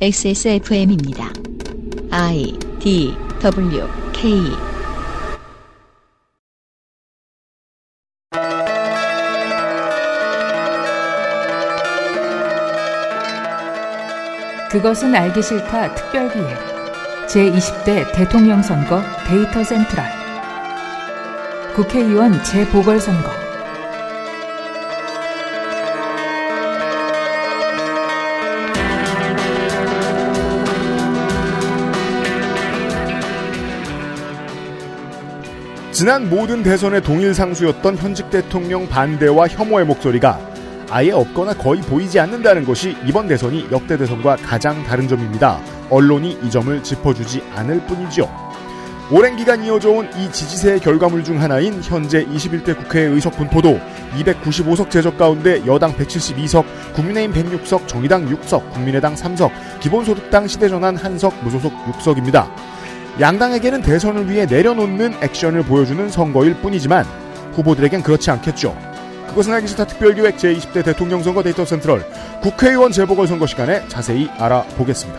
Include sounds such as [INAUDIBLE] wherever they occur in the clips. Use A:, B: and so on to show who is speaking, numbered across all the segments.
A: XSFM입니다. I D W K
B: 그것은 알기 싫다 특별기획 제20대 대통령 선거 데이터 센트럴 국회의원 재보궐선거
C: 지난 모든 대선의 동일 상수였던 현직 대통령 반대와 혐오의 목소리가 아예 없거나 거의 보이지 않는다는 것이 이번 대선이 역대 대선과 가장 다른 점입니다. 언론이 이 점을 짚어주지 않을 뿐이지요. 오랜 기간 이어져온 이 지지세의 결과물 중 하나인 현재 21대 국회의 의석 분포도 295석 제적 가운데 여당 172석, 국민의힘 106석, 정의당 6석, 국민의당 3석, 기본소득당 시대전환 1석, 무소속 6석입니다. 양당에게는 대선을 위해 내려놓는 액션을 보여주는 선거일 뿐이지만 후보들에겐 그렇지 않겠죠. 그것은 알기 싫다 특별기획 제20대 대통령 선거 데이터 센트럴 국회의원 재보궐선거 시간에 자세히 알아보겠습니다.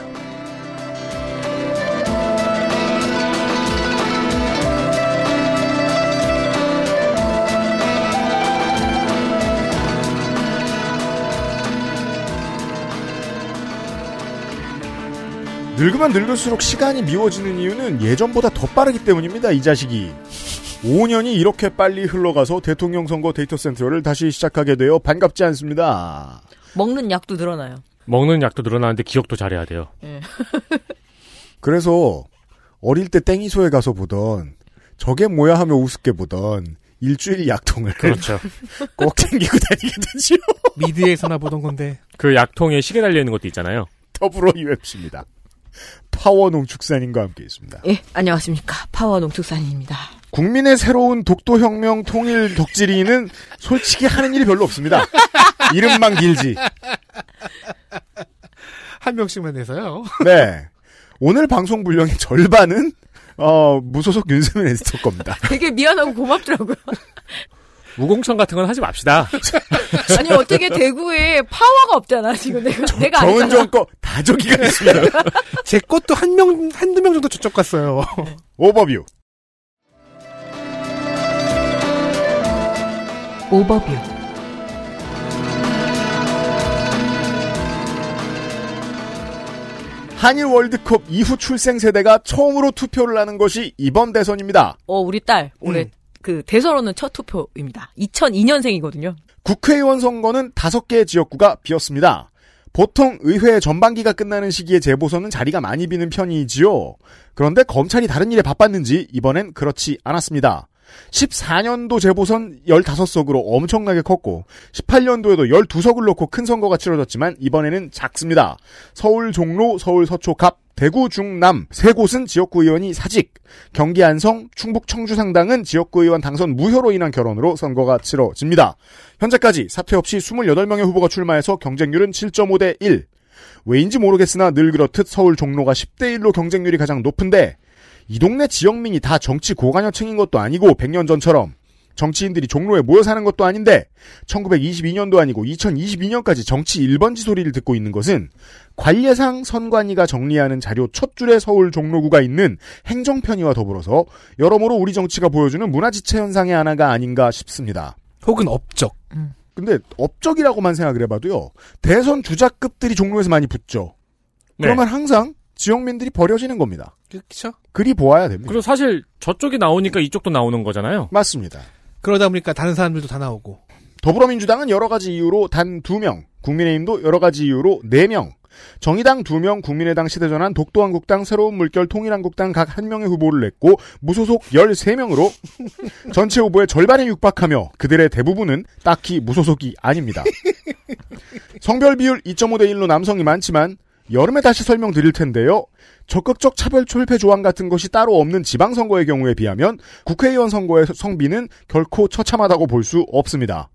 C: 늙으면 늙을수록 시간이 미워지는 이유는 예전보다 더 빠르기 때문입니다. 이 자식이. 5년이 이렇게 빨리 흘러가서 대통령 선거 데이터 센트럴을 다시 시작하게 되어 반갑지 않습니다.
D: 먹는 약도 늘어나요.
E: 먹는 약도 늘어나는데 기억도 잘해야 돼요.
C: 그래서 어릴 때 땡이소에 가서 보던 저게 뭐야 하며 우습게 보던 일주일 약통을
E: 그렇죠.
C: [LAUGHS] 꼭 챙기고 다니게 되지요.
F: 미드에서나 보던 건데
E: 그 약통에 시계 달려 있는 것도 있잖아요.
C: [LAUGHS] 더불어 UMC입니다. 파워농축산인과 함께 있습니다.
D: 예, 안녕하십니까. 파워 농축산입니다.
C: 국민의 새로운 독도혁명 통일 덕질이는 솔직히 하는 일이 별로 없습니다. 이름만 길지.
F: [LAUGHS] 한 명씩만 내서요.
C: 네. 오늘 방송 분량의 절반은 어, 무소속 윤세민 에디터 겁니다.
D: 되게 미안하고 고맙더라고요. [LAUGHS]
E: 무공천 같은 건
C: [LAUGHS]
E: 하지 맙시다. 네.
D: 아니, 어떻게 대구에 파워가 없잖아, 지금 내가. 내가 아니잖아.
C: 정은정 거 다 저기가 있습니다.
F: 제 것도 한 명, 한두 명 정도 저쪽 갔어요.
C: 오버뷰.
B: 오버뷰
C: 한일 월드컵 이후 출생 세대가 처음으로 투표를 하는 것이 이번 대선입니다.
D: 어, 우리 딸, 올해 그 대선으로는 첫 투표입니다. 2002년생이거든요.
C: 국회의원 선거는 다섯 개의 지역구가 비었습니다. 보통 의회 전반기가 끝나는 시기에 재보선은 자리가 많이 비는 편이지요. 그런데 검찰이 다른 일에 바빴는지 이번엔 그렇지 않았습니다. 14년도 재보선 15석으로 엄청나게 컸고 18년도에도 12석을 놓고 큰 선거가 치러졌지만 이번에는 작습니다. 서울 종로, 서울 서초 갑, 대구 중남 세 곳은 지역구 의원이 사직, 경기 안성, 충북 청주 상당은 지역구 의원 당선 무효로 인한 결혼으로 선거가 치러집니다. 현재까지 사퇴 없이 28명의 후보가 출마해서 경쟁률은 7.5 대 1. 왜인지 모르겠으나 늘 그렇듯 서울 종로가 10대 1로 경쟁률이 가장 높은데 이 동네 지역민이 다 정치 고관여층인 것도 아니고 100년 전처럼 정치인들이 종로에 모여 사는 것도 아닌데 1922년도 아니고 2022년까지 정치 1번지 소리를 듣고 있는 것은 관례상 선관위가 정리하는 자료 첫 줄에 서울 종로구가 있는 행정 편의와 더불어서 여러모로 우리 정치가 보여주는 문화지체 현상의 하나가 아닌가 싶습니다.
F: [LAUGHS] 혹은 업적.
C: 근데 업적이라고만 생각을 해봐도요. 대선 주자급들이 종로에서 많이 붙죠.
E: 네.
C: 그러면 항상 지역민들이 버려지는 겁니다.
F: 그렇죠.
C: 그리 보아야 됩니다.
E: 그리고 사실 저쪽이 나오니까 이쪽도 나오는 거잖아요.
C: 맞습니다.
F: 그러다 보니까 다른 사람들도 다 나오고.
C: 더불어민주당은 여러 가지 이유로 단 두 명, 국민의힘도 여러 가지 이유로 네 명, 정의당 두 명, 국민의당 시대전환, 독도한국당, 새로운 물결, 통일한국당 각 한 명의 후보를 냈고 무소속 13명으로 [LAUGHS] 전체 후보의 절반에 육박하며 그들의 대부분은 딱히 무소속이 아닙니다. 성별 비율 2.5대 1로 남성이 많지만 여름에 다시 설명드릴 텐데요. 적극적 차별 철폐 조항 같은 것이 따로 없는 지방선거의 경우에 비하면 국회의원 선거의 성비는 결코 처참하다고 볼 수 없습니다.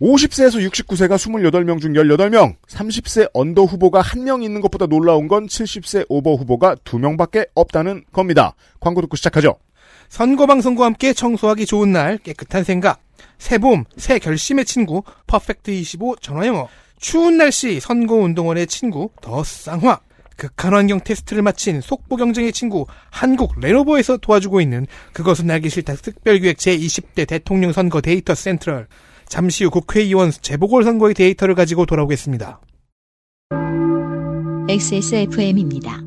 C: 50세에서 69세가 28명 중 18명, 30세 언더 후보가 1명 있는 것보다 놀라운 건 70세 오버 후보가 2명밖에 없다는 겁니다. 광고 듣고 시작하죠.
F: 선거방송과 함께 청소하기 좋은 날, 깨끗한 생각. 새봄, 새 결심의 친구, 퍼펙트25 전화영어. 추운 날씨 선거운동원의 친구 더 쌍화 극한환경 테스트를 마친 속보 경쟁의 친구 한국 레노버에서 도와주고 있는 그것은 알기 싫다 특별기획 제20대 대통령 선거 데이터 센트럴 잠시 후 국회의원 재보궐선거의 데이터를 가지고 돌아오겠습니다.
A: XSFM입니다.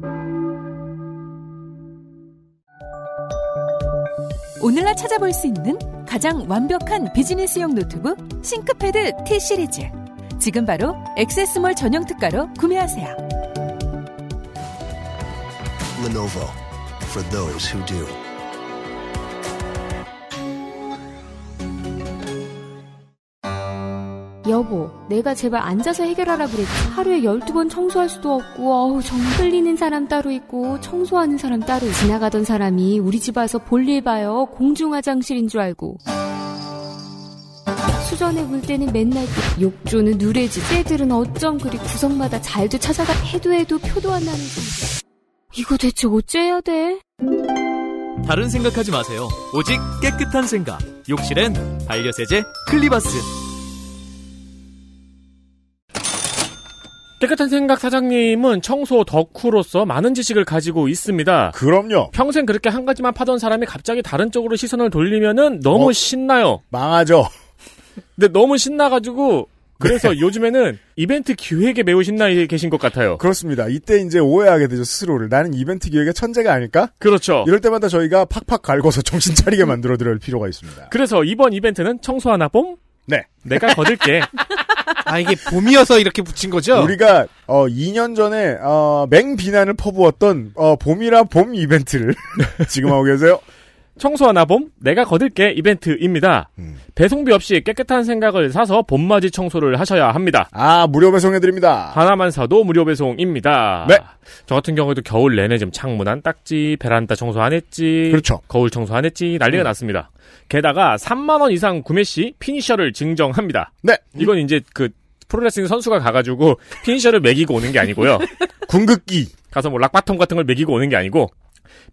G: 오늘날 찾아볼 수 있는 가장 완벽한 비즈니스용 노트북 싱크패드 T 시리즈. 지금 바로 액세스몰 전용 특가로 구매하세요.
H: Lenovo for those who do.
I: 여보, 내가 제발 앉아서 해결하라 그랬지. 하루에 12번 청소할 수도 없고, 어우, 정 끌리는 사람 따로 있고, 청소하는 사람 따로 있고. 지나가던 사람이 우리 집 와서 볼일 봐요. 공중화장실인 줄 알고. 수전에 물 때는 맨날 그 욕조는 누래지고, 애들은 어쩜 그리 구석마다 잘도 찾아가, 해도 해도 표도 안 나는지. 이거 대체 어째야 돼?
J: 다른 생각하지 마세요. 오직 깨끗한 생각. 욕실엔 반려세제 클리바스.
E: 깨끗한 생각 사장님은 청소 덕후로서 많은 지식을 가지고 있습니다.
C: 그럼요.
E: 평생 그렇게 한 가지만 파던 사람이 갑자기 다른 쪽으로 시선을 돌리면은 너무
C: 어.
E: 신나요.
C: 망하죠. [LAUGHS]
E: 근데 너무 신나가지고 그래서
C: 네.
E: 요즘에는 이벤트 기획에 매우 신나 계신 것 같아요.
C: 그렇습니다. 이때 이제 오해하게 되죠, 스스로를. 나는 이벤트 기획의 천재가 아닐까?
E: 그렇죠.
C: 이럴 때마다 저희가 팍팍 갈궈서 [LAUGHS] 정신 차리게 만들어 드릴 필요가 있습니다.
E: 그래서 이번 이벤트는 청소 하나 봄?
C: 네.
E: 내가
C: [LAUGHS]
E: 거들게.
F: 아 이게 봄이어서 이렇게 붙인 거죠?
C: 우리가 어 2년 전에 어, 맹비난을 퍼부었던 어, 봄이라 봄 이벤트를 [LAUGHS] 지금 하고 계세요.
E: 청소 하나 봄? 내가 거들게 이벤트입니다.
C: 음.
E: 배송비 없이 깨끗한 생각을 사서 봄맞이 청소를 하셔야 합니다.
C: 아 무료 배송해 드립니다.
E: 하나만 사도 무료 배송입니다.
C: 네.
E: 저 같은 경우에도 겨울 내내 지금 창문 안 닦지, 베란다 청소 안 했지,
C: 그렇죠. 음.
E: 거울 청소 안 했지 난리가 났습니다. 게다가 3만 원 이상 구매 시 피니셔를 증정합니다.
C: 네.
E: 이건 이제 그 프로레슬링 선수가 가가지고 피니셔를 매기고 오는 게 [LAUGHS] 아니고요.
C: 궁극기.
E: 가서 뭐 락바텀 같은 걸 매기고 오는 게 아니고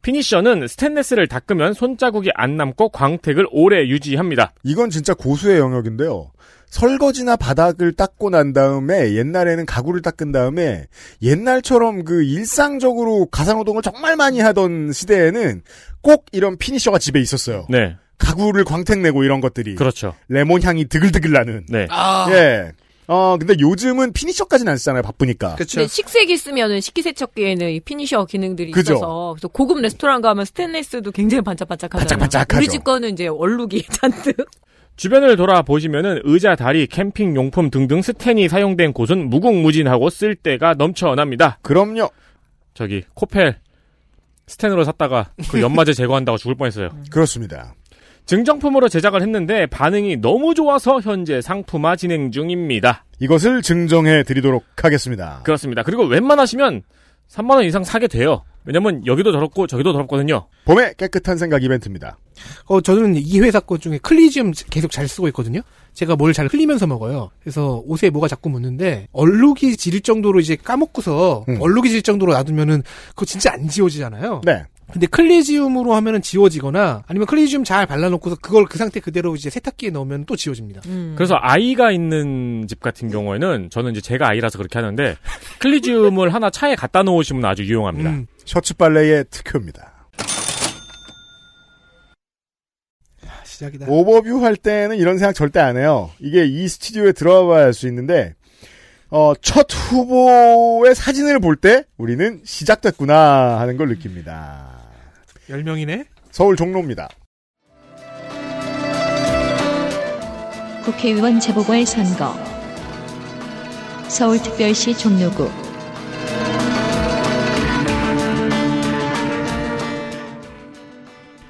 E: 피니셔는 스테인레스를 닦으면 손자국이 안 남고 광택을 오래 유지합니다.
C: 이건 진짜 고수의 영역인데요. 설거지나 바닥을 닦고 난 다음에 옛날에는 가구를 닦은 다음에 옛날처럼 그 일상적으로 가사노동을 정말 많이 하던 시대에는 꼭 이런 피니셔가 집에 있었어요.
E: 네,
C: 가구를 광택내고 이런 것들이
E: 그렇죠.
C: 레몬 향이 드글드글 나는.
E: 네,
F: 아,
C: 예. 어 근데 요즘은 피니셔까지는 안 쓰잖아요. 바쁘니까.
F: 그렇죠.
D: 근데 네, 식세기 쓰면은 식기세척기에는 이 피니셔 기능들이
C: 그죠.
D: 있어서 그래서 고급 레스토랑 가면 스테인레스도 굉장히 반짝반짝하잖아요.
C: 반짝반짝하죠.
D: 우리 집 거는 이제 얼룩이 [LAUGHS] 잔뜩.
E: 주변을 돌아보시면은 의자, 다리, 캠핑 용품 등등 스텐이 사용된 곳은 무궁무진하고 쓸 데가 넘쳐납니다.
C: 그럼요.
E: 저기 코펠 스텐으로 샀다가 그 연마제 제거한다고 죽을 [LAUGHS] 뻔했어요.
C: 그렇습니다.
E: 증정품으로 제작을 했는데 반응이 너무 좋아서 현재 상품화 진행 중입니다.
C: 이것을 증정해 드리도록 하겠습니다.
E: 그렇습니다. 그리고 웬만하시면 3만 원 이상 사게 돼요. 왜냐면 여기도 더럽고 저기도 더럽거든요.
C: 봄의 깨끗한 생각 이벤트입니다.
F: 어, 저는 이 회사 것 중에 클리지움 계속 잘 쓰고 있거든요. 제가 뭘 잘 흘리면서 먹어요. 그래서 옷에 뭐가 자꾸 묻는데 얼룩이 질 정도로 이제 까먹고서
C: 음.
F: 얼룩이 질 정도로 놔두면은 그거 진짜 안 지워지잖아요.
C: 네.
F: 근데 클리지움으로 하면은 지워지거나 아니면 클리지움 잘 발라놓고서 그걸 그 상태 그대로 이제 세탁기에 넣으면 또 지워집니다.
C: 음.
D: 음.
E: 그래서 아이가 있는 집 같은 경우에는 저는 이제 제가 아이라서 그렇게 하는데 클리지움을 하나 차에 갖다 놓으시면 아주 유용합니다.
F: 음.
C: 셔츠 빨래의 특효입니다.
F: 아, 시작이다.
C: 오버뷰 할 때는 이런 생각 절대 안 해요. 이게 이 스튜디오에 들어와 봐야 알 수 있는데 어, 첫 후보의 사진을 볼 때 우리는 시작됐구나 하는 걸 느낍니다. 예,
F: 10명이네?
C: 서울 종로입니다.
A: 국회의원 재보궐 선거. 서울특별시 종로구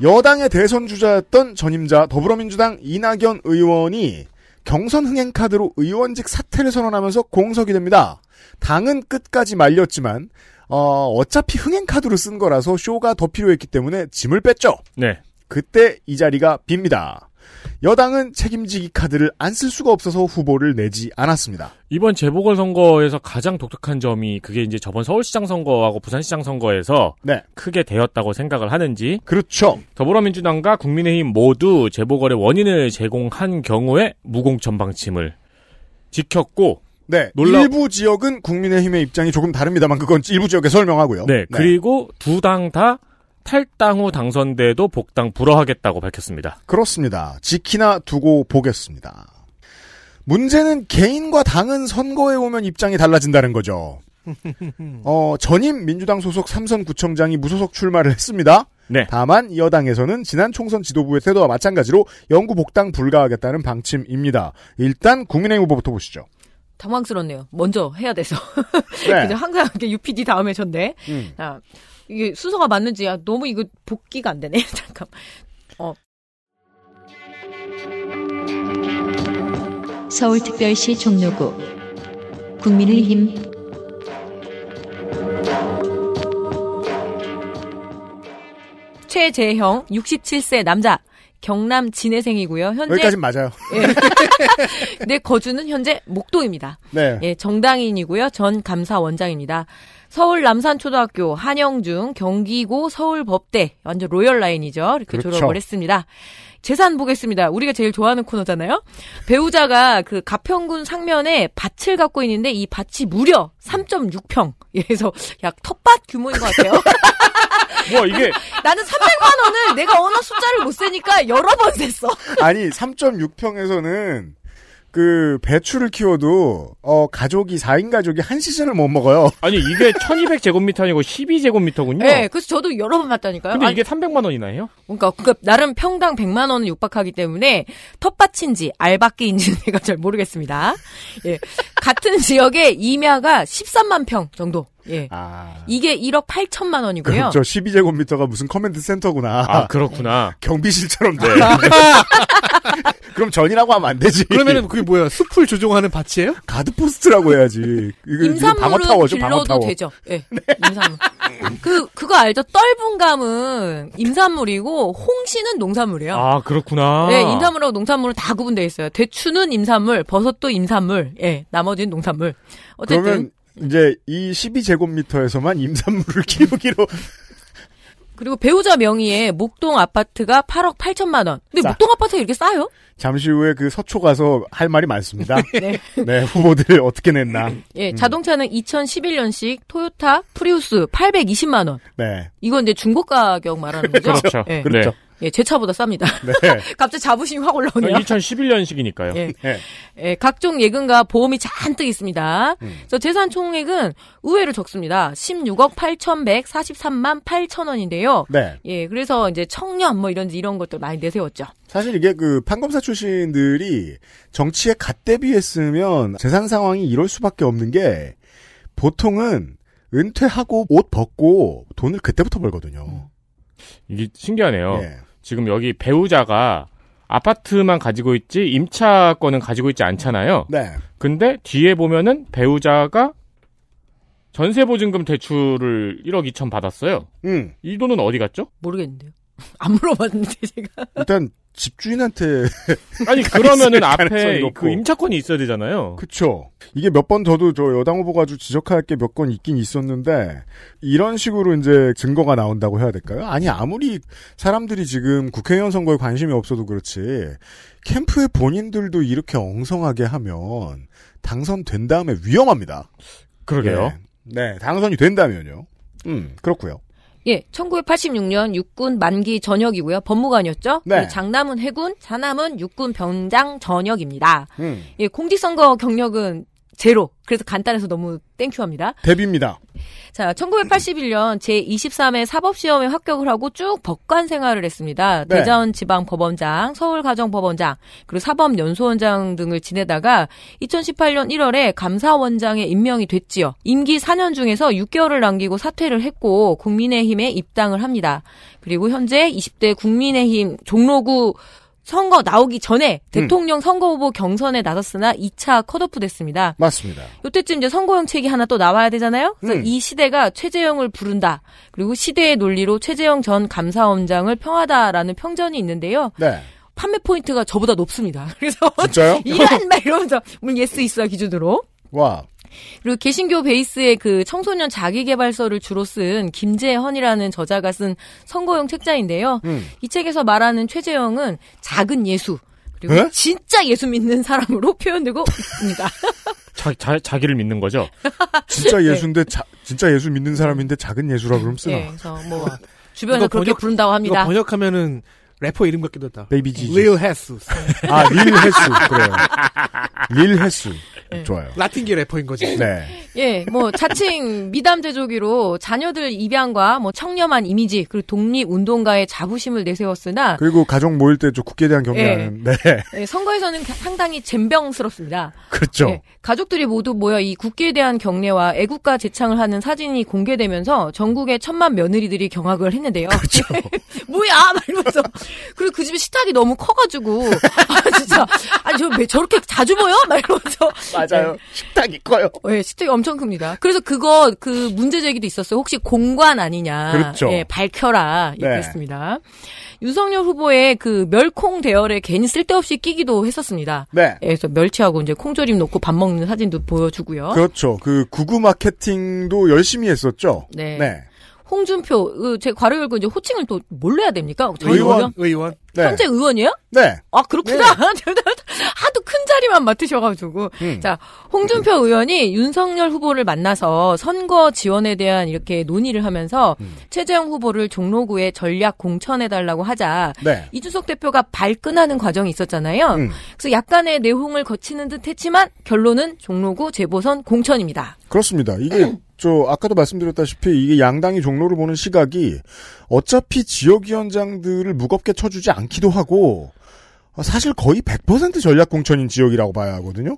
C: 여당의 대선 주자였던 전임자 더불어민주당 이낙연 의원이 경선 흥행 카드로 의원직 사퇴를 선언하면서 공석이 됩니다. 당은 끝까지 말렸지만 어, 어차피 흥행 카드로 쓴 거라서 쇼가 더 필요했기 때문에 짐을 뺐죠.
E: 네.
C: 그때 이 자리가 빕니다. 여당은 책임지기 카드를 안 쓸 수가 없어서 후보를 내지 않았습니다.
E: 이번 재보궐선거에서 가장 독특한 점이 그게 이제 저번 서울시장 선거하고 부산시장 선거에서
C: 네.
E: 크게 되었다고 생각을 하는지
C: 그렇죠.
E: 더불어민주당과 국민의힘 모두 재보궐의 원인을 제공한 경우에 무공천 방침을 지켰고
C: 네.
E: 놀라-
C: 일부 지역은 국민의힘의 입장이 조금 다릅니다만 그건 일부 지역에 설명하고요.
E: 네, 그리고 두 당 다 탈당 후 당선돼도 복당 불허하겠다고 밝혔습니다.
C: 그렇습니다. 지키나 두고 보겠습니다. 문제는 개인과 당은 선거에 오면 입장이 달라진다는
D: [LAUGHS]
C: 거죠. 어, 전임 민주당 소속 삼선 구청장이 무소속 출마를 했습니다.
E: 네.
C: 다만 여당에서는 지난 총선 지도부의 태도와 마찬가지로 영구 복당 불가하겠다는 방침입니다. 일단 국민의힘 후보부터 보시죠.
D: 당황스럽네요. 먼저 해야 돼서.
C: 네.
D: [LAUGHS] 그냥 항상 이렇게 UPD 다음에 졌네.
C: 음.
D: 아, 이게 순서가 맞는지, 아, 너무 이거 복귀가 안 되네. [LAUGHS] 잠깐.
A: 서울특별시 종로구 국민의힘
D: 최재형, 67세 남자. 경남 진해생이고요. 현재
C: 여기까지 맞아요. [LAUGHS]
D: 내 거주는 현재 목동입니다.
C: 네.
D: 예, 정당인이고요. 전 감사원장입니다. 서울 남산초등학교, 한영중, 경기고, 서울법대. 완전 로열라인이죠. 이렇게
C: 그렇죠.
D: 졸업을 했습니다. 재산 보겠습니다. 우리가 제일 좋아하는 코너잖아요. 배우자가 그 가평군 상면에 밭을 갖고 있는데 이 밭이 무려 3.6평. 예, 그래서 약 텃밭 규모인 것 같아요.
C: [LAUGHS]
E: 뭐 이게
D: 나는 300만 원을 내가 어느 숫자를 못 세니까 여러 번 셌어.
C: 아니 3.6평에서는 그 배추를 키워도 어, 가족이 4인 가족이 한 시즌을 못 먹어요.
E: 아니 이게 1200제곱미터 아니고 12제곱미터군요.
D: 네, 그래서 저도 여러 번 봤다니까요.
E: 근데
D: 아니,
E: 이게 300만 원이나 해요?
D: 그러니까 그 나름 평당 100만 원은 육박하기 때문에 텃밭인지 알박기인지는 [LAUGHS] 제가 잘 모르겠습니다. 예. 같은 [LAUGHS] 지역에 임야가 13만 평 정도. 예.
C: 아.
D: 이게 1억 8천만 원이고요.
C: 그럼 저 12제곱미터가 무슨 커맨드 센터구나.
E: 아, 그렇구나.
C: 경비실처럼 돼. [LAUGHS] 그럼 전이라고 하면 안 되지.
F: 그러면은 그게 뭐야? 숲을 조종하는 밭이에요?
C: 가드포스트라고 그, 해야지. 이거, 이거
D: 임산물은
C: 방어타워죠,
D: 길러도
C: 방어타워.
D: 되죠. 예. 임산물. 그 그거 알죠? 떫은감은 임산물이고 홍시는 농산물이에요.
E: 아, 그렇구나.
D: 네, 임산물하고 농산물은 다 구분되어 있어요. 대추는 임산물, 버섯도 임산물, 예, 나머지는 농산물. 어쨌든
C: 그러면 이제 이 12제곱미터에서만 임산물을 [LAUGHS] 키우기로
D: 그리고 배우자 명의의 목동 아파트가 8억 8천만 원. 근데
C: 싸.
D: 목동 아파트가 이렇게 싸요?
C: 잠시 후에 그 서초 가서 할 말이 많습니다.
D: [LAUGHS] 네.
C: 네, 후보들 어떻게 냈나.
E: 음.
D: 예, 자동차는 2011년식 토요타 프리우스 820만 원.
C: 네.
D: 이건 이제 중고 가격 말하는 거죠?
E: 그렇죠.
D: 예,
C: 그렇죠.
D: 예, 제 차보다 쌉니다.
C: 네.
D: [LAUGHS] 갑자기 자부심이 확 올라오네요.
E: 2011년식이니까요.
D: 예,
C: 네.
D: 예, 각종 예금과 보험이 잔뜩 있습니다.
E: 음.
D: 그래서 재산 총액은 의외로 적습니다. 16억 8,143만 8천 원인데요.
C: 네.
D: 예, 그래서 이제 청년 뭐 이런 이런 것들 많이 내세웠죠.
C: 사실 이게 그 판검사 출신들이 정치에 갓 데뷔했으면 재산 상황이 이럴 수밖에 없는 게 보통은 은퇴하고 옷 벗고 돈을 그때부터 벌거든요.
E: 이게 신기하네요.
C: 예.
E: 지금 여기 배우자가 아파트만 가지고 있지 임차권은 가지고 있지 않잖아요.
C: 네.
E: 근데 뒤에 보면은 배우자가 전세보증금 대출을 1억 2천 받았어요.
C: 음.
E: 이 돈은 어디 갔죠?
D: 모르겠는데요. [LAUGHS] 안 물어봤는데 제가.
C: 일단 집주인한테
E: 아니
C: 가
E: 그러면은
C: 있을
E: [LAUGHS]
C: 가능성이
E: 앞에
C: 높고.
E: 그 임차권이 있어야 되잖아요.
C: 그쵸. 이게 몇 번 더도 저 여당 후보가 아주 지적할 게 몇 건 있긴 있었는데 이런 식으로 이제 증거가 나온다고 해야 될까요? 아니 아무리 사람들이 지금 국회의원 선거에 관심이 없어도 그렇지 캠프의 본인들도 이렇게 엉성하게 하면 당선된 다음에 위험합니다.
E: 그러게요.
C: 네, 네, 당선이 된다면요. 음, 그렇고요.
D: 예, 1986년 육군 만기 전역이고요. 법무관이었죠.
C: 네.
D: 예, 장남은 해군, 차남은 육군 병장 전역입니다.
C: 음,
D: 예, 공직선거 경력은 제로. 그래서 간단해서 너무 땡큐합니다.
C: 데뷔입니다.
D: 자, 1981년 제23회 사법시험에 합격을 하고 쭉 법관 생활을 했습니다.
C: 네.
D: 대전 지방 법원장, 서울 가정 법원장, 그리고 사법 연수원장 등을 지내다가 2018년 1월에 감사원장에 임명이 됐지요. 임기 4년 중에서 6개월을 남기고 사퇴를 했고 국민의힘에 입당을 합니다. 그리고 현재 20대 국민의힘 종로구 선거 나오기 전에 대통령 선거 후보 경선에 나섰으나 2차 컷오프 됐습니다.
C: 맞습니다.
D: 요때쯤 이제 선거용 책이 하나 또 나와야 되잖아요. 그래서
C: 음.
D: 이 시대가 최재형을 부른다. 그리고 시대의 논리로 최재형 전 감사원장을 평하다라는 평전이 있는데요.
C: 네,
D: 판매 포인트가 저보다 높습니다. [LAUGHS] 그래서
E: 어,
C: 진짜요?
D: 이란 말 이러면서 물론 예스 있어 기준으로.
C: 와,
D: 그리고 개신교 베이스의 그 청소년 자기개발서를 주로 쓴 김재헌이라는 저자가 쓴 선거용 책자인데요.
C: 음.
D: 이 책에서 말하는 최재형은 작은 예수 그리고
C: 에?
D: [LAUGHS] 진짜 예수 믿는 사람으로 표현되고 있습니다.
E: 자, 자, 자기를 믿는 거죠. [LAUGHS]
C: 진짜
E: 네.
C: 예수인데 자- 진짜 예수 믿는 사람인데 작은 예수라 그러면 쓰나?
D: 예, 그래서 뭐 주변에서
F: 이거
D: 그렇게
F: 번역-
D: 부른다고
F: 이거
D: 합니다.
F: 번역하면은 래퍼 이름 같기도 하다.
C: 베이비 지지.
F: 릴 헤스.
C: 아, 릴 횟수. 그래요. 릴 횟수.
D: 네.
C: 좋아요.
F: 라틴계 래퍼인 거지.
C: 네.
D: 예, 뭐 자칭 미담 제조기로 자녀들 입양과 뭐 청렴한 이미지 그리고 독립 운동가의 자부심을 내세웠으나
C: 그리고 가족 모일 때 좀 국기에 대한 경계하는. 네. [LAUGHS]
D: 예, 선거에서는 가- 상당히 잼병스럽습니다.
C: 그렇죠.
D: 예, 가족들이 모두 모여 이 국기에 대한 경례와 애국가 제창을 하는 사진이 공개되면서 전국의 천만 며느리들이 경악을 했는데요.
C: 그렇죠.
D: [LAUGHS] 뭐야 말면서 그리고 그 집에 식탁이 너무 커가지고 아 진짜 아니 저 왜 저렇게 자주 모여 말면서 맞아요.
C: 식탁이 커요.
D: 예, 식탁이 엄청 큽니다. 그래서 그거 그 문제 제기도 있었어요. 혹시 공관 아니냐?
C: 그렇죠.
D: 예, 밝혀라.
C: 네.
D: 이랬습니다. 윤석열 후보의 그 멸콩 대열에 괜히 쓸데없이 끼기도 했었습니다.
C: 네.
D: 예, 그래서 멸치하고 이제 콩조림 넣고 밥 먹는 사진도 보여주고요.
C: 그렇죠. 그 구구 마케팅도 열심히 했었죠.
D: 네. 홍준표, 그, 제 괄호 열고 이제 호칭을 또 뭘 해야 됩니까? 저희
C: 의원.
D: 의원?
F: 의원.
C: 네.
D: 현재 의원이에요?
C: 네. 음.
D: 아 그렇구나. [LAUGHS] 하도 큰 자리만 맡으셔가지고 자 홍준표 의원이 윤석열 후보를 만나서 선거 지원에 대한 이렇게 논의를 하면서
C: 음.
D: 최재형 후보를 종로구에 전략 공천해 달라고 하자
C: 네.
D: 이준석 대표가 발끈하는 과정이 있었잖아요.
C: 음.
D: 그래서 약간의 내홍을 거치는 듯했지만 결론은 종로구 재보선 공천입니다.
C: 그렇습니다. 이게 [CLEARS THROAT] 저 아까도 말씀드렸다시피 이게 양당이 종로를 보는 시각이 어차피 지역위원장들을 무겁게 쳐주지 않기도 하고 어, 사실 거의 100% 전략공천인 지역이라고 봐야 하거든요.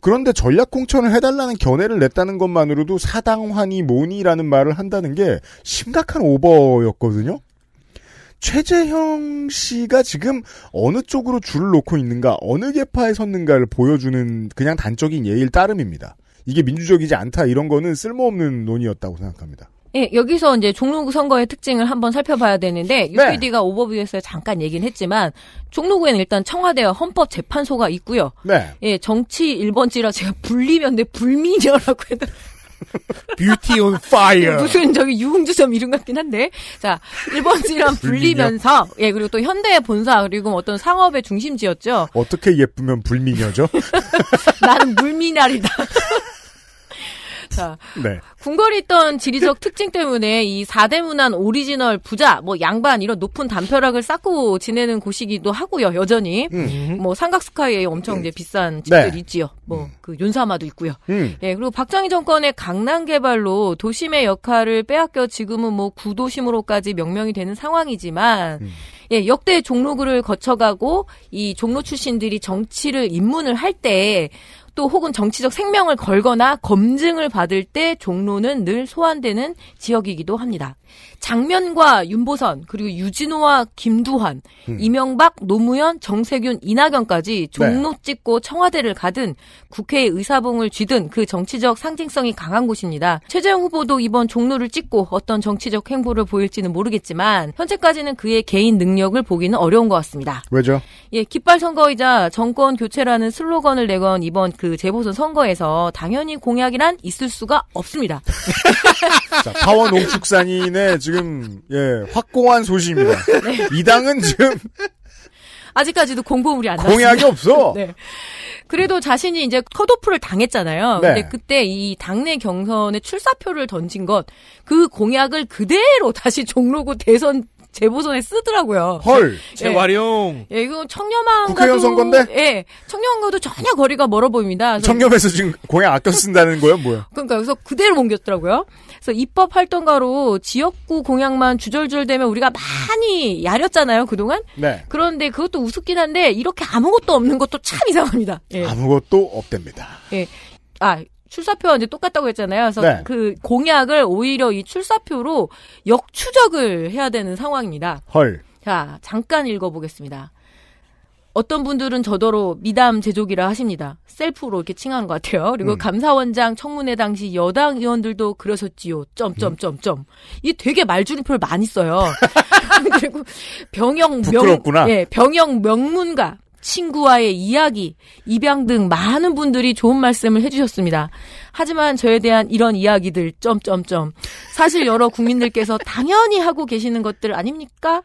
C: 그런데 전략공천을 해달라는 견해를 냈다는 것만으로도 사당환이 뭐니라는 말을 한다는 게 심각한 오버였거든요. 최재형 씨가 지금 어느 쪽으로 줄을 놓고 있는가, 어느 계파에 섰는가를 보여주는 그냥 단적인 예일 따름입니다. 이게 민주적이지 않다 이런 거는 쓸모없는 논의였다고 생각합니다.
D: 예, 여기서 이제 종로구 선거의 특징을 한번 살펴봐야 되는데 UPD가 오버뷰에서 잠깐 얘기는 했지만 종로구에는 일단 청와대와 헌법재판소가 있고요.
C: 네.
D: 예, 정치 1번지라 제가 불리면데 불미녀라고 해도
F: 뷰티 온
C: 네.
F: 파이어.
D: [LAUGHS] 무슨 저기 유흥주점 이름 같긴 한데. 자, 1번지랑 불리면서 예, 그리고 또 현대의 본사 그리고 뭐 어떤 상업의 중심지였죠.
C: 어떻게 예쁘면 불미녀죠?
D: 나는 물미나리다. 자,
C: 네.
D: 궁궐이 있던 지리적 특징 때문에 이 사대문안 오리지널 부자, 뭐 양반 이런 높은 담벼락을 쌓고 지내는 곳이기도 하고요, 여전히. 뭐 삼각스카이에 엄청 이제 비싼 집들이
C: 음. 네.
D: 있지요. 뭐 그 윤사마도 있고요.
C: 음.
D: 예, 그리고 박정희 정권의 강남 개발로 도심의 역할을 빼앗겨 지금은 뭐 구도심으로까지 명명이 되는 상황이지만
C: 음.
D: 예, 역대 종로구를 거쳐가고 이 종로 출신들이 정치를 입문을 할 때 또 혹은 정치적 생명을 걸거나 검증을 받을 때 종로는 늘 소환되는 지역이기도 합니다. 장면과 윤보선 그리고 유진호와 김두환, 이명박, 노무현, 정세균, 이낙연까지 종로 찍고 청와대를 가든 국회의 의사봉을 쥐든 그 정치적 상징성이 강한 곳입니다. 최재형 후보도 이번 종로를 찍고 어떤 정치적 행보를 보일지는 모르겠지만 현재까지는 그의 개인 능력을 보기는 어려운 것 같습니다.
C: 왜죠?
D: 예, 깃발 선거이자 정권 교체라는 슬로건을 내건 이번 그 재보선 선거에서 당연히 공약이란 있을 수가 없습니다.
C: 자, 파워 농축산인의 지금 예 확고한 소식입니다.
D: 네.
C: 이 당은 지금
D: 아직까지도 공고물이 안 나왔습니다.
C: 공약이 없어.
D: 네. 그래도 자신이 이제 컷오프를 당했잖아요.
C: 네.
D: 근데 그때 이 당내 경선에 출사표를 던진 것 그 공약을 그대로 [LAUGHS] 다시 종로구 대선 재보선에 쓰더라고요.
C: 헐.
D: 네.
F: 재활용.
D: 예, 이건 청렴한가도
C: 국회의원 선거인데?
D: 예, 청렴한가도 전혀 거리가 멀어 보입니다. 그래서
C: 청렴에서 지금 공약 아껴 쓴다는 거예요, 뭐야?
D: 그러니까 여기서 그대로 옮겼더라고요. 그래서 입법 활동가로 지역구 공약만 주절주절되면 우리가 많이 야렸잖아요, 그동안.
C: 네.
D: 그런데 그것도 우습긴 한데 이렇게 아무것도 없는 것도 참 이상합니다. 예.
C: 아무것도 없답니다.
D: 예. 아, 출사표와 이제 똑같다고 했잖아요. 그래서
C: 네.
D: 그 공약을 오히려 이 출사표로 역추적을 해야 되는 상황입니다.
C: 헐.
D: 자, 잠깐 읽어보겠습니다. 어떤 분들은 저더러 미담 제조기라 하십니다. 셀프로 이렇게 칭하는 것 같아요. 그리고 감사원장 청문회 당시 여당 의원들도 그러셨지요. 점점점점. 이 되게 말줄임표를
C: [LAUGHS]
D: 많이 써요. 그리고 병영 명
C: 부끄럽구나.
D: 예, 병영 명문가. 친구와의 이야기, 입양 등 많은 분들이 좋은 말씀을 해주셨습니다. 하지만 저에 대한 이런 이야기들 점점점 사실 여러 국민들께서 당연히 하고 계시는 것들 아닙니까?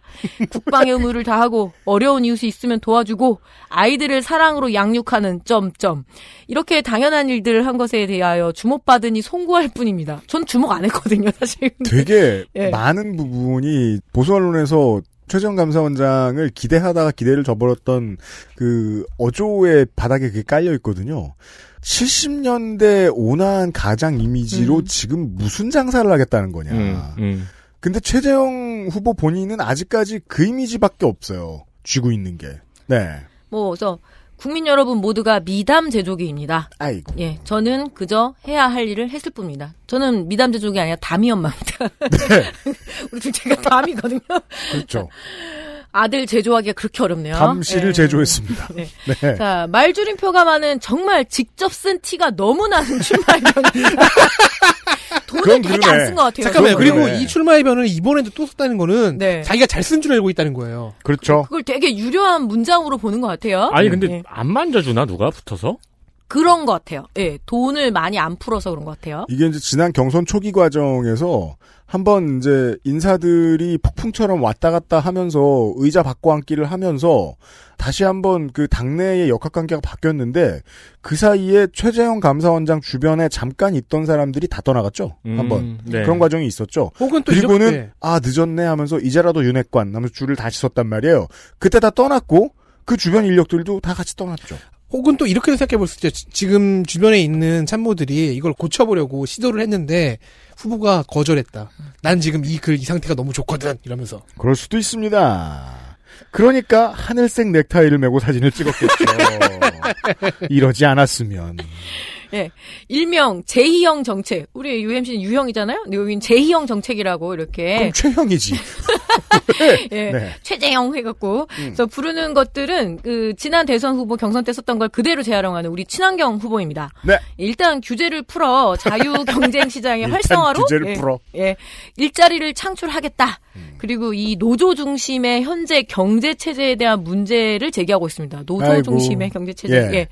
D: 국방의 의무를 다하고 어려운 이웃이 있으면 도와주고 아이들을 사랑으로 양육하는 점점 이렇게 당연한 일들을 한 것에 대하여 주목받으니 송구할 뿐입니다. 전 주목 안 했거든요, 사실.
C: 되게
D: [LAUGHS] 예.
C: 많은 부분이 보수 언론에서 최정 감사원장을 기대하다가 기대를 저버렸던 그 어조의 바닥에 그게 깔려 있거든요. 70년대 온화한 가장 이미지로
D: 음.
C: 지금 무슨 장사를 하겠다는 거냐.
E: 음, 음.
C: 근데 최재형 후보 본인은 아직까지 그 이미지밖에 없어요. 쥐고 있는 게. 네.
D: 뭐, 그래서 국민 여러분 모두가 미담 제조기입니다.
C: 아이고.
D: 예, 저는 그저 해야 할 일을 했을 뿐입니다. 저는 미담 제조기 아니라 담이 엄마입니다. [LAUGHS] 우리 둘째가 담이거든요.
C: 그렇죠.
D: 아들 제조하기가 그렇게 어렵네요.
C: 감시를
D: 예.
C: 제조했습니다.
D: 네.
C: [LAUGHS] 네.
D: 자, 말줄임표가 많은 정말 직접 쓴 티가 너무 나는 출마이변. 돈을
C: 그건
D: 되게
C: 그러네.
D: 안 쓴 것 같아요.
C: 그건
F: 잠깐만요. 그리고
C: 그러네.
F: 이 출마의 변을 이번에도 또 썼다는 거는
D: 네.
F: 자기가 잘 쓴 줄 알고 있다는 거예요.
C: 그렇죠.
D: 그걸 되게 유려한 문장으로 보는 것 같아요.
E: 아니 근데
C: 네.
D: 예.
E: 안 만져주나 누가 붙어서?
D: 그런 것 같아요. 예, 돈을 많이 안 풀어서 그런 것 같아요.
C: 이게 이제 지난 경선 초기 과정에서 한번 이제 인사들이 폭풍처럼 왔다 갔다 하면서 의자 바꿔 앉기를 하면서 다시 한번 그 당내의 역학 관계가 바뀌었는데 그 사이에 최재형 감사원장 주변에 잠깐 있던 사람들이 다 떠나갔죠.
E: 음,
C: 한번
E: 네.
C: 그런 과정이 있었죠.
F: 혹은 또
C: 그리고는
F: 이렇게
C: 아 늦었네 하면서 이제라도 윤핵관 하면서 줄을 다시 섰단 말이에요. 그때 다 떠났고 그 주변 인력들도 다 같이 떠났죠.
F: 혹은 또 이렇게도 생각해 볼 수 있죠. 지- 지금 주변에 있는 참모들이 이걸 고쳐보려고 시도를 했는데 후보가 거절했다. 난 지금 이 글 이 상태가 너무 좋거든 이러면서
C: 그럴 수도 있습니다. 그러니까 하늘색 넥타이를 메고 사진을 [LAUGHS] 찍었겠죠. 이러지 않았으면
D: 일명 제2형 정책. 우리 UMC는 유형이잖아요? 근데 여긴 제2형 정책이라고 이렇게.
C: 그럼 최형이지.
D: 예.
C: 네. 음.
D: 최재형 해갖고. 그래서 부르는 것들은 그 지난 대선 후보 경선 때 썼던 걸 그대로 재활용하는 우리 친환경 후보입니다.
C: 네.
D: 일단 규제를 풀어 자유
C: [LAUGHS]
D: 경쟁 시장의
C: 일단
D: 활성화로
C: 규제를
D: 예,
C: 풀어.
D: 예, 일자리를 창출하겠다.
C: 음.
D: 그리고 이 노조 중심의 현재 경제 체제에 대한 문제를 제기하고 있습니다. 노조
C: 아이고.
D: 중심의 경제 체제.
C: 예.
D: 예.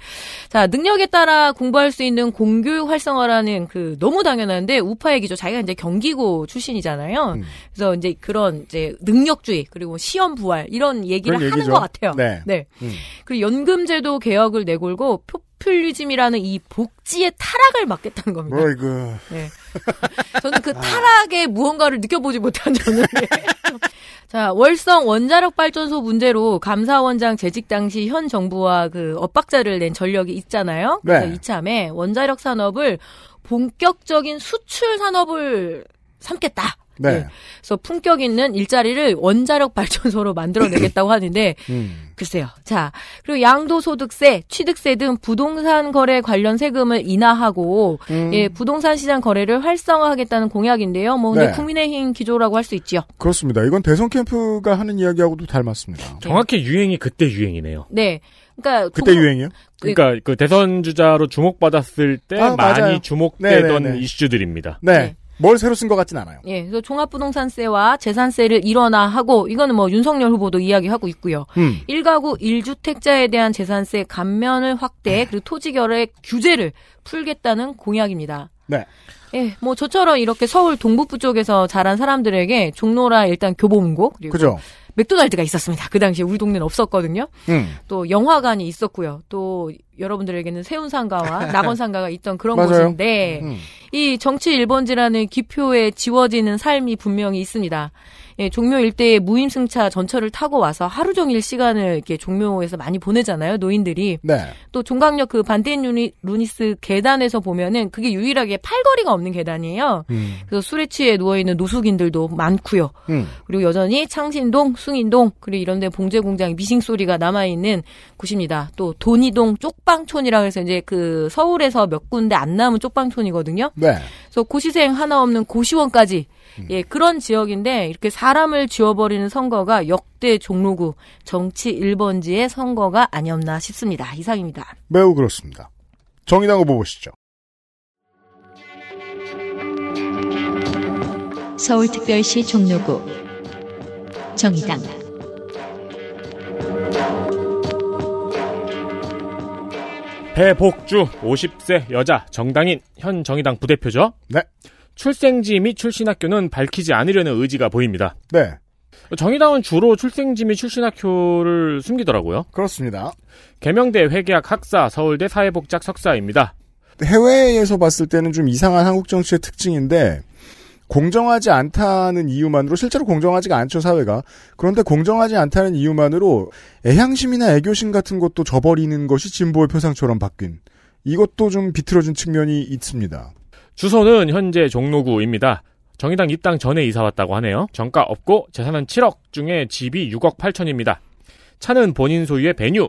D: 자, 능력에 따라 공부할 수 있는 공교육 활성화라는 그 너무 당연한데 우파의 기조 자기가 이제 경기고 출신이잖아요.
C: 음.
D: 그래서 이제 그런 이제 능력주의 그리고 시험 부활 이런 얘기를
C: 그런
D: 하는
C: 얘기죠.
D: 것 같아요.
C: 네. 음.
D: 그리고 연금제도 개혁을 내걸고 포퓰리즘이라는 이 복지의 타락을 막겠다는 겁니다.
C: 뭐 이거
D: 네. 저는 그 타락의 무언가를 느껴보지 못한 저는. 자, 월성 원자력 발전소 문제로 감사원장 재직 당시 현 정부와 그 엇박자를 낸 전력이 있잖아요. 그래서
C: 네.
D: 이참에 원자력 산업을 본격적인 수출 산업을 삼겠다.
C: 네.
D: 예. 그래서 품격 있는 일자리를 원자력 발전소로 만들어내겠다고 하는데
C: 음.
D: 글쎄요. 자, 그리고 양도소득세, 취득세 등 부동산 거래 관련 세금을 인하하고
C: 음.
D: 예, 부동산 시장 거래를 활성화하겠다는 공약인데요. 뭐 근데
C: 네.
D: 국민의힘 기조라고 할 수 있지요.
C: 그렇습니다. 이건 대선 캠프가 하는 이야기하고도 닮았습니다.
E: 정확히 유행이 그때 유행이네요.
D: 네. 그러니까
C: 그때
D: 동-
C: 유행이요?
E: 그러니까 그 대선 주자로 주목받았을 때
C: 네. 아,
E: 많이
C: 맞아요.
E: 주목되던
C: 네네네.
E: 이슈들입니다.
C: 네.
D: 네.
C: 뭘 새로 쓴 것 같진 않아요.
D: 예, 그래서 종합부동산세와 재산세를 일원화하고 이거는 뭐 윤석열 후보도 이야기하고 있고요.
C: 음.
D: 1가구 1주택자에 대한 재산세 감면을
C: 네.
D: 확대, 그리고 토지결의 규제를 풀겠다는 공약입니다.
C: 네.
D: 예, 뭐 저처럼 이렇게 서울 동북부 쪽에서 자란 사람들에게 종로라 일단 교보문고 그리고
C: 그죠?
D: 맥도날드가 있었습니다. 그 당시에 우리 동네는 없었거든요.
C: 음.
D: 또 영화관이 있었고요. 또 여러분들에게는
C: [LAUGHS]
D: 세운상가와 낙원상가가 있던 그런
C: 맞아요.
D: 곳인데
C: 음.
D: 이 정치 일본지라는 기표에 지워지는 삶이 분명히 있습니다. 예, 종묘 일대에 무임승차 전철을 타고 와서 하루 종일 시간을 이렇게 종묘에서 많이 보내잖아요, 노인들이.
C: 네.
D: 또 종각역 그 반대인 루니, 루니스 계단에서 보면은 그게 유일하게 팔걸이가 없는 계단이에요.
C: 음.
D: 그래서 술에 취해 누워있는 노숙인들도 많고요.
C: 음.
D: 그리고 여전히 창신동, 숭인동, 그리고 이런데 봉제 공장 미싱 소리가 남아 있는 곳입니다. 또 돈이동 쪽방촌이라고 해서 이제 그 서울에서 몇 군데 안 남은 쪽방촌이거든요.
C: 네.
D: 그래서 고시생 하나 없는 고시원까지
E: 음.
D: 예 그런 지역인데 이렇게 사람을 쥐어버리는 선거가 역대 종로구 정치 1번지의 선거가 아니었나 싶습니다. 이상입니다.
C: 매우 그렇습니다. 정의당 후보 보시죠.
A: 서울특별시 종로구 정의당
E: 배복주 50세 여자 정당인 현 정의당 부대표죠.
C: 네.
E: 출생지 및 출신 학교는 밝히지 않으려는 의지가 보입니다.
C: 네.
E: 정의당은 주로 출생지 및 출신 학교를 숨기더라고요.
C: 그렇습니다.
E: 개명대 회계학 학사 서울대 사회복지학 석사입니다.
C: 해외에서 봤을 때는 좀 이상한 한국 정치의 특징인데 공정하지 않다는 이유만으로 실제로 공정하지가 않죠 사회가 그런데 공정하지 않다는 이유만으로 애향심이나 애교심 같은 것도 저버리는 것이 진보의 표상처럼 바뀐 이것도 좀 비틀어진 측면이 있습니다.
E: 주소는 현재 종로구입니다. 정의당 입당 전에 이사 왔다고 하네요. 정가 없고 재산은 7억 중에 집이 6억 8천입니다. 차는 본인 소유의 배뉴,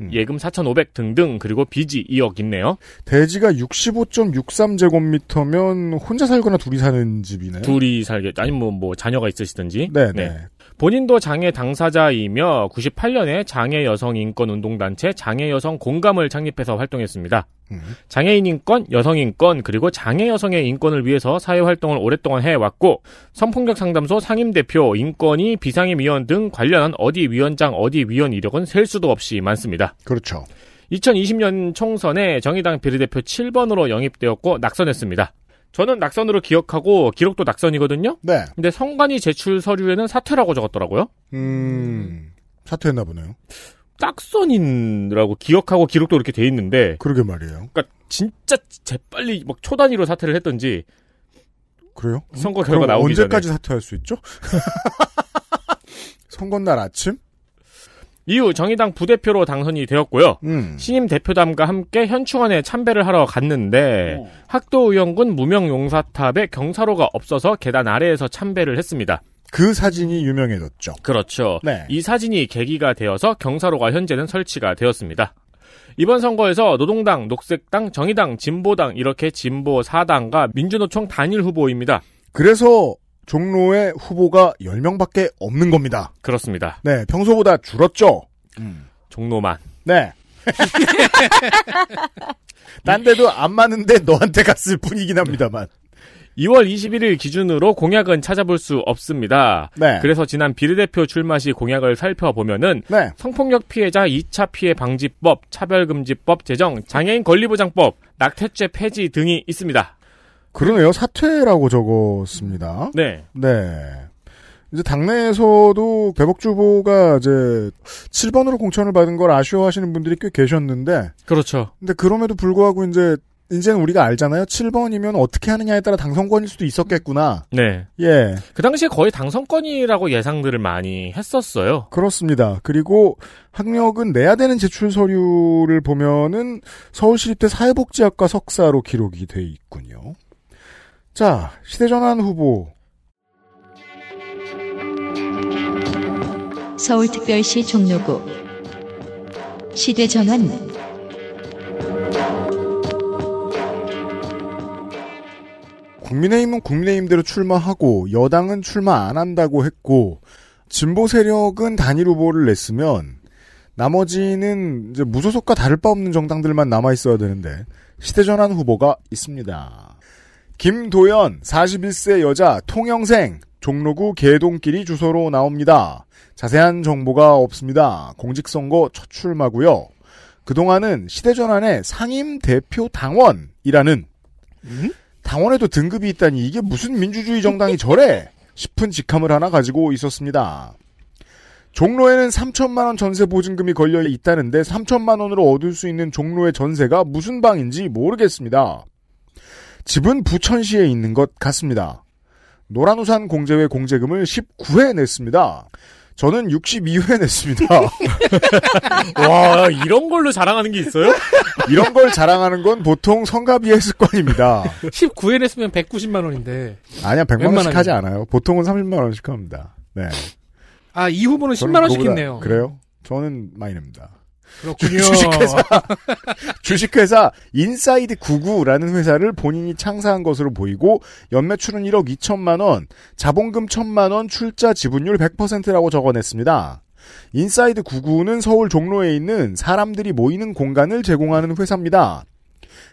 C: 음.
E: 예금 4,500 등등 그리고 빚이 2억 있네요.
C: 대지가 65.63제곱미터면 혼자 살거나 둘이 사는 집이네요.
E: 둘이 살게 아니면 뭐, 뭐 자녀가 있으시든지.
C: 네네.
E: 네. 본인도 장애 당사자이며 98년에 장애 여성 인권 운동 단체 장애 여성 공감을 창립해서 활동했습니다.
C: 음.
E: 장애인 인권, 여성 인권, 그리고 장애 여성의 인권을 위해서 사회 활동을 오랫동안 해왔고 성폭력 상담소 상임 대표, 인권위 비상임 위원 등 관련한 어디 위원장, 어디 위원 이력은 셀 수도 없이 많습니다.
C: 그렇죠.
E: 2020년 총선에 정의당 비례대표 7번으로 영입되었고 낙선했습니다. 저는 낙선으로 기억하고 기록도 낙선이거든요.
C: 네.
E: 근데 선관위 제출 서류에는 사퇴라고 적었더라고요.
C: 음 사퇴했나 보네요.
E: 딱선인이라고 기억하고 기록도 이렇게 돼 있는데
C: 그러게 말이에요.
E: 그러니까 진짜 재빨리 막 초단위로 사퇴를 했던지
C: 그래요?
E: 선거
C: 그럼
E: 결과 나오기
C: 언제까지
E: 전에
C: 사퇴할 수 있죠? [LAUGHS] 선거 날 아침?
E: 이후 정의당 부대표로 당선이 되었고요.
C: 음.
E: 신임 대표담과 함께 현충원에 참배를 하러 갔는데 학도 의원군 무명 용사탑에 경사로가 없어서 계단 아래에서 참배를 했습니다.
C: 그 사진이 유명해졌죠.
E: 그렇죠.
C: 네.
E: 이 사진이 계기가 되어서 경사로가 현재는 설치가 되었습니다. 이번 선거에서 노동당, 녹색당, 정의당, 진보당 이렇게 진보 4당과 민주노총 단일 후보입니다.
C: 그래서 종로에 후보가 10명밖에 없는 겁니다.
E: 그렇습니다.
C: 네, 평소보다 줄었죠.
E: 종로만.
C: 네. [LAUGHS] 딴 데도 안 맞는데 너한테 갔을 뿐이긴 합니다만.
E: 2월 21일 기준으로 공약은 찾아볼 수 없습니다.
C: 네.
E: 그래서 지난 비례대표 출마 시 공약을 살펴보면은
C: 네.
E: 성폭력 피해자 2차 피해 방지법, 차별금지법 제정, 장애인 권리보장법, 낙태죄 폐지 등이 있습니다.
C: 그러네요. 사퇴라고 적었습니다.
E: 네.
C: 네. 이제 당내에서도 배복주 후보가 이제 7번으로 공천을 받은 걸 아쉬워하시는 분들이 꽤 계셨는데
E: 그렇죠.
C: 근데 그럼에도 불구하고 이제 이제는 우리가 알잖아요. 7번이면 어떻게 하느냐에 따라 당선권일 수도 있었겠구나.
E: 네.
C: 예.
E: 그 당시에 거의 당선권이라고 예상들을 많이 했었어요.
C: 그렇습니다. 그리고 학력은 내야 되는 제출 서류를 보면은 서울시립대 사회복지학과 석사로 기록이 돼 있군요. 자, 시대전환 후보.
A: 서울특별시 종로구 시대전환
C: 국민의힘은 국민의힘대로 출마하고 여당은 출마 안 한다고 했고 진보 세력은 단일 후보를 냈으면 나머지는 이제 무소속과 다를 바 없는 정당들만 남아 있어야 되는데 시대전환 후보가 있습니다. 김도연 41세 여자 통영생 종로구 개동길이 주소로 나옵니다. 자세한 정보가 없습니다. 공직선거 첫 출마고요. 그동안은 시대전환의 상임 대표 당원이라는 당원에도 등급이 있다니 이게 무슨 민주주의 정당이 저래 싶은 직함을 하나 가지고 있었습니다. 종로에는 3천만 원 전세 보증금이 걸려 있다는데 3천만 원으로 얻을 수 있는 종로의 전세가 무슨 방인지 모르겠습니다. 집은 부천시에 있는 것 같습니다. 노란우산 공제회 공제금을 19회 냈습니다. 저는 62회 냈습니다. [LAUGHS]
E: 와, 이런 걸로 자랑하는 게 있어요?
C: 이런 걸 자랑하는 건 보통 성가비의 습관입니다.
F: 19회를 쓰면 190만 원인데.
C: 아니야, 100만 원씩
F: 웬만하면.
C: 하지 않아요. 보통은 30만 원씩 합니다. 네.
F: 아, 이 후보는
C: 저는
F: 10만 원씩
C: 그거보다-
F: 했네요.
C: 그래요? 저는 많이 냅니다.
F: 그렇군요.
C: 주식회사. 주식회사 인사이드 99라는 회사를 본인이 창사한 것으로 보이고 연매출은 1억 2천만 원, 자본금 1천만 원, 출자 지분율 100%라고 적어냈습니다. 인사이드 99는 서울 종로에 있는 사람들이 모이는 공간을 제공하는 회사입니다.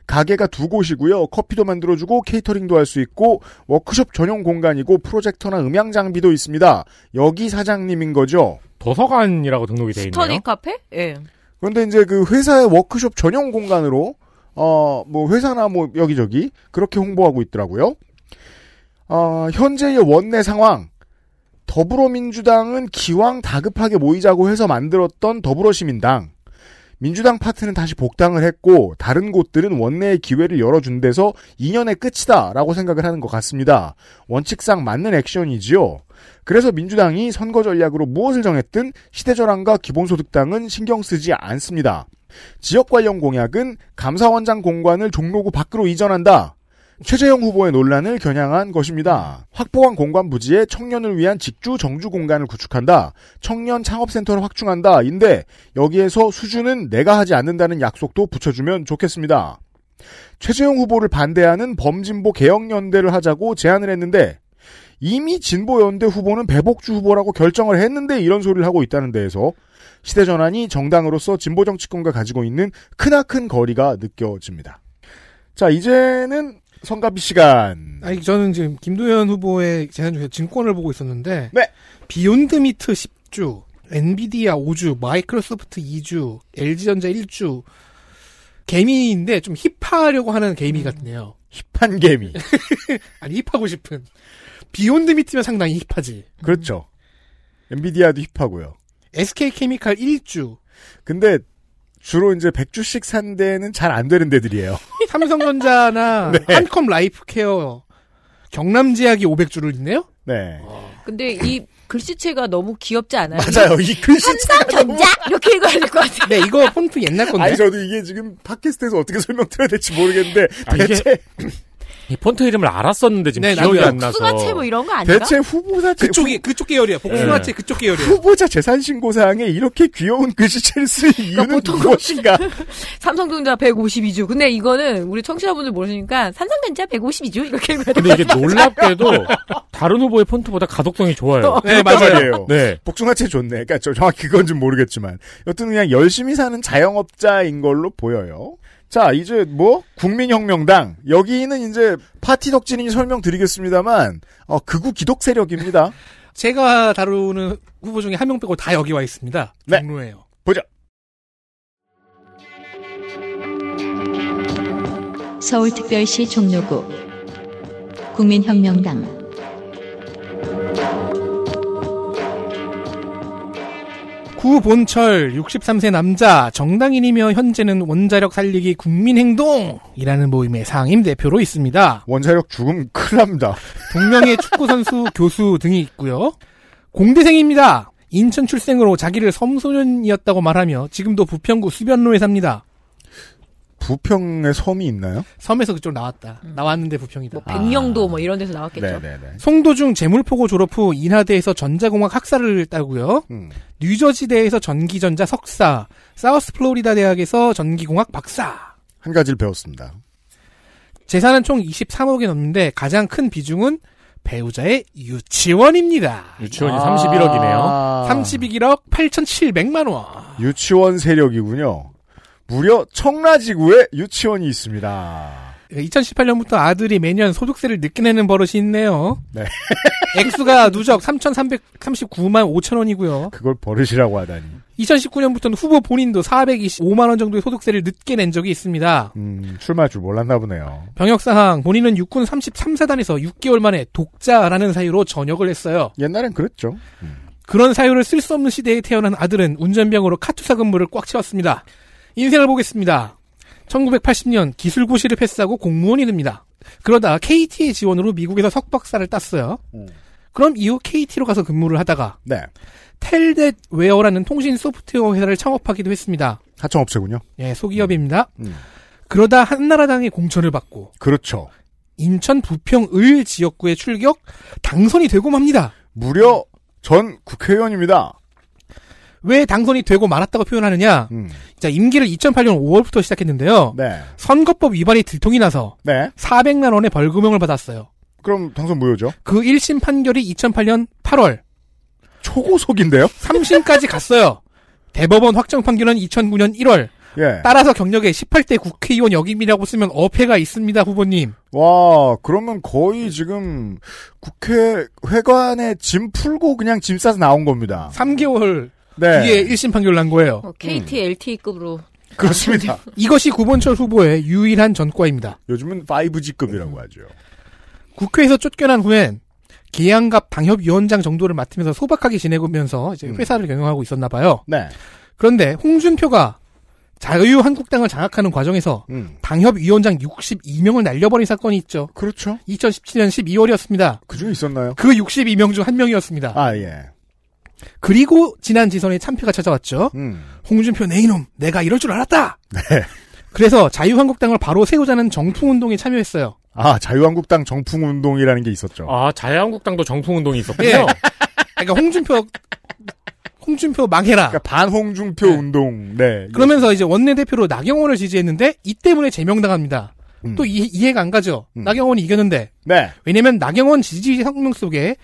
C: 가게가 두 곳이고요. 커피도 만들어주고 케이터링도 할 수 있고 워크숍 전용 공간이고 프로젝터나 음향 장비도 있습니다. 여기 사장님인 거죠.
E: 도서관이라고 등록이 돼 있네요.
D: 스터디 카페? 예.
C: 그런데 이제 그 회사의 워크숍 전용 공간으로 어 뭐 회사나 뭐 여기저기 그렇게 홍보하고 있더라고요. 어, 현재의 원내 상황 더불어민주당은 기왕 다급하게 모이자고 해서 만들었던 더불어시민당 민주당 파트는 다시 복당을 했고 다른 곳들은 원내의 기회를 열어준 데서 2년의 끝이다라고 생각을 하는 것 같습니다. 원칙상 맞는 액션이지요. 그래서 민주당이 선거 전략으로 무엇을 정했든 시대저랑과 기본소득당은 신경 쓰지 않습니다. 지역 관련 공약은 감사원장 공관을 종로구 밖으로 이전한다. 최재형 후보의 논란을 겨냥한 것입니다. 확보한 공간 부지에 청년을 위한 직주 정주 공간을 구축한다. 청년 창업센터를 확충한다. 인데 여기에서 수준은 내가 하지 않는다는 약속도 붙여주면 좋겠습니다. 최재형 후보를 반대하는 범진보 개혁연대를 하자고 제안을 했는데 이미 진보연대 후보는 배복주 후보라고 결정을 했는데 이런 소리를 하고 있다는 데에서 시대전환이 정당으로서 진보정치권과 가지고 있는 크나큰 거리가 느껴집니다. 자, 이제는 성가비 시간.
F: 아니 저는 지금 김도현 후보의 제안 중에 증권을 보고 있었는데
C: 네.
F: 비욘드 미트 10주, 엔비디아 5주, 마이크로소프트 2주, LG전자 1주 개미인데 좀 힙하려고 하는
C: 음.
F: 개미 같네요.
C: 힙한 개미.
F: 아니 힙하고 싶은 비욘드 미트면 상당히 힙하지. [LAUGHS]
C: 그렇죠. 엔비디아도 힙하고요.
F: SK 케미칼 1주,
C: 근데 주로 이제 100주씩 산 데는 잘 안 되는 데들이에요. [LAUGHS]
F: 삼성전자나
C: 네.
F: 한컴 라이프케어, 경남제약이 500주를 있네요.
C: 네.
D: 근데 이 글씨체가 너무 귀엽지 않아요?
C: [LAUGHS] 맞아요. 이 글씨.
D: 삼성전자 이렇게 읽어야 될 것 같아.
F: 네 이거 폰트 옛날 건데.
C: 아니, 저도 이게 지금 팟캐스트에서 어떻게 [LAUGHS] 설명드려야 될지 모르겠는데,
E: 아, 이게-
C: 대체,
E: 이 폰트 이름을 알았었는데 지금
F: 네,
E: 기억이
F: 나도요.
E: 안 나서.
D: 수가체 뭐 이런 거 아닌가?
C: 대체 후보자, 제,
F: 그쪽이 그쪽 계열이야.
C: 네.
F: 복숭아채 그쪽 계열이야.
C: 후, 보자 재산신고사항에 이렇게 귀여운 글씨체를 쓸 이유는
D: 그러니까 보통
C: 무엇인가?
D: 삼성전자 152주. 근데 이거는 우리 청취자분들 모르시니까 삼성전자 152주 이렇게 읽어야 될
E: 근데
D: 것
E: 이게 놀랍게도 다른 후보의 폰트보다 가독성이 좋아요.
F: 네
C: 그 말이에요.
E: 네.
C: 복숭아채 좋네. 그러니까 저 정확히 그건 좀 모르겠지만 여튼 그냥 열심히 사는 자영업자인 걸로 보여요. 자 이제 뭐 국민혁명당 여기는 이제 파티 덕진이 설명드리겠습니다만 어 극우 기독
D: [LAUGHS]
C: 세력입니다.
F: 제가 다루는 후보 중에 한 명 빼고 다 여기 와 있습니다.
C: 네.
F: 종로예요.
A: 서울특별시 종로구 국민혁명당
F: 구본철 63세 남자 정당인이며 현재는 원자력 살리기 국민행동이라는 모임의 상임 대표로 있습니다.
C: 원자력 죽음 큰일 납니다.
F: 분명히 축구 선수 교수 등이 있고요. 공대생입니다. 인천 출생으로 자기를 섬소년이었다고 말하며 지금도 부평구 수변로에 삽니다.
C: 부평에 섬이 있나요?
F: 섬에서 그쪽 나왔다. 나왔는데 부평이다.
D: 뭐 백령도 뭐 이런 데서 나왔겠죠.
C: 네네네.
F: 송도중 재물포고 졸업 후 인하대에서 전자공학 학사를 따고요.
C: 음.
F: 뉴저지 대에서 전기전자 석사, 사우스 플로리다 대학에서 전기공학 박사.
C: 한 가지를 배웠습니다.
F: 재산은 총 23억이 넘는데 가장 큰 비중은 배우자의 유치원입니다.
E: 유치원이 31억이네요.
F: 31억 8,700만 원.
C: 유치원 세력이군요. 무려 청라지구에 유치원이 있습니다.
F: 2018년부터 아들이 매년 소득세를 늦게 내는 버릇이 있네요.
C: 네.
F: [LAUGHS] 액수가 누적 3,339만 5천 원이고요.
C: 그걸 버릇이라고 하다니.
F: 2019년부터는 후보 본인도 425만 원 정도의 소득세를 늦게 낸 적이 있습니다.
C: 음, 출마할 줄 몰랐나 보네요.
F: 병역사항 본인은 육군 33사단에서 6개월 만에 독자라는 사유로 전역을 했어요.
C: 옛날엔 그랬죠.
F: 그런 사유를 쓸 수 없는 시대에 태어난 아들은 운전병으로 카투사 근무를 꽉 채웠습니다. 인생을 보겠습니다. 1980년 기술고시를 패스하고 공무원이 됩니다. 그러다 KT의 지원으로 미국에서 석박사를 땄어요. 그럼 이후 KT로 가서 근무를 하다가
C: 네.
F: 텔넷웨어라는 통신 소프트웨어 회사를 창업하기도 했습니다.
C: 하청업체군요.
F: 예, 소기업입니다.
C: 음.
F: 그러다 한나라당의 공천을 받고
C: 그렇죠.
F: 인천 부평 을 지역구에 출격 당선이 되고 맙니다.
C: 무려 전 국회의원입니다.
F: 왜 당선이 되고 말았다고 표현하느냐?
C: 음.
F: 자, 임기를 2008년 5월부터 시작했는데요.
C: 네.
F: 선거법 위반이 들통이 나서
C: 네.
F: 400만 원의 벌금형을 받았어요.
C: 그럼 당선 무효죠.
F: 그 1심 판결이 2008년 8월,
C: 초고속인데요?
F: 3심까지 갔어요. [LAUGHS] 대법원 확정 판결은 2009년 1월.
C: 예.
F: 따라서 경력에 18대 국회의원 역임이라고 쓰면 어폐가 있습니다, 후보님.
C: 와, 그러면 거의 지금 국회 회관에 짐 풀고 그냥 짐 싸서 나온 겁니다.
F: 3개월
C: 네.
F: 이게 1심 판결 난 거예요.
D: 어, KT,
F: 음.
D: LTE급으로.
C: [LAUGHS] 그렇습니다.
F: 이것이 구본철 후보의 유일한 전과입니다.
C: 요즘은 5G급이라고 하죠.
F: 국회에서 쫓겨난 후엔 기양갑 당협위원장 정도를 맡으면서 소박하게 지내면서 이제
C: 음.
F: 회사를 경영하고 있었나 봐요.
C: 네.
F: 그런데 홍준표가 자유한국당을 장악하는 과정에서
C: 음.
F: 당협위원장 62명을 날려버린 사건이 있죠.
C: 그렇죠.
F: 2017년 12월이었습니다.
C: 그 중에 있었나요?
F: 그 62명 중 한 명이었습니다.
C: 아, 예.
F: 그리고 지난 지선에 참패가 찾아왔죠.
C: 음.
F: 홍준표 내 이놈 내가 이럴 줄 알았다. 그래서 자유한국당을 바로 세우자는 정풍운동에 참여했어요.
C: 아, 자유한국당 정풍운동이라는 게 있었죠.
E: 아, 자유한국당도 정통운동이 있었군요.
F: 예. 그러니까 홍준표 홍준표 망해라.
C: 그러니까 반홍준표
F: 네.
C: 운동. 네.
F: 그러면서 이제 원내대표로 나경원을 지지했는데 이 때문에 제명당합니다.
C: 음.
F: 또 이, 이해가 안 가죠.
C: 음.
F: 나경원이 이겼는데
C: 네.
F: 왜냐면 나경원 지지 성명 속에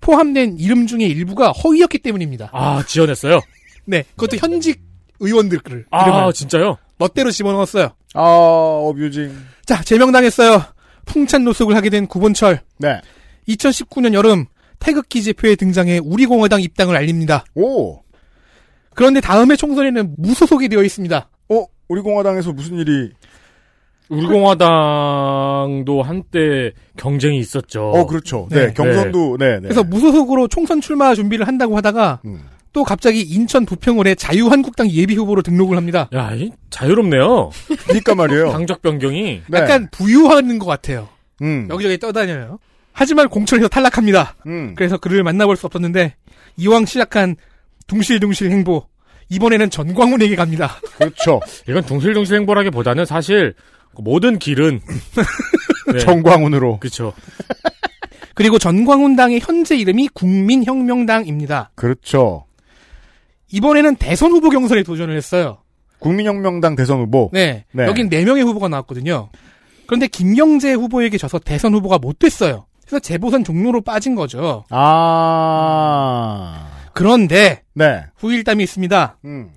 F: 포함된 이름 중에 일부가 허위였기 때문입니다.
E: 아, 지어냈어요?
F: 네, 그것도 현직 의원들을
E: 아,
F: 이름을
E: 진짜요?
F: 멋대로 집어넣었어요.
C: 아, 어뷰징.
F: 자, 제명당했어요. 풍찬 노숙을 하게 된 구본철.
C: 네.
F: 2019년 여름 태극기 제표에 등장해 우리공화당 입당을 알립니다.
C: 오.
F: 그런데 다음해 총선에는 무소속이 되어 있습니다.
C: 어, 우리 공화당에서 무슨 일이?
E: 우리공화당도 한때 경쟁이 있었죠.
C: 어, 그렇죠. 네,
F: 네.
C: 경선도 네, 네.
F: 그래서 무소속으로 총선 출마 준비를 한다고 하다가
C: 음.
F: 또 갑자기 인천 부평을에 자유한국당 예비 후보로 등록을 합니다.
E: 야, 이 자유롭네요.
C: 그러니까 말이에요.
E: 당적 변경이.
C: 네.
F: 약간 부유하는 것 같아요.
C: 음.
F: 여기저기 떠다녀요. 하지만 공천에서 탈락합니다.
C: 음.
F: 그래서 그를 만나볼 수 없었는데 이왕 시작한 둥실둥실 행보 이번에는 전광훈에게 갑니다. [LAUGHS]
C: 그렇죠.
E: 이건 둥실둥실 행보라기보다는 사실 모든 길은 네,
C: 정광훈으로.
E: 그렇죠.
F: 그리고 전광훈당의 현재 이름이 국민혁명당입니다.
C: 그렇죠.
F: 이번에는 대선 후보 경선에 도전을 했어요.
C: 국민혁명당 대선 후보.
F: 네.
C: 네.
F: 여긴 4명의 후보가 나왔거든요. 그런데 김경재 후보에게 져서 대선 후보가 못 됐어요. 그래서 재보선 종로로 빠진 거죠.
C: 아.
F: 그런데
C: 네.
F: 후일담이 있습니다.
C: 음.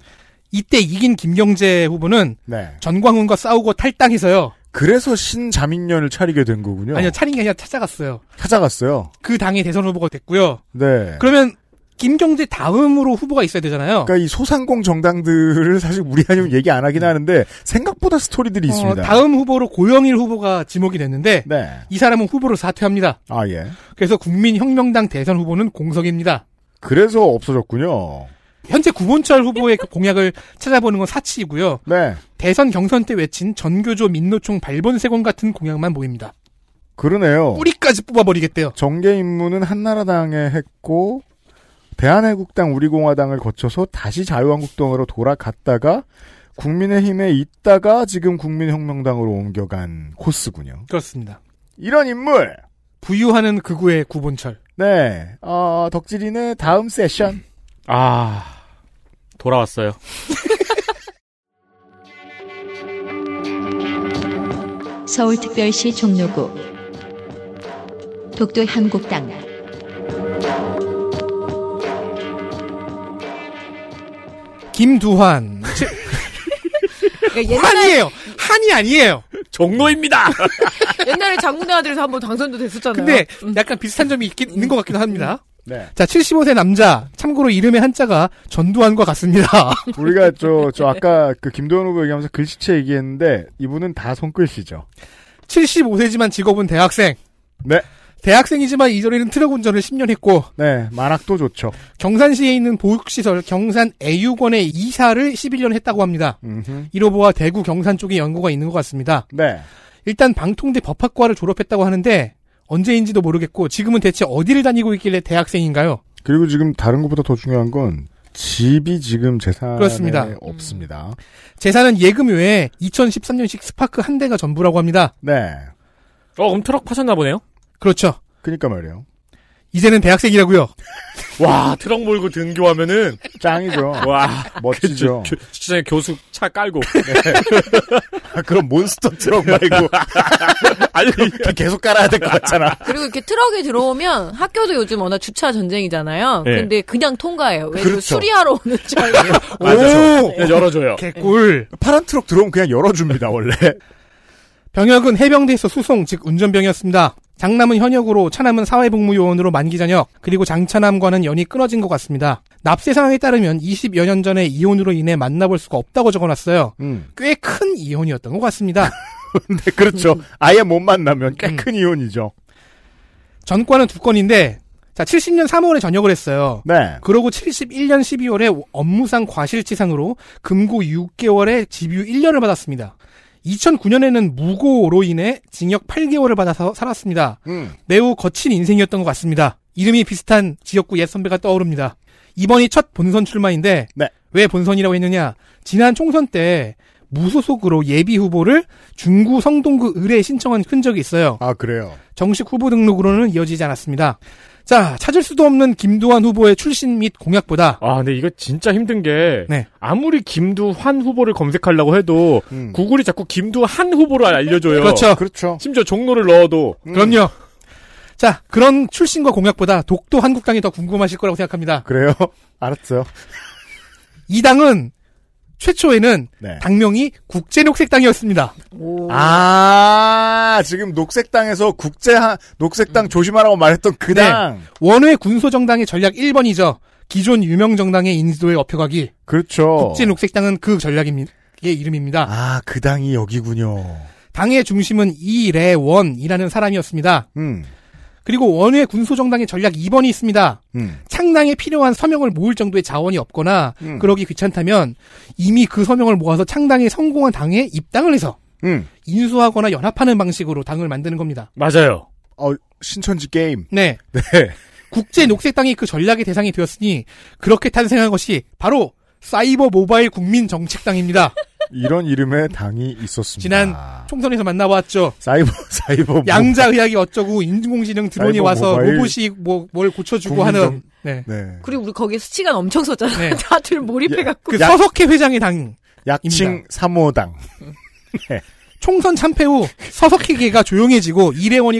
F: 이때 이긴 김경재 후보는
C: 네.
F: 전광훈과 싸우고 탈당해서요.
C: 그래서 신자민련을 차리게 된 거군요.
F: 아니요, 차린 게 아니라 찾아갔어요.
C: 찾아갔어요.
F: 그 당의 대선 후보가 됐고요.
C: 네.
F: 그러면 김경재 다음으로 후보가 있어야 되잖아요.
C: 그러니까 이 소상공 정당들을 사실 우리 아니면 얘기 안 하긴 하는데 생각보다 스토리들이 있습니다.
F: 어, 다음 후보로 고영일 후보가 지목이 됐는데
C: 네.
F: 이 사람은 후보로 사퇴합니다.
C: 아 예.
F: 그래서 국민혁명당 대선 후보는 공석입니다.
C: 그래서 없어졌군요.
F: 현재 구본철 후보의 그 공약을 찾아보는 건 사치이고요.
C: 네.
F: 대선 경선 때 외친 전교조 민노총 발본세공 같은 공약만 보입니다.
C: 그러네요.
F: 뿌리까지 뽑아버리겠대요.
C: 정계 입문은 한나라당에 했고 대한애국당 우리공화당을 거쳐서 다시 자유한국당으로 돌아갔다가 국민의힘에 있다가 지금 국민혁명당으로 옮겨간 코스군요.
F: 그렇습니다.
C: 이런 인물.
F: 부유하는 극우의 구본철.
C: 네. 어, 덕질인의 다음 세션.
E: 아, 돌아왔어요.
A: 서울특별시 종로구 독도 한국당
F: 김두환.
D: 그러니까 옛날,
F: 한이에요. 한이 아니에요.
E: 종로입니다.
D: 옛날에 장군의 아들에서 한번 당선도 됐었잖아요. 음.
F: 근데 약간 비슷한 점이 있긴, 있는 것 같기도 합니다.
C: 네.
F: 자, 75세 남자. 참고로 이름의 한자가 전두환과 같습니다. [LAUGHS]
C: 우리가 저, 저 아까 그 김도현 후보 얘기하면서 글씨체 얘기했는데 이분은 다 손글씨죠.
F: 75세지만 직업은 대학생.
C: 네.
F: 대학생이지만 이전에는 트럭 운전을 10년 했고
C: 네. 만학도 좋죠.
F: 경산시에 있는 보육시설 경산 애육원의 이사를 11년 했다고 합니다.
C: 음흠.
F: 이로보아 대구 경산 쪽에 연구가 있는 것 같습니다.
C: 네.
F: 일단 방통대 법학과를 졸업했다고 하는데 언제인지도 모르겠고 지금은 대체 어디를 다니고 있길래 대학생인가요?
C: 그리고 지금 다른 것보다 더 중요한 건 집이 지금 재산에
F: 그렇습니다. 음.
C: 없습니다.
F: 재산은 예금 외에 2013년식 스파크 한 대가 전부라고 합니다.
C: 네.
E: 어, 그럼 트럭 파셨나 보네요.
F: 그렇죠.
C: 그니까 그러니까 말이에요.
F: 이제는 대학생이라고요.
E: 와, 트럭 몰고 등교하면은
C: 짱이죠.
E: 와, 그,
C: 멋지죠.
E: 교- 시장에 교수 차 깔고 네,
C: 그럼 몬스터 트럭 말고. 아니, 계속 깔아야 될 것 같잖아.
D: 그리고 이렇게 트럭이 들어오면 학교도 요즘 워낙 주차 전쟁이잖아요.
F: 네.
E: 예.
D: 근데 그냥 통과해요. 왜그
C: 그렇죠.
D: 수리하러 오는 줄 알고.
E: 맞아요. 그냥 열어줘요.
F: 개꿀.
C: 파란 트럭 들어오면 그냥 열어줍니다, 원래.
F: 병역은 해병대에서 수송 즉 운전병이었습니다. 장남은 현역으로 차남은 사회복무요원으로 만기 전역 그리고 장차남과는 연이 끊어진 것 같습니다. 납세 상황에 따르면 20여 년 전에 이혼으로 인해 만나볼 수가 없다고 적어놨어요.
C: 음.
F: 꽤 큰 이혼이었던 것 같습니다.
C: 근데 그렇죠. 아예 못 만나면 꽤 큰 이혼이죠.
F: 전과는 두 건인데 자 70년 3월에 전역을 했어요.
C: 네.
F: 그러고 71년 12월에 업무상 과실치상으로 금고 6개월에 집유 1년을 받았습니다. 2009년에는 무고로 인해 징역 8개월을 받아서 살았습니다.
C: 음.
F: 매우 거친 인생이었던 것 같습니다. 이름이 비슷한 지역구 옛 선배가 떠오릅니다. 이번이 첫 본선 출마인데
C: 네.
F: 왜 본선이라고 했느냐? 지난 총선 때 무소속으로 예비 후보를 중구 성동구 의뢰에 신청한 흔적이 있어요.
C: 아 그래요.
F: 정식 후보 등록으로는 이어지지 않았습니다. 자, 찾을 수도 없는 김두한 후보의 출신 및 공약보다
E: 아, 근데 이거 진짜 힘든 게
F: 네.
E: 아무리 김두환 후보를 검색하려고 해도
C: 음.
E: 구글이 자꾸 김두한 후보를 알려줘요.
F: 그렇죠.
C: 그렇죠.
E: 심지어 종로를 넣어도
F: 그럼요. 자, 그런 출신과 공약보다 독도 한국당이 더 궁금하실 거라고 생각합니다.
C: 그래요. [LAUGHS] 알았어요.
F: 이 당은 최초에는
C: 네.
F: 당명이 국제녹색당이었습니다.
C: 아 지금 녹색당에서 국제 한 녹색당 조심하라고 말했던 그
F: 네.
C: 당.
F: 원외 군소정당의 전략 1번이죠. 기존 유명 정당의 인지도에 업혀가기.
C: 그렇죠.
F: 국제녹색당은 그 전략의 이름입니다.
C: 아그 당이 여기군요.
F: 당의 중심은 이래원이라는 사람이었습니다.
C: 음.
F: 그리고 원외 군소정당의 전략 2번이 있습니다.
C: 음.
F: 창당에 필요한 서명을 모을 정도의 자원이 없거나
C: 음.
F: 그러기 귀찮다면 이미 그 서명을 모아서 창당에 성공한 당에 입당을 해서
C: 음.
F: 인수하거나 연합하는 방식으로 당을 만드는 겁니다.
E: 맞아요.
C: 어 신천지 게임.
F: 네.
C: [LAUGHS] 네.
F: 국제 녹색당이 그 전략의 대상이 되었으니 그렇게 탄생한 것이 바로 사이버 모바일 국민
C: [LAUGHS]
F: 정책당입니다.
C: 이런 이름의 당이 있었습니다.
F: 지난 총선에서 만나봤죠.
C: 사이버 [LAUGHS] 사이버
F: 양자 의학이 어쩌고 인공지능 드론이
C: 사이버
F: 와서
C: 모바일
F: 로봇이 뭐, 뭘 고쳐주고
C: 국민
F: 하는 네.
C: 네.
D: 그리고 우리 거기에 수치가 엄청 썼잖아.
F: 네.
D: 다들 몰입해갖고.
F: 그
C: 야-
F: 서석해 회장의 당
C: 약칭
F: 입니다.
C: 3호당.
F: 총선 참패 후 서석희계가 조용해지고 이래원이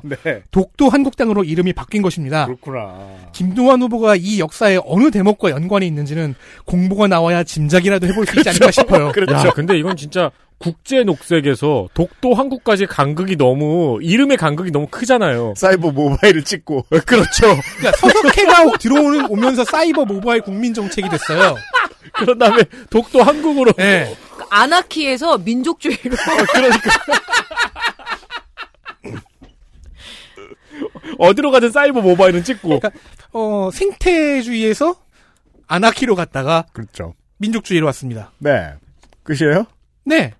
C: [LAUGHS] 네. 그렇죠.
F: 독도 한국당으로 이름이 바뀐 것입니다.
C: 그렇구나.
F: 김동완 후보가 이 역사에 어느 대목과 연관이 있는지는 공보가 나와야 짐작이라도 해볼 수 있지 않을까
C: 그렇죠. [LAUGHS] 그
F: 싶어요.
E: 야, 그렇죠. 근데 이건 진짜 국제 녹색에서 독도 한국까지 간극이 너무 이름의 간극이 너무
F: [LAUGHS]
E: 크잖아요.
C: 사이버 모바일을 찍고. 그렇죠.
F: 그러니까 서석해가 들어오는 오면서 사이버 모바일 국민 정책이 됐어요.
E: 그런 다음에 독도 한국으로
F: 네.
D: 그 아나키에서 민족주의로.
E: 어디로 가든 사이버 모바일은 찍고
F: 어, 생태주의에서 아나키로 갔다가
C: 그렇죠.
F: 민족주의로 왔습니다.
C: 네. 끝이에요?
F: 네.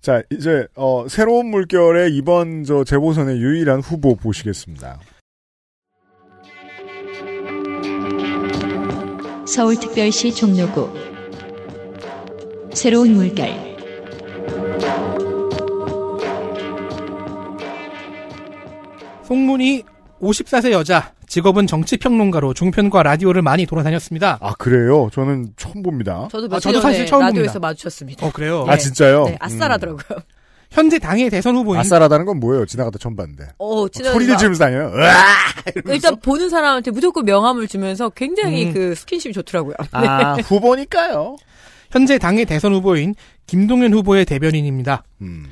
C: 자, 이제 어, 새로운 물결의 이번 저 재보선의 유일한 후보 보시겠습니다.
A: 서울특별시 종로구 새로운 물결
F: 송문희 54세 여자, 직업은 정치평론가로 종편과 라디오를 많이 돌아다녔습니다.
C: 아, 그래요? 저는 처음 봅니다.
D: 저도
F: 아,
D: 며칠
F: 저도
D: 전에
F: 사실 처음
D: 라디오에서
F: 봅니다.
D: 마주쳤습니다.
F: 어, 음. 그래요?
D: 네.
C: 아, 진짜요? 음.
D: 네, 아싸라더라고요.
F: 현재 당의 대선 후보인
C: 아싸라다는 건 뭐예요? 지나가다 처음 봤는데.
D: 어,
F: 아,
D: 진짜
C: 소리를
D: 막-
C: 지르면서 다녀요. 으아!
D: 일단 보는 사람한테 무조건 명함을 주면서 굉장히 그 스킨십이 좋더라고요.
C: 아, 후보니까요.
F: 현재 당의 대선 후보인 김동연 후보의 대변인입니다.
C: 음.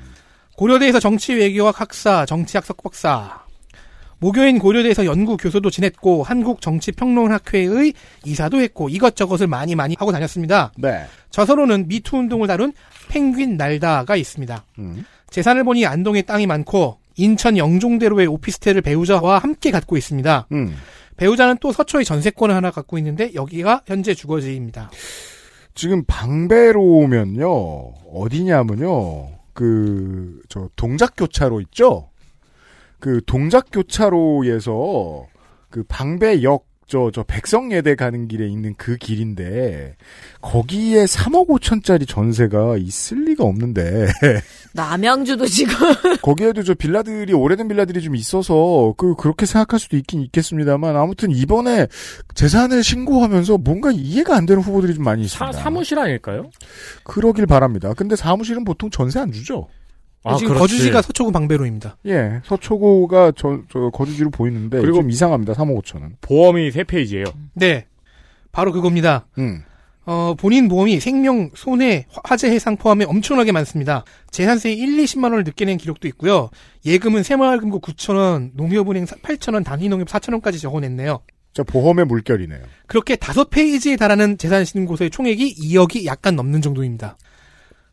F: 고려대에서 정치외교학 학사, 정치학석 박사. 모교인 고려대에서 연구 교수도 지냈고 한국정치평론학회의 이사도 했고 이것저것을 많이 많이 하고 다녔습니다.
C: 네.
F: 저서로는 미투 운동을 다룬 펭귄 날다가 있습니다.
C: 음.
F: 재산을 보니 안동에 땅이 많고 인천 영종대로의 오피스텔을 배우자와 함께 갖고 있습니다.
C: 음.
F: 배우자는 또 서초의 전세권을 하나 갖고 있는데 여기가 현재 주거지입니다.
C: 지금 방배로 오면요 어디냐면요 그 저 동작 교차로 있죠 그 동작 교차로에서 그 방배역 저 저 백성예대 가는 길에 있는 그 길인데 거기에 3억 5천짜리 전세가 있을 리가 없는데 [LAUGHS]
D: 남양주도 지금 [LAUGHS]
C: 거기에도 저 빌라들이 오래된 빌라들이 좀 있어서 그 그렇게 생각할 수도 있긴 있겠습니다만 아무튼 이번에 재산을 신고하면서 뭔가 이해가 안 되는 후보들이 좀 많이
E: 사,
C: 있습니다.
E: 사무실 아닐까요?
C: 그러길 바랍니다. 근데 사무실은 보통 전세 안 주죠.
E: 아,
F: 지금 거주지가 서초구 방배로입니다.
C: 예, 서초구가 저, 저 거주지로 보이는데
E: 그리고-
C: 좀 이상합니다. 3억 5천은.
E: 보험이 세 페이지예요.
F: 네. 바로 그겁니다.
C: 음.
F: 어, 어, 본인 보험이 생명, 손해, 화- 화재 해상 포함해 엄청나게 많습니다. 재산세 1, 20만 원을 늦게 낸 기록도 있고요. 예금은 새마을금고 9천 원, 농협은행 8천 원, 단위농협 4천 원까지 적어냈네요.
C: 저 보험의 물결이네요.
F: 그렇게 다섯 페이지에 달하는 재산 신고서의 총액이 2억이 약간 넘는 정도입니다.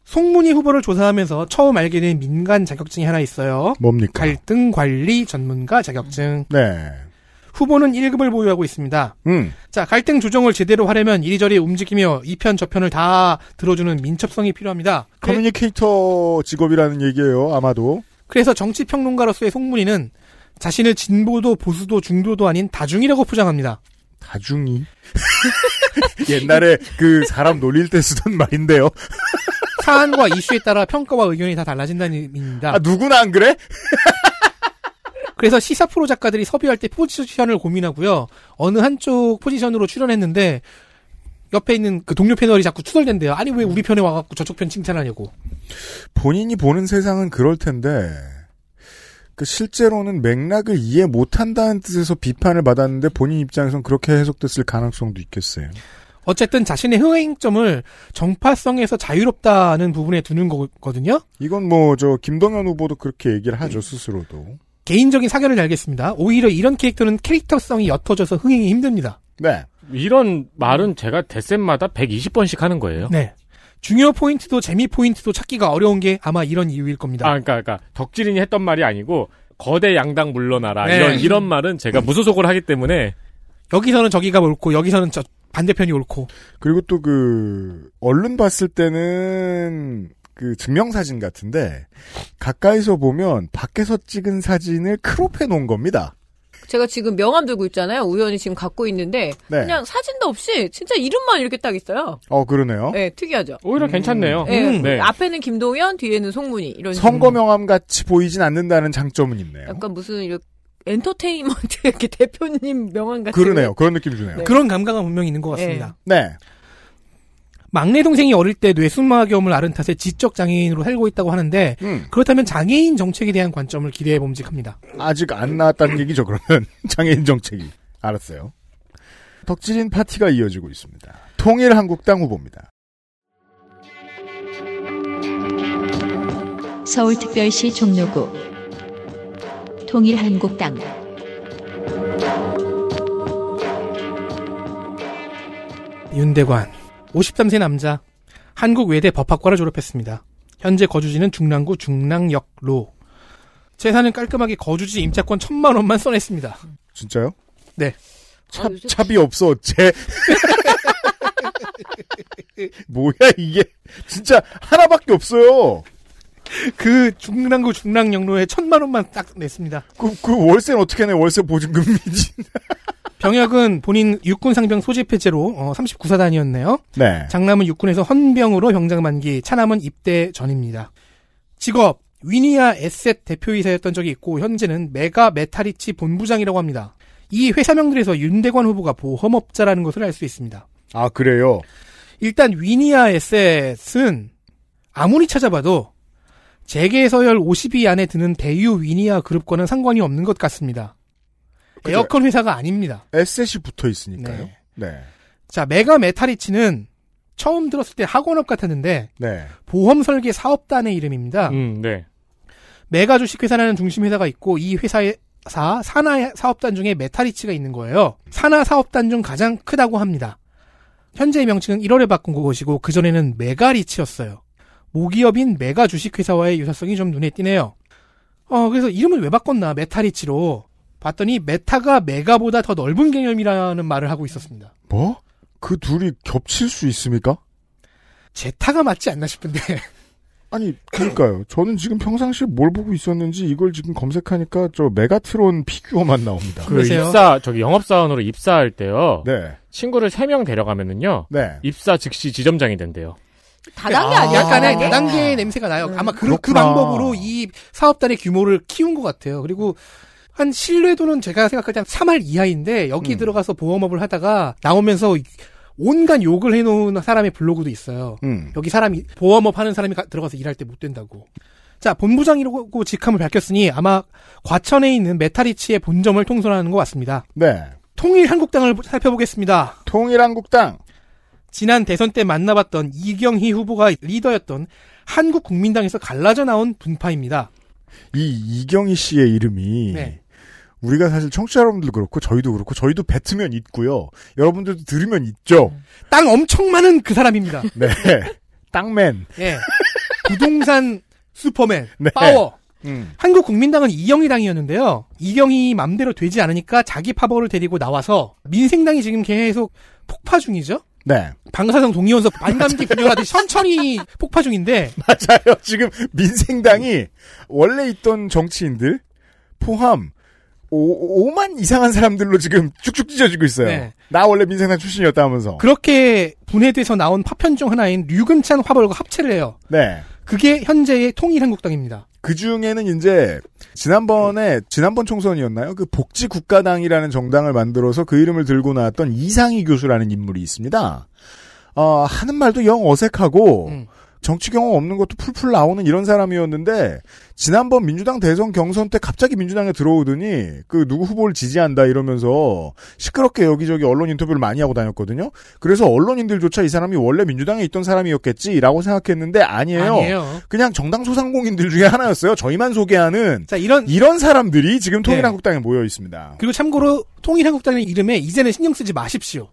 F: 송문희 후보를 조사하면서 처음 알게 된 민간 자격증이 하나 있어요.
C: 뭡니까?
F: 갈등 관리 전문가 자격증.
C: 네.
F: 후보는 1급을 보유하고 있습니다.
C: 음.
F: 자, 갈등 조정을 제대로 하려면 이리저리 움직이며 이편 저편을 다 들어주는 민첩성이 필요합니다. 그래-
C: 커뮤니케이터 직업이라는 얘기예요. 아마도.
F: 그래서 정치평론가로서의 송문희는 자신을 진보도 보수도 중도도 아닌 다중이라고 포장합니다.
C: 다중이. [LAUGHS] 옛날에 그 사람 놀릴 때 쓰던 말인데요.
F: 사안과 이슈에 따라 평가와 의견이 다 달라진다는 의미입니다.
C: 아 누구나 안 그래?
F: 그래서 시사 프로 작가들이 섭외할 때 포지션을 고민하고요. 어느 한쪽 포지션으로 출연했는데 옆에 있는 그 동료 패널이 자꾸 투덜댄대요. 아니 왜 우리 편에 와갖고 저쪽 편 칭찬하냐고.
C: 본인이 보는 세상은 그럴 텐데 그 실제로는 맥락을 이해 못한다는 뜻에서 비판을 받았는데 본인 입장에선 그렇게 해석됐을 가능성도 있겠어요.
F: 어쨌든 자신의 흥행점을 정파성에서 자유롭다는 부분에 두는 거거든요.
C: 이건 뭐 저 김동연 후보도 그렇게 얘기를 하죠 스스로도.
F: 개인적인 사견을 달겠습니다. 오히려 이런 캐릭터는 캐릭터성이 옅어져서 흥행이 힘듭니다.
C: 네.
E: 이런 말은 제가 대쌤마다 120번씩 하는 거예요.
F: 네. 중요 포인트도 재미 포인트도 찾기가 어려운 게 아마 이런 이유일 겁니다.
E: 아, 그러니까, 그러니까 덕질인이 했던 말이 아니고 거대 양당 물러나라
F: 네.
E: 이런 이런 말은 제가 무소속을 하기 때문에
F: 여기서는 저기가 옳고 여기서는 저 반대편이 옳고
C: 그리고 또 그 얼른 봤을 때는 그 증명사진 같은데 가까이서 보면 밖에서 찍은 사진을 크롭해 놓은 겁니다.
D: 제가 지금 명함 들고 있잖아요. 우연히 지금 갖고 있는데
C: 네.
D: 그냥 사진도 없이 진짜 이름만 이렇게 딱 있어요.
C: 어 그러네요.
D: 네, 특이하죠.
E: 오히려 괜찮네요.
D: 네,
F: 음.
E: 네.
D: 앞에는 김동연, 뒤에는 송문희 이런 식으로.
C: 선거 명함 같이 보이진 않는다는 장점은 있네요.
D: 약간 무슨 이렇게 엔터테인먼트 [LAUGHS] 이렇게 대표님 명함 같은
C: 그러네요. 그런 느낌 주네요.
D: 네.
F: 그런 감각은 분명히 있는 것 같습니다.
D: 네.
C: 네.
F: 막내 동생이 어릴 때 뇌순막염을 앓은 탓에 지적 장애인으로 살고 있다고 하는데
C: 음.
F: 그렇다면 장애인 정책에 대한 관점을 기대해 봄직합니다.
C: 아직 안 나왔다는 얘기죠, 그러면. [LAUGHS] 장애인 정책이. 알았어요. 덕질인 파티가 이어지고 있습니다. 통일한국당 후보입니다.
A: 서울특별시 종로구 통일한국당
F: 윤대관, 53세 남자, 한국외대 법학과를 졸업했습니다. 현재 거주지는 중랑구 중랑역로. 재산은 깔끔하게 거주지 임차권 천만 원만 써냈습니다.
C: 진짜요?
F: 네.
C: 차,
D: 아, 요새-
C: 차비 없어, 쟤. [LAUGHS] 뭐야, 이게. 진짜 하나밖에 없어요.
F: 그 중랑구 중랑역로에 천만 원만 딱 냈습니다.
C: 그, 그 월세는 어떻게 내 월세 보증금이지. [LAUGHS]
F: 병역은 본인 육군 상병 소집 해제로 어, 39사단이었네요.
C: 네.
F: 장남은 육군에서 헌병으로 병장 만기, 차남은 입대 전입니다. 직업 위니아 에셋 대표이사였던 적이 있고 현재는 메가 메타리치 본부장이라고 합니다. 이 회사명들에서 윤대관 후보가 보험업자라는 것을 알 수 있습니다.
C: 아, 그래요?
F: 일단 위니아 에셋은 아무리 찾아봐도 재계서열 50위 안에 드는 대유 위니아 그룹과는 상관이 없는 것 같습니다.
C: 그죠.
F: 에어컨 회사가 아닙니다.
C: 에셋이 붙어 있으니까요. 네.
F: 자, 메가 메타리치는 처음 들었을 때 학원업 같았는데
C: 네.
F: 보험 설계 사업단의 이름입니다.
E: 음, 네.
F: 메가 주식회사라는 중심 회사가 있고 이 회사의 사 산하 사업단 중에 메타리치가 있는 거예요. 산하 사업단 중 가장 크다고 합니다. 현재의 명칭은 1월에 바꾼 것이고 그 전에는 메가리치였어요. 모기업인 메가 주식회사와의 유사성이 좀 눈에 띄네요. 어 그래서 이름을 왜 바꿨나 메타리치로 봤더니 메타가 메가보다 더 넓은 개념이라는 말을 하고 있었습니다.
C: 뭐? 그 둘이 겹칠 수 있습니까?
F: 제타가 맞지 않나 싶은데 [LAUGHS]
C: 아니 그러니까요. 저는 지금 평상시에 뭘 보고 있었는지 이걸 지금 검색하니까 저 메가트론 피규어만 나옵니다.
E: 그
F: 그러세요?
E: 입사 저기 영업사원으로 입사할 때요.
C: 네,
E: 친구를 3명 데려가면은요.
C: 네.
E: 입사 즉시 지점장이 된대요.
D: 다단계
C: 아,
D: 아니야?
F: 약간의
D: 다단계? 네. 음.
F: 다단계의 냄새가 나요. 아마 그, 그
C: 그렇구나.
F: 방법으로 이 사업단의 규모를 키운 것 같아요. 그리고 한 신뢰도는 제가 생각할 때 한 3할 이하인데 여기
C: 음.
F: 들어가서 보험업을 하다가 나오면서 온갖 욕을 해놓은 사람의 블로그도 있어요.
C: 음,
F: 여기 사람이 보험업 하는 사람이 가- 들어가서 일할 때 못 된다고. 자 본부장이라고 직함을 밝혔으니 아마 과천에 있는 메타리치의 본점을 통솔하는 것 같습니다.
C: 네.
F: 통일 한국당을 살펴보겠습니다.
C: 통일한국당
F: 지난 대선 때 만나봤던 이경희 후보가 리더였던 한국국민당에서 갈라져 나온 분파입니다.
C: 이 이경희 씨의 이름이
F: 네.
C: 우리가 사실 청취자 여러분들도 그렇고 저희도 그렇고 저희도 뱉으면 있고요. 여러분들도 들으면 있죠.
F: 음. 땅 엄청 많은 그 사람입니다.
C: 네. [LAUGHS] 땅맨. [LAUGHS]
F: 예. 부동산 슈퍼맨
C: 네.
F: 파워.
C: 음.
F: 한국국민당은 이경희 당이었는데요. 이경희 맘대로 되지 않으니까 자기 파벌을 데리고 나와서 민생당이 지금 계속 폭파 중이죠.
C: 네.
F: 방사성 동의원서 반감기 분열하듯이 천천히 폭파 중인데
C: 맞아요. 지금 민생당이 원래 있던 정치인들 포함 오, 5만 이상한 사람들로 지금 쭉쭉 찢어지고 있어요.
F: 네.
C: 나 원래 민생당 출신이었다 하면서.
F: 그렇게 분해돼서 나온 파편 중 하나인 류금찬 화벌과 합체를 해요.
C: 네.
F: 그게 현재의 통일한국당입니다.
C: 그 중에는 이제 지난번에 지난번 총선이었나요? 그 복지국가당이라는 정당을 만들어서 그 이름을 들고 나왔던 이상희 교수라는 인물이 있습니다. 어, 하는 말도 영 어색하고
F: 음.
C: 정치 경험 없는 것도 풀풀 나오는 이런 사람이었는데 지난번 민주당 대선 경선 때 갑자기 민주당에 들어오더니 그 누구 후보를 지지한다 이러면서 시끄럽게 여기저기 언론 인터뷰를 많이 하고 다녔거든요. 그래서 언론인들조차 이 사람이 원래 민주당에 있던 사람이었겠지라고 생각했는데
F: 아니에요.
C: 그냥 정당 소상공인들 중에 하나였어요. 저희만 소개하는
F: 자 이런
C: 이런 사람들이 지금 통일한국당에 모여 있습니다.
F: 그리고 참고로 통일한국당의 이름에 이제는 신경 쓰지 마십시오.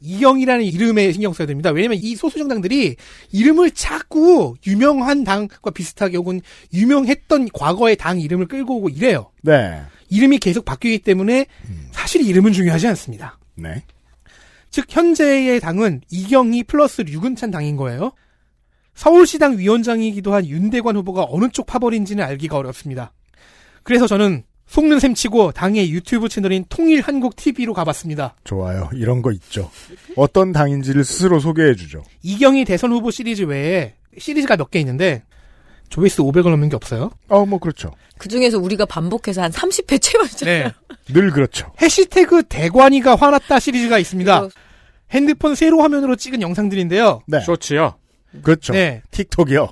F: 이경이라는 이름에 신경 써야 됩니다. 왜냐면 이 소수 정당들이 이름을 자꾸 유명한 당과 비슷하게 혹은 유명했던 과거의 당 이름을 끌고 오고 이래요.
C: 네.
F: 이름이 계속 바뀌기 때문에 사실 이름은 중요하지 않습니다.
C: 네.
F: 즉 현재의 당은 이경희 플러스 류근찬 당인 거예요. 서울시당 위원장이기도 한 윤대관 후보가 어느 쪽 파벌인지는 알기가 어렵습니다. 그래서 저는 속는 셈치고 당의 유튜브 채널인 통일한국TV로 가봤습니다.
C: 좋아요. 이런 거 있죠. 어떤 당인지를 스스로 소개해 주죠.
F: 이경희 대선 후보 시리즈 외에 시리즈가 몇 개 있는데 조회수 500을 넘는 게 [LAUGHS] 없어요.
C: 어, 뭐 그렇죠.
D: 그 중에서 우리가 반복해서 한 30회
F: 네,
D: 채웠잖아요.
C: 늘 그렇죠.
F: 해시태그 대관이가 화났다 시리즈가 있습니다.
D: 그래서
F: 핸드폰 세로 화면으로 찍은 영상들인데요.
C: 네.
E: 쇼츠요.
C: 그렇죠.
F: 네.
C: 틱톡이요.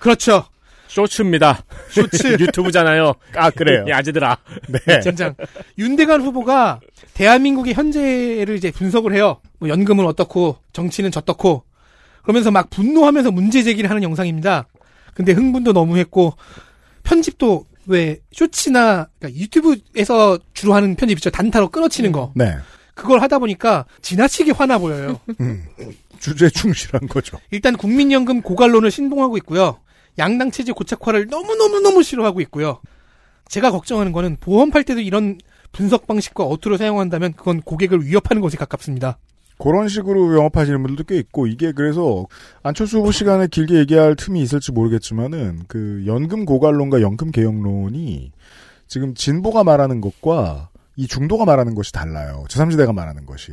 F: 그렇죠.
E: 쇼츠입니다.
F: 쇼츠.
E: [LAUGHS] 유튜브잖아요.
C: 아, 그래요.
E: 이 아재들아.
C: 네.
F: 젠장. 윤대관 후보가 대한민국의 현재를 이제 분석을 해요. 뭐 연금은 어떻고 정치는 저떻고 그러면서 막 분노하면서 문제 제기를 하는 영상입니다. 근데 흥분도 너무 했고 편집도 왜 쇼츠나 그러니까 유튜브에서 주로 하는 편집이죠. 단타로 끊어치는 거.
C: 네.
F: 그걸 하다 보니까 지나치게 화나 보여요.
C: 주제 충실한 거죠.
F: 일단 국민연금 고갈론을 신봉하고 있고요. 양당 체제 고착화를 너무너무너무 싫어하고 있고요. 제가 걱정하는 거는 보험팔 때도 이런 분석 방식과 어투를 사용한다면 그건 고객을 위협하는 것에 가깝습니다.
C: 그런 식으로 영업하시는 분들도 꽤 있고 이게 그래서 안철수 후보 시간에 길게 얘기할 틈이 있을지 모르겠지만은 그 연금 고갈론과 연금 개혁론이 지금 진보가 말하는 것과 이 중도가 말하는 것이 달라요. 제3지대가 말하는 것이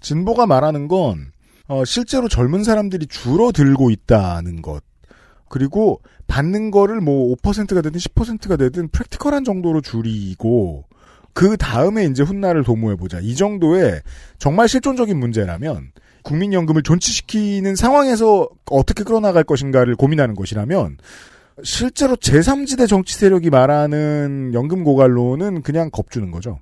C: 진보가 말하는 건 어, 실제로 젊은 사람들이 줄어들고 있다는 것 그리고 받는 거를 뭐 5%가 되든 10%가 되든 프랙티컬한 정도로 줄이고 그 다음에 이제 훗날을 도모해 보자 이 정도의 정말 실존적인 문제라면 국민연금을 존치시키는 상황에서 어떻게 끌어나갈 것인가를 고민하는 것이라면 실제로 제3지대 정치 세력이 말하는 연금 고갈론은 그냥 겁주는 거죠.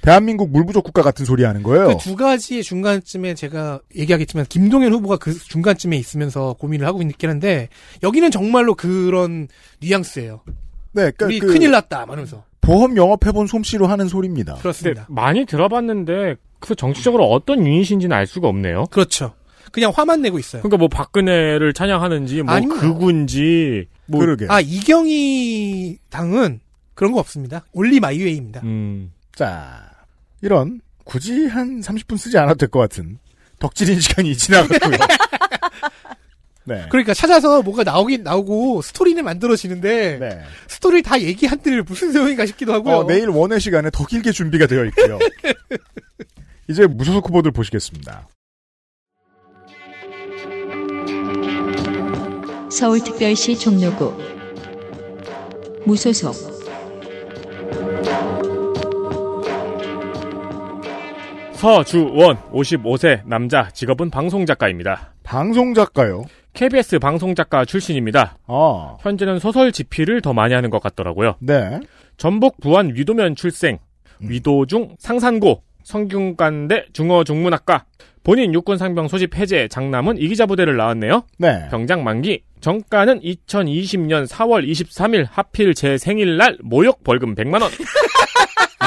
C: 대한민국 물부족 국가 같은 소리 하는 거예요.
F: 그 두 가지의 중간쯤에 제가 얘기하겠지만 김동연 후보가 그 중간쯤에 있으면서 고민을 하고 있긴 한데 여기는 정말로 그런 뉘앙스예요.
C: 네, 그러니까
F: 우리
C: 그
F: 큰일 났다 말하면서
C: 보험 영업해본 솜씨로 하는 소리입니다.
E: 근데
F: 그렇습니다.
E: 많이 들어봤는데 그 정치적으로 어떤 유닛인지는 알 수가 없네요.
F: 그렇죠. 그냥 화만 내고 있어요.
E: 그러니까 뭐 박근혜를 찬양하는지 뭐
F: 아닙니다.
E: 극우인지 뭐
C: 그러게.
F: 아 이경희 당은 그런 거 없습니다. 올리 마이웨이입니다.
E: 음.
C: 자, 이런 굳이 한 30분 쓰지 않아도 될 것 같은 덕질인 [LAUGHS] 시간이 지나갔고요. 네.
F: 그러니까 찾아서 뭐가 나오긴 나오고 스토리는 만들어지는데
C: 네.
F: 스토리를 다 얘기한들 무슨 소용인가 싶기도 하고요.
C: 어, 내일 원회 시간에 더 길게 준비가 되어
F: [LAUGHS]
C: 있고요. 이제 무소속 후보들 보시겠습니다.
A: 서울특별시 종로구 무소속
E: 서주원 55세 남자 직업은 방송작가입니다.
C: 방송 작가요.
E: KBS 방송작가 출신입니다.
C: 아,
E: 현재는 소설 집필을 더 많이 하는 것 같더라고요.
C: 네.
F: 음.
E: 전북 부안 위도면 출생. 위도 중 상산고. 성균관대 중어중문학과 본인 육군 상병 소집 해제 장남은 이기자 부대를 나왔네요.
C: 네.
E: 병장 만기 정가는 2020년 4월 23일 하필 제 생일날 모욕 벌금
F: [LAUGHS]
E: 100만 원.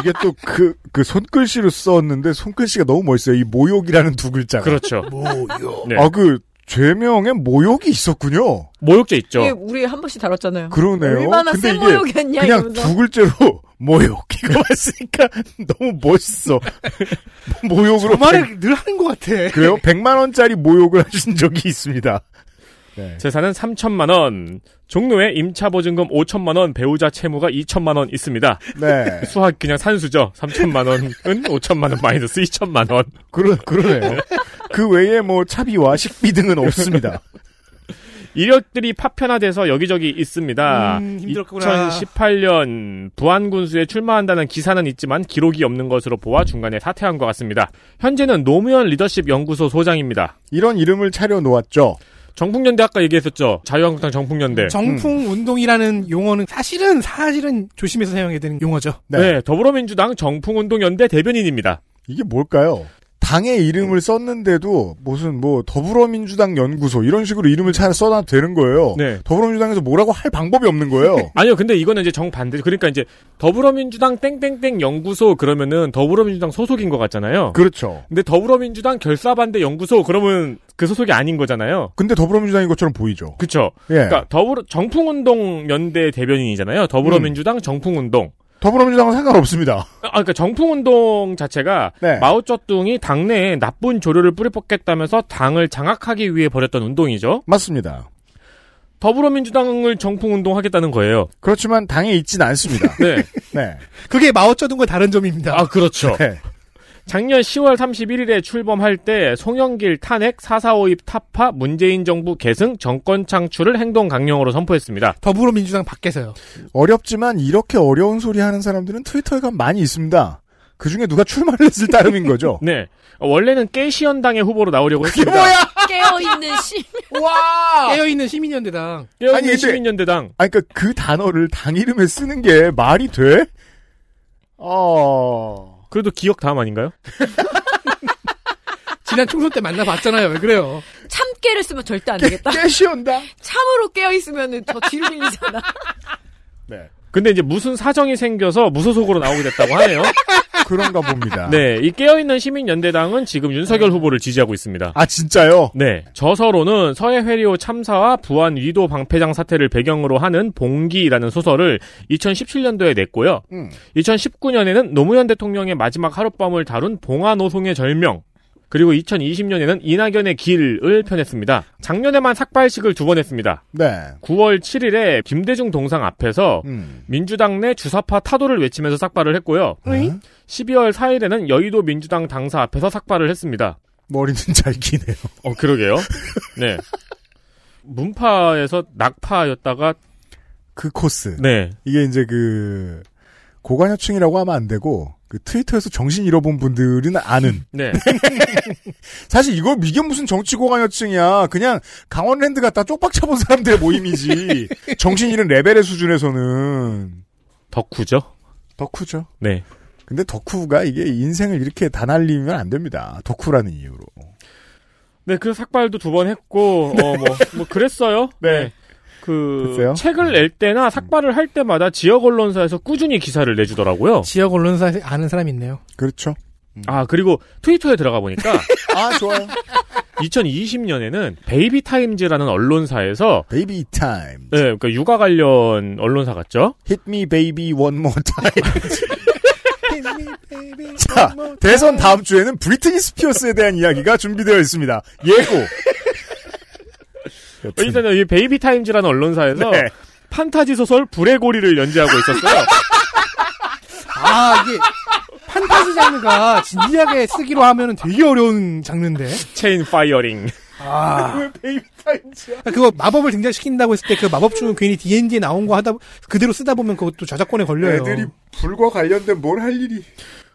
C: 이게 또 그, 그 손글씨로 썼는데 손글씨가 너무 멋있어요. 이 모욕이라는 두 글자가.
E: 그렇죠.
C: 모욕.
E: 네.
C: 아, 그, 죄명에 모욕이 있었군요.
E: 모욕죄 있죠.
D: 이게 우리 한 번씩 다뤘잖아요.
C: 그러네요.
D: 얼마나
C: 근데
D: 센
C: 이게
D: 모욕이었냐
C: 그냥
D: 이러면서.
C: 두 글자로 [LAUGHS] 모욕. 이거 했으니까 너무 멋있어. [LAUGHS] 모욕으로.
F: 그 말을 늘 하는 것 같아.
C: 그래요? 100만원짜리 모욕을 하신 적이 있습니다.
E: 재산은 3천만 원. 종로에 임차 보증금 5천만 원, 배우자 채무가 2천만 원 있습니다.
C: 네.
E: 수학 그냥 산수죠. 3천만 원은 [LAUGHS] 5천만 원 마이너스 2천만 원.
C: 그러, 그러네요. 그 외에 뭐 차비와 식비 등은 없습니다.
E: 이력들이 파편화돼서 여기저기 있습니다.
F: 음, 힘들었구나.
E: 2018년 부안군수에 출마한다는 기사는 있지만 기록이 없는 것으로 보아 중간에 사퇴한 것 같습니다. 현재는 노무현 리더십 연구소 소장입니다.
C: 이런 이름을 차려놓았죠.
E: 정풍연대 아까 얘기했었죠. 자유한국당
C: 네.
E: 정풍연대.
F: 정풍
C: 음.
F: 운동이라는 용어는 사실은 사실은 조심해서 사용해야 되는 용어죠.
E: 네. 더불어민주당 정풍운동연대 대변인입니다.
C: 이게 뭘까요? 당의 이름을 썼는데도 무슨 뭐 더불어민주당 연구소 이런 식으로 이름을 차려 써놔도 되는 거예요.
E: 네.
C: 더불어민주당에서 뭐라고 할 방법이 없는 거예요.
E: [LAUGHS] 아니요, 근데 이거는 이제 정반대. 그러니까 이제 더불어민주당 땡땡땡 연구소 그러면은 더불어민주당 소속인 것 같잖아요.
C: 그렇죠.
E: 근데 더불어민주당 결사반대 연구소 그러면 그 소속이 아닌 거잖아요.
C: 근데 더불어민주당인 것처럼 보이죠.
E: 그쵸?
C: 예.
E: 그러니까 더불어 정풍운동 연대 대변인이잖아요. 더불어민주당 정풍운동.
C: 더불어민주당은 상관없습니다. [LAUGHS]
E: 아, 그러니까 정풍운동 자체가
C: 네.
E: 마오쩌둥이 당내에 나쁜 조류를 뿌리뽑겠다면서 당을 장악하기 위해 벌였던 운동이죠.
C: 맞습니다.
E: 더불어민주당을 정풍운동하겠다는 거예요.
C: 그렇지만 당에 있진 않습니다.
E: 네.
C: 네.
F: 그게 마오쩌둥과 다른 점입니다.
E: 아, 그렇죠.
C: 네.
E: 작년 10월 31일에 출범할 때 송영길 탄핵, 4.4.5입 타파, 문재인 정부 계승, 정권 창출을 행동 강령으로 선포했습니다.
F: 더불어민주당 밖에서요.
C: 어렵지만 이렇게 어려운 소리 하는 사람들은 트위터에 가면 많이 있습니다. 그 중에 누가 출마를 했을 따름인 거죠.
E: [LAUGHS] 네. 어, 원래는 깨시연당의 후보로 나오려고 했습니다.
D: 깨어있는 시.
F: 깨어있는 시민연대당.
E: 깨어있는
C: 아니, 근데-
E: 시민연대당.
C: 아니, 그니까 그 단어를 당 이름에 쓰는 게 말이 돼? 어.
E: 그래도 기억 다음 아닌가요?
F: 지난 총선 때 만나봤잖아요. 왜 그래요?
D: 참깨를 쓰면 절대 안 되겠다.
C: 깨시온다?
D: 참으로 깨어있으면 더 뒤로 밀리잖아.
C: 네.
E: 근데 이제 무슨 사정이 생겨서 무소속으로 나오게
C: [LAUGHS]
E: 됐다고 하네요.
C: 그런가 봅니다.
E: 네, 이 깨어있는 시민연대당은 지금 윤석열 후보를 지지하고 있습니다.
C: 아, 진짜요?
E: 네, 저서로는 서해 회리오 참사와 부안 위도 방패장 사태를 배경으로 하는 봉기라는 소설을 2017년도에 냈고요.
C: 음.
E: 2019년에는 노무현 대통령의 마지막 하룻밤을 다룬 봉화노송의 절명. 그리고 2020년에는 이낙연의 길을 편했습니다. 작년에만 삭발식을 두 번 했습니다.
C: 네.
E: 9월 7일에 김대중 동상 앞에서
C: 음.
E: 민주당 내 주사파 타도를 외치면서 삭발을 했고요.
C: 네.
E: 12월 4일에는 여의도 민주당 당사 앞에서 삭발을 했습니다.
C: 머리는 잘 기네요.
E: 어, 그러게요. 네. 문파에서 낙파였다가,
C: 그 코스.
E: 네.
C: 이게 이제 그, 고관여층이라고 하면 안 되고, 그 트위터에서 정신 잃어본 분들은 아는.
E: 네.
C: 사실 이거, 이게 무슨 정치 고관여층이야. 그냥 강원랜드 갔다 쪽박 차본 사람들의 [LAUGHS] 모임이지. 정신 잃은 레벨의 수준에서는.
E: 덕후죠?
C: 덕후죠.
E: 네.
C: 근데 덕후가 이게 인생을 이렇게 다 날리면 안 됩니다. 덕후라는 이유로.
E: 네, 그 삭발도 두 번 했고, 어, 뭐, 뭐, 그랬어요.
C: 네.
E: 그,
C: 글쎄요.
E: 책을 낼 때나 삭발을 할 때마다 지역 언론사에서 꾸준히 기사를 내주더라고요.
F: 지역 언론사 아는 사람이 있네요.
C: 그렇죠.
E: 아, 그리고 트위터에 들어가 보니까, [LAUGHS]
C: 아, 좋아요.
E: 2020년에는 베이비 타임즈라는 언론사에서
C: 베이비 타임.
E: 네, 그러니까 육아 관련 언론사 같죠?
C: Hit me baby one more time. 자, 대선 다음 주에는 브리트니 스피어스에 대한 이야기가 준비되어 있습니다. 예고. 여튼,
E: 일단은 이 베이비 타임즈라는 언론사에서
C: 네.
E: 판타지 소설 불의 고리를 연재하고 있었어요. [LAUGHS]
F: 아, 이게 판타지 장르가 진지하게 쓰기로 하면 되게 어려운 장르인데.
E: 체인 파이어링.
F: 아. 그러니까 그거 마법을 등장시킨다고 했을 때 그 마법충은 괜히 D&D에 나온 거 하다, 그대로 쓰다 보면 그것도 저작권에
C: 네.
F: 걸려요.
C: 불과 관련된 뭘 할 일이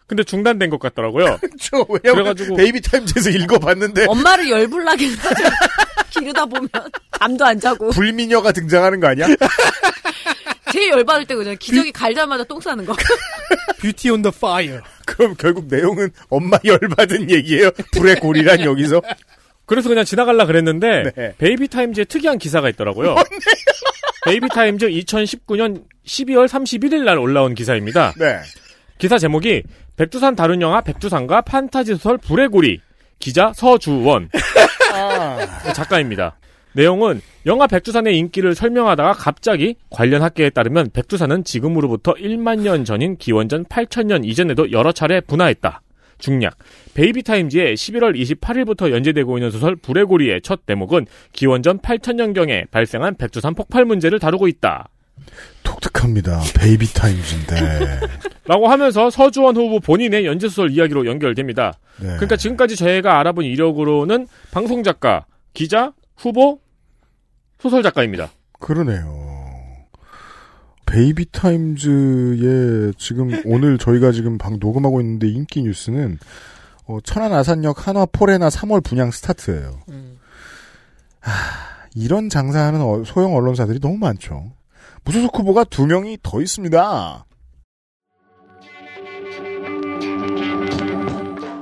E: 근데 중단된 것 같더라고요.
C: 있죠.
E: 그래가지고-
C: 그렇죠. 베이비 타임즈에서 읽어봤는데
D: [LAUGHS] 엄마를 열불나게 하죠. 기르다 보면 잠도 안 자고
C: 불미녀가 등장하는 거 아니야?
D: 제일 열받을 때 그잖아요. 기저귀 갈자마자 똥 싸는 거.
F: 뷰티 온 더 파이어.
C: [LAUGHS] 그럼 결국 내용은 엄마 열받은 얘기예요. 불의 골이란 여기서.
E: 그래서 그냥 지나갈라 그랬는데
C: 네.
E: 베이비 타임즈에 특이한 기사가 있더라고요. 베이비 타임즈 2019년 12월 31일 날 올라온 기사입니다.
C: 네.
E: 기사 제목이 백두산 다룬 영화 백두산과 판타지 소설 불의 고리 기자 서주원 작가입니다. 내용은 영화 백두산의 인기를 설명하다가 갑자기 관련 학계에 따르면 백두산은 지금으로부터 1만 년 전인 기원전 8천년 이전에도 여러 차례 분화했다. 중략 베이비타임즈의 11월 28일부터 연재되고 있는 소설 불의 고리의 첫 대목은 기원전 8천년경에 발생한 백두산 폭발 문제를 다루고 있다.
C: 독특합니다. 베이비 [LAUGHS] 타임즈인데. 네.
E: 라고 하면서 서주원 후보 본인의 연재소설 이야기로 연결됩니다.
C: 네.
E: 그러니까 지금까지 저희가 알아본 이력으로는 방송 작가, 기자, 후보, 소설 작가입니다.
C: 그러네요. 베이비 타임즈의
E: [LAUGHS]
C: 지금 오늘 저희가 지금 방 녹음하고 있는데 인기 뉴스는 어, 천안 아산역 한화 포레나 3월 분양 스타트예요.
E: 음.
C: 하, 이런 장사하는 어- 소형 언론사들이 너무 많죠. 무소속 후보가 두 명이 더 있습니다.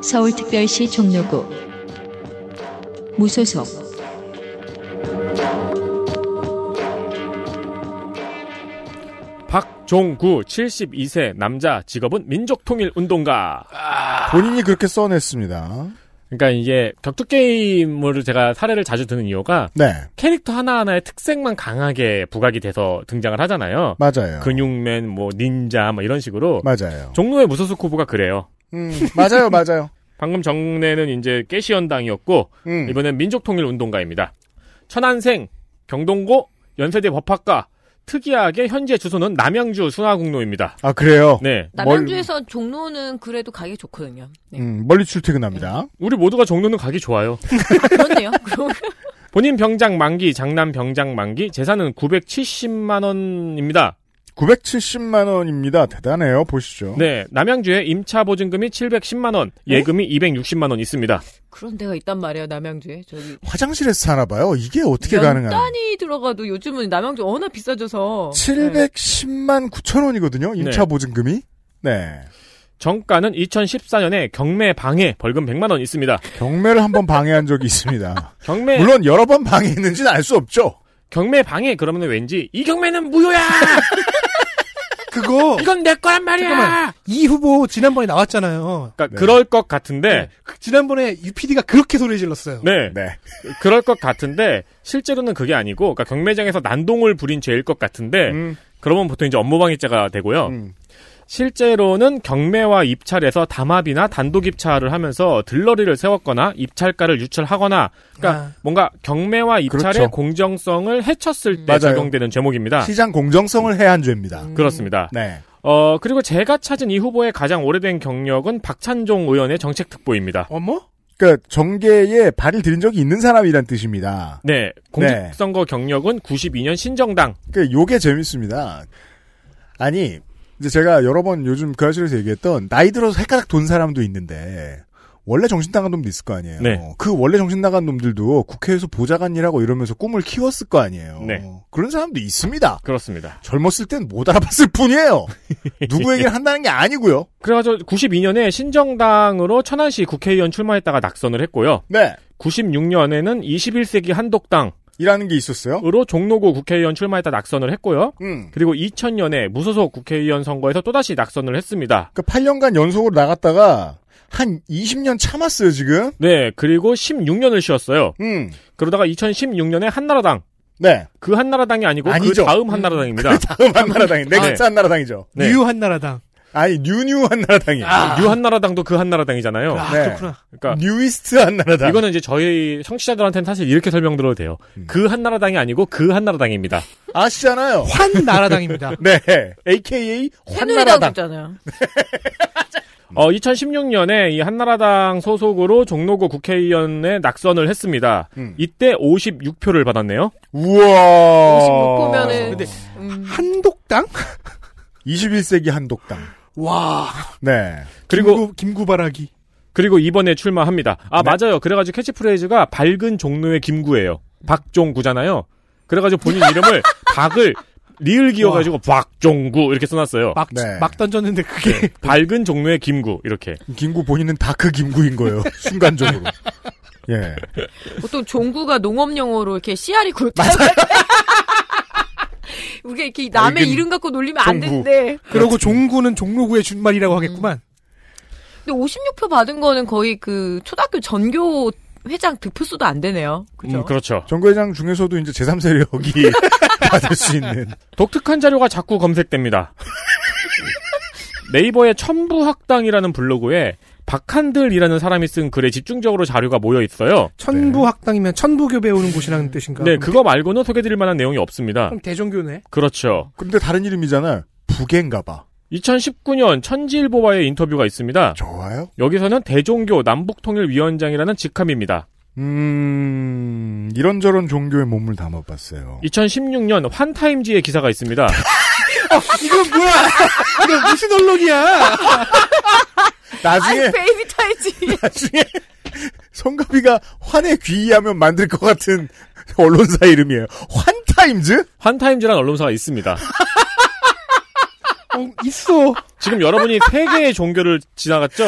A: 서울특별시 종로구 무소속
E: 박종구 72세 남자 직업은 민족통일운동가. 아.
C: 본인이 그렇게 써냈습니다.
E: 그러니까 이제 격투 게임으로 제가 사례를 자주 드는 이유가
C: 네,
E: 캐릭터 하나하나의 특색만 강하게 부각이 돼서 등장을 하잖아요.
C: 맞아요.
E: 근육맨, 뭐 닌자, 뭐 이런 식으로
C: 맞아요.
E: 종로의 무소속 후보가 그래요.
C: 음, 맞아요, 맞아요.
E: 방금 정례는 이제 깨시연당이었고
C: 음.
E: 이번엔 민족통일운동가입니다. 천안생, 경동고, 연세대 법학과. 특이하게 현재 주소는 남양주 순화국로입니다.
C: 아 그래요.
E: 네.
D: 남양주에서 종로는 그래도 가기 좋거든요. 네.
C: 음, 멀리 출퇴근합니다.
E: 우리 모두가 종로는 가기 좋아요.
D: [LAUGHS] 그렇네요. 그럼
E: 본인 병장 만기, 장남 병장 만기, 재산은 970만 원입니다.
C: 970만 원입니다. 대단해요. 보시죠.
E: 네, 남양주에 임차 보증금이 710만 원, 예금이 260만 원 있습니다.
D: 그런 데가 있단 말이에요. 남양주에 저기
C: 화장실에서 사나 봐요. 이게 어떻게 가능한?
D: 연단이 들어가도 요즘은 남양주 워낙 비싸져서 네.
C: 710만 9천 원이거든요. 임차
E: 네.
C: 보증금이. 네.
E: 정가는 2014년에 경매 방해 벌금 100만 원 있습니다.
C: 경매를 한 번 방해한 적이 [LAUGHS] 있습니다.
E: 경매
C: 물론 여러 번 방해했는지는 알 수 없죠.
E: 경매 방해 그러면 왠지 이 경매는
C: [LAUGHS]
E: 무효야.
F: 그거
E: 이건 내 거란 말이야.
F: 잠깐만. 이 후보 지난번에 나왔잖아요.
E: 그러니까
C: 네.
E: 그럴 것 같은데,
F: 그 지난번에 UPD가 그렇게 소리 질렀어요.
E: 네,
C: 네.
E: 그럴 것 같은데 실제로는 그게 아니고, 그러니까 경매장에서 난동을 부린 죄일 것 같은데,
C: 음,
E: 그러면 보통 이제 업무방해죄가 되고요.
C: 음.
E: 실제로는 경매와 입찰에서 담합이나 단독 입찰을 하면서 들러리를 세웠거나 입찰가를 유출하거나 그러니까
F: 아.
E: 뭔가 경매와 입찰의
C: 그렇죠.
E: 공정성을 해쳤을 때
C: 맞아요.
E: 적용되는 제목입니다.
C: 시장 공정성을 해한 죄입니다.
E: 그렇습니다.
C: 네.
E: 어 그리고 제가 찾은 이 후보의 가장 오래된 경력은 박찬종 의원의 정책 특보입니다.
F: 어머?
C: 그러니까 정계에 발을 들인 적이 있는 사람이란 뜻입니다.
E: 네, 공직선거 경력은 92년 신정당.
C: 그 요게 재밌습니다. 아니 이제 제가 여러 번 요즘 그 아실에서 얘기했던 나이 들어서 헷가닥 돈 사람도 있는데 원래 정신 나간 놈도 있을 거 아니에요.
E: 네.
C: 그 원래 정신 나간 놈들도 국회에서 보좌관이라고 이러면서 꿈을 키웠을 거 아니에요.
E: 네.
C: 그런 사람도 있습니다.
E: 그렇습니다.
C: 젊었을 땐 못 알아봤을
E: [LAUGHS]
C: 뿐이에요. 누구 얘기를 한다는 게 아니고요.
E: 그래가지고 92년에 신정당으로 천안시 국회의원 출마했다가 낙선을 했고요.
C: 네.
E: 96년에는 21세기 한독당
C: 이라는 게 있었어요.
E: 으로 종로구 국회의원 출마했다 낙선을 했고요.
C: 음.
E: 그리고 2000년에 무소속 국회의원 선거에서 또다시 낙선을 했습니다.
C: 그 8년간 연속으로 나갔다가 한 20년 참았어요, 지금.
E: 네, 그리고 16년을 쉬었어요.
C: 음.
E: 그러다가 2016년에 한나라당.
C: 네.
E: 그 한나라당이 아니고
C: 아니죠.
E: 그 다음 아, 한나라당입니다.
C: 다음 한나라당이, 넥스트 한나라당이죠.
E: 네.
F: 뉴 한나라당.
C: 아니, 뉴뉴 한나라당이에요.
E: 뉴 한나라당도 그 한나라당이잖아요.
F: 아,
C: 네.
F: 그렇구나.
E: 그러니까
C: 뉴이스트 한나라당.
E: 이거는 이제 저희 청취자들한테는 사실 이렇게 설명드려도 돼요.
C: 네. 음.
E: 그 한나라당이 아니고 그 한나라당입니다.
C: 아시잖아요.
F: 환나라당입니다.
C: 네. AKA
D: 새누리당
C: 환나라당.
D: 있잖아요.
E: 어, 2016년에 이 한나라당 소속으로 종로구 국회의원에 낙선을 했습니다.
C: 음.
E: 이때 56표를 받았네요.
C: 우와.
D: 56 보면은
C: 어.
F: 근데
D: 음,
F: 한독당?
C: 21세기 한독당.
F: 와.
C: 네.
E: [LAUGHS]
F: 김구,
E: 그리고
F: 김구바라기.
E: 그리고 이번에 출마합니다. 아
C: 네.
E: 맞아요. 그래가지고 캐치프레이즈가 밝은 종로의 김구예요. 박종구잖아요. 그래가지고 본인 이름을 박을 리을 기어가지고 박종구 이렇게 써놨어요.
F: 막,
C: 네.
F: 막 던졌는데 그게
E: 네. 밝은 종류의 김구 이렇게.
C: 김구 본인은 다크 그 김구인
F: [LAUGHS]
C: 거예요. 순간적으로. 예.
D: 보통 종구가 농업 용어로 이렇게 씨알이 굵다. [LAUGHS] 우리가 이렇게 남의
C: 밝은
D: 이름 갖고 놀리면 안
C: 아, 종구.
D: 되는데.
F: [LAUGHS] 그러고
E: 그렇죠.
F: 종구는 종로구의
E: 음.
F: 준말이라고 하겠구만.
D: 근데 56표 받은 거는 거의 그 초등학교 전교 회장 득표수도 안 되네요. 그죠?
E: 음, 그렇죠.
C: 정거회장 중에서도 이제 제3세력이 [LAUGHS] 받을 수 있는.
E: 독특한 자료가 자꾸 검색됩니다. 네이버의 천부학당이라는 블로그에 박한들이라는 사람이 쓴 글에 집중적으로 자료가 모여 있어요.
F: 천부학당이면 천부교 배우는 곳이라는 뜻인가?
E: 네,
F: 그러니까 그럼
E: 그거 말고는 소개드릴 만한 내용이 없습니다.
F: 그럼 대종교네.
E: 그렇죠.
C: 근데 다른 이름이잖아요. 북인가 봐.
E: 2019년 천지일보와의 인터뷰가 있습니다.
C: 좋아요?
E: 여기서는 대종교 남북통일위원장이라는 직함입니다.
C: 음, 이런저런 종교에 몸을 담아봤어요.
E: 2016년 환타임지의 기사가 있습니다.
F: 이건 뭐야? 이건 무슨 언론이야?
D: 아이
C: 나중에,
D: 베이비 타이지. [LAUGHS]
C: 나중에, 성가비가 환에 귀의하면 만들 것 같은 언론사 이름이에요. 환타임즈?
E: 환타임즈라는 언론사가 있습니다.
F: 어, 있어.
E: 지금 여러분이 세 개의 종교를
F: [LAUGHS]
E: 지나갔죠?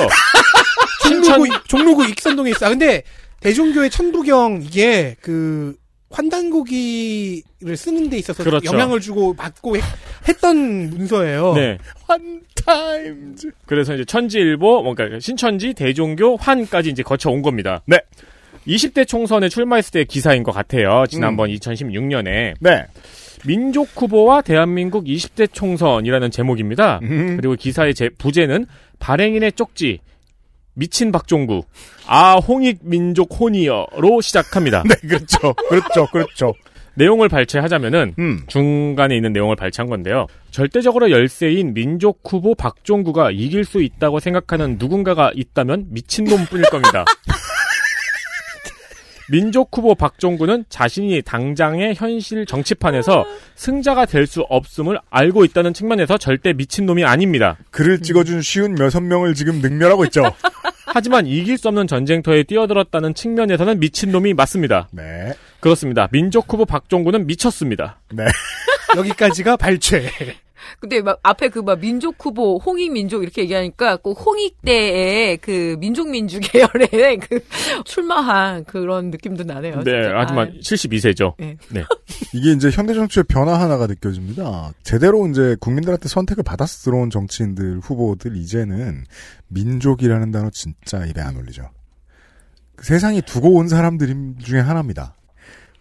F: 종로구 종로구 익선동에 있어. 아, 근데 대종교의 천부경 이게 그 환단고기를 쓰는 데 있어서
E: 그렇죠.
F: 영향을 주고 받고 했, 했던 문서예요.
E: 네.
C: 환타임즈.
E: 그래서 이제 천지일보, 뭔가 신천지, 대종교, 환까지 이제 거쳐온 겁니다.
C: 네.
E: 20대 총선에 출마했을 때 기사인 것 같아요. 지난번 2016년에.
C: 음. 네.
E: 민족 후보와 대한민국 20대 총선이라는 제목입니다.
C: 음.
E: 그리고 기사의 제, 부제는 발행인의 쪽지, 미친 박종구, 아, 홍익 민족 혼이여로 시작합니다.
C: 네, 그렇죠. 그렇죠. 그렇죠.
E: 내용을 발췌하자면은,
C: 음.
E: 중간에 있는 내용을 발췌한 건데요. 절대적으로 열세인 민족 후보 박종구가 이길 수 있다고 생각하는 누군가가 있다면 미친놈뿐일 겁니다. 민족 후보 박종구는 자신이 당장의 현실 정치판에서 승자가 될 수 없음을 알고 있다는 측면에서 절대 미친놈이 아닙니다.
C: 글을 찍어준 쉬운 몇섯 명을 지금 능멸하고 있죠.
E: 하지만 이길 수 없는 전쟁터에 뛰어들었다는 측면에서는 미친놈이 맞습니다.
C: 네.
E: 그렇습니다. 민족 후보 박종구는 미쳤습니다.
C: 네.
F: 여기까지가 발췌.
D: 근데 막 앞에 그 막 민족 후보, 홍익 민족 이렇게 얘기하니까 꼭 홍익 때의 그 민족 민주 계열의 [LAUGHS] 그 출마한 그런 느낌도 나네요.
E: 네,
D: 진짜. 아,
E: 하지만 72세죠.
D: 네.
C: 이게 이제 현대 정치의 변화 하나가 느껴집니다. 제대로 이제 국민들한테 선택을 받아서 들어온 정치인들 후보들 이제는 민족이라는 단어 진짜 입에 안 올리죠. 그 세상이 두고 온 사람들 중에 하나입니다.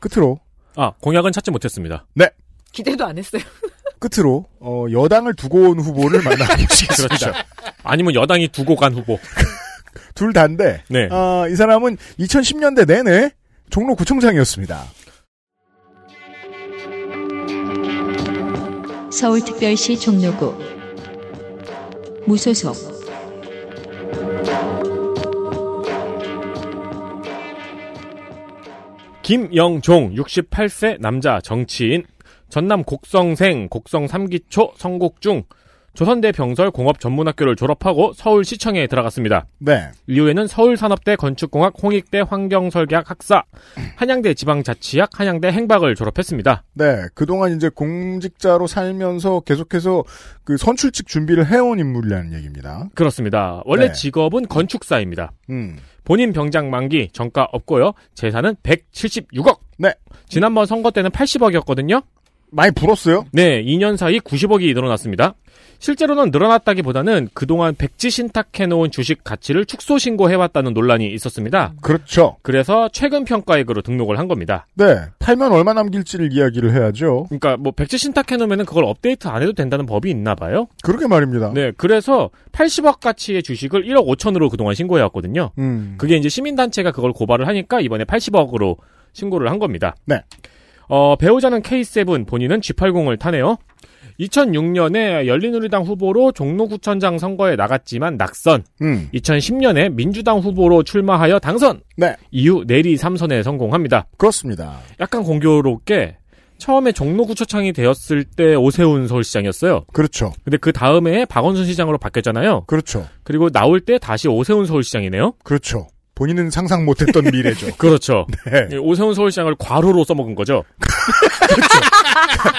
C: 끝으로
E: 아, 공약은 찾지 못했습니다.
D: 아, 기대도 안 했어요.
C: 끝으로 어, 여당을 두고 온 후보를 [LAUGHS]
E: [LAUGHS]
C: 만나보시겠습니다.
E: 아니면 여당이 두고 간 후보.
C: 둘 다인데
E: 네.
C: 아, 이 사람은 2010년대 내내 종로구청장이었습니다.
A: 서울특별시 종로구 무소속
E: 김영종 68세 남자 정치인 전남 곡성생 곡성 3기초 성곡중 조선대 병설 공업 전문학교를 졸업하고 서울시청에 들어갔습니다.
C: 네.
E: 이후에는 서울산업대 건축공학 홍익대 환경설계학 학사 한양대 지방자치학 한양대 행박을 졸업했습니다.
C: 네, 그동안 이제 공직자로 살면서 계속해서 그 선출직 준비를 해온 인물이라는 얘기입니다.
E: 그렇습니다. 원래
C: 네.
E: 직업은 건축사입니다.
C: 음.
E: 본인 병장 만기 정가 없고요. 재산은 176억.
C: 네.
E: 지난번 선거 때는 80억이었거든요.
C: 많이 불었어요?
E: 네, 2년 사이 90억이 늘어났습니다. 실제로는 늘어났다기보다는 그동안 백지 신탁해놓은 주식 가치를 축소 신고해왔다는 논란이 있었습니다.
C: 그렇죠.
E: 그래서 최근 평가액으로 등록을 한 겁니다.
C: 네, 팔면 얼마 남길지를 이야기를 해야죠.
E: 그러니까 뭐 백지 신탁해놓으면 그걸 업데이트 안 해도 된다는 법이 있나 봐요.
C: 그러게 말입니다.
E: 네, 그래서 80억 가치의 주식을 1억 5천으로 그동안 신고해왔거든요.
C: 음.
E: 그게 이제 시민단체가 그걸 고발을 하니까 이번에 80억으로 신고를 한 겁니다.
C: 네.
E: 어, 배우자는 K7, 본인은 G80을 타네요. 2006년에 열린우리당 후보로 종로구청장 선거에 나갔지만 낙선.
C: 음.
E: 2010년에 민주당 후보로 출마하여 당선.
C: 네.
E: 이후 내리 3선에 성공합니다.
C: 그렇습니다.
E: 약간 공교롭게 처음에 종로구초창이 되었을 때 오세훈 서울시장이었어요.
C: 그렇죠.
E: 근데 그 다음에 박원순 시장으로 바뀌었잖아요.
C: 그렇죠.
E: 그리고 나올 때 다시 오세훈 서울시장이네요.
C: 그렇죠. 본인은 상상 못했던 [LAUGHS] 미래죠.
E: [LAUGHS] 그렇죠.
C: 네.
E: 예, 오세훈 서울시장을 과로로 써먹은 거죠. 네.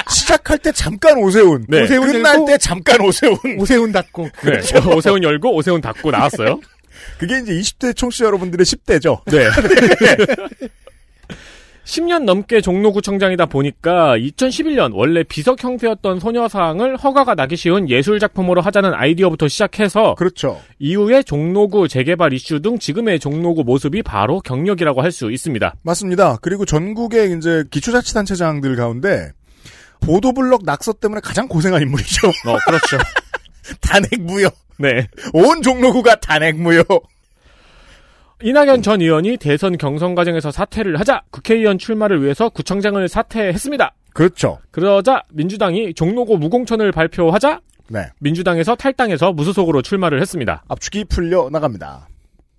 C: 시작할 때 잠깐 오세훈,
E: 네.
C: 오세훈 끝날
F: 그리고-
C: 때 잠깐 오세훈.
F: 오세훈 닫고.
E: 네. 오세훈 열고 오세훈 닫고 나왔어요.
C: 그게 이제 20대 청취자 여러분들의 10대죠.
E: [LAUGHS] 네. [LAUGHS] 10년 넘게 종로구청장이다 보니까 2011년 원래 비석 형태였던 소녀상을 허가가 나기 쉬운 예술 작품으로 하자는 아이디어부터 시작해서
C: 그렇죠.
E: 이후에 종로구 재개발 이슈 등 지금의 종로구 모습이 바로 경력이라고 할 수 있습니다.
C: 맞습니다. 그리고 전국의 이제 기초자치단체장들 가운데 보도블록 낙서 때문에 가장 고생한 인물이죠. [LAUGHS]
E: 어, 그렇죠.
C: 단핵무효.
E: [LAUGHS] 네.
C: 온 종로구가 단핵무효.
E: 이낙연 전 의원이 대선 경선 과정에서 사퇴를 하자 국회의원 출마를 위해서 구청장을 사퇴했습니다.
C: 그렇죠.
E: 그러자 민주당이 종로구 무공천을 발표하자
C: 네.
E: 민주당에서 탈당해서 무소속으로 출마를 했습니다.
C: 압축이 풀려 나갑니다.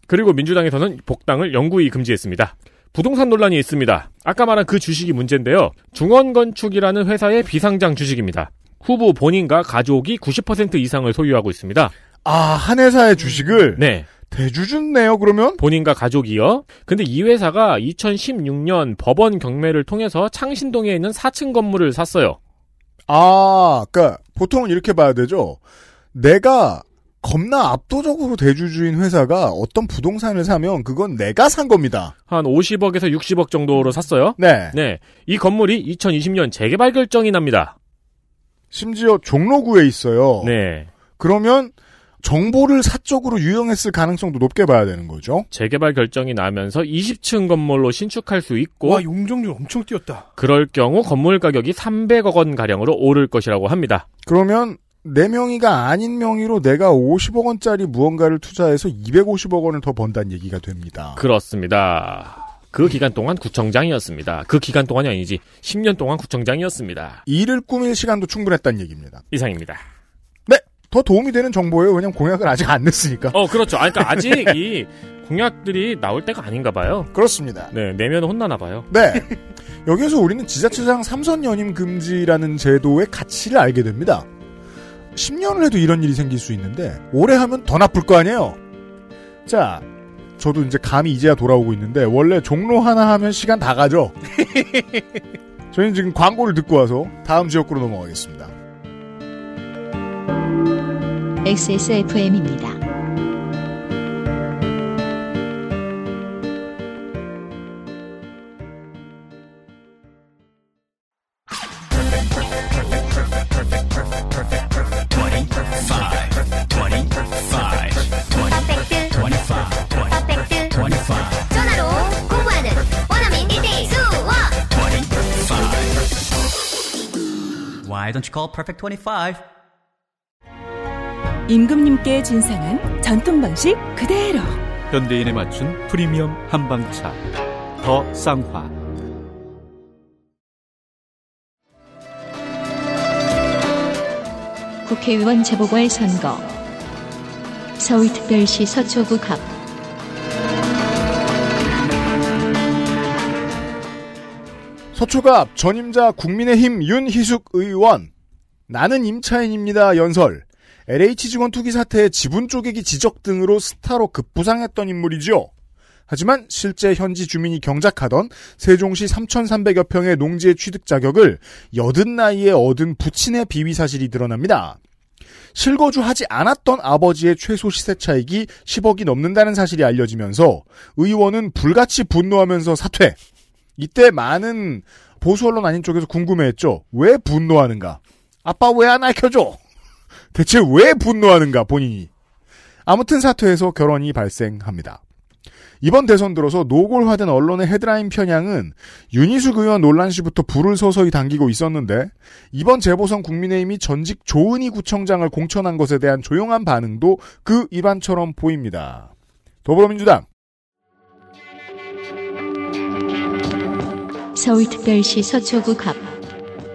E: 그리고 민주당에서는 복당을 영구히 금지했습니다. 부동산 논란이 있습니다. 아까 말한 그 주식이 문제인데요. 중원건축이라는 회사의 비상장 주식입니다. 후보 본인과 가족이 90% 이상을 소유하고 있습니다.
C: 아, 한 회사의 주식을
E: 네.
C: 대주주네요, 그러면?
E: 본인과 가족이요. 근데 이 회사가 2016년 법원 경매를 통해서 창신동에 있는 4층 건물을 샀어요.
C: 아, 그니까, 보통은 이렇게 봐야 되죠. 내가 겁나 압도적으로 대주주인 회사가 어떤 부동산을 사면 그건 내가 산 겁니다.
E: 한 50억에서 60억 정도로 샀어요.
C: 네.
E: 네. 이 건물이 2020년 재개발 결정이 납니다.
C: 심지어 종로구에 있어요.
E: 네.
C: 그러면 정보를 사적으로 유용했을 가능성도 높게 봐야 되는 거죠.
E: 재개발 결정이 나면서 20층 건물로 신축할 수 있고
F: 와, 용적률 엄청 뛰었다.
E: 그럴 경우 건물 가격이 300억 원 가량으로 오를 것이라고 합니다.
C: 그러면 내 명의가 아닌 명의로 내가 50억 원짜리 무언가를 투자해서 250억 원을 더 번다는 얘기가
E: 그
C: 됩니다.
E: 그렇습니다. 그 기간 동안 구청장이었습니다. 그 기간 동안이 아니지 10년 동안 구청장이었습니다.
C: 일을 꾸밀 시간도 충분했다는 얘기입니다.
E: 이상입니다.
C: 더 도움이 되는 정보예요. 왜냐면 공약을 아직 안 냈으니까.
E: 어 그렇죠. 아, 그러니까 [LAUGHS] 아직 이 공약들이 나올 때가 아닌가 봐요.
C: 그렇습니다.
E: 네 내면 혼나나 봐요.
C: 네. 여기에서 우리는 지자체장 삼선 연임 금지라는 제도의 가치를 알게 됩니다. 10년을 해도 이런 일이 생길 수 있는데 오래 하면 더 나쁠 거 아니에요. 자, 저도 이제 감이 이제야 돌아오고 있는데 원래 종로 하나 하면 시간 다 [LAUGHS] 가죠. 저희는 지금 광고를 듣고 와서 다음 지역구로 넘어가겠습니다.
A: XSFM입니다.
K: 전화로 공부하는 원어민 1대1 수업
J: Why don't you call Perfect 25?
G: 임금님께 진상한 전통 방식 그대로
J: 현대인에 맞춘 프리미엄 한방차 더 쌍화
A: 국회의원 재보궐 선거. 서울특별시 서초구 갑.
C: 서초갑 전임자 국민의힘 윤희숙 의원 나는 임차인입니다 연설 LH 직원 투기 사태의 지분 쪼개기 지적 등으로 스타로 급부상했던 인물이죠. 하지만 실제 현지 주민이 경작하던 세종시 3,300여 평의 농지의 취득 자격을 여든 나이에 얻은 부친의 비위 사실이 드러납니다. 실거주하지 않았던 아버지의 최소 시세 차익이 10억이 넘는다는 사실이 알려지면서 의원은 불같이 분노하면서 사퇴. 이때 많은 보수 언론 아닌 쪽에서 궁금해했죠. 왜 분노하는가? 아빠 왜 안 알켜줘? [LAUGHS] 대체 왜 분노하는가 본인이? 아무튼 사퇴해서 결혼이 발생합니다. 이번 대선 들어서 노골화된 언론의 헤드라인 편향은 윤희숙 의원 논란 시부터 불을 서서히 당기고 있었는데 이번 재보선 국민의힘이 전직 조은희 구청장을 공천한 것에 대한 조용한 반응도 그 일환처럼 보입니다. 더불어민주당
A: 서울특별시 서초구 갑.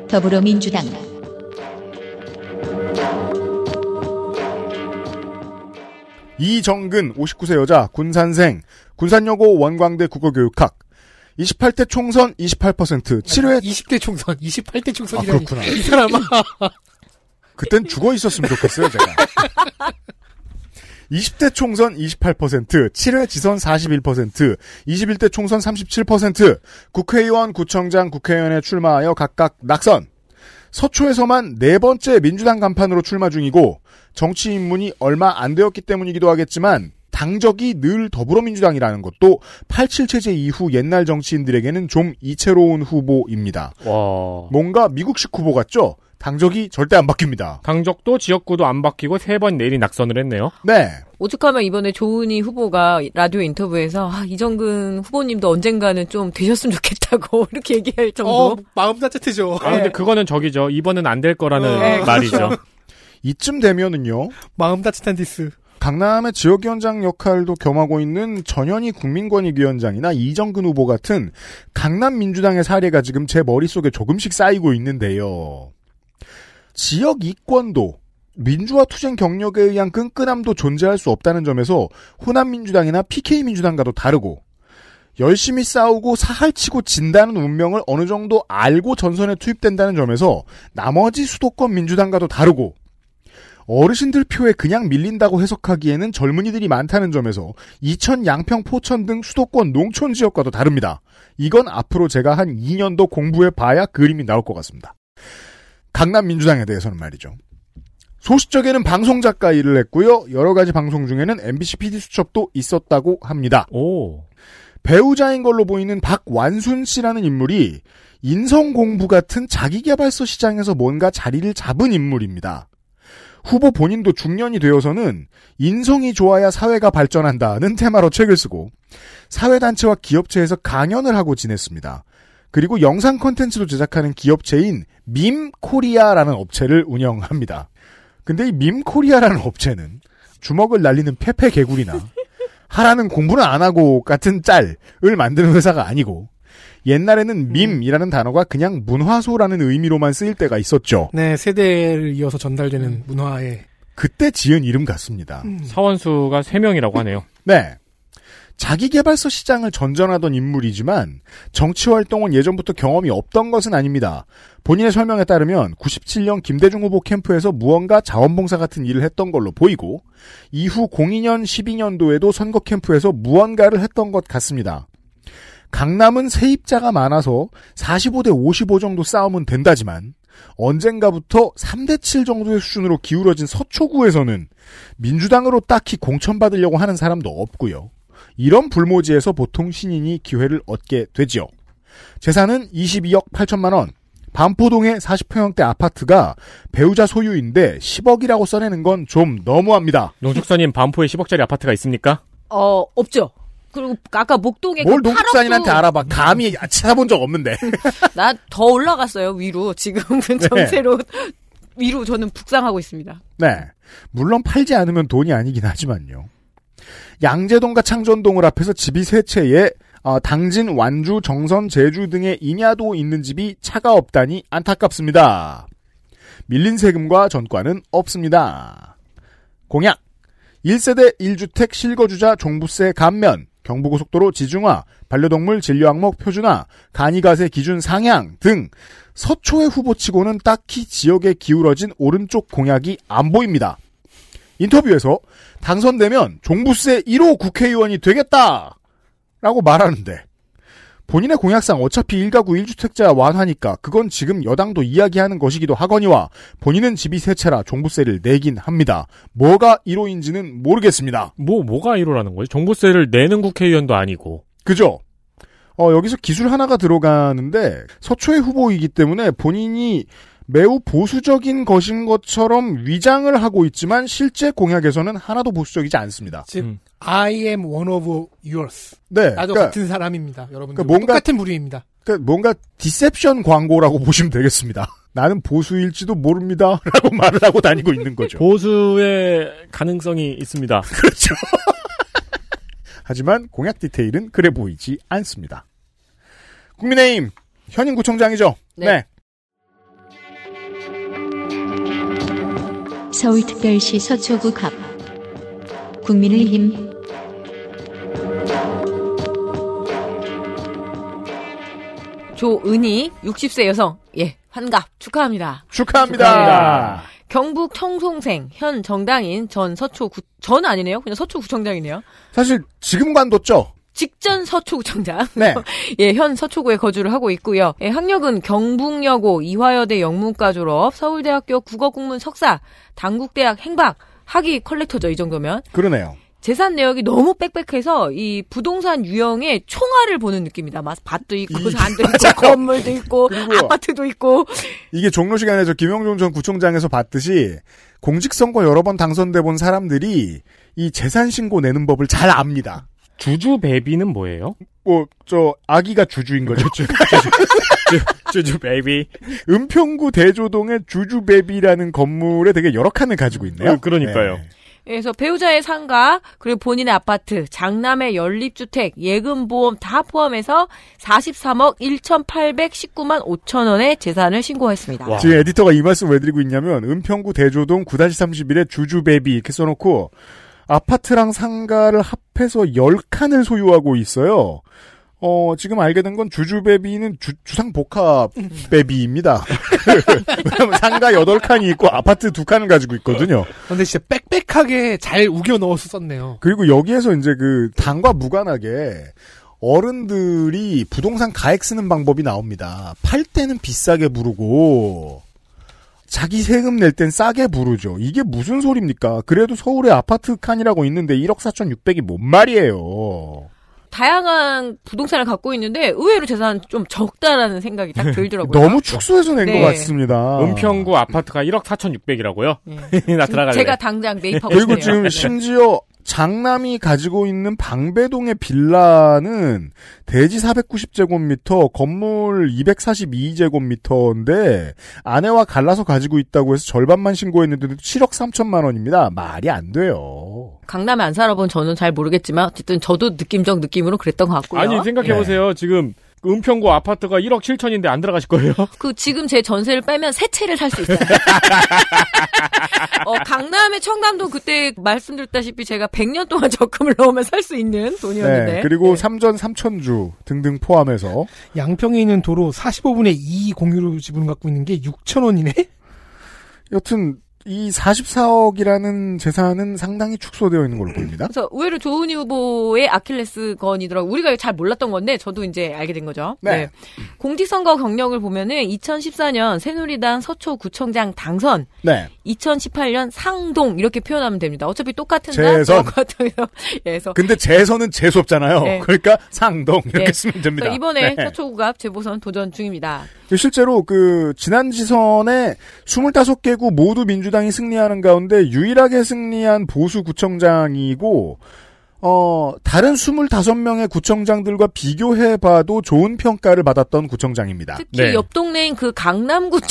A: 더불어민주당.
C: 이정근 59세 여자 군산생 군산여고 원광대 국어교육학 28대 총선 28% 7회
F: 20대 총선, 28대
C: 아
F: 총선이라니.
C: 그렇구나
F: 이 사람아.
C: 그땐 죽어 있었으면 좋겠어요 제가 20대 총선 28%, 7회 지선 41%, 21대 총선 37%, 국회의원, 구청장, 국회의원에 출마하여 각각 낙선. 서초에서만 네 번째 민주당 간판으로 출마 중이고 정치 입문이 얼마 안 되었기 때문이기도 하겠지만 당적이 늘 더불어민주당이라는 것도 87 체제 이후 옛날 정치인들에게는 좀 이채로운 후보입니다.
E: 와.
C: 뭔가 미국식 후보 같죠? 당적이 절대 안 바뀝니다.
E: 당적도 지역구도 안 바뀌고 세 번 내리 낙선을 했네요.
C: 네.
D: 오죽하면 이번에 조은희 후보가 라디오 인터뷰에서 아, 이정근 후보님도 언젠가는 좀 되셨으면 좋겠다고 [LAUGHS] 이렇게 얘기할 정도.
F: 어, 마음 따뜻해져.
E: 아, 근데 그거는 저기죠. 이번은 안 될 거라는
F: 네,
E: 말이죠.
C: 이쯤 되면은요.
F: 마음 따뜻한 디스.
C: 강남의 지역위원장 역할도 겸하고 있는 전현희 국민권익위원장이나 이정근 후보 같은 강남 민주당의 사례가 지금 제 머릿속에 조금씩 쌓이고 있는데요. 지역 이권도 민주화 투쟁 경력에 의한 끈끈함도 존재할 수 없다는 점에서 호남 민주당이나 PK 민주당과도 다르고 열심히 싸우고 사활치고 진다는 운명을 어느 정도 알고 전선에 투입된다는 점에서 나머지 수도권 민주당과도 다르고 어르신들 표에 그냥 밀린다고 해석하기에는 젊은이들이 많다는 점에서 이천, 양평, 포천 등 수도권 농촌 지역과도 다릅니다. 이건 앞으로 제가 한 2년도 공부해 봐야 그림이 나올 것 같습니다. 강남 민주당에 대해서는 말이죠. 소식적에는 방송 작가 일을 했고요. 여러 가지 방송 중에는 MBC PD 수첩도 있었다고 합니다.
E: 오.
C: 배우자인 걸로 보이는 박완순 씨라는 인물이 인성 공부 같은 자기개발서 시장에서 뭔가 자리를 잡은 인물입니다. 후보 본인도 중년이 되어서는 인성이 좋아야 사회가 발전한다는 테마로 책을 쓰고 사회단체와 기업체에서 강연을 하고 지냈습니다. 그리고 영상 콘텐츠도 제작하는 기업체인 밈코리아라는 업체를 운영합니다. 근데 이 밈코리아라는 업체는 주먹을 날리는 페페 개구리나 하라는 공부는 안 하고 같은 짤을 만드는 회사가 아니고 옛날에는 밈이라는 단어가 그냥 문화소라는 의미로만 쓰일 때가 있었죠.
F: 네, 세대를 이어서 전달되는 문화의
C: 그때 지은 이름 같습니다.
E: 사원수가 세명이라고 하네요.
C: 네. 자기개발서 시장을 전전하던 인물이지만 정치 활동은 예전부터 경험이 없던 것은 아닙니다. 본인의 설명에 따르면 97년 김대중 후보 캠프에서 무언가 자원봉사 같은 일을 했던 걸로 보이고 이후 02년 12년도에도 선거 캠프에서 무언가를 했던 것 같습니다. 강남은 세입자가 많아서 45대 55 정도 싸움은 된다지만 언젠가부터 3대 7 정도의 수준으로 기울어진 서초구에서는 민주당으로 딱히 공천받으려고 하는 사람도 없고요. 이런 불모지에서 보통 신인이 기회를 얻게 되죠. 재산은 22억 8천만 원. 반포동의 40평형대 아파트가 배우자 소유인데 10억이라고 써내는 건 좀 너무합니다.
E: 농축사님 반포에 10억짜리 아파트가 있습니까?
D: 어, 없죠. 그리고 아까 목동에
C: 뭘
D: 그
C: 농축산인한테
D: 8억도
C: 알아봐. 감히 찾아본 적 없는데.
D: 나 더 올라갔어요 위로 지금은 [LAUGHS] 정세로 위로 저는 북상하고 있습니다.
C: 네. 물론 팔지 않으면 돈이 아니긴 하지만요. 양재동과 창전동을 앞에서 집이 세 채에 아, 당진, 완주, 정선, 제주 등의 인야도 있는 집이 차가 없다니 안타깝습니다. 밀린 세금과 전과는 없습니다. 공약 1세대 1주택 실거주자 종부세 감면 경부고속도로 지중화, 반려동물 진료항목 표준화, 간이가세 기준 상향 등 서초의 후보치고는 딱히 지역에 기울어진 오른쪽 공약이 안 보입니다. 인터뷰에서 당선되면 종부세 1호 국회의원이 되겠다! 라고 말하는데, 본인의 공약상 어차피 1가구 1주택자 완화니까 그건 지금 여당도 이야기하는 것이기도 하거니와 본인은 집이 세 채라 종부세를 내긴 합니다. 뭐가 1호인지는 모르겠습니다.
E: 뭐 뭐가 1호라는 거지? 종부세를 내는 국회의원도 아니고.
C: 그죠? 어, 여기서 기술 하나가 들어가는데 서초의 후보이기 때문에 본인이 매우 보수적인 것인 것처럼 위장을 하고 있지만 실제 공약에서는 하나도 보수적이지 않습니다.
F: 즉
E: 음.
F: I am one of yours.
C: 네.
D: 아,
F: 나도
C: 그러니까,
F: 같은 사람입니다,
C: 그러니까
F: 여러분들.
C: 뭔가-
F: 똑같은 부류입니다.
C: 그러니까 뭔가 디셉션 광고라고 [LAUGHS] 보시면 되겠습니다. 나는 보수일지도 모릅니다. [LAUGHS] 라고 말을 하고 다니고 있는 거죠.
E: 보수의 가능성이 있습니다.
C: 하지만 공약 디테일은 그래 보이지 않습니다. 국민의힘 현인구청장이죠.
D: 네.
A: 서울특별시 서초구 갑 국민의힘
D: 조은희 60세 여성 예 환갑 축하합니다.
C: 축하합니다.
D: 축하합니다. 경북 청송생 현 정당인 전 서초구 전 아니네요. 그냥 서초구청장이네요.
C: 사실 지금 관뒀죠.
D: 직전 서초구청장. [LAUGHS]
C: 네.
D: 예, 현 서초구에 거주를 하고 있고요. 예, 학력은 경북여고, 이화여대 영문과 졸업, 서울대학교 국어국문 석사, 당국대학 행박, 학위 컬렉터죠, 이 정도면.
C: 그러네요.
D: 재산 내역이 너무 빽빽해서 이 부동산 유형의 총알을 보는 느낌이다. 막 밭도 있고,
C: 이-
D: 산도 있고, 건물도 있고,
C: 음. 그리고요.
D: 아파트도 있고.
C: 이게 종로 시간에 저 김영종 전 구청장에서 봤듯이 공직선거 여러 번 당선돼 본 사람들이 이 재산 신고 내는 법을 잘 압니다.
E: 주주베비는 뭐예요?
C: 뭐 저 아기가 주주인 거죠.
E: 그렇죠. 주주베비.
C: [LAUGHS] 은평구 대조동의 주주베비라는 건물에 되게 여러 칸을 가지고 있네요.
E: 어, 그러니까요.
C: 네.
D: 그래서 배우자의 상가, 그리고 본인의 아파트, 장남의 연립주택, 예금보험 다 포함해서 43억 1,819만 5천 원의 재산을 신고했습니다.
E: 와.
C: 지금 에디터가 이 말씀 왜 드리고 있냐면 은평구 대조동 9-31에 주주베비 이렇게 써놓고 아파트랑 상가를 합해서 10칸을 소유하고 있어요. 어, 지금 알게 된 건 주주베비는 주, 주상복합베비입니다. [LAUGHS] 왜냐면 상가 8칸이 있고 아파트 2칸을 가지고 있거든요.
F: 근데 진짜 빽빽하게 잘 우겨 넣어서 썼네요.
C: 그리고 여기에서 이제 그 당과 무관하게 어른들이 부동산 가액 쓰는 방법이 나옵니다. 팔 때는 비싸게 부르고 자기 세금 낼 땐 싸게 부르죠. 이게 무슨 소리입니까? 그래도 서울에 아파트 칸이라고 있는데 1억 4,600이 뭔 말이에요.
D: 다양한 부동산을 갖고 있는데 의외로 재산 좀 적다라는 생각이
C: [LAUGHS]
D: 딱 들더라고요.
C: 너무 축소해서 낸 것
D: 네.
C: 같습니다.
E: 은평구 아파트가 1억 4,600이라고요?
D: 예.
E: [LAUGHS] 나 들어갈래.
D: 제가 당장 매입하고
C: 그리고
D: 싶네요.
C: 지금 심지어 장남이 가지고 있는 방배동의 빌라는 대지 490제곱미터, 건물 242제곱미터인데 아내와 갈라서 가지고 있다고 해서 절반만 신고했는데도 7억 3천만 원입니다. 말이 안 돼요.
D: 강남에 안 살아본 저는 잘 모르겠지만 어쨌든 저도 느낌적 느낌으로 그랬던 것 같고요.
E: 아니, 생각해보세요. 지금 은평구 아파트가 1억 7천인데 안 들어가실 거예요?
D: 그 지금 제 전세를 빼면 새 채를 살 수 있어요. 어, 강남의 청담도 그때 말씀드렸다시피 제가 100년 동안 적금을 넣으면 살 수 있는 돈이었는데.
C: 네, 그리고 삼전 삼천주 등등 포함해서
F: 양평에 있는 도로 45분의 2 공유로 지분을 갖고 있는 게 6천 원이네.
C: 여튼 이 44억이라는 재산은 상당히 축소되어 있는 걸로 보입니다.
D: 그래서 의외로 조은희 후보의 아킬레스 건이더라고요. 우리가 잘 몰랐던 건데 저도 이제 알게 된 거죠.
C: 네.
D: 공직선거 경력을 보면은 2014년 새누리당 서초구청장 당선,
C: 네.
D: 2018년 상동 이렇게 표현하면 됩니다. 어차피 똑같은 날 [LAUGHS]
C: 재선.
D: 똑같아요. 예, 그래서
C: 근데 재선은 재수없잖아요.
D: 네.
C: 그러니까 상동 이렇게
D: 네.
C: 쓰면 됩니다.
D: 그래서 이번에
C: 네.
D: 서초구갑 재보선 도전 중입니다.
C: 실제로 그 지난 지선에 25개구 모두 민주당이 승리하는 가운데 유일하게 승리한 보수 구청장이고 어 다른 25명의 구청장들과 비교해 봐도 좋은 평가를 받았던 구청장입니다.
D: 특히
E: 네.
D: 옆 동네인 그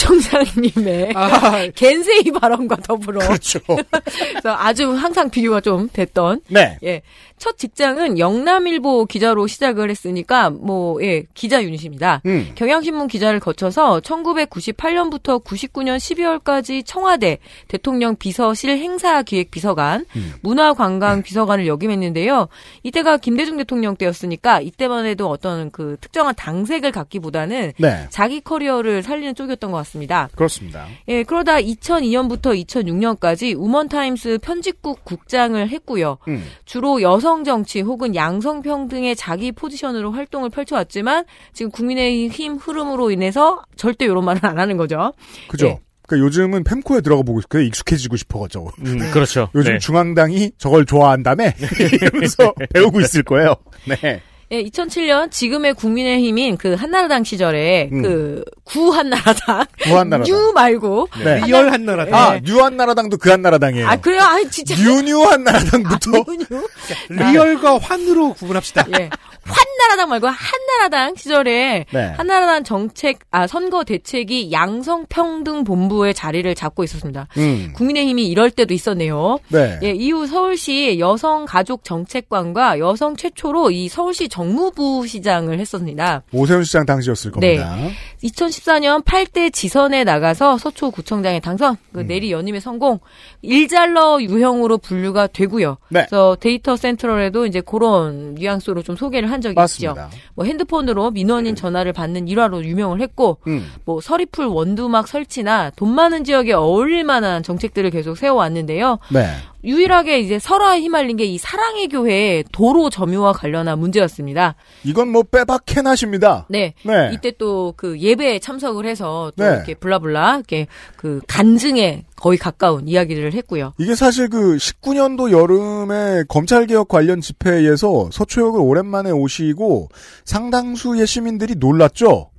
D: 강남구청장님의
F: 아,
D: [LAUGHS] 겐세이 발언과 더불어 [LAUGHS]
C: 그렇죠.
D: 그래서 아주 항상 비교가 좀 됐던
C: 네.
D: 예. 첫 직장은 영남일보 기자로 시작을 했으니까 뭐 예, 기자 유닛입니다.
C: 음.
D: 경향신문 기자를 거쳐서 1998년부터 99년 12월까지 청와대 대통령 비서실 행사 기획 비서관,
C: 음.
D: 문화관광 비서관을 역임했는데요. 이때가 김대중 대통령 때였으니까 이때만 해도 어떤 그 특정한 당색을 갖기보다는
C: 네.
D: 자기 커리어를 살리는 쪽이었던 것 같습니다.
C: 그렇습니다.
D: 예, 그러다 2002년부터 2006년까지 우먼타임스 편집국 국장을 했고요.
C: 음.
D: 주로 여성 정치 혹은 양성 평등의 자기 포지션으로 활동을 펼쳐왔지만 지금 국민의힘 흐름으로 인해서 절대 이런 말은 안 하는 거죠.
C: 그죠?
D: 예.
C: 그러니까 요즘은 펜코에 들어가 보고 싶어요. 익숙해지고 싶어가지고.
E: 음, 그렇죠.
C: 요즘
E: 네.
C: 중앙당이 저걸 좋아한다며 [LAUGHS] 이러면서 배우고 있을 거예요. 네.
D: 예, 2007년 지금의 국민의힘인 그 한나라당 시절에
C: 음.
D: 그 구한나라당,
C: 구한나라당.
D: 뉴 말고
C: 네.
F: [LAUGHS] 리얼 한나라당.
C: 아, 뉴한나라당도 그 한나라당이에요.
D: 아 그래요? 아 진짜 아,
C: 뉴뉴한 나라당부터
D: 뉴뉴.
F: 리얼과 음. 환으로 구분합시다.
D: 예. 환나라당 말고 한나라당 시절에
C: 네.
D: 한나라당 정책 아 선거 대책이 양성평등 본부의 자리를 잡고 있었습니다.
C: 음.
D: 국민의힘이 이럴 때도 있었네요.
C: 네.
D: 예, 이후 서울시 여성 가족 정책관과 여성 최초로 이 서울시 정무부 시장을 했습니다.
C: 오세훈 시장 당시였을 겁니다.
D: 네. 2014년 8대 지선에 나가서 서초구청장에 당선, 그
C: 음.
D: 내리 연임에 성공, 일잘러 유형으로 분류가 되고요.
C: 네.
D: 그래서 데이터 센트럴에도 이제 그런 뉘앙스로 좀 소개를 한 적이
C: 맞습니다. 네.
D: 있죠. 뭐 핸드폰으로 민원인 전화를 받는 일화로 유명을 했고
C: 음.
D: 뭐 서리풀 원두막 설치나 돈 많은 지역에 어울릴 만한 정책들을 계속 세워왔는데요.
C: 네.
D: 유일하게 이제 설화에 휘말린 게 이 사랑의 교회 도로 점유와 관련한 문제였습니다.
C: 이건 뭐 빼박해 나십니다.
D: 네.
C: 네.
D: 이때 또 그 예배에 참석을 해서 또
C: 네.
D: 이렇게 블라블라 이렇게 그 간증에 거의 가까운 이야기를 했고요.
C: 이게 사실 그 19년도 여름에 검찰개혁 관련 집회에서 서초역을 오랜만에 오시고 상당수의 시민들이 놀랐죠?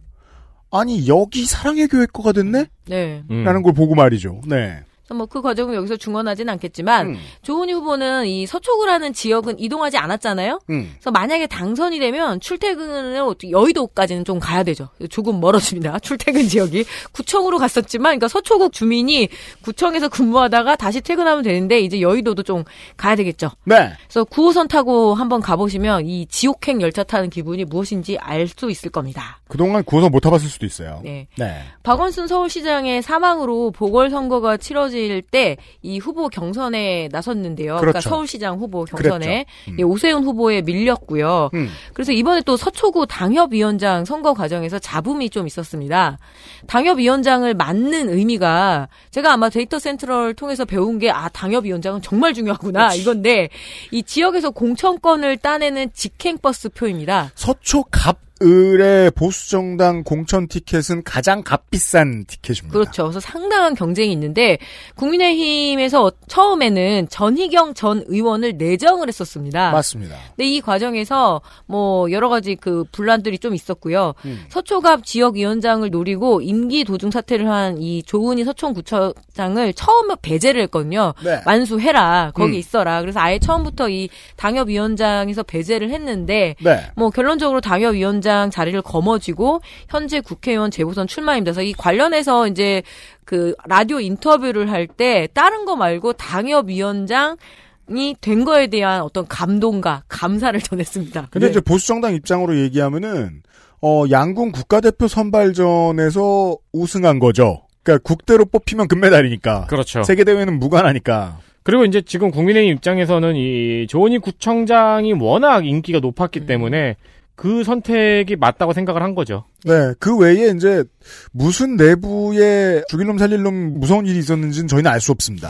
C: 아니, 여기 사랑의 교회 거가 됐네?
D: 네.
E: 음.
C: 라는 걸 보고 말이죠. 네.
D: 뭐 그 과정은 여기서 중언하진 않겠지만
C: 음.
D: 조은희 후보는 이 서초구라는 지역은 이동하지 않았잖아요.
C: 음.
D: 그래서 만약에 당선이 되면 출퇴근으로 여의도까지는 좀 가야 되죠. 조금 멀어집니다. [LAUGHS] 출퇴근 지역이 구청으로 갔었지만 그러니까 서초구 주민이 구청에서 근무하다가 다시 퇴근하면 되는데 이제 여의도도 좀 가야 되겠죠.
C: 네.
D: 그래서 9호선 타고 한번 가보시면 이 지옥행 열차 타는 기분이 무엇인지 알 수 있을 겁니다.
C: 그동안 구워서 못 타봤을 수도 있어요.
D: 네.
C: 네.
D: 박원순 서울시장의 사망으로 보궐선거가 치러질 때 이 후보 경선에 나섰는데요. 러니까
C: 그렇죠.
D: 서울시장 후보 경선에
C: 그랬죠. 음.
D: 예, 오세훈 후보에 밀렸고요.
C: 음.
D: 그래서 이번에 또 서초구 당협위원장 선거 과정에서 잡음이 좀 있었습니다. 당협위원장을 맡는 의미가 제가 아마 데이터 센트럴 통해서 배운 게 아 당협위원장은 정말 중요하구나 이건데 이 지역에서 공천권을 따내는 직행버스 표입니다.
C: 서초 갑을의 보수정당 공천 티켓은 가장 값비싼 티켓입니다.
D: 그렇죠. 그래서 상당한 경쟁이 있는데 국민의힘에서 처음에는 전희경 전 의원을 내정을 했었습니다.
C: 맞습니다.
D: 근데 이 과정에서 뭐 여러 가지 그 분란들이 좀 있었고요.
C: 음.
D: 서초갑 지역위원장을 노리고 임기 도중 사퇴를 한 이 조은희 서촌구청장을 처음 배제를 했거든요.
C: 네.
D: 완수해라 거기
C: 음.
D: 있어라. 그래서 아예 처음부터 이 당협위원장에서 배제를 했는데
C: 네.
D: 뭐 결론적으로 당협위원장 자리를 거머쥐고 현재 국회의원 재보선 출마입니다. 그래서 이 관련해서 이제 그 라디오 인터뷰를 할 때 다른 거 말고 당협위원장 이된 거에 대한 어떤 감동과 감사를 [LAUGHS] 전했습니다.
C: 근데
D: 네.
C: 이제 보수정당 입장으로 얘기하면은 어 양궁 국가대표 선발전에서 우승한 거죠. 그러니까 국대로 뽑히면 금메달이니까.
E: 그렇죠.
C: 세계 대회는 무관하니까.
E: 그리고 이제 지금 국민의힘 입장에서는 이 조은희 구청장이 워낙 인기가
D: 음.
E: 높았기 때문에 그 선택이 맞다고 생각을 한 거죠.
C: 네. 그 외에 이제 무슨 내부에 죽일놈 살릴놈 무서운 일이 있었는지는 저희는 알 수 없습니다.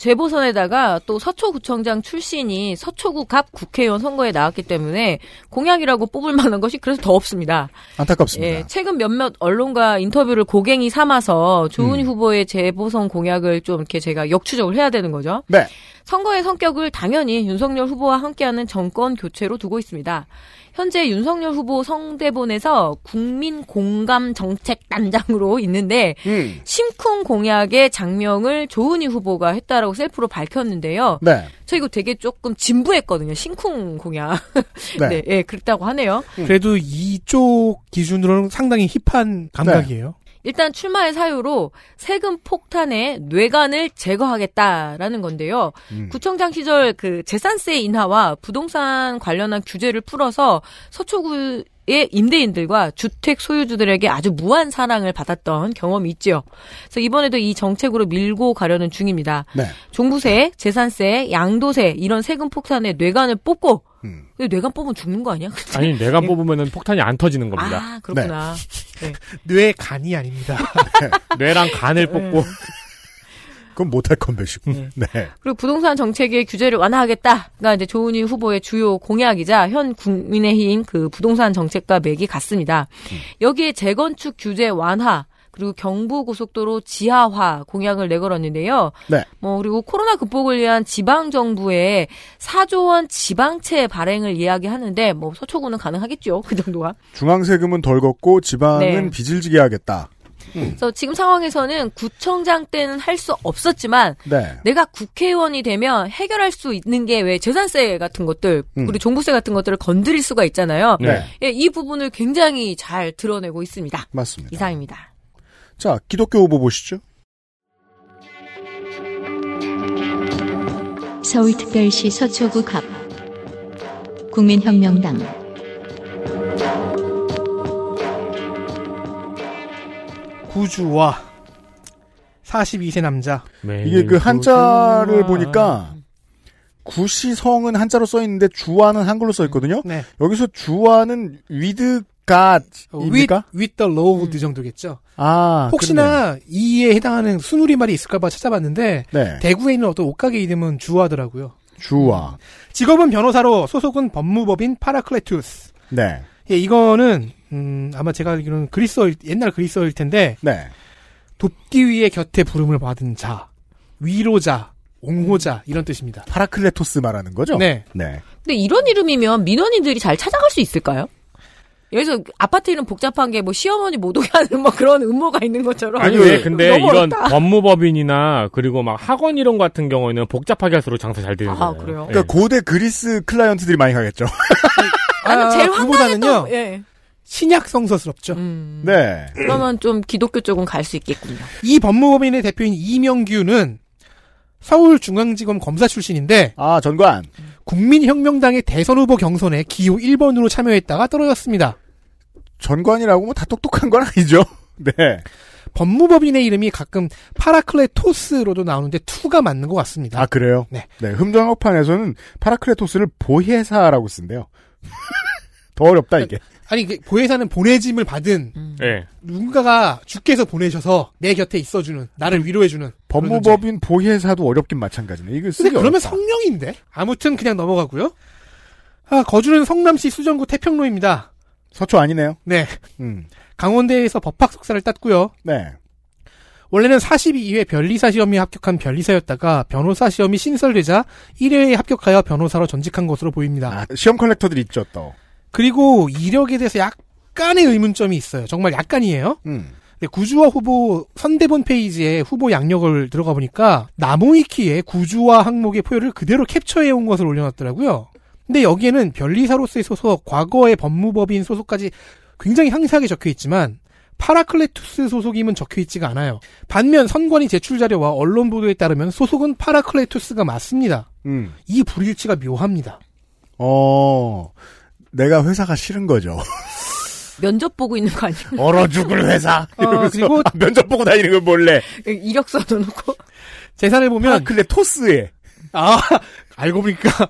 D: 재보선에다가 또 서초구청장 출신이 서초구 갑 국회의원 선거에 나왔기 때문에 공약이라고 뽑을 만한 것이 그래서 더 없습니다.
C: 안타깝습니다.
D: 예, 최근 몇몇 언론과 인터뷰를 고갱이 삼아서 조은희
C: 음.
D: 후보의 재보선 공약을 좀 이렇게 제가 역추적을 해야 되는 거죠.
C: 네.
D: 선거의 성격을 당연히 윤석열 후보와 함께하는 정권 교체로 두고 있습니다. 현재 윤석열 후보 성대본에서 국민 공감 정책 단장으로 [LAUGHS] 있는데
C: 음.
D: 심쿵 공약의 장명을 조은희 후보가 했다라고 셀프로 밝혔는데요.
C: 네.
D: 저 이거 되게 조금 진부했거든요. 심쿵 공약. [LAUGHS]
C: 네.
D: 네, 예, 그렇다고 하네요.
F: 그래도 이쪽 기준으로는 상당히 힙한 감각이에요.
D: 일단 출마의 사유로 세금 폭탄의 뇌관을 제거하겠다라는 건데요.
C: 음.
D: 구청장 시절 그 재산세 인하와 부동산 관련한 규제를 풀어서 서초구 의 임대인들과 주택 소유주들에게 아주 무한 사랑을 받았던 경험이 있지요. 그래서 이번에도 이 정책으로 밀고 가려는 중입니다.
C: 네.
D: 종부세, 재산세, 양도세 이런 세금 폭탄의 뇌관을 뽑고
C: 음.
D: 근데 뇌관 뽑으면 죽는 거 아니야? 그치?
E: 아니 내가 뽑으면은 폭탄이 안 터지는 겁니다.
D: 아 그렇구나.
F: 네. 뇌 간이 아닙니다.
E: 뇌랑 간을
D: 음.
E: 뽑고
C: 그건 못할 컨벤시고. 네.
D: 그리고 부동산 정책의 규제를 완화하겠다가 이제 조은희 후보의 주요 공약이자 현 국민의힘 그 부동산 정책과 맥이 같습니다. 여기에 재건축 규제 완화 그리고 경부고속도로 지하화 공약을 내걸었는데요.
C: 네.
D: 뭐 그리고 코로나 극복을 위한 지방 정부의 4조 원 지방채 발행을 이야기하는데 뭐 서초구는 가능하겠죠. 그 정도가.
C: 중앙 세금은 덜 걷고 지방은
D: 네.
C: 빚을 지게 하겠다.
D: 그래서 지금 상황에서는 구청장 때는 할 수 없었지만
C: 네.
D: 내가 국회의원이 되면 해결할 수 있는 게 왜 재산세 같은 것들
C: 음.
D: 그리고 종부세 같은 것들을 건드릴 수가 있잖아요.
E: 네.
D: 예, 이 부분을 굉장히 잘 드러내고 있습니다.
C: 맞습니다.
D: 이상입니다.
C: 자, 기독교 후보 보시죠.
A: 서울특별시 서초구 갑 국민혁명당
F: [LAUGHS] 구주와 42세 남자.
E: 네.
D: 음. 아.
C: 이게 그 한자를 보니까 그 구시성은 한자로 써 있는데 주화는 한글로 써 있거든요.
F: 네.
C: 여기서 주화는 위드
F: 어, with,
C: 갓입니까?
F: with the Lord 정도겠죠.
C: 아 그러네요.
F: 혹시나 이에 해당하는 순우리말이 있을까봐 찾아봤는데
C: 네
F: 대구에 있는 어떤 옷가게 이름은 주화더라고요.
C: 주화
F: 직업은 변호사로 소속은 법무법인 파라클레투스.
C: 네
F: 예, 이거는 음, 아마 제가 알기로는 그리스어 옛날 그리스어일 텐데
C: 네.
F: 돕기 위해 곁에 부름을 받은 자, 위로자, 옹호자 이런 뜻입니다.
C: 파라클레토스 말하는 거죠?
F: 네.
C: 네.
D: 근데 이런 이름이면 민원인들이 잘 찾아갈 수 있을까요? 여기서 아파트 이름 복잡한 게 뭐 시어머니 못 오게 하는 뭐 그런 음모가 있는 것처럼.
E: 아니 왜 예, 근데
D: 예. 너무
E: 이런
D: 어렵다.
E: 법무법인이나 그리고 막 학원 이름 같은 경우에는 복잡하게 할수록 장사 잘 되는
D: 아,
E: 거예요.
D: 그래요?
E: 예.
C: 그러니까 고대 그리스 클라이언트들이 많이 가겠죠.
F: 아,
D: 나는 아, 제일 황당했던.
F: 그보다는요
D: 예.
F: 신약 성서스럽죠.
D: 음.
C: 네.
D: 그러면 좀 기독교 쪽은 갈 수 있겠군요.
F: 이 법무법인의 대표인 이명규는 서울중앙지검 검사 출신인데
C: 아 전관
F: 국민혁명당의 대선 후보 경선에 기호 1번으로 참여했다가 떨어졌습니다.
C: 전관이라고 뭐 다 똑똑한 건 아니죠. [LAUGHS] 네.
F: 법무법인의 이름이 가끔 파라클레토스로도 나오는데 투가 맞는 것 같습니다.
C: 아 그래요?
F: 네.
C: 흠정학판에서는 파라클레토스를 보혜사라고 쓴대요. [LAUGHS] 더 어렵다 이게.
F: 아니 이게 보혜사는 보내짐을 받은
D: 음.
E: 예.
F: 누군가가 주께서 보내셔서 내 곁에 있어주는 나를 위로해주는 그런 존재.
C: 법무법인 보혜사도 어렵긴 마찬가지네. 이거 쓰기
F: 근데 그러면
C: 어렵다.
F: 성령인데? 아무튼 그냥 넘어가고요. 아, 거주는 성남시 수정구 태평로입니다.
C: 서초 아니네요.
F: 네.
C: 음.
F: 강원대에서 법학 석사를 땄고요.
C: 네.
F: 원래는 42회 변리사 시험에 합격한 변리사였다가 변호사 시험이 신설되자 1회에 합격하여 변호사로 전직한 것으로 보입니다.
C: 아, 시험 컬렉터들 있죠 또.
F: 그리고 이력에 대해서 약간의 의문점이 있어요. 정말 약간이에요.
C: 음.
F: 근데 네, 구주와 후보 선대본 페이지에 후보 양력을 들어가 보니까 나무위키에 구주와 항목의 표를 그대로 캡처해 온 것을 올려놨더라고요. 근데 여기에는 변리사로서의 소속, 과거의 법무법인 소속까지 굉장히 항세하게 적혀 있지만 파라클레투스 소속임은 적혀 있지가 않아요. 반면 선관위 제출 자료와 언론 보도에 따르면 소속은 파라클레투스가 맞습니다.
C: 음.
F: 이 불일치가 묘합니다.
C: 어. 내가 회사가 싫은
F: [LAUGHS]
C: 거죠.
D: 면접 보고 있는 거 아니에요? [LAUGHS]
C: 얼어 죽을 회사.
F: 아,
C: 이러면서
F: 그리고-
C: 아, 면접 보고 다니는 건 몰래.
D: 이력서 넣어놓고.
F: 재산을 보면
C: 파라클레토스에
F: 아 [LAUGHS] 알고 보니까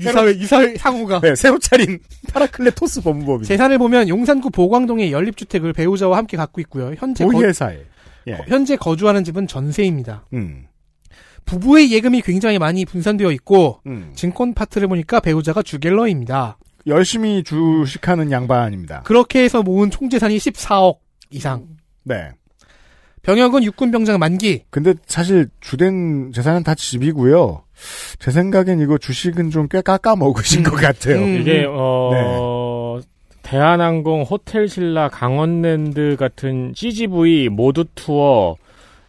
F: 이사회 이사회 상호가
C: 네, 새로 차린 파라클레토스 법무법인.
F: 음. 재산을 보면 용산구 보광동의 연립주택을 배우자와 함께 갖고 있고요. 현재, 거, 어,
C: 보혜사에. 예.
F: 현재 거주하는 집은 전세입니다.
C: 음.
F: 부부의 예금이 굉장히 많이 분산되어 있고
C: 음.
F: 증권 파트를 보니까 배우자가 주갤러입니다.
C: 열심히 주식하는 양반입니다.
F: 그렇게 해서 모은 총재산이 14억 이상.
C: 네.
F: 병역은 육군병장 만기.
C: 근데 사실 주된 재산은 다 집이고요. 제 생각엔 이거 주식은 좀 꽤 깎아 먹으신 것 같아요.
F: 음.
E: 이게 어
C: 네.
E: 대한항공, 호텔신라, 강원랜드 같은 CGV 모두 투어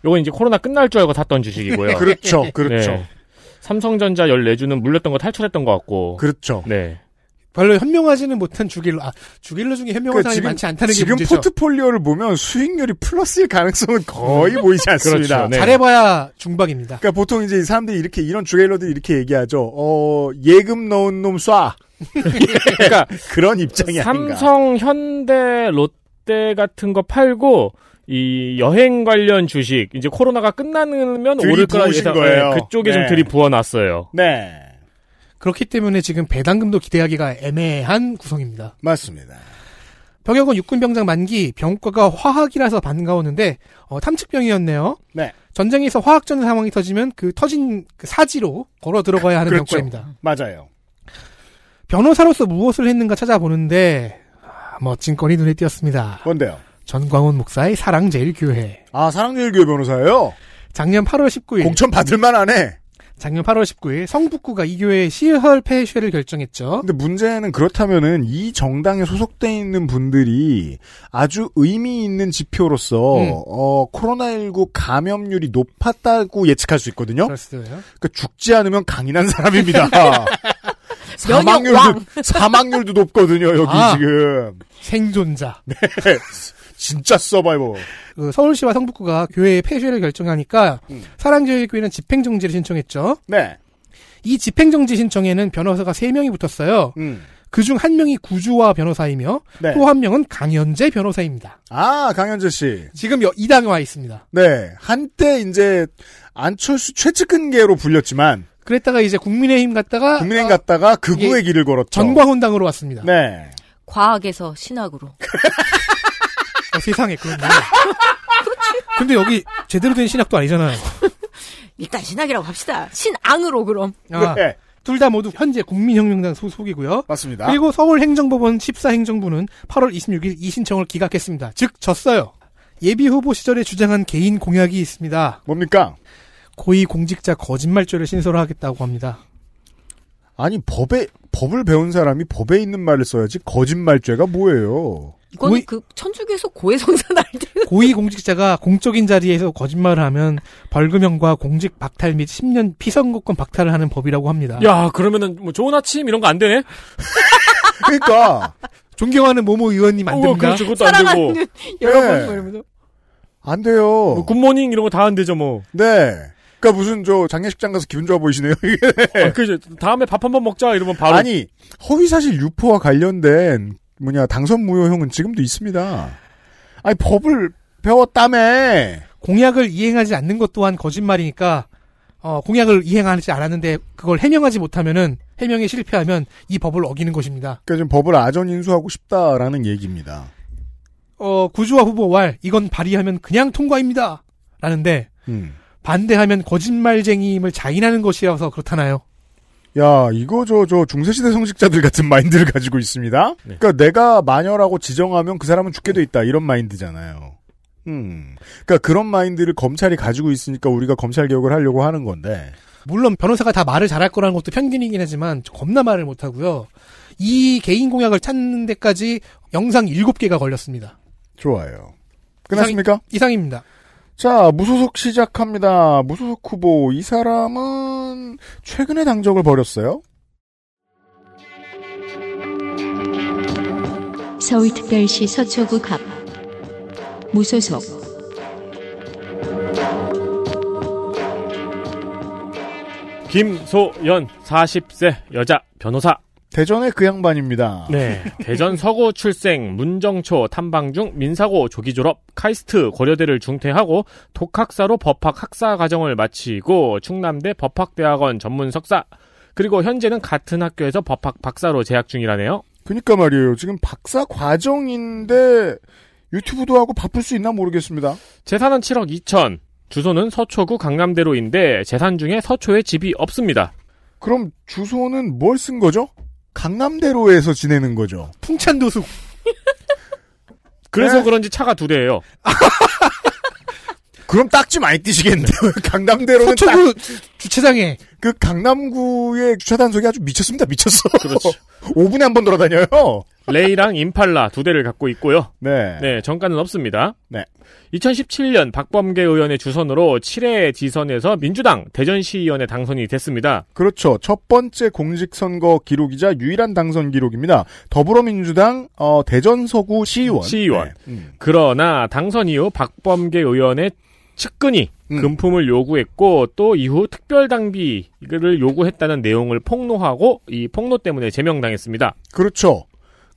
E: 요건 이제 코로나 끝날 줄 알고 샀던 주식이고요.
C: 그렇죠, 그렇죠,
E: 네. 삼성전자 14주는 물렸던 거 탈출했던 것 같고.
C: 그렇죠.
E: 네.
F: 별로 현명하지는 못한 주갤러. 아, 주갤러 중에 현명한
C: 그러니까
F: 사람이
C: 지금-
F: 많지 않다는 게
C: 지금
F: 문제죠.
C: 포트폴리오를 보면 수익률이 플러스일 가능성은 거의 보이지 않습니다.
E: 그렇죠, 네.
F: 잘해봐야 중박입니다.
C: 그러니까 보통 이제 사람들이 이렇게 이런 주게일러들이 이렇게 얘기하죠. 어 예금 넣은 놈 쏴. 그러니까 그런 입장이 아닌가.
E: 삼성, 현대, 롯데 같은 거 팔고 이 여행 관련 주식 이제 코로나가 끝나면 오를 거라
C: 들이부으신
E: 예상
C: 거예요.
E: 네, 그쪽에 좀
C: 네.
E: 들이 부어놨어요.
C: 네,
F: 그렇기 때문에 지금 배당금도 기대하기가 애매한 구성입니다.
C: 맞습니다.
F: 병역은 육군병장 만기, 병과가 화학이라서 반가웠는데 어, 탐측병이었네요.
C: 네.
F: 전쟁에서 화학전 상황이 터지면 그 터진 그 사지로 걸어 들어가야 하는
C: 그렇죠.
F: 병과입니다.
C: 맞아요.
F: 변호사로서 무엇을 했는가 찾아보는데 아, 멋진 건이 눈에 띄었습니다.
C: 뭔데요?
F: 전광훈 목사의 사랑 제일 교회.
C: 아 사랑제일교회 변호사예요.
F: 작년 8월
E: 예.
F: 19일,
C: 공천 받을 만하네.
F: 작년 8월 19일 성북구가 이 교회의 시설 폐쇄를 결정했죠.
C: 근데 문제는 그렇다면은 이 정당에 소속돼 있는 분들이 아주 의미 있는 지표로서
F: 음.
C: 어, 코로나19 감염률이 높았다고 예측할 수 있거든요.
F: 그렇습니다.
C: 그러니까 죽지 않으면 강인한
F: [LAUGHS]
C: 사람입니다.
D: 면역왕.
C: 사망률도 사망률도 높거든요 여기
F: 아.
C: 지금
F: 생존자.
C: 네. 진짜 서바이벌.
F: 그 서울시와 성북구가 교회의 폐쇄를 결정하니까
C: 음.
F: 사랑 제일 교회는 집행 정지를 신청했죠.
C: 네.
F: 이 집행정지 신청에는 변호사가 3명이 붙었어요.
C: 음.
F: 그중 한 명이 구주와 변호사이며
C: 네.
F: 또 한 명은 강현재 변호사입니다.
C: 아 강현재 씨.
F: 지금 여, 이당에 와 있습니다.
C: 네. 한때 이제 안철수 최측근계로 불렸지만
F: 그랬다가 이제 국민의힘 갔다가
C: 국민행 갔다가 극우의
F: 이게
C: 길을 걸었죠.
F: 아. 예. 전과혼당으로 왔습니다.
C: 네.
D: 과학에서 신학으로.
F: 어, 세상에 그런 말. 근데 여기 제대로 된 신학도 아니잖아요.
D: 일단 신학이라고 합시다. 신앙으로 그럼.
F: 아,
C: 네.
F: 둘 다 모두 현재 국민혁명당 소속이고요.
C: 맞습니다.
F: 그리고 서울행정법원 14행정부는 8월 26일 이 신청을 기각했습니다. 즉 졌어요. 예비 후보 시절에 주장한 개인 공약이 있습니다.
C: 뭡니까?
F: 고위 공직자 거짓말죄를 신설하겠다고 합니다.
C: 아니 법에 법을 배운 사람이 법에 있는 말을 써야지 거짓말죄가 뭐예요?
D: 이건
F: 고이-
D: 그 천주교에서 고해성사 날 때.
F: 고위 공직자가 공적인 자리에서 거짓말을 하면 벌금형과 공직 박탈 및 10년 피선거권 박탈을 하는 법이라고 합니다.
E: 야, 그러면은 뭐 좋은 아침 이런 거 안 되네?
C: 그러니까
F: 존경하는 모모 의원님 안
E: 어,
F: 됩니다.
E: 그렇지, 그것도 안 되고.
D: 사랑하는 여러분
C: 네.
D: 뭐 이러면서.
C: 안 돼요.
E: 뭐 굿모닝 이런 거 다 안 되죠, 뭐.
C: 네. 그러니까 무슨 저 장례식장 가서 기분 좋아 보이시네요. [LAUGHS] 이게.
E: 아, 그죠. 다음에 밥 한번 먹자 이러면 바로
C: 예. 아니 허위사실 유포와 관련된 뭐냐 당선무효형은 지금도 있습니다. 아니 법을 배웠다며. 그러니까
F: 공약을 이행하지 않는 것 또한 거짓말이니까 어, 공약을 이행하지 않았는데 그걸 해명하지 못하면은 해명에 실패하면 이 법을 어기는 것입니다.
C: 그러니까 지금 법을 아전 인수하고 싶다라는 얘기입니다.
F: 어, 구주와 후보 왈 이건 발의하면 그냥 통과입니다. 라는데
C: 음.
F: 반대하면 거짓말쟁이임을 자인하는 것이어서 그렇다나요?
C: 야, 이거 저, 저, 중세시대 성직자들 같은 마인드를 가지고 있습니다?
E: 네.
C: 그니까 내가 마녀라고 지정하면 그 사람은 죽게 돼 있다. 이런 마인드잖아요. 음. 그니까 그런 마인드를 검찰이 가지고 있으니까 우리가 검찰 개혁을 하려고 하는 건데.
F: 물론 변호사가 다 말을 잘할 거라는 것도 편견이긴 하지만 겁나 말을 못하고요. 이 개인 공약을 찾는 데까지 영상 7개가 걸렸습니다.
C: 좋아요. 끝났습니까?
F: 이상입니다.
C: 자, 무소속 시작합니다. 무소속 후보. 이 사람은 최근에 당적을 벌였어요.
A: 서울특별시 서초구 갑 무소속
E: 김소연 40세 여자 변호사.
C: 대전의 그 양반입니다.
E: 네.
C: [LAUGHS]
E: 대전 서구 출생, 문정초 탐방 중 민사고 조기 졸업, 카이스트 고려대를 중퇴하고 독학사로 법학 학사 과정을 마치고 충남대 법학대학원 전문 석사. 그리고 현재는 같은 학교에서 법학 박사로 재학 중이라네요.
C: 그니까 그러니까 말이에요. 지금 박사 과정인데 유튜브도 하고 바쁠 수 있나 모르겠습니다.
E: 재산은 7억 2천. 주소는 서초구 강남대로인데 재산 중에 서초에 집이 없습니다.
C: 그럼 주소는 뭘 쓴 거죠? 강남대로에서 지내는 거죠.
F: 풍찬도수
E: 그래서
C: 네.
E: 그런지 차가 두 대예요.
C: 그럼 딱지 많이 뛰시겠는데 [LAUGHS] 강남대로는 딱
F: 서초구 주차장에
C: 그 강남구의 주차 단속이 아주 미쳤습니다. 미쳤어. [LAUGHS]
E: 그렇죠.
C: 5분에 한 번 돌아다녀요.
E: 레이랑 임팔라 두 대를 갖고 있고요.
C: 네.
E: 네, 정가는 없습니다.
C: 네.
E: 2017년 박범계 의원의 주선으로 7회 지선에서 민주당 대전시의원에 당선이 됐습니다.
C: 그렇죠. 첫 번째 공직선거 기록이자 유일한 당선 기록입니다. 더불어민주당 어, 대전 서구 시의원.
E: 시의원.
C: 네. 음.
E: 그러나 당선 이후 박범계 의원의 측근이
C: 음.
E: 금품을 요구했고 또 이후 특별당비를 요구했다는 내용을 폭로하고 이 폭로 때문에 제명당했습니다.
C: 그렇죠.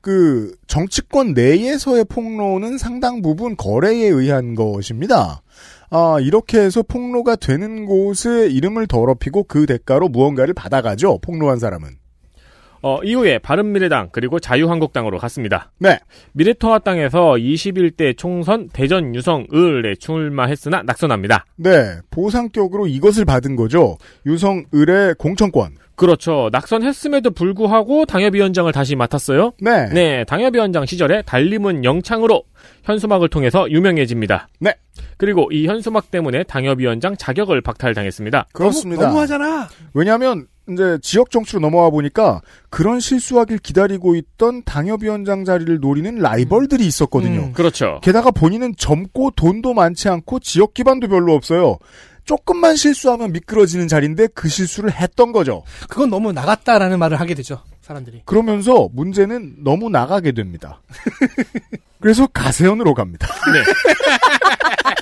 C: 그 정치권 내에서의 폭로는 상당 부분 거래에 의한 것입니다. 아, 이렇게 해서 폭로가 되는 곳의 이름을 더럽히고 그 대가로 무언가를 받아가죠. 폭로한 사람은.
E: 어, 이후에 바른미래당 그리고 자유한국당으로 갔습니다.
C: 네.
E: 미래통합당에서 21대 총선 대전 유성을에 출마했으나 낙선합니다.
C: 네. 보상격으로 이것을 받은 거죠. 유성을의 공천권.
E: 그렇죠. 낙선했음에도 불구하고 당협위원장을 다시 맡았어요.
C: 네.
E: 네, 당협위원장 시절에 달림은 영창으로 현수막을 통해서 유명해집니다.
C: 네.
E: 그리고 이 현수막 때문에 당협위원장 자격을 박탈당했습니다.
C: 그렇습니다.
F: 너무, 너무하잖아.
C: 왜냐하면 이제 지역 정치로 넘어와 보니까 그런 실수하길 기다리고 있던 당협위원장 자리를 노리는 라이벌들이 있었거든요.
F: 음.
E: 그렇죠.
C: 게다가 본인은 젊고 돈도 많지 않고 지역 기반도 별로 없어요. 조금만 실수하면 미끄러지는 자리인데 그 실수를 했던 거죠.
F: 그건 너무 나갔다라는 말을 하게 되죠. 사람들이.
C: 그러면서 문제는 너무 나가게 됩니다. [LAUGHS] 그래서 가세현으로 갑니다.
E: 네.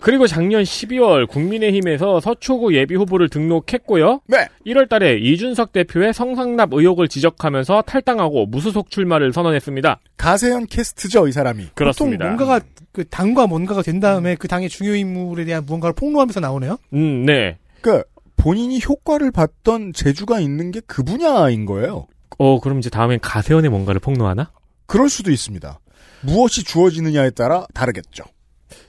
E: 그리고 작년 12월 국민의힘에서 서초구 예비 후보를 등록했고요.
C: 네.
E: 1월 달에 이준석 대표의 성상납 의혹을 지적하면서 탈당하고 무소속 출마를 선언했습니다.
C: [LAUGHS] 가세현 캐스트죠, 이 사람이.
E: 그렇습니다.
F: 보통 뭔가가 그 당과 뭔가가 된 다음에 그 당의 중요 인물에 대한 무언가를 폭로하면서 나오네요.
E: 음, 네.
C: 그 본인이 효과를 봤던 재주가 있는 게 그 분야인 거예요.
E: 어, 그럼 이제 다음엔 가세현의 뭔가를 폭로하나?
C: 그럴 수도 있습니다. 무엇이 주어지느냐에 따라 다르겠죠.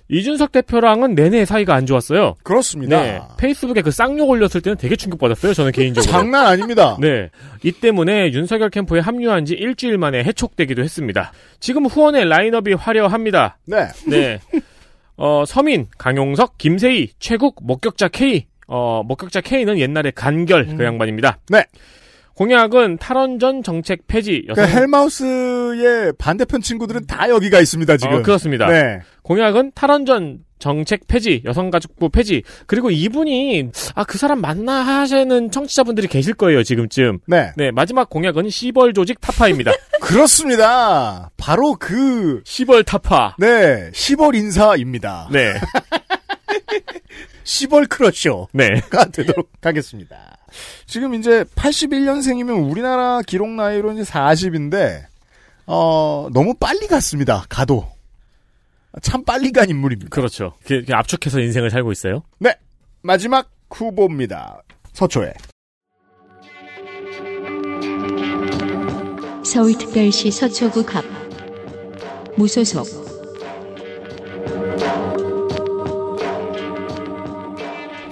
E: 이준석 대표랑은 내내 사이가 안 좋았어요.
C: 그렇습니다.
E: 네. 페이스북에 그 쌍욕 올렸을 때는 되게 충격받았어요. 저는 개인적으로.
C: 장난 아닙니다.
E: 네. 이 때문에 윤석열 캠프에 합류한 지 일주일 만에 해촉되기도 했습니다. 지금 후원의 라인업이 화려합니다.
C: 네. [LAUGHS]
E: 네. 어, 서민, 강용석, 김세희, 최국, 목격자 K. 어, 목격자 K는 옛날에 간결 그 양반입니다.
C: 네.
E: 공약은 탈원전 정책 폐지, 여성
C: 그러니까 헬마우스의 반대편 친구들은 다 여기가 있습니다, 지금.
E: 어, 그렇습니다.
C: 네.
E: 공약은 탈원전 정책 폐지, 여성가족부 폐지, 그리고 이분이 아 그 사람 만나 하시는 청취자분들이 계실 거예요 지금쯤.
C: 네.
E: 네 마지막 공약은 시벌 조직 타파입니다. [LAUGHS]
C: 그렇습니다. 바로 그,
E: 시벌 타파.
C: 네, 시벌 인사입니다.
E: 네,
C: 시벌 크러쇼.
E: 네.
C: 가 되도록 하겠습니다. 지금 이제 81년생이면 우리나라 기록 나이로 이제 40인데, 어, 너무 빨리 갔습니다. 가도. 참 빨리 간 인물입니다. 네,
E: 그렇죠. 그, 그 압축해서 인생을 살고 있어요.
C: 마지막 후보입니다. 서초에.
A: 서울특별시 서초구 갑 무소속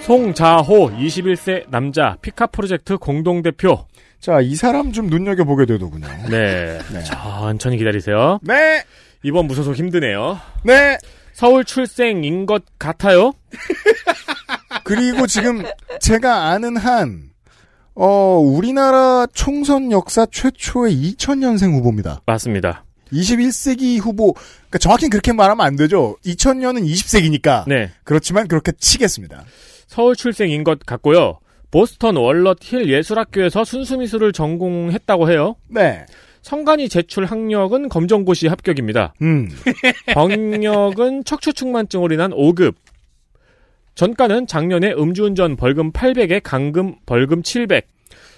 E: 송자호 21세 남자 피카 프로젝트 공동 대표.
C: 자, 이 사람 좀 눈여겨보게 되더군요.
E: 네.
C: 네.
E: 천천히 기다리세요.
C: 네!
E: 이번 무소속 힘드네요.
C: 네!
E: 서울 출생인 것 같아요.
C: 그리고 지금 제가 아는 한, 어, 우리나라 총선 역사 최초의 2000년생 후보입니다.
E: 맞습니다.
C: 21세기 후보, 그러니까 정확히 그렇게 말하면 안 되죠. 2000년은 20세기니까.
E: 네.
C: 그렇지만 그렇게 치겠습니다.
E: 서울 출생인 것 같고요. 보스턴 월럿 힐 예술학교에서 순수미술을 전공했다고 해요.
C: 네.
E: 성간이 제출 학력은 검정고시 합격입니다.
C: 음.
E: 병력은 척추측만증으로 인한 5급. 전가는 작년에 음주운전 벌금 800에 강금 벌금 700.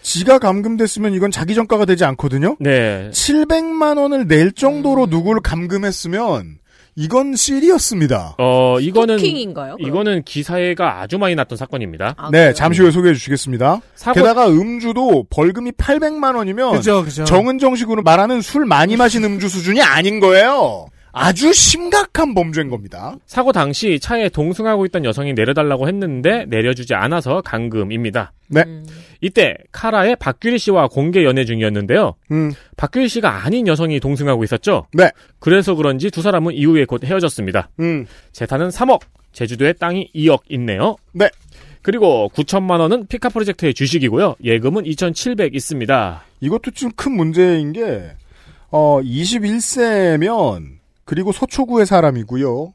C: 지가 감금됐으면 이건 자기 전가가 되지 않거든요?
E: 네.
C: 700만 원을 낼 정도로 누구를 감금했으면 이건 실이었습니다.
E: 어, 이거는
D: 토킹인가요? 그럼?
E: 이거는 기사회가 아주 많이 났던 사건입니다.
D: 아,
C: 네,
D: 그래요?
C: 잠시 후에 소개해 주시겠습니다.
E: 사고
C: 게다가 음주도 벌금이 800만 원이면
F: 그죠, 그죠.
C: 정은정식으로 말하는 술 많이 마신 음주 수준이 아닌 거예요. 아주 심각한 범죄인 겁니다.
E: 사고 당시 차에 동승하고 있던 여성이 내려달라고 했는데 내려주지 않아서 강금입니다.
C: 네.
E: 이때 카라의 박규리 씨와 공개 연애 중이었는데요.
C: 음,
E: 박규일 씨가 아닌 여성이 동승하고 있었죠?
C: 네.
E: 그래서 그런지 두 사람은 이후에 곧 헤어졌습니다.
C: 음,
E: 재산은 3억, 제주도에 땅이 2억 있네요.
C: 네.
E: 그리고 9천만 원은 피카 프로젝트의 주식이고요. 예금은 2,700 있습니다.
C: 이것도 지금 큰 문제인 게, 어, 21세면, 그리고 서초구의 사람이고요.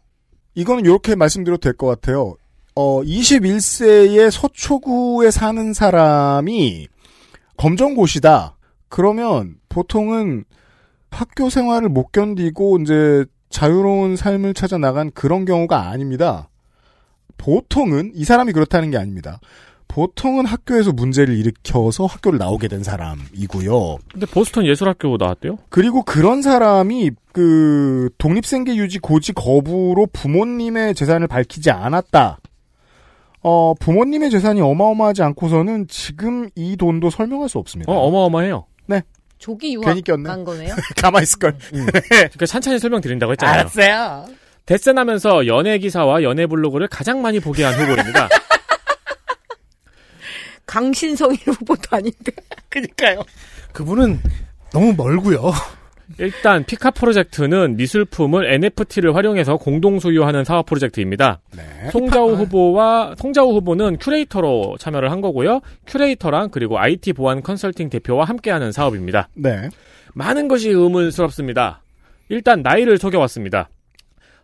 C: 이거는 이렇게 말씀드려도 될 것 같아요. 어, 21세의 서초구에 사는 사람이 검정고시다. 그러면 보통은 학교 생활을 못 견디고 이제 자유로운 삶을 찾아 나간 그런 경우가 아닙니다. 보통은 이 사람이 그렇다는 게 아닙니다. 보통은 학교에서 문제를 일으켜서 학교를 나오게 된 사람이고요.
E: 근데 보스턴 예술학교 나왔대요? 어,
C: 그리고 그런 사람이 그 독립생계 유지 고지 거부로 부모님의 재산을 밝히지 않았다. 어, 부모님의 재산이 어마어마하지 않고서는 지금 이 돈도 설명할 수 없습니다.
E: 어, 어마어마해요.
D: 조기 유학
C: 괜히 꼈네.
D: 간 거네요.
C: [LAUGHS] 가만 있을걸.
E: 그러니까 찬찬히 설명드린다고 했잖아요.
C: [LAUGHS] 네. 알았어요.
E: 데센하면서 연애 기사와 연애 블로그를 가장 많이 보게
C: [LAUGHS]
E: 한 후보입니다.
D: 강신성이 [LAUGHS] 후보도 아닌데.
C: [LAUGHS] 그니까요.
F: 그분은 너무 멀고요. [LAUGHS]
E: 일단 피카 프로젝트는 미술품을 NFT를 활용해서 공동 소유하는 사업 프로젝트입니다.
C: 네.
E: 송자우 후보와 송자우 후보는 큐레이터로 참여를 한 거고요. 큐레이터랑 그리고 IT 보안 컨설팅 대표와 함께하는 사업입니다.
C: 네.
E: 많은 것이 의문스럽습니다. 일단 나이를 속여왔습니다.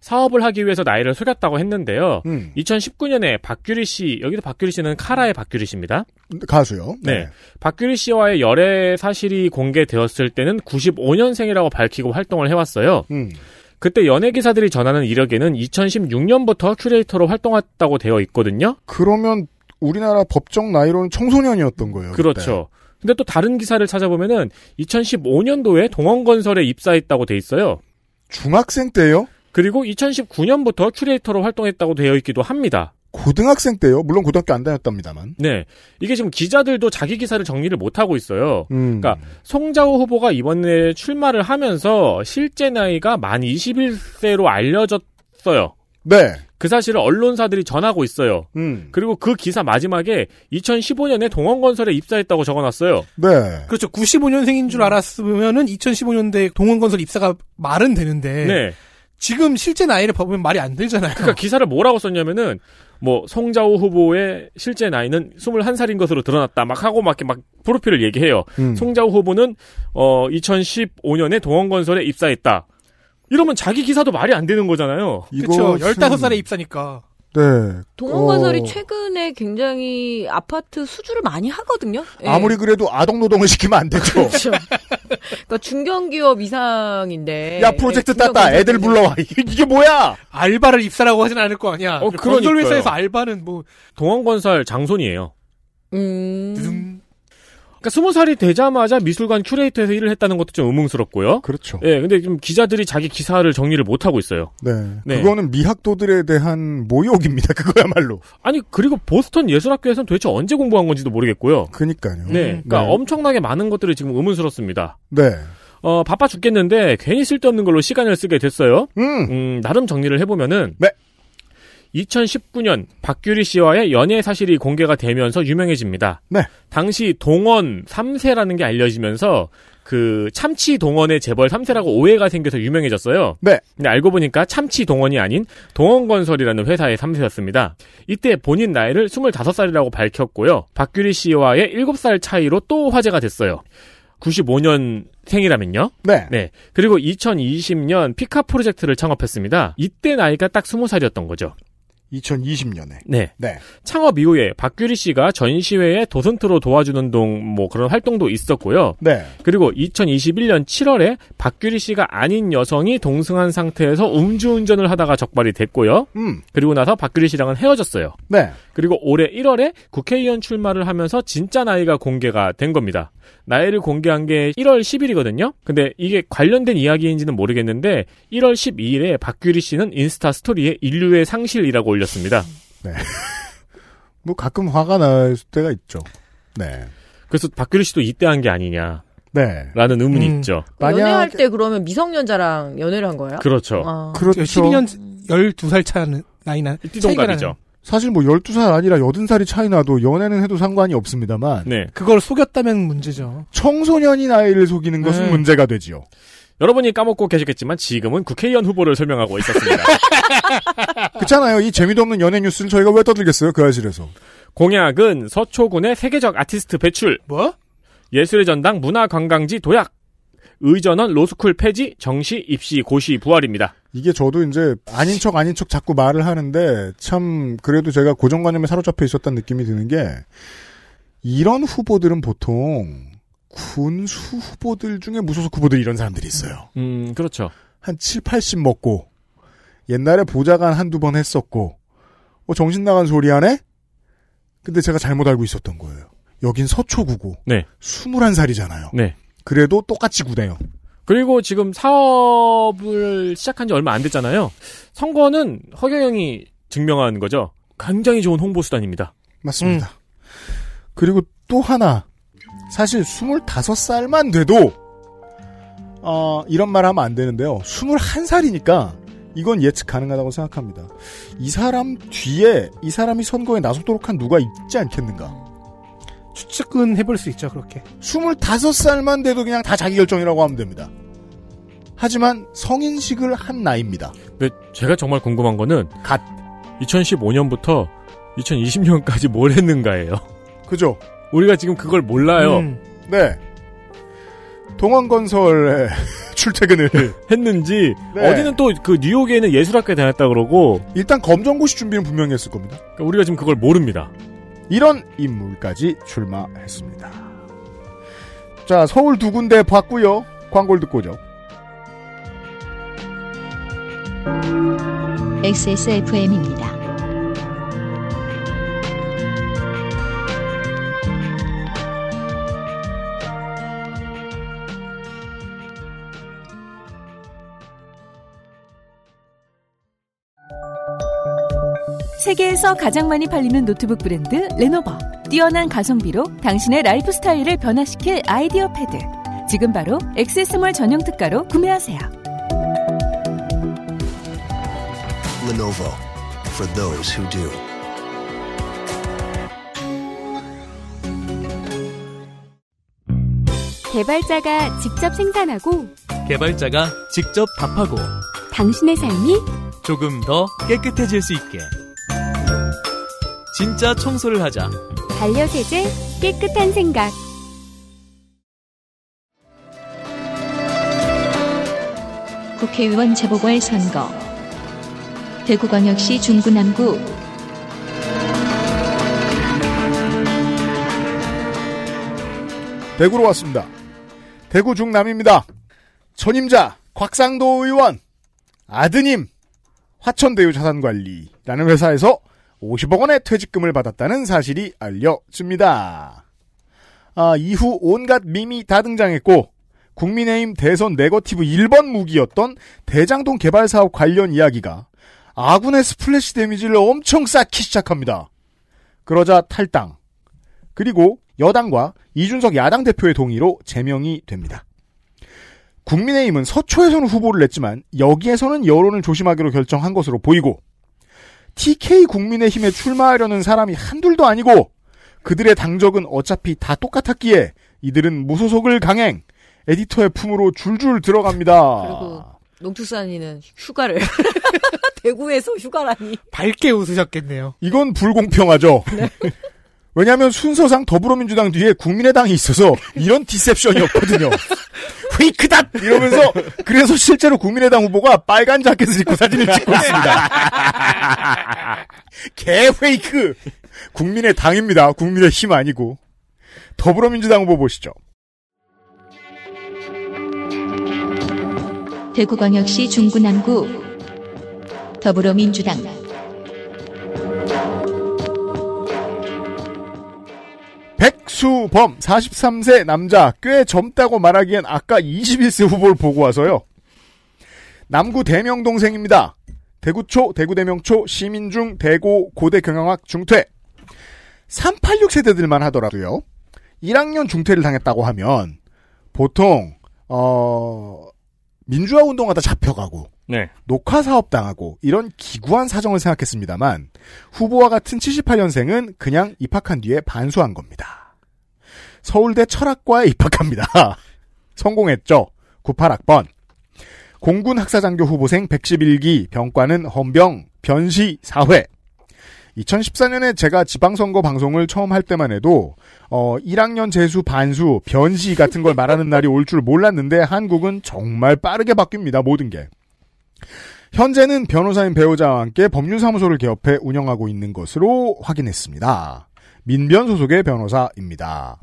E: 사업을 하기 위해서 나이를 속였다고 했는데요.
C: 음.
E: 2019년에 박규리 씨, 여기서 박규리 씨는 카라의 박규리 씨입니다.
C: 음. 가수요.
E: 네. 박규리 씨와의 열애 사실이 공개되었을 때는 95년생이라고 밝히고 활동을 해왔어요.
C: 음.
E: 그때 연예 기사들이 전하는 이력에는 2016년부터 큐레이터로 활동했다고 되어 있거든요.
C: 그러면 우리나라 법정 나이로는 청소년이었던 거예요. 그때.
E: 그렇죠. 근데 또 다른 기사를 찾아보면은 2015년도에 동원건설에 입사했다고 돼 있어요.
C: 중학생 때요?
E: 그리고 2019년부터 큐레이터로 활동했다고 되어 있기도 합니다.
C: 고등학생 때요. 물론 고등학교 안 다녔답니다만.
E: 네. 이게 지금 기자들도 자기 기사를 정리를 못하고 있어요.
C: 음.
E: 그러니까 송자호 후보가 이번에 출마를 하면서 실제 나이가 만 21세로 알려졌어요.
C: 네.
E: 그 사실을 언론사들이 전하고 있어요.
C: 음.
E: 그리고 그 기사 마지막에 2015년에 동원건설에 입사했다고 적어놨어요.
C: 네.
F: 그렇죠. 95년생인 줄 알았으면은 2015년대 동원건설 입사가 말은 되는데
E: 네.
F: 지금 실제 나이를 보면 말이 안 되잖아요. [LAUGHS]
E: 그러니까 기사를 뭐라고 썼냐면은 뭐 송자호 후보의 실제 나이는 21살인 것으로 드러났다. 막 하고 막 이렇게 막 프로필을 얘기해요.
C: 음.
E: 송자호 후보는 어 2015년에 동원건설에 입사했다. 이러면 자기 기사도 말이 안 되는 거잖아요.
F: 그렇죠.
C: 이것은-
F: 15살에 입사니까.
C: 네.
D: 동원건설이
C: 어,
D: 최근에 굉장히 아파트 수주를 많이 하거든요. 예.
C: 아무리 그래도 아동 노동을 시키면 안 되죠.
D: [LAUGHS] 그렇죠. 그러니까 중견기업 이상인데.
C: 야 프로젝트
D: [LAUGHS] 예, 중견
C: 땄다. 애들
D: 건설기업.
C: 불러와. 이게, 이게 뭐야?
F: 알바를 입사라고 하진 않을 거 아니야.
E: 어,
F: 건설
E: 그러니까요.
F: 회사에서 알바는 뭐
E: 동원건설 장손이에요.
D: 음.
F: 음.
E: 그러니까 스무 살이 되자마자 미술관 큐레이터에서 일을 했다는 것도 좀 의문스럽고요.
C: 그렇죠.
E: 예, 근데 지금 기자들이 자기 기사를 정리를 못 하고 있어요.
C: 네.
E: 네.
C: 그거는 미학도들에 대한 모욕입니다. [LAUGHS] 그거야말로.
E: 아니 그리고 보스턴 예술학교에서는 도대체 언제 공부한 건지도 모르겠고요.
C: 그니까요.
E: 네, 그러니까
C: 네.
E: 엄청나게 많은 것들이 지금 의문스럽습니다.
C: 네.
E: 어, 바빠 죽겠는데 괜히 쓸데없는 걸로 시간을 쓰게 됐어요.
C: 음.
E: 음, 나름 정리를 해보면은
C: 네.
E: 2019년 박규리 씨와의 연애 사실이 공개가 되면서 유명해집니다.
C: 네.
E: 당시 동원 3세라는 게 알려지면서 그 참치 동원의 재벌 3세라고 오해가 생겨서 유명해졌어요.
C: 네.
E: 근데 알고 보니까 참치 동원이 아닌 동원건설이라는 회사의 3세였습니다. 이때 본인 나이를 25살이라고 밝혔고요. 박규리 씨와의 7살 차이로 또 화제가 됐어요. 95년 생이라면요.
C: 네.
E: 네. 그리고 2020년 피카 프로젝트를 창업했습니다. 이때 나이가 딱 20살이었던 거죠.
C: 2020년에.
E: 네.
C: 네.
E: 창업 이후에 박규리 씨가 전시회에 도슨트로 도와주는 동 뭐 그런 활동도 있었고요.
C: 네.
E: 그리고 2021년 7월에 박규리 씨가 아닌 여성이 동승한 상태에서 음주운전을 하다가 적발이 됐고요.
C: 음.
E: 그리고 나서 박규리 씨랑은 헤어졌어요.
C: 네.
E: 그리고 올해 1월에 국회의원 출마를 하면서 진짜 나이가 공개가 된 겁니다. 나이를 공개한 게 1월 10일이거든요. 근데 이게 관련된 이야기인지는 모르겠는데 1월 12일에 박규리 씨는 인스타 스토리에 인류의 상실이라고 올렸습니다.
C: 뭐 가끔 화가 날 때가 있죠. 네.
E: 그래서 박규리 씨도 이때 한 게 아니냐라는
C: 네.
E: 의문이
F: 음.
E: 있죠.
D: 그 연애할 때 그러면 미성년자랑 연애를 한 거예요?
E: 그렇죠.
D: 아.
C: 그렇죠.
F: 12년 12살 차는 나이나 차이가 나는
E: 띠동갑이죠.
C: 사실 뭐 12살 아니라 80살이 차이 나도 연애는 해도 상관이 없습니다만
E: 네.
F: 그걸 속였다면 문제죠.
C: 청소년이 나이를 속이는 것은
F: 음.
C: 문제가 되지요.
E: 여러분이 까먹고 계셨겠지만 지금은 국회의원 후보를 설명하고 있었습니다.
C: 그렇잖아요. 이 재미도 없는 연애 뉴스를 저희가 왜 떠들겠어요? 그 아실에서.
E: 공약은 서초군의 세계적 아티스트 배출,
F: 뭐?
E: 예술의 전당 문화관광지 도약, 의전원 로스쿨 폐지, 정시 입시 고시 부활입니다.
C: 이게 저도 이제 아닌 척 아닌 척 자꾸 말을 하는데 참 그래도 제가 고정관념에 사로잡혀 있었다는 느낌이 드는 게 이런 후보들은 보통 군수 후보들 중에 무소속 후보들 이런 사람들이 있어요.
E: 음, 그렇죠.
C: 한 7, 80 먹고 옛날에 보좌관 한두 번 했었고 어 정신 나간 소리 하네? 근데 제가 잘못 알고 있었던 거예요. 여긴 서초구고
E: 네.
C: 21살이잖아요.
E: 네.
C: 그래도 똑같이 구네요.
E: 그리고 지금 사업을 시작한 지 얼마 안 됐잖아요. 선거는 허경영이 증명한 거죠. 굉장히 좋은 홍보 수단입니다.
C: 맞습니다. 그리고 또 하나. 사실 25살만 돼도 어, 이런 말 하면 안 되는데요. 21살이니까 이건 예측 가능하다고 생각합니다. 이 사람 뒤에 이 사람이 선거에 나서도록 한 누가 있지 않겠는가.
F: 추측은 해볼 수 있죠. 그렇게.
C: 25살만 돼도 그냥 다 자기 결정이라고 하면 됩니다. 하지만 성인식을 한 나이입니다.
E: 근데 제가 정말 궁금한 거는
C: 갓.
E: 2015년부터 2020년까지 뭘 했는가예요. [LAUGHS]
C: 그죠?
E: 우리가 지금 그걸 몰라요.
F: 음.
C: 네. 동원건설에 [LAUGHS] 출퇴근을
E: 했는지
C: 네.
E: 어디는 또 그 뉴욕에는 예술학교에 다녔다 그러고
C: 일단 검정고시 준비는 분명히 했을 겁니다.
E: 그러니까 우리가 지금 그걸 모릅니다.
C: 이런 인물까지 출마했습니다. 자, 서울 두 군데 봤고요. 광고를 듣고 오죠.
A: XSFM입니다.
G: 세계에서 가장 많이 팔리는 노트북 브랜드 레노버. 뛰어난 가성비로 당신의 라이프 스타일을 변화시킬 아이디어 패드. 지금 바로 엑세스몰 전용 특가로 구매하세요.
H: Lenovo for those who do.
I: 개발자가 직접 생산하고
L: 개발자가 직접 답하고
I: 당신의 삶이
L: 조금 더 깨끗해질 수 있게 진짜 청소를 하자
I: 반려세제 깨끗한 생각
A: 국회의원 재보궐선거 대구광역시 중구남구
C: 대구로 왔습니다. 대구 중남입니다. 전임자 곽상도 의원 아드님 화천대유 자산관리라는 회사에서 50억 원의 퇴직금을 받았다는 사실이 알려집니다. 아, 이후 온갖 밈이 다 등장했고 국민의힘 대선 네거티브 1번 무기였던 대장동 개발 사업 관련 이야기가 아군의 스플래시 데미지를 엄청 쌓기 시작합니다. 그러자 탈당. 그리고 여당과 이준석 야당 대표의 동의로 제명이 됩니다. 국민의힘은 서초에서는 후보를 냈지만 여기에서는 여론을 조심하기로 결정한 것으로 보이고 TK 국민의힘에 출마하려는 사람이 한둘도 아니고 그들의 당적은 어차피 다 똑같았기에 이들은 무소속을 강행 에디터의 품으로 줄줄 들어갑니다.
D: 그리고 농축산인은 휴가를 [LAUGHS] 대구에서 휴가라니.
F: 밝게 웃으셨겠네요.
C: 이건 [LAUGHS] 불공평하죠. 왜냐하면 순서상 더불어민주당 뒤에 국민의당이 있어서 이런 [LAUGHS] 디셉션이었거든요. 휘크닷 이러면서 그래서 실제로 국민의당 후보가 빨간 자켓을 입고 사진을 찍고 있습니다. [LAUGHS] 개페이크 국민의당입니다. 국민의힘 아니고 더불어민주당 후보 보시죠.
A: 대구광역시 중구남구 더불어민주당
C: 백수범 43세 남자 꽤 젊다고 말하기엔 아까 21세 후보를 보고 와서요. 남구 대명 동생입니다. 대구초, 대구대명초, 시민중, 대고, 고대 경영학 중퇴. 386 세대들만 하더라도요. 1학년 중퇴를 당했다고 하면 보통 어 민주화 운동하다 잡혀가고
E: 네.
C: 녹화 사업 당하고 이런 기구한 사정을 생각했습니다만 후보와 같은 78년생은 그냥 입학한 뒤에 반수한 겁니다. 서울대 철학과에 입학합니다. [LAUGHS] 성공했죠. 98학번. 공군 학사장교 후보생 111기 병과는 헌병 변시 사회 2014년에 제가 지방선거 방송을 처음 할 때만 해도 어 1학년 재수 반수 변시 같은 걸 말하는 날이 올 줄 몰랐는데 한국은 정말 빠르게 바뀝니다 모든 게 현재는 변호사인 배우자와 함께 법률사무소를 개업해 운영하고 있는 것으로 확인했습니다. 민변 소속의 변호사입니다.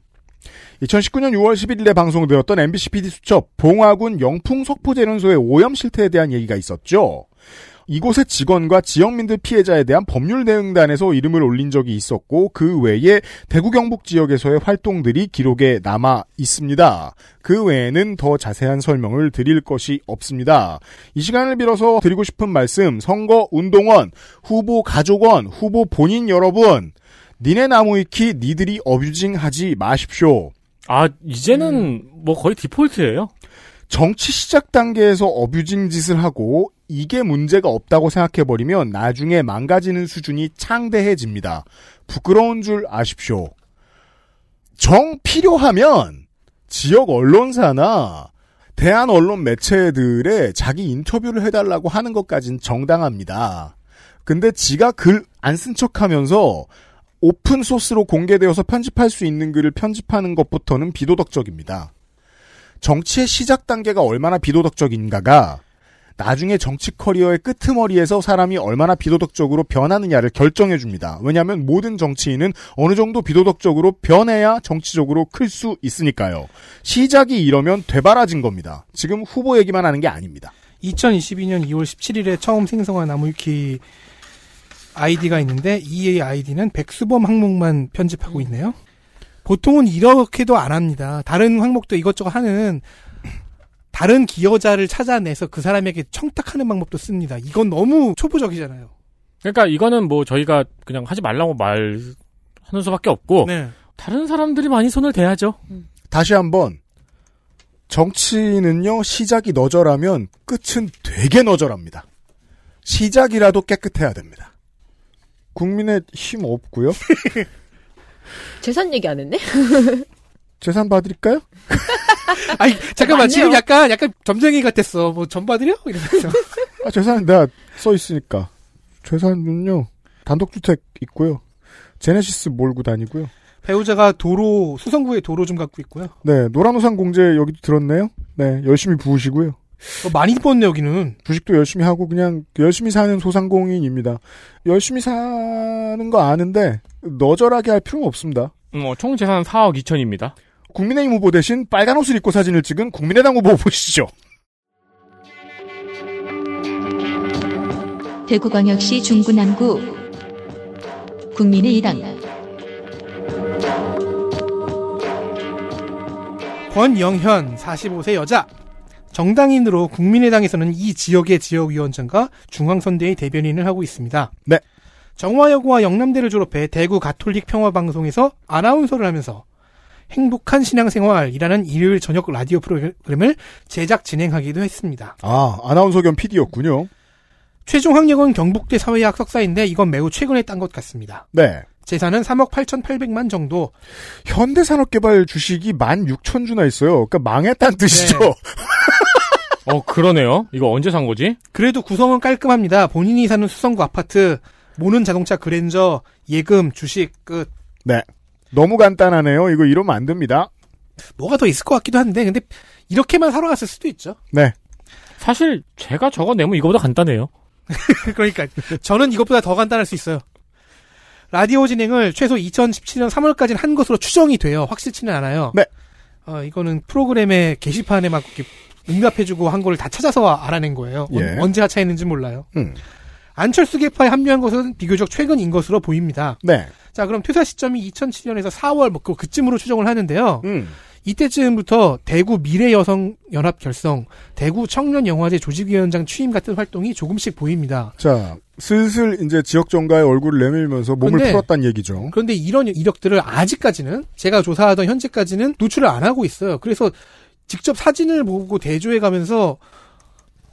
C: 2019년 6월 11일에 방송되었던 MBC PD 수첩 봉화군 영풍 석포재련소의 오염 실태에 대한 얘기가 있었죠. 이곳의 직원과 지역민들 피해자에 대한 법률 대응단에서 이름을 올린 적이 있었고 그 외에 대구 경북 지역에서의 활동들이 기록에 남아 있습니다. 그 외에는 더 자세한 설명을 드릴 것이 없습니다. 이 시간을 빌어서 드리고 싶은 말씀 선거 운동원 후보 가족원 후보 본인 여러분 니네 나무위키 니들이 어뷰징하지 마십시오.
E: 아 이제는 뭐 거의 디폴트예요.
C: 정치 시작 단계에서 어뷰징 짓을 하고 이게 문제가 없다고 생각해버리면 나중에 망가지는 수준이 창대해집니다. 부끄러운 줄 아십시오. 정 필요하면 지역 언론사나 대한 언론 매체들의 자기 인터뷰를 해달라고 하는 것까진 정당합니다. 근데 지가 글 안 쓴 척하면서 오픈 소스로 공개되어서 편집할 수 있는 글을 편집하는 것부터는 비도덕적입니다. 정치의 시작 단계가 얼마나 비도덕적인가가 나중에 정치 커리어의 끄트머리에서 사람이 얼마나 비도덕적으로 변하느냐를 결정해 줍니다. 왜냐하면 모든 정치인은 어느 정도 비도덕적으로 변해야 정치적으로 클 수 있으니까요. 시작이 이러면 되바라진 겁니다. 지금 후보 얘기만 하는 게 아닙니다.
F: 2022년 2월 17일에 처음 생성한 나무위키 아이디가 있는데 이 아이디는 백수범 항목만 편집하고 있네요. 보통은 이렇게도 안 합니다. 다른 항목도 이것저것 하는 다른 기여자를 찾아내서 그 사람에게 청탁하는 방법도 씁니다. 이건 너무 초보적이잖아요.
E: 그러니까 이거는 뭐 저희가 그냥 하지 말라고 말하는 수밖에 없고
F: 네.
E: 다른 사람들이 많이 손을 대야죠.
C: 다시 한번 정치는요 시작이 너절하면 끝은 되게 너절합니다. 시작이라도 깨끗해야 됩니다. 국민의 힘 없고요.
M: 재산 얘기 안 했네?
C: 재산 받을까요?
F: 아니 잠깐만
M: 맞네요.
F: 지금 약간 약간 점쟁이 같았어. 뭐 전봐드려?
M: [LAUGHS]
F: 이러면서
C: 아, 재산은 내가 써 있으니까. 재산은요 단독주택 있고요. 제네시스 몰고 다니고요.
F: 배우자가 도로 수성구에 도로 좀 갖고 있고요.
C: 네 노란우산 공제 여기도 들었네요. 네 열심히 부으시고요.
F: 어, 많이 뽑네 여기는.
C: 부식도 열심히 하고 그냥 열심히 사는 소상공인입니다. 열심히 사는 거 아는데 너절하게 할 필요는 없습니다.
E: 음, 어, 총 재산 4억 2천입니다.
C: 국민의힘 후보 대신 빨간 옷을 입고 사진을 찍은 국민의당 후보 보시죠.
A: 대구광역시 중구남구 국민의당
F: 권영현 45세 여자 정당인으로 국민의당에서는 이 지역의 지역위원장과 중앙선대의 대변인을 하고 있습니다.
C: 네.
F: 정화여고와 영남대를 졸업해 대구 가톨릭 평화방송에서 아나운서를 하면서 행복한 신앙생활이라는 일요일 저녁 라디오 프로그램을 제작 진행하기도 했습니다.
C: 아 아나운서 겸 PD였군요.
F: 최종 학력은 경북대 사회학 석사인데 이건 매우 최근에 딴 것 같습니다.
C: 네.
F: 재산은 3억 8,800만 정도.
C: 현대산업개발 주식이 16,000주나 있어요. 그러니까 망했다는 뜻이죠.
F: 네.
E: 어 그러네요. 이거 언제 산 거지?
F: 그래도 구성은 깔끔합니다. 본인이 사는 수성구 아파트, 모는 자동차 그랜저, 예금, 주식 끝.
C: 네. 너무 간단하네요. 이거 이러면 안 됩니다.
F: 뭐가 더 있을 것 같기도 한데 근데 이렇게만 살아갔을 수도 있죠. [LAUGHS]
C: 네.
E: 사실 제가 저거 내면 이거보다 간단해요.
F: 그러니까 저는 이것보다 더 간단할 수 있어요. 라디오 진행을 최소 2017년 3월까지는 한 것으로 추정이 돼요. 확실치는 않아요.
C: 네.
F: 어, 이거는 프로그램의 게시판에 막 이렇게 응답해주고 한 거를 다 찾아서 알아낸 거예요.
C: 예.
F: 언- 언제 하차했는지 몰라요.
C: 음.
F: 안철수 계파에 합류한 것은 비교적 최근인 것으로 보입니다.
C: 네.
F: 자, 그럼 퇴사 시점이 2007년에서 4월 뭐 그- 그쯤으로 추정을 하는데요.
C: 음.
F: 이때쯤부터 대구 미래 여성 연합 결성, 대구 청년 영화제 조직위원장 취임 같은 활동이 조금씩 보입니다.
C: 자 슬슬 이제 지역 정가의 얼굴을 내밀면서 몸을
F: 근데-
C: 풀었다는 얘기죠.
F: 그런데 이런 이력들을 아직까지는 제가 조사하던 현재까지는 노출을 안 하고 있어요. 그래서 직접 사진을 보고 대조해 가면서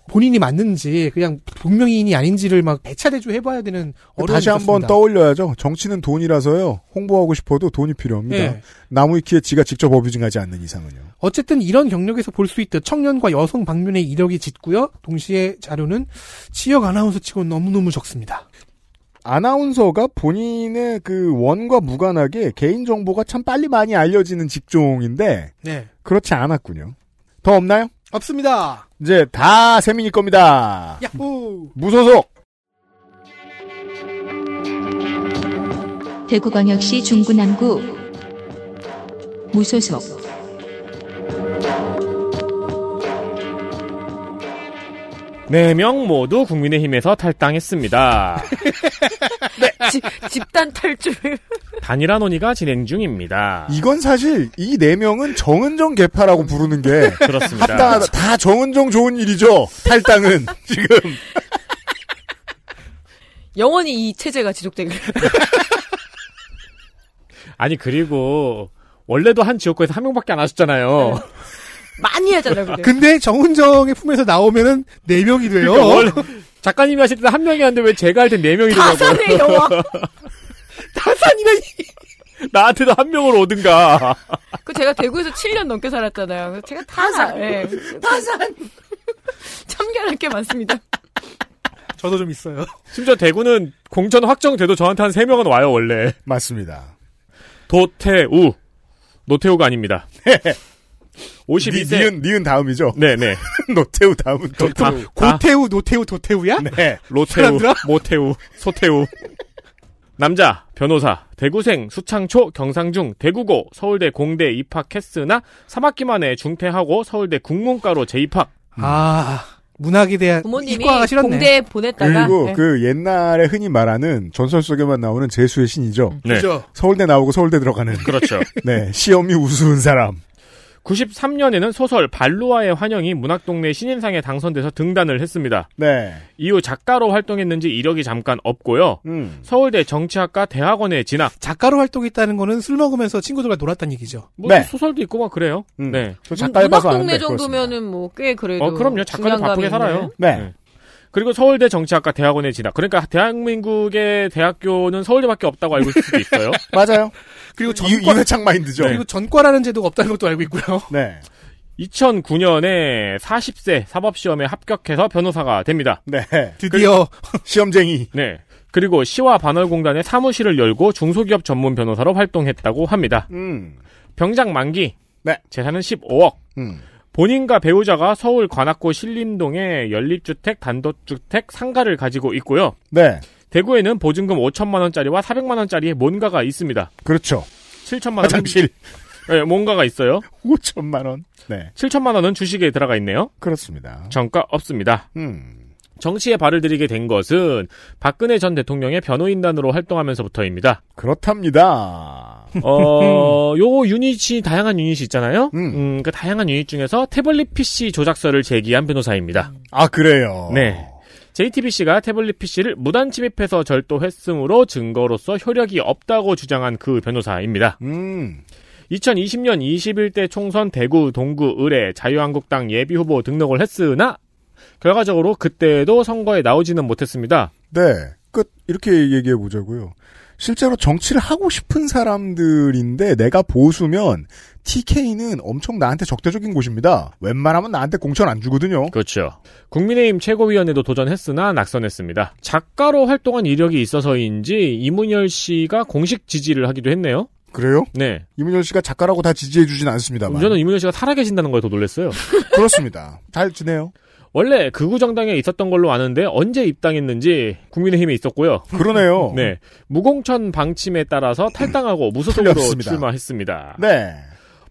F: 본인이 맞는지 그냥 분명히인이 아닌지를 막 배차 대조해 봐야 되는 어려움이
C: 다시 한번
F: 있었습니다.
C: 떠올려야죠. 정치는 돈이라서요. 홍보하고 싶어도 돈이 필요합니다.
F: 예.
C: 나무위키에 지가 직접 어뷰징하지 않는 이상은요.
F: 어쨌든 이런 경력에서 볼 수 있듯 청년과 여성 방면의 이력이 짙고요. 동시에 자료는 지역 아나운서 치고는 너무너무 적습니다.
C: 아나운서가 본인의 그 원과 무관하게 개인 정보가 참 빨리 많이 알려지는 직종인데
F: 네.
C: 그렇지 않았군요. 더 없나요?
F: 없습니다.
C: 이제 다 세민이 겁니다.
F: 야호.
C: 무소속
A: 대구광역시 중구남구 무소속
E: 네 명 모두 국민의힘에서 [LAUGHS] 탈당했습니다.
D: [LAUGHS] 집단 탈출.
E: 단일화 논의가 진행 중입니다.
C: 이건 사실 이 네 명은 정은정 개파라고 부르는 게
E: 그렇습니다.
C: 합당하다. 다 정은정 좋은 일이죠. 탈당은 [LAUGHS] 지금
D: 영원히 이 체제가 지속되길.
E: 아니 그리고 원래도 한 지역구에서 한 명밖에 안 하셨잖아요.
D: 많이 하잖아요, 근데.
F: 근데 정은정의 품에서 나오면은 네명이 돼요.
E: 그러니까 원래 작가님이 하실 때는 한 명이 하는데 왜 제가 할 때 네 명이더라고요.
D: 다산의 여왕.
F: 다산이라니.
E: [LAUGHS] 나한테도 한 명으로 오든가.
D: 그 제가 대구에서 7년 넘게 살았잖아요. 그래서 제가 다산. 예. 다산. 참견할 게 많습니다.
F: 저도 좀 있어요.
E: 심지어 대구는 공천 확정돼도 저한테 한 세명은 와요, 원래.
C: 맞습니다.
E: 도태우.
F: [LAUGHS]
E: 노태우가 아닙니다. 52세.
C: 니, 은 니은 다음이죠. [LAUGHS]
F: [LAUGHS]
E: 네네.
C: 노태우 다음은 도태우.
E: 다,
F: 고태우, 노태우, 도태우야?
C: 네.
E: 로태우,
F: 사람들아?
E: 모태우, 소태우. 남자, 변호사, 대구생, 수창초, 경상중, 대구고, 서울대 공대 입학했으나 3학기 만에 중퇴하고 서울대 국문과로 재입학.
F: 아, 문학에 대한
D: 부모님이
F: 이과가 싫었네.
D: 공대에 보냈다가.
C: 그리고
D: 예.
C: 그 옛날에 흔히 말하는 전설 속에만 나오는 재수의
D: 음.
C: 신이죠.
E: 네.
F: 그죠?
C: 서울대 나오고 서울대 들어가는
E: 그렇죠.
C: 네 시험이 우스운 사람
E: 93년에는 소설 발루아의 환영이 문학동네 신인상에 당선돼서 등단을 했습니다.
C: 네.
E: 이후 작가로 활동했는지 이력이 잠깐 없고요.
C: 음.
E: 서울대 정치학과 대학원에 진학.
F: 작가로 활동했다는 거는 술 먹으면서 친구들과 놀았다는 얘기죠.
E: 뭐 소설도 있고 막 그래요. 네.
D: 문학 동네 정도면은 뭐 꽤 그래도
E: 어, 그럼요. 작가도
D: 중량감이
E: 바쁘게
D: 있는.
E: 살아요.
C: 네.
E: 그리고 서울대 정치학과 대학원에 진학. 그러니까 대한민국의 대학교는 서울대밖에 없다고 알고 있을 수도 있어요.
C: 맞아요.
F: 그리고
E: 전과-
C: 이회창 마인드죠.
E: 그리고
F: 전과라는 제도가 없다는 것도 알고 있고요.
C: 네.
E: 2009년에 40세 사법시험에 합격해서 변호사가 됩니다.
C: 네.
F: 드디어
C: 시험쟁이.
E: 네. 그리고 시와 반월공단의 사무실을 열고 중소기업 전문 변호사로 활동했다고 합니다.
C: 음.
E: 병장 만기.
C: 네.
E: 재산은 15억.
C: 음.
E: 본인과 배우자가 서울 관악구 신림동에 연립주택, 단독주택, 상가를 가지고 있고요.
C: 네.
E: 대구에는 보증금 5천만 원짜리와 400만 원짜리의 뭔가가 있습니다.
C: 그렇죠.
E: 7천만 원.
C: 화장실.
E: 네, 뭔가가 있어요.
C: 5천만 원. 네.
E: 7천만 원은 주식에 들어가 있네요.
C: 그렇습니다.
E: 정가 없습니다.
C: 음.
E: 정치에 발을 들이게 된 것은 박근혜 전 대통령의 변호인단으로 활동하면서부터입니다.
C: [LAUGHS] 그렇답니다.
E: 어, 요 유닛이 다양한 유닛이 있잖아요. 음, 그 다양한 유닛 중에서 태블릿 PC 조작서를 제기한 변호사입니다.
C: 아, 그래요.
E: 네. JTBC가 태블릿 PC를 무단 침입해서 절도했으므로 증거로서 효력이 없다고 주장한 그 변호사입니다.
C: 음,
E: 2020년 21대 총선 대구 동구 의뢰 자유한국당 예비 후보 등록을 했으나 결과적으로 그때도 선거에 나오지는 못했습니다.
C: 네. 끝. 이렇게 얘기해 보자고요. 실제로 정치를 하고 싶은 사람들인데 내가 보수면 TK는 엄청 나한테 적대적인 곳입니다. 웬만하면 나한테 공천 안 주거든요.
E: 그렇죠. 국민의힘 최고위원에도 도전했으나 낙선했습니다. 작가로 활동한 이력이 있어서인지 이문열 씨가 공식 지지를 하기도 했네요.
C: 그래요?
E: 네.
C: 이문열 씨가 작가라고 다 지지해 주진 않습니다만.
E: 저는 이문열 씨가 살아계신다는 거에 더 놀랐어요.
C: 그렇습니다. 잘 지내요.
E: 원래 극우정당에 있었던 걸로 아는데 언제 입당했는지 국민의힘에 있었고요.
C: 그러네요.
E: 네. 무공천 방침에 따라서 탈당하고 무소속으로
C: 풀렸습니다.
E: 출마했습니다.
C: 네.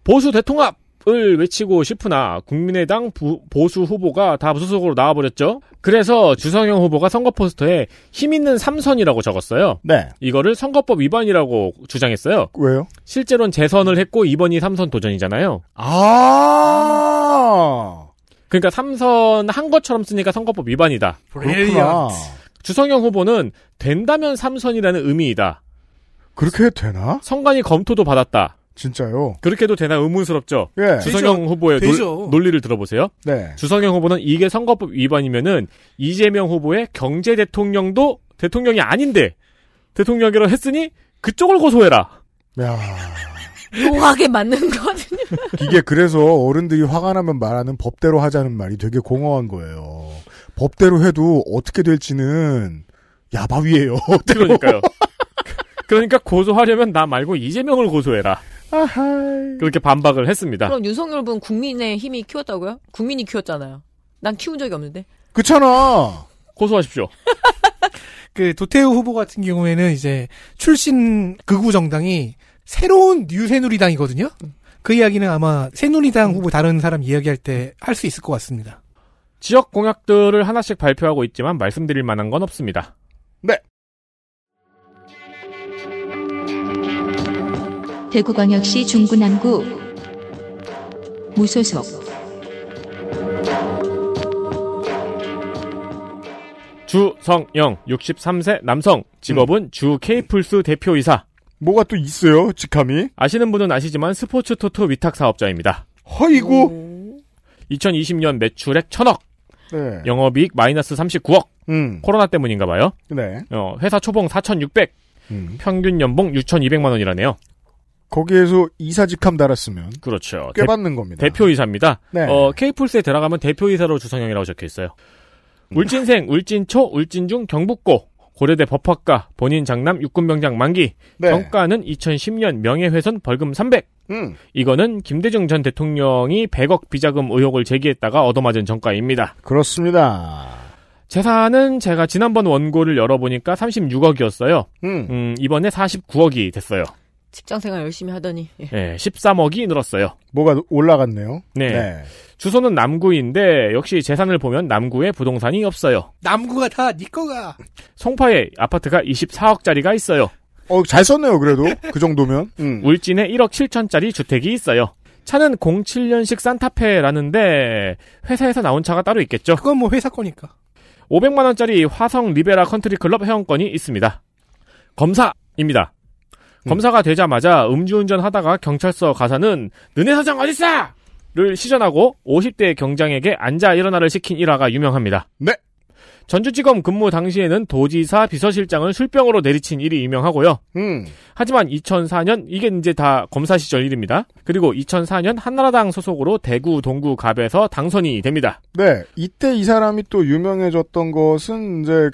E: 보수 대통합! 을 외치고 싶으나 국민의당 부- 보수 후보가 다 무소속으로 나와버렸죠. 그래서 주성영 후보가 선거 포스터에 힘 있는 삼선이라고 적었어요.
C: 네.
E: 이거를 선거법 위반이라고 주장했어요.
C: 왜요?
E: 실제로는 재선을 했고 2번이 삼선 도전이잖아요.
C: 아.
E: 그러니까 삼선 한 것처럼 쓰니까 선거법 위반이다.
C: 그렇구나.
E: 주성영 후보는 된다면 삼선이라는 의미이다.
C: 그렇게 해도 되나?
E: 선관위 검토도 받았다.
C: 진짜요.
E: 그렇게도 되나 의문스럽죠.
C: 예.
E: 주성영
F: 네. 되죠.
E: 후보의 논-
F: 되죠.
E: 논리를 들어보세요.
C: 네.
E: 주성영 후보는 이게 선거법 위반이면은 이재명 후보의 경제 대통령도 대통령이 아닌데 대통령이라 했으니 그쪽을
F: [LAUGHS]
E: 고소해라.
C: 야,
D: 묘하게 맞는 거거든요.
C: 이게 그래서 어른들이 화가 나면 말하는 법대로 하자는 말이 되게 공허한 거예요. 법대로 해도 어떻게 될지는 야바위예요. [LAUGHS]
E: 그러니까요. [LAUGHS] 그러니까 고소하려면 나 말고 이재명을 고소해라.
C: 아하.
E: 그렇게 반박을 했습니다.
D: 그럼 윤석열 분 국민의 힘이 키웠다고요? 국민이 키웠잖아요. 난 키운 적이 없는데.
C: 그렇잖아.
E: 고소하십시오.
F: 그 도태우 후보 같은 경우에는 이제 출신 극우 정당이 새로운 뉴새누리당이거든요. 그 이야기는 아마 새누리당 후보 다른 사람 이야기할 때 할 수 있을 것 같습니다.
E: 지역 공약들을 하나씩 발표하고 있지만 말씀드릴 만한 건 없습니다.
C: 네.
A: 대구광역시 중구난구 무소속
E: 주성영 63세 남성 직업은
C: 음.
E: 주 케이플스 대표이사
C: 뭐가 또 있어요, 직함이?
E: 아시는 분은 아시지만 스포츠 토토 위탁 사업자입니다.
C: 허이고.
E: 2020년 매출액 1000억
C: 네.
E: 영업이익 마이너스 39억
C: 음.
E: 코로나 때문인가 봐요.
C: 네.
E: 어, 회사 초봉 4,600
C: 음.
E: 평균 연봉 6,200만 원이라네요.
C: 거기에서 이사 직함 달았으면
E: 그렇죠.
C: 꽤
E: 대-
C: 받는 겁니다.
E: 대표이사입니다.
C: 네.
E: 어, 케이플스에 들어가면 대표이사로 주성영이라고 적혀 있어요.
C: 음.
E: 울진생, 울진초, 울진중, 경북고, 고려대 법학과, 본인 장남 육군병장 만기,
C: 네.
E: 정가는 2010년 명예훼손 벌금 300.
C: 음.
E: 이거는 김대중 전 대통령이 100억 비자금 의혹을 제기했다가 얻어맞은 정가입니다.
C: 그렇습니다.
E: 재산은 제가 지난번 원고를 열어보니까 36억이었어요.
C: 음.
E: 이번에 49억이 됐어요.
D: 직장 생활 열심히 하더니. 예.
E: 예, 13억이 늘었어요.
C: 뭐가 올라갔네요.
E: 네. 주소는 남구인데 역시 재산을 보면 남구에 부동산이 없어요.
F: 남구가 다 니 거가.
E: 송파에 아파트가 24억짜리가 있어요. [LAUGHS]
C: 어, 잘 썼네요, 그래도. 그 정도면. 음.
E: 울진에 1억 7천짜리 주택이 있어요. 차는 07년식 산타페라는데 회사에서 나온 차가 따로 있겠죠.
F: 그건 뭐 회사 거니까.
E: 500만 원짜리 화성 리베라 컨트리 클럽 회원권이 있습니다. 검사입니다. 검사가 되자마자 음주운전 하다가 경찰서 가서는 너네 사장 어딨어! 를 시전하고 50대 경장에게 앉아 일어나를 시킨 일화가 유명합니다.
C: 네.
E: 전주지검 근무 당시에는 도지사 비서실장을 술병으로 내리친 일이 유명하고요.
C: 음.
E: 하지만 2004년 이게 이제 다 검사 시절 일입니다. 그리고 2004년 한나라당 소속으로 대구 동구갑에서 당선이 됩니다.
C: 네, 이때 이 사람이 또 유명해졌던 것은 이제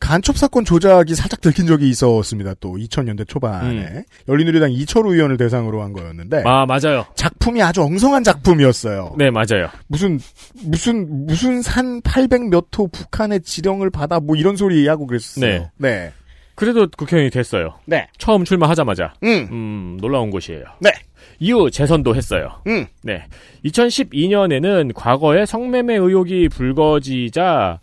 C: 간첩 사건 조작이 살짝 들킨 적이 있었습니다. 또 2000년대 초반에
E: 음.
C: 열린우리당 이철우 의원을 대상으로 한 거였는데
E: 아 맞아요.
C: 작품이 아주 엉성한 작품이었어요.
E: 네 맞아요.
C: 무슨 무슨 무슨 산 800 몇 호 북한의 지령을 받아 뭐 이런 소리 하고 그랬어요.
E: 네. 그래도 국회의원이 됐어요.
C: 네.
E: 처음 출마하자마자.
C: 음.
E: 놀라운 곳이에요.
C: 네.
E: 이후 재선도 했어요.
C: 음.
E: 네. 2012년에는 과거에 성매매 의혹이 불거지자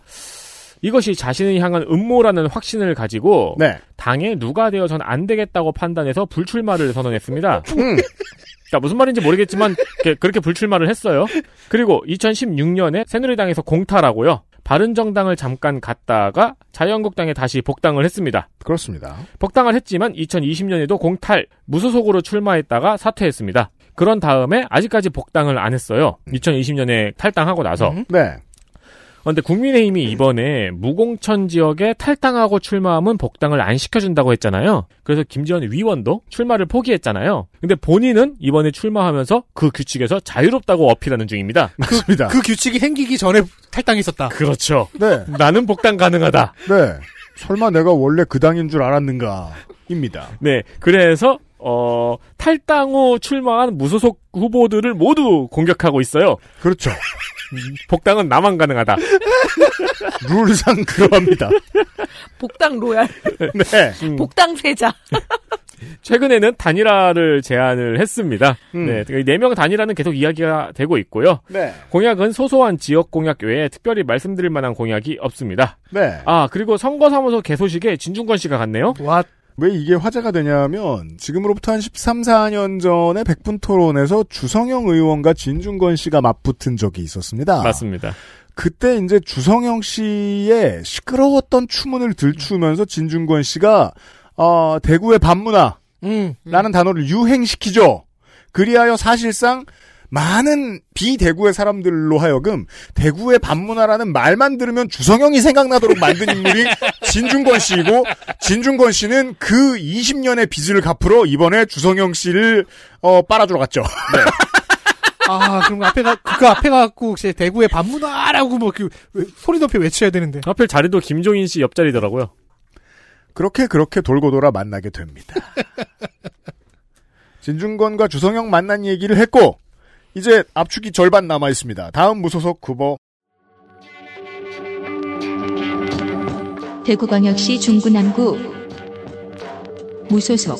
E: 이것이 자신을 향한 음모라는 확신을 가지고
C: 네.
E: 당에 누가 되어선 안 되겠다고 판단해서 불출마를 선언했습니다.
C: 음.
E: 그러니까 무슨 말인지 모르겠지만 이렇게- 그렇게 불출마를 했어요. 그리고 2016년에 새누리당에서 공탈하고요. 바른정당을 잠깐 갔다가 자유한국당에 다시 복당을 했습니다.
C: 그렇습니다.
E: 복당을 했지만 2020년에도 공탈, 무소속으로 출마했다가 사퇴했습니다. 그런 다음에 아직까지 복당을 안 했어요. 2020년에 탈당하고 나서.
C: 네.
E: 그런데 국민의힘이 이번에 무공천 지역에 탈당하고 출마하면 복당을 안 시켜준다고 했잖아요. 그래서 김지현 위원도 출마를 포기했잖아요. 근데 본인은 이번에 출마하면서 그 규칙에서 자유롭다고 어필하는 중입니다.
C: 맞습니다.
F: 그 규칙이 생기기 전에 탈당했었다.
E: [LAUGHS] 그렇죠.
C: 네.
E: 나는 복당 가능하다.
C: 네. 설마 내가 원래 그 당인 줄 알았는가? 입니다.
E: 네, 그래서 어, 탈당 후 출마한 무소속 후보들을 모두 공격하고 있어요.
C: 그렇죠.
E: 복당은 나만 가능하다.
C: 룰상 [LAUGHS] 그러합니다.
D: 복당 로얄,
C: 네.
E: 음.
D: 복당 세자.
E: [LAUGHS] 최근에는 단일화를 제안을 했습니다.
C: 음.
E: 네, 네명 단일화는 계속 이야기가 되고 있고요.
C: 네.
E: 공약은 소소한 지역 공약 외에 특별히 말씀드릴 만한 공약이 없습니다.
C: 네.
E: 아, 그리고 선거사무소 개소식에 진중권 씨가 갔네요.
F: 와,
C: 왜 이게 화제가 되냐면 지금으로부터 한 13, 14년 전에 백분 토론에서 주성영 의원과 진중권 씨가 맞붙은 적이 있었습니다.
E: 맞습니다.
C: 그때 이제 주성영 씨의 시끄러웠던 추문을 들추면서 진중권 씨가 어, 대구의 반문화라는
F: 음.
C: 단어를 유행시키죠. 그리하여 사실상 많은 비대구의 사람들로 하여금 대구의 반문화라는 말만 들으면 주성영이 생각나도록 만든 인물이 진중권 씨이고 진중권 씨는 그 20년의 빚을 갚으러 이번에 주성영 씨를 어, 빨아주러 갔죠.
F: 아, 그럼 앞에가, 그 앞에 가갖고, 이제 대구의 반문화라고 뭐, 그, 왜- 소리 높여 외쳐야 되는데.
E: 하필 자리도 김종인 씨 옆자리더라고요.
C: 그렇게 그렇게 돌고 돌아 만나게 됩니다. 진중권과 주성영 만난 얘기를 했고 이제 압축이 절반 남아 있습니다. 다음 무소속 후보
A: 대구광역시 중구남구 무소속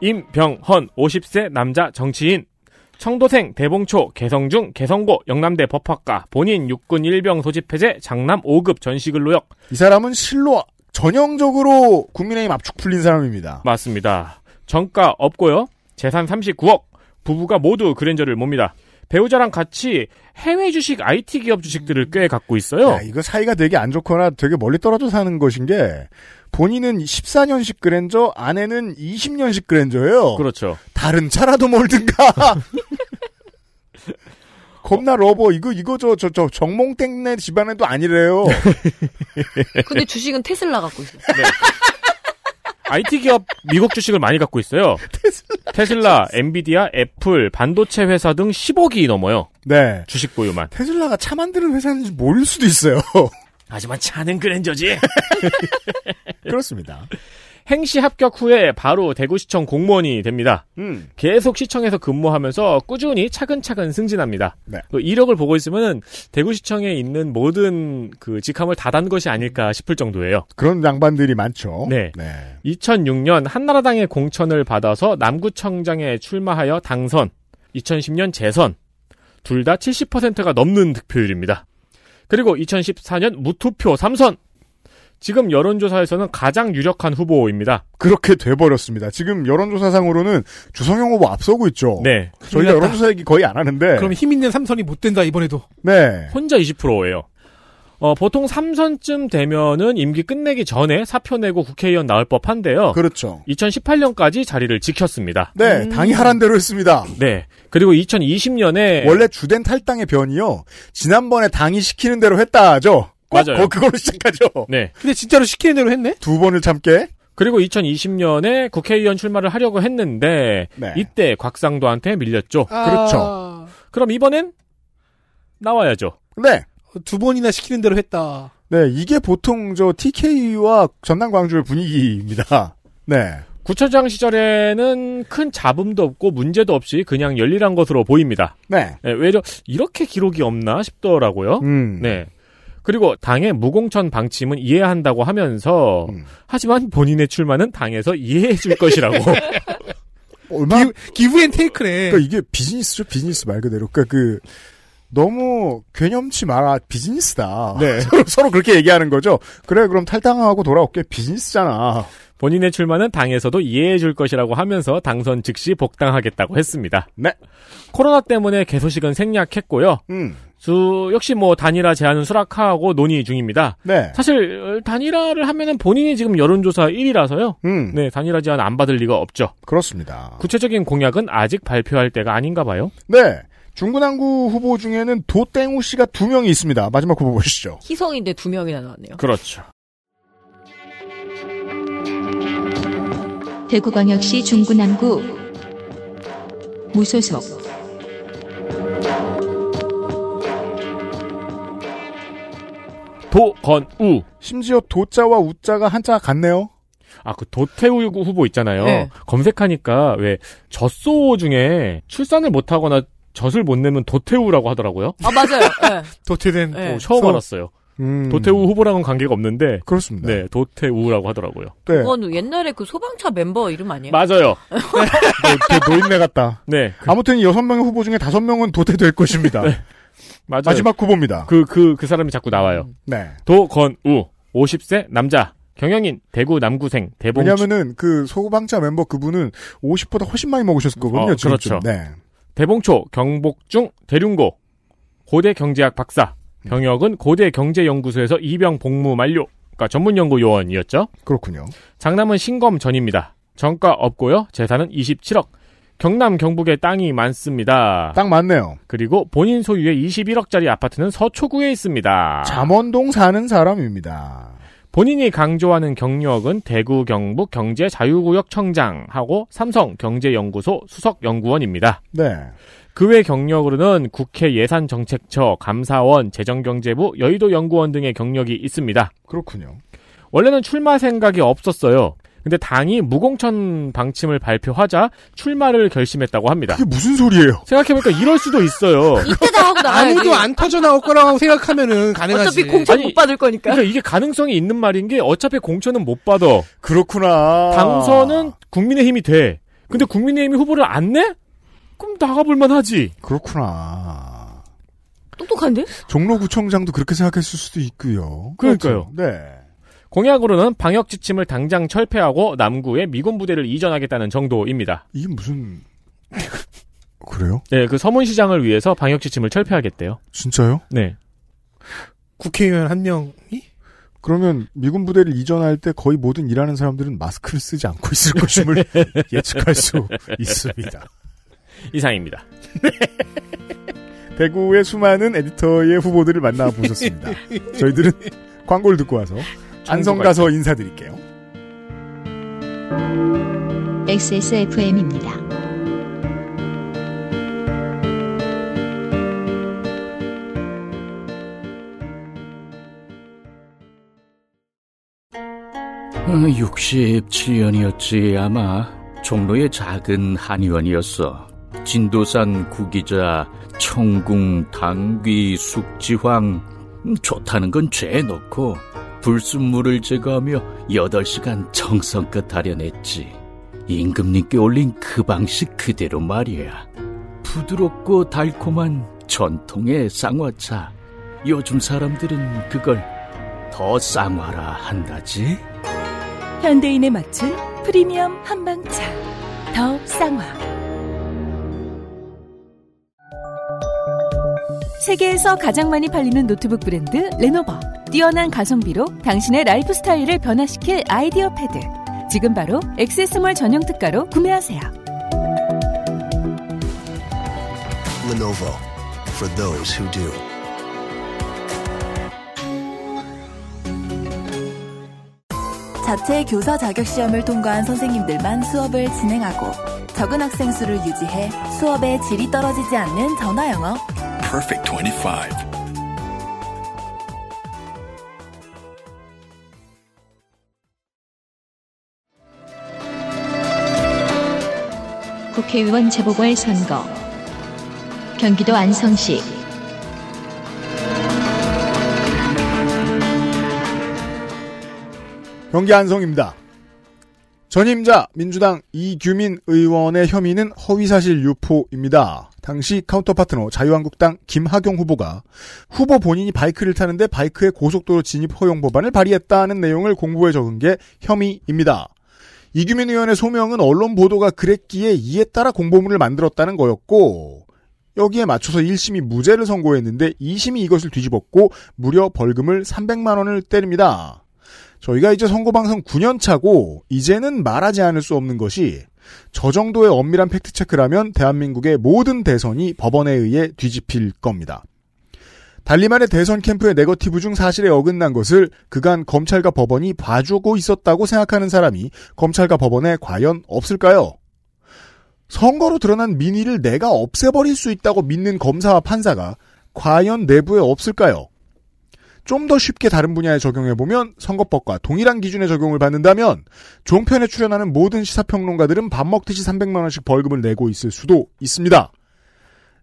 E: 임병헌 50세 남자 정치인 청도생 대봉초 개성중 개성고 영남대 법학과 본인 육군 일병 소집 해제 장남 5급 전시근로역
C: 이 사람은 실로 전형적으로 국민의힘 압축 풀린 사람입니다.
E: 맞습니다. 정가 없고요. 재산 39억. 부부가 모두 그랜저를 봅니다. 배우자랑 같이 해외 주식 IT 기업 주식들을 꽤 갖고 있어요.
C: 야, 이거 사이가 되게 안 좋거나 되게 멀리 떨어져 사는 것인 게 본인은 14년식 그랜저, 아내는 20년식 그랜저예요.
E: 그렇죠.
C: 다른 차라도
E: [LAUGHS]
C: 몰든가. 겁나 러버 이거 이거 저 저 저 정몽땡네 집안에도
E: [LAUGHS]
C: 아니래요.
D: 근데 주식은 테슬라 갖고 있어.
E: IT 기업 미국 주식을 많이 갖고 있어요. 테슬라, 엔비디아, 애플, 반도체 회사 등 10억이 넘어요.
C: 네.
E: 주식 보유만.
C: 테슬라가 차 만드는 회사인지 모를 수도 있어요. [LAUGHS]
E: 하지만 차는 그랜저지.
C: 그렇습니다.
E: 행시 합격 후에 바로 대구시청 공무원이 됩니다.
C: 음.
E: 계속 시청에서 근무하면서 꾸준히 차근차근 승진합니다.
C: 네.
E: 그 이력을 보고 있으면 대구시청에 있는 모든 그 직함을 다 단 것이 아닐까 싶을 정도예요.
C: 그런 양반들이 많죠.
E: 네. 2006년 한나라당의 공천을 받아서 남구청장에 출마하여 당선, 2010년 재선, 둘 다 70%가 넘는 득표율입니다. 그리고 2014년 무투표 3선, 지금 여론조사에서는 가장 유력한 후보입니다.
C: 그렇게 돼버렸습니다. 지금 여론조사상으로는 주성영 후보 앞서고 있죠.
E: 네.
C: 저희가 여론조사 얘기 거의 안 하는데.
F: 그럼 힘 있는 삼선이 못 된다 이번에도.
E: [LAUGHS]
C: 네.
E: 혼자 20%예요. 어, 보통 3선쯤 되면은 임기 끝내기 전에 사표 내고 국회의원 나올 법한데요.
C: 그렇죠.
E: 2018년까지 자리를 지켰습니다.
C: 네, 당이 하란 대로 했습니다.
E: 네. 그리고 2020년에
C: 원래 주된 탈당의 변이요. 지난번에 당이 시키는 대로 했다죠. 꼭
E: 맞아요.
C: 거- 그걸로 시작하죠.
E: 네.
F: 근데 진짜로 시키는 대로 했네.
C: 두 번을 참게.
E: 그리고 2020년에 국회의원 출마를 하려고 했는데
C: 네.
E: 이때 곽상도한테 밀렸죠.
F: 아.
C: 그렇죠.
E: 그럼 이번엔 나와야죠.
C: 네.
F: 두 번이나 시키는 대로 했다.
C: 네, 이게 보통 저 TK와 전남 광주의 분위기입니다. 네.
E: 구청장 시절에는 큰 잡음도 없고 문제도 없이 그냥 열일한 것으로 보입니다.
C: 네.
E: 네, 외려 이렇게 기록이 없나 싶더라고요.
C: 음.
E: 네. 그리고 당의 무공천 방침은 이해한다고 하면서 하지만 본인의 출마는 당에서 이해해 줄 [LAUGHS] 것이라고.
C: 뭐 얼마
F: 기브 앤 테이크네.
C: 그러니까 이게 비즈니스죠, 비즈니스 말 그대로. 그러니까 그 너무 괴념치 마라 비즈니스다. [LAUGHS]
E: 네.
C: 서로, 서로 그렇게 얘기하는 거죠. 그래 그럼 탈당하고 돌아올게 비즈니스잖아.
E: 본인의 출마는 당에서도 이해해 줄 것이라고 하면서 당선 즉시 복당하겠다고 했습니다.
C: 네.
E: 코로나 때문에 개소식은 생략했고요.
C: 음.
E: 수 역시 뭐 단일화 제안은 수락하고 논의 중입니다.
C: 네.
E: 사실 어, 단일화를 하면은 본인이 지금 여론조사 1위라서요.
C: 음.
E: 네, 단일화 제안 안 받을 리가 없죠.
C: 그렇습니다.
E: 구체적인 공약은 아직 발표할 때가 아닌가 봐요.
C: 네. 중구난구 후보 중에는 도땡우 씨가 두 명이 있습니다. 마지막 후보 보시죠.
D: 희성인데 두 명이나 나왔네요.
E: 그렇죠.
A: 대구광역시 중구남구 무소속
E: 도건우.
C: 심지어 도자와 우자가 한자 같네요.
E: 아, 그 도태우 후보 있잖아요.
C: 네.
E: 검색하니까 왜 젖소 중에 출산을 못 하거나 젖을 못 내면 도태우라고 하더라고요.
D: 아 맞아요. 네.
F: 도태된
D: 네.
E: 어, 처음
F: 서-
E: 알았어요.
C: 음.
E: 도태우 후보랑은 관계가 없는데
C: 그렇습니다.
E: 네, 도태우라고 하더라고요.
C: 네.
D: 그건 옛날에 그 소방차 멤버 이름 아니에요?
E: 맞아요.
C: 네, 그 노인네
E: [LAUGHS]
C: 같다.
E: 네.
C: 아무튼 이 여섯 명의 후보 중에 다섯 명은 도태될 것입니다.
E: 맞아요.
C: 마지막 후보입니다.
E: 그, 그, 그 사람이 자꾸 나와요.
C: 네.
E: 도건우, 50세 남자, 경영인, 대구 남구생, 대봉.
C: 왜냐면은 그 소방차 멤버 그분은 50보다 훨씬 많이 먹으셨을 거거든요.
E: 어,
C: 지금쯤.
E: 그렇죠.
C: 네.
E: 대봉초, 경복중, 대륜고, 고대 경제학 박사,
C: 음.
E: 병역은 고대 경제연구소에서 이병 복무 만료, 그러니까 전문연구요원이었죠.
C: 그렇군요.
E: 장남은 신검 전입니다. 정가 없고요. 재산은 27억. 경남 경북에 땅이 많습니다.
C: 딱 맞네요.
E: 그리고 본인 소유의 21억짜리 아파트는 서초구에 있습니다.
C: 잠원동 사는 사람입니다.
E: 본인이 강조하는 경력은 대구 경북 경제 자유구역 청장하고 삼성 경제연구소 수석 연구원입니다.
C: 네.
E: 그 외 경력으로는 국회 예산정책처, 감사원, 재정경제부, 여의도 연구원 등의 경력이 있습니다.
C: 그렇군요.
E: 원래는 출마 생각이 없었어요. 근데 당이 무공천 방침을 발표하자 출마를 결심했다고 합니다.
C: 그게 뭐- 그러니까. 무슨 소리예요?
E: 생각해보니까 이럴 수도 있어요.
D: 이때다 하고 나가야지.
F: 아무도 안 터져 나올 거라고 생각하면은 가능하지.
D: 어차피 공천
E: 아니,
D: 못 받을 거니까.
E: 그러니까 이게 가능성이 있는 말인 게 어차피 공천은 못 받아.
C: 그렇구나.
E: 당선은 국민의힘이 돼. 근데 국민의힘이 후보를 안 내? 그럼 나가볼만 하지.
C: 그렇구나.
D: 똑똑한데?
C: 종로구청장도 그렇게 생각했을 수도 있고요.
E: 그러니까요.
C: 네.
E: 공약으로는 방역 지침을 당장 철폐하고 남구에 미군 부대를 이전하겠다는 정도입니다.
C: 이게 무슨 [LAUGHS] 그래요?
E: 네, 그 서문시장을 위해서 방역 지침을 철폐하겠대요.
C: 진짜요?
E: 네.
F: 국회의원 한 명이
C: 그러면 미군 부대를 이전할 때 거의 모든 일하는 사람들은 마스크를 쓰지 않고 있을
E: [LAUGHS]
C: 것임을 예측할 수 있습니다.
E: 이상입니다.
C: 대구의 수많은 에디터의 후보들을 만나보셨습니다. 저희들은 광고를 듣고 와서 안성 가서 인사드릴게요.
A: XSFM입니다.
N: 어, 67년이었지 아마 종로의 작은 한의원이었어 진도산 구기자 청궁 당귀 숙지황 음, 좋다는 건 죄에 넣고 불순물을 제거하며 8시간 정성껏 다려냈지 임금님께 올린 그 방식 그대로 말이야 부드럽고 달콤한 전통의 쌍화차 요즘 사람들은 그걸 더 쌍화라 한다지?
G: 현대인에 맞춘 프리미엄 한방차 더 쌍화 세계에서 가장 많이 팔리는 노트북 브랜드 레노버 뛰어난 가성비로 당신의 라이프 스타일을 변화시킬 아이디어 패드 지금 바로 액세스몰 전용 특가로 구매하세요
H: Lenovo for those who do.
O: 자체 교사 자격 시험을 통과한 선생님들만 수업을 진행하고 적은 학생 수를 유지해 수업의 질이 떨어지지 않는 전화 영어.
P: Perfect 25.
A: 국회의원 재보궐 선거. 경기도 안성시
C: 경기 안성입니다. 전임자 민주당 이규민 의원의 혐의는 허위사실 유포입니다. 당시 카운터 파트너 자유한국당 김학용 후보가 후보 본인이 바이크를 타는데 바이크의 고속도로 진입 허용 법안을 발의했다는 내용을 공보에 적은 게 혐의입니다. 이규민 의원의 소명은 언론 보도가 그랬기에 이에 따라 공보문을 만들었다는 거였고 여기에 맞춰서 1심이 무죄를 선고했는데 2심이 이것을 뒤집었고 무려 벌금을 300만 원을 때립니다. 저희가 이제 선거방송 9년 차고 이제는 말하지 않을 수 없는 것이 저 정도의 엄밀한 팩트체크라면 대한민국의 모든 대선이 법원에 의해 뒤집힐 겁니다. 달리 말해 대선 캠프의 네거티브 중 사실에 어긋난 것을 그간 검찰과 법원이 봐주고 있었다고 생각하는 사람이 검찰과 법원에 과연 없을까요? 선거로 드러난 민의를 내가 없애버릴 수 있다고 믿는 검사와 판사가 과연 내부에 없을까요? 좀 더 쉽게 다른 분야에 적용해보면 선거법과 동일한 기준의 적용을 받는다면 종편에 출연하는 모든 시사평론가들은 밥 먹듯이 300만원씩 벌금을 내고 있을 수도 있습니다.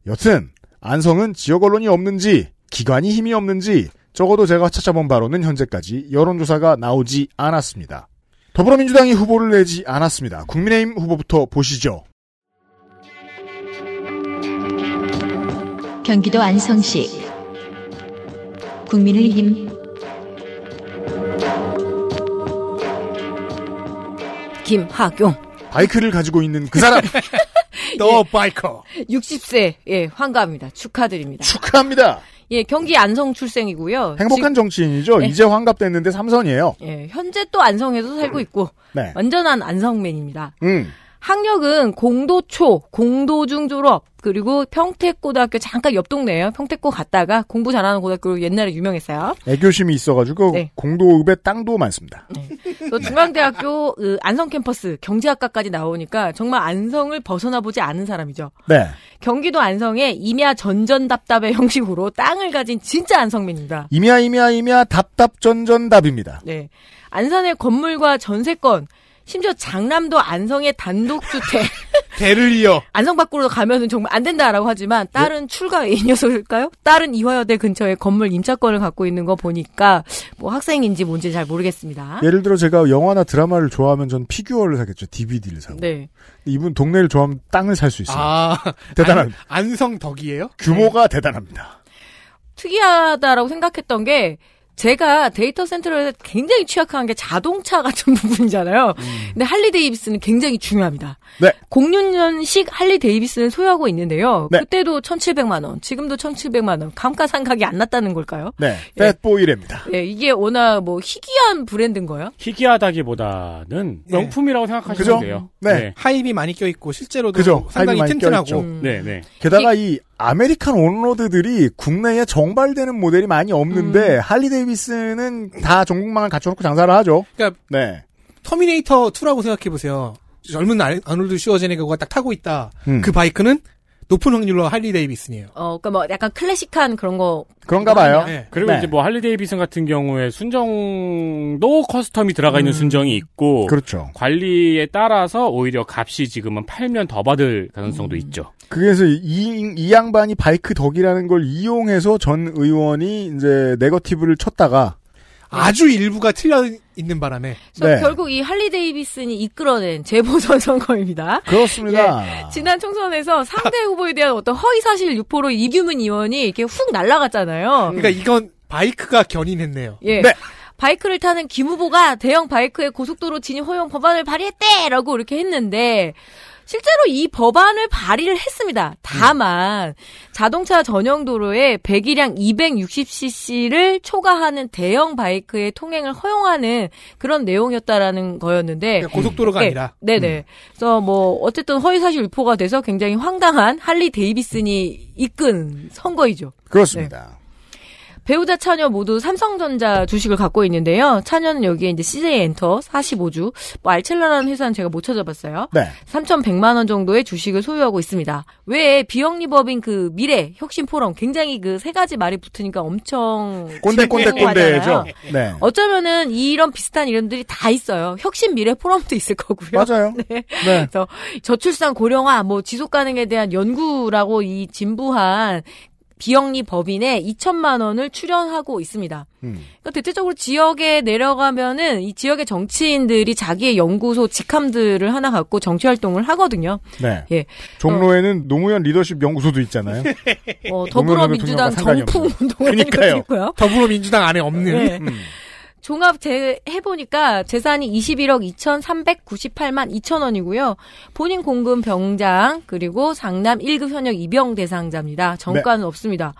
C: 여튼, 안성은 지역 언론이 없는지, 기관이 힘이 없는지, 적어도 제가 찾아본 바로는 현재까지 여론조사가 나오지 않았습니다. 더불어민주당이 후보를 내지 않았습니다. 국민의힘 후보부터 보시죠.
A: 경기도 안성시 국민의힘
D: 김학용
C: 바이크를 가지고 있는 그 사람! 너 바이커!
D: 60세 예 환갑입니다. 축하드립니다.
C: 축하합니다!
D: 예 경기 안성 출생이고요.
C: 행복한 정치인이죠? 이제 환갑됐는데 삼선이에요.
D: 지- 예 현재 또 안성에서 살고 있고
C: 네.
D: 완전한 안성맨입니다.
C: 음.
D: 학력은 공도초, 공도중 졸업, 그리고 평택고등학교 잠깐 옆 동네예요. 평택고 갔다가 공부 잘하는 고등학교로 옛날에 유명했어요.
C: 애교심이 있어가지고
D: 네.
C: 공도읍에 땅도 많습니다.
D: 또 중앙대학교 그 안성 캠퍼스 경제학과까지 나오니까 정말 안성을 벗어나 보지 않은 사람이죠.
C: 네.
D: 경기도 안성에 임야 전전답답의 형식으로 땅을 가진 진짜 안성민입니다.
C: 임야 임야 임야 답답전전답입니다.
D: 네. 안산의 건물과 전세권, 심지어 장남도 안성의
F: [LAUGHS]
D: 단독주택.
F: 대를 이어. 네.
D: 안성 밖으로 가면은 정말 안 된다라고 하지만 딸은 출가 이 녀석일까요? 딸은 이화여대 근처에 건물 임차권을 갖고 있는 거 보니까 뭐 학생인지 뭔지 잘 모르겠습니다.
C: 예를 들어 제가 영화나 드라마를 좋아하면 전 피규어를 사겠죠. DVD를 사고.
D: 네.
C: 이분 동네를 좋아하면 땅을 살 수 있어요.
F: 아,
C: 대단한
F: 안, 안성 덕이에요?
C: 규모가 대단합니다.
D: 특이하다라고 생각했던 게 제가 데이터 센터를 굉장히 취약한 게 자동차 같은 [LAUGHS] 부분이잖아요. 근데 할리 데이비스는 굉장히 중요합니다.
C: 음. 네.
D: 06년식 할리 데이비스를 소유하고 있는데요.
C: 네.
D: 그때도 1,700만 원, 지금도 1,700만 원. 감가상각이 안 났다는 걸까요?
C: 네. 뱃보이랍니다.
D: 예, 이게 워낙 뭐 희귀한 브랜드인 거예요.
E: 희귀하다기보다는 명품이라고 생각하시면
C: 네. 그죠?
E: 돼요.
C: 네.
F: 하입이 많이 껴있고, 실제로도
C: 그죠? 하입이
F: 상당히
C: 많이
F: 튼튼하고. 음.
C: 껴있죠.
D: 음.
E: 네, 네.
C: 게다가 이 아메리칸 온로드들이 국내에 정발되는 모델이 많이 없는데
F: 음.
C: 할리 데이비스는 다 전국망을 갖춰놓고 장사를 하죠.
F: 그러니까
C: 네.
F: 터미네이터 2라고 생각해보세요. 젊은 알- 아놀드 슈워제네거가 딱 타고 있다.
C: 음.
F: 그 바이크는 높은 확률로 할리 데이비슨이에요.
D: 어, 그러니까 뭐 약간 클래식한 그런 거.
C: 그런가 봐요.
F: 어? 네. 예.
E: 그리고
C: 네.
E: 이제 뭐 할리 데이비슨 같은 경우에 순정도 커스텀이 들어가 있는 순정이 있고
C: 음. 그렇죠.
E: 관리에 따라서 오히려 값이 지금은 팔면 더 받을 가능성도
C: 음.
E: 있죠.
C: 그래서 이, 이 양반이 바이크 덕이라는 걸 이용해서 전 의원이 이제 네거티브를 쳤다가
F: 아주 일부가 틀려 있는 바람에.
D: 그래서
C: 네.
D: 결국 이 할리 데이비슨이 이끌어낸 재보선 선거입니다.
C: 그렇습니다.
D: 아. 지난 총선에서 상대 후보에 대한 어떤 허위사실 유포로 이규문 의원이 이렇게 훅 날아갔잖아요.
F: 음. 그러니까 이건 바이크가 견인했네요.
D: 예. 바이크를 타는 김 후보가 대형 바이크의 고속도로 진입 허용 법안을 발의했대! 라고 이렇게 했는데, 실제로 이 법안을 발의를 했습니다. 다만, 자동차 전용 도로에 배기량 260cc를 초과하는 대형 바이크의 통행을 허용하는 그런 내용이었다라는 거였는데.
F: 그러니까 고속도로가
D: 네,
F: 아니라.
C: 음.
D: 네네. 그래서 뭐, 어쨌든 허위사실 유포가 돼서 굉장히 황당한 할리 데이비슨이 이끈 선거이죠.
C: 그렇습니다.
D: 배우자 차녀 모두 삼성전자 주식을 갖고 있는데요. 차녀는 여기에 이제 CJ 엔터 45주, 뭐 알첼라라는 회사는 제가 못 찾아봤어요.
C: 네.
D: 3,100만 원 정도의 주식을 소유하고 있습니다. 왜 비영리법인 그 미래 혁신 포럼 굉장히 그 세 가지 말이 붙으니까 엄청
C: 꼰대 꼰대 꼰대죠.
D: 질투하잖아요.
C: 네.
D: 어쩌면은 이런 비슷한 이름들이 다 있어요. 혁신 미래 포럼도 있을 거고요.
C: 맞아요.
D: 네.
C: 네.
D: 그래서 저출산 고령화, 뭐 지속 가능에 대한 연구라고 이 진부한 비영리 법인에 2천만 원을 출연하고 있습니다.
C: 음.
D: 그러니까 대체적으로 지역에 내려가면은 이 지역의 정치인들이 자기의 연구소 직함들을 하나 갖고 정치 활동을 하거든요.
C: 네.
D: 예.
C: 종로에는 노무현 리더십 연구소도 있잖아요.
D: 어, 더불어민주당
C: 노무현 대통령과 상관이
D: 정풍
C: 없어요.
D: 운동하는 것도
C: 그러니까요.
D: [LAUGHS] 있고요.
F: 더불어민주당 안에 없는.
D: 네. 종합 제 해보니까 재산이 21억 2,398만 2천 원이고요. 본인 공금 병장 그리고 상남 1급 현역 입영 대상자입니다. 정가는 없습니다.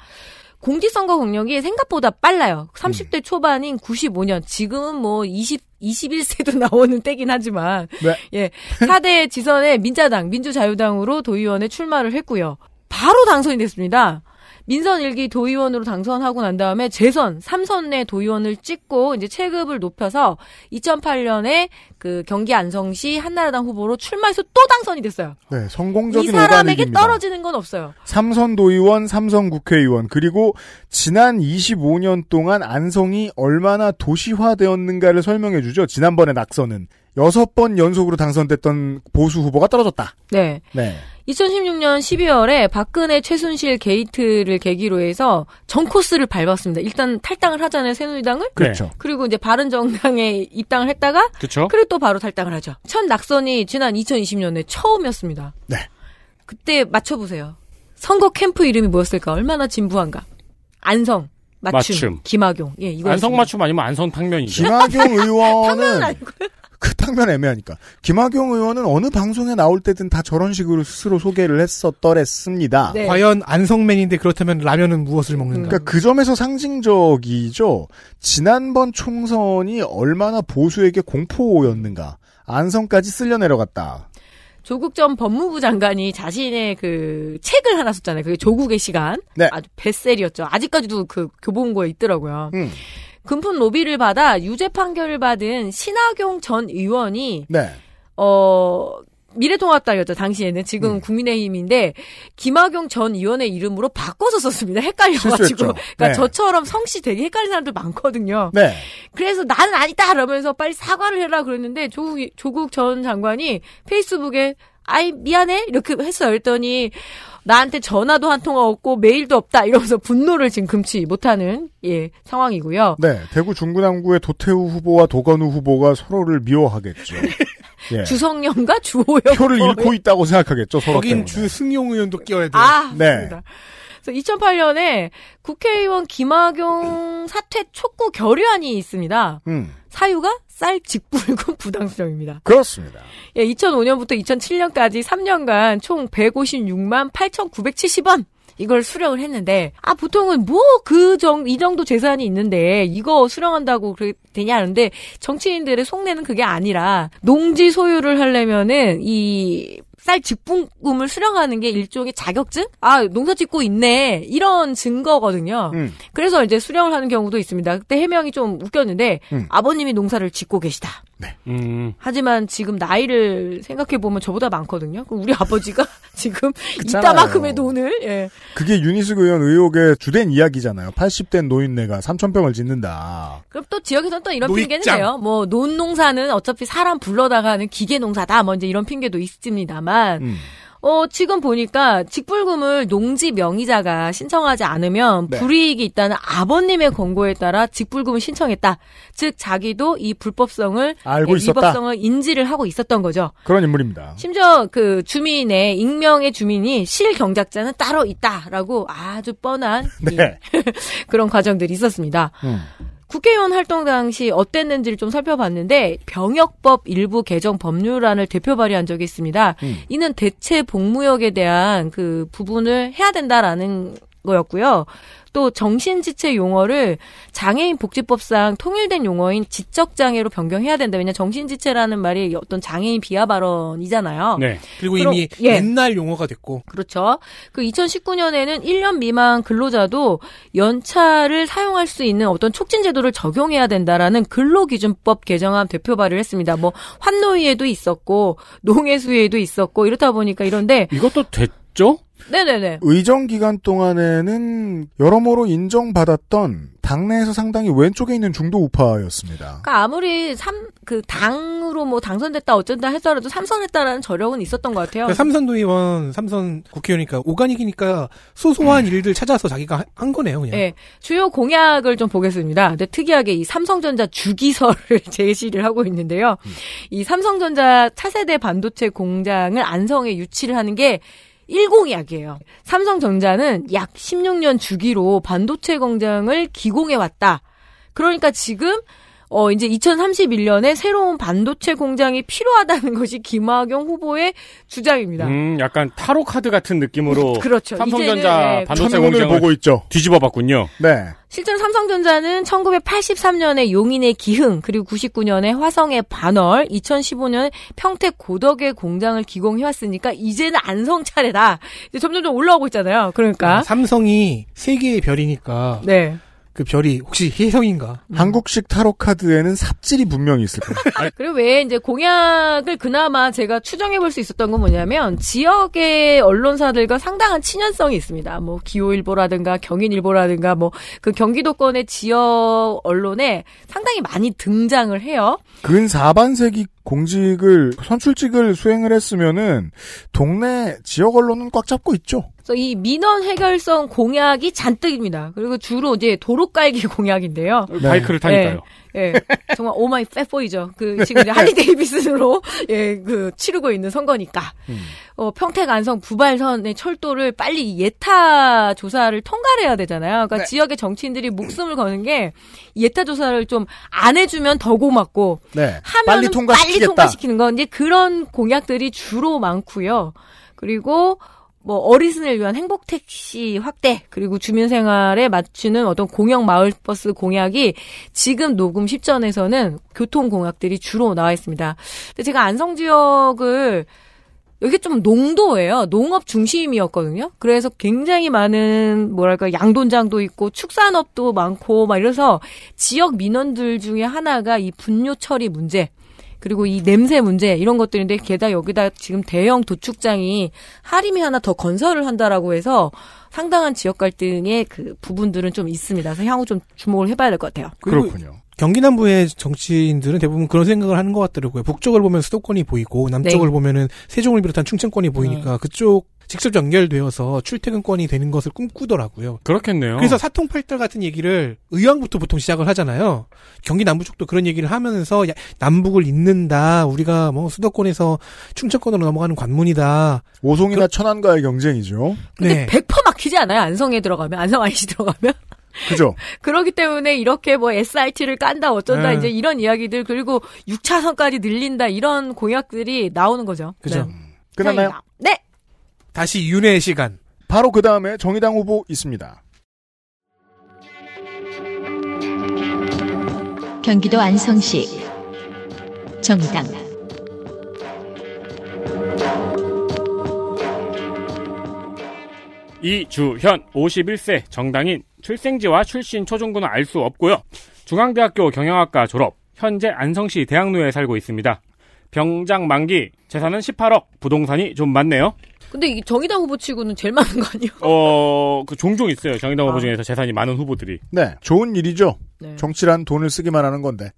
D: 공직선거 경력이 생각보다 빨라요. 30대 초반인 95년. 지금은 뭐 20, 21세도 [LAUGHS] 나오는 때긴 하지만.
C: 네.
D: 예. 4대 지선에 민자당, 민주자유당으로 도의원에 출마를 했고요. 바로 당선이 됐습니다. 민선 일기 도의원으로 당선하고 난 다음에 재선, 삼선내 도의원을 찍고 이제 체급을 높여서 2008년에 그 경기 안성시 한나라당 후보로 출마해서 또 당선이 됐어요.
C: 네,
D: 이
C: 성공적인
D: 사람에게
C: 오가닉입니다.
D: 떨어지는 건 없어요.
C: 삼선 도의원, 삼선 국회의원, 그리고 지난 25년 동안 안성이 얼마나 도시화되었는가를 설명해 주죠. 지난번에 낙선은 여섯 번 연속으로 당선됐던 보수 후보가 떨어졌다.
D: 네.
C: 네.
D: 2016년 12월에 박근혜 최순실 게이트를 계기로 해서 정코스를 밟았습니다. 일단 탈당을 하잖아요, 새누리당을.
C: 그렇죠.
D: 그리고 이제 바른정당에 입당을 했다가
E: 그쵸.
D: 그리고 또 바로 탈당을 하죠. 첫 낙선이 지난 2020년에 처음이었습니다.
C: 네.
D: 그때 맞춰 보세요. 선거 캠프 이름이 뭐였을까? 얼마나 진부한가? 안성 맞춤,
E: 맞춤.
D: 김학용. 예, 이거
E: 안성 맞춤 아니면 안성
D: [LAUGHS]
E: 탕면이죠.
C: 김학용 의원은 그 탕면 애매하니까 김학용 의원은 어느 방송에 나올 때든 다 저런 식으로 스스로 소개를 했었더랬습니다.
D: 네.
F: 아, 과연 안성맨인데 그렇다면 라면은 무엇을 먹는가?
C: 그러니까 그 점에서 상징적이죠. 지난번 총선이 얼마나 보수에게 공포였는가. 안성까지 쓸려 내려갔다.
D: 조국 전 법무부 장관이 자신의 그 책을 하나 썼잖아요. 그게 조국의 시간.
C: 네.
D: 아주 베셀이었죠. 아직까지도 그 교보문고에 있더라고요.
E: 음.
D: 금품 로비를 받아 유죄 판결을 받은 신하경 전 의원이
C: 네.
D: 어 미래통합당이었죠 당시에는 지금
C: 음.
D: 은 국민의힘인데 김학용 전 의원의 이름으로 바꿔서 썼습니다 헷갈려가지고
C: 실수했죠.
D: [LAUGHS] 그러니까
C: 네.
D: 저처럼 성씨 되게 헷갈리는 사람들 많거든요.
C: 네.
D: 그래서 나는 아니다 그러면서 빨리 사과를 해라 그랬는데 조국 조국 전 장관이 페이스북에 아이 미안해 이렇게 했어요. 그랬더니 나한테 전화도 한 통화 없고 메일도 없다 이러면서 분노를 지금 금치 못하는 예 상황이고요.
C: 네. 대구 중구남구의 도태우 후보와 도건우 후보가 서로를 미워하겠죠. 예.
D: 주성영과 주호영
C: 표를
D: 후보의
C: 잃고 있다고 생각하겠죠. 서로 때문에.
F: 거긴 주승용 의원도 끼워야 돼.
D: 아,
C: 네.
D: 맞습니다. 그래서 2008년에 국회의원 김학용 사퇴 촉구 결의안이 있습니다.
C: 음.
D: 사유가 쌀 직불금 [LAUGHS] 부당수령입니다.
C: 그렇습니다.
D: 예, 2005년부터 2007년까지 3년간 총 156만 8,970원. 이걸 수령을 했는데 아 보통은 뭐 그 정 이 정도 재산이 있는데 이거 수령한다고 그래 되냐 하는데 정치인들의 속내는 그게 아니라 농지 소유를 하려면은 이 쌀 직분금을 수령하는 게 일종의 자격증? 아 농사 짓고 있네 이런 증거거든요.
C: 음.
D: 그래서 이제 수령을 하는 경우도 있습니다. 그때 해명이 좀 웃겼는데
C: 음.
D: 아버님이 농사를 짓고 계시다.
E: 음.
D: 하지만 지금 나이를 생각해 보면 저보다 많거든요. 그럼 우리 아버지가 [LAUGHS] 지금
C: 그렇잖아요.
D: 이따만큼의 돈을 예.
C: 그게 유니스그 의원 의혹의 주된 이야기잖아요. 80대 노인네가 3,000평을 짓는다.
D: 그럼 또 지역에서는 또 이런
C: 노익장.
D: 핑계는 돼요. 뭐 논농사는 어차피 사람 불러다가 하는 기계 농사다. 뭐 이제 이런 핑계도 있습니다만
C: 음.
D: 어 지금 보니까 직불금을 농지 명의자가 신청하지 않으면
M: 네.
D: 불이익이 있다는 아버님의 권고에 따라 직불금을 신청했다. 즉 자기도 이 불법성을
C: 알고
D: 예,
C: 있었다.
D: 위법성을 인지를 하고 있었던 거죠.
C: 그런 인물입니다.
D: 심지어 그 주민의 익명의 주민이 실경작자는 따로 있다라고 아주 뻔한
C: [LAUGHS] 네.
D: 그런 과정들이 있었습니다.
C: 음.
D: 국회의원 활동 당시 어땠는지를 좀 살펴봤는데 병역법 일부 개정 법률안을 대표 발의한 적이 있습니다.
K: 음.
D: 이는 대체 복무역에 대한 그 부분을 해야 된다라는 거였고요. 또 정신지체 용어를 장애인 복지법상 통일된 용어인 지적장애로 변경해야 된다. 왜냐 정신지체라는 말이 어떤 장애인 비하 발언이잖아요.
E: 네.
F: 그리고
D: 그럼-
F: 이미
D: 예.
F: 옛날 용어가 됐고.
D: 그렇죠. 그 2019년에는 1년 미만 근로자도 연차를 사용할 수 있는 어떤 촉진 제도를 적용해야 된다라는 근로기준법 개정안 대표 발의를 했습니다. 뭐 환노위에도 있었고 농해수위에도 있었고 이렇다 보니까 이런데
E: 이것도 됐죠?
D: 네네네.
C: 의정 기간 동안에는 여러모로 인정받았던 당내에서 상당히 왼쪽에 있는 중도 우파였습니다.
D: 그러니까 아무리 삼 그 당으로 뭐 당선됐다 어쩐다 했더라도 삼선했다라는 저력은 있었던 것 같아요.
F: 그러니까 삼선 도의원, 삼선 국회의원이니까 오가닉이니까 소소한
D: 음.
F: 일들 찾아서 자기가 하- 한 거네요, 그냥.
D: 네, 주요 공약을 좀 보겠습니다. 근데 특이하게 이 삼성전자 주기설을 [LAUGHS] 제시를 하고 있는데요. 이 삼성전자 차세대 반도체 공장을 안성에 유치를 하는 게 일공약이에요. 삼성전자는 약 16년 주기로 반도체 공장을 기공해 왔다. 그러니까 지금 어 이제 2031년에 새로운 반도체 공장이 필요하다는 [LAUGHS] 것이 김학용 후보의 주장입니다.
E: 음, 약간 타로 카드 같은 느낌으로
D: 그렇죠. 이제는,
E: 삼성전자
D: 네,
E: 반도체
C: 천문을
E: 공장을
C: 보고 있죠.
E: 뒤집어봤군요.
C: 네.
D: 실제로 삼성전자는 1983년에 용인의 기흥, 그리고 99년에 화성의 반월, 2015년 평택 고덕의 공장을 기공해왔으니까 이제는 안성 차례다. 이제 점점점 올라오고 있잖아요. 그러니까.
F: 삼성이 세 개의 별이니까
D: 네.
F: 그 별이 혹시 혜성인가?
C: 한국식 타로 카드에는 삽질이 분명히 있을 [LAUGHS] 겁니다.
D: 그리고 왜 이제 공약을 그나마 제가 추정해 볼 수 있었던 건 뭐냐면 지역의 언론사들과 상당한 친연성이 있습니다. 뭐 기호일보라든가 경인일보라든가 뭐 그 경기도권의 지역 언론에 상당히 많이 등장을 해요.
C: 근 4반세기 공직을 선출직을 수행을 했으면은 동네 지역 언론은 꽉 잡고 있죠.
D: 그래서 이 민원 해결성 공약이 잔뜩입니다. 그리고 주로 이제 도로 깔기 [LAUGHS] 공약인데요.
C: 네.
E: 바이크를 타니까요.
D: 예, 예. 정말 오마이 팻보이죠. 그 지금 이제 할리 데이비슨으로 [LAUGHS] 예, 그 치르고 있는 선거니까. 어, 평택 안성 부발선의 철도를 빨리 예타 조사를 통과를 해야 되잖아요. 그러니까 지역의 정치인들이 목숨을 거는 게 예타 조사를 좀 안 해주면 더 고맙고
C: 네.
D: 하면
C: 빨리 통과시키겠다.
D: 는건 이제 그런 공약들이 주로 많고요. 그리고 뭐 어르신을 위한 행복 택시 확대 그리고 주민 생활에 맞추는 어떤 공영 마을 버스 공약이 지금 녹음 10전에서는 교통 공약들이 주로 나와 있습니다. 근데 제가 안성 지역을 여기 좀 농도예요. 농업 중심이었거든요. 그래서 굉장히 많은 뭐랄까 양돈장도 있고 축산업도 많고 막 이래서 지역 민원들 중에 하나가 이 분뇨 처리 문제. 그리고 이 냄새 문제 이런 것들인데 게다 여기다 지금 대형 도축장이 하림이 하나 더 건설을 한다라고 해서 상당한 지역 갈등의 그 부분들은 좀 있습니다. 그래서 향후 좀 주목을 해봐야 될 것 같아요.
C: 그렇군요.
F: 경기 남부의 정치인들은 대부분 그런 생각을 하는 것 같더라고요. 북쪽을 보면 수도권이 보이고 남쪽을
D: 네. 음.
F: 보면은 세종을 비롯한 충청권이 보이니까 그쪽 직접 연결되어서 출퇴근권이 되는 것을 꿈꾸더라고요.
E: 그렇겠네요.
F: 그래서 사통팔달 같은 얘기를 의왕부터 보통 시작을 하잖아요. 경기 남부 쪽도 그런 얘기를 하면서 야- 남북을 잇는다. 우리가 뭐 수도권에서 충청권으로 넘어가는 관문이다. 네.
C: 오송이나 천안과의 경쟁이죠.
D: 근데 100% 막히지 않아요? 안성에 들어가면 안성 IC 들어가면 [LAUGHS]
C: 그죠?
D: 그렇기 때문에 이렇게 뭐 SRT를 깐다 어쩐다
F: 네.
D: 이제 이런 이야기들 그리고 6차선까지 늘린다 이런 공약들이 나오는 거죠.
F: 그죠?
D: 네.
C: 끝났나요?
D: 네.
F: 다시 윤회의 시간.
C: 바로 그 다음에 정의당 후보 있습니다.
A: 경기도 안성시 정의당
E: 이주현 51세 정당인 출생지와 출신 초중고는 알 수 없고요. 중앙대학교 경영학과 졸업. 현재 안성시 대학로에 살고 있습니다. 병장 만기 재산은 18억 부동산이 좀 많네요.
D: 근데 이 정의당 후보 치고는 제일 많은 거 아니에요?
E: 어, 그 종종 있어요. 정의당 후보 중에서 재산이 많은 후보들이.
C: 네. 좋은 일이죠.
D: 네.
C: 정치란 돈을 쓰기만 하는 건데.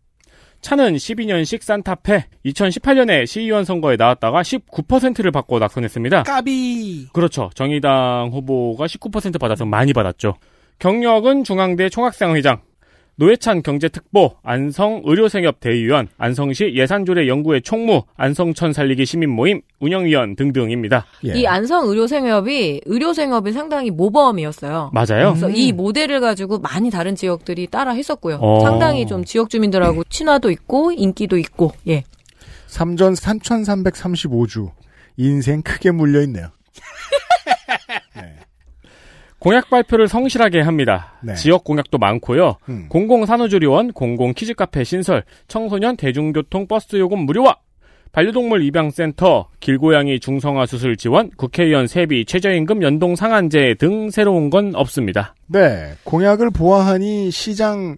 E: 차는 12년식 산타페 2018년에 시의원 선거에 나왔다가 19%를 받고 낙선했습니다.
F: 까비.
E: 그렇죠. 정의당 후보가 19% 받아서 많이 받았죠. 경력은 중앙대 총학생회장, 노회찬 경제특보, 안성의료생협대의원, 안성시 예산조례 연구회 총무, 안성천 살리기 시민모임 운영위원 등등입니다.
C: 예.
D: 이
C: 아-
D: 안성 의료생협이 의료생협이 상당히 모범이었어요.
E: 맞아요.
D: 그래서
E: 음.
D: 이 모델을 가지고 많이 다른 지역들이 따라 했었고요.
C: 어. 네.
D: 상당히 좀 지역 주민들하고 친화도 있고 인기도 있고 예.
C: 삼전 3335주. 인생 크게 물려있네요.
E: 공약 발표를 성실하게 합니다.
C: 네. 음.
E: 지역 공약도 많고요. 공공산후조리원, 공공키즈카페 신설, 청소년 대중교통 버스 요금 무료화, 반려동물 입양센터, 길고양이 중성화 수술 지원, 국회의원 세비, 최저임금 연동 상한제 등 새로운 건 없습니다.
C: 네. 공약을 보아하니 시장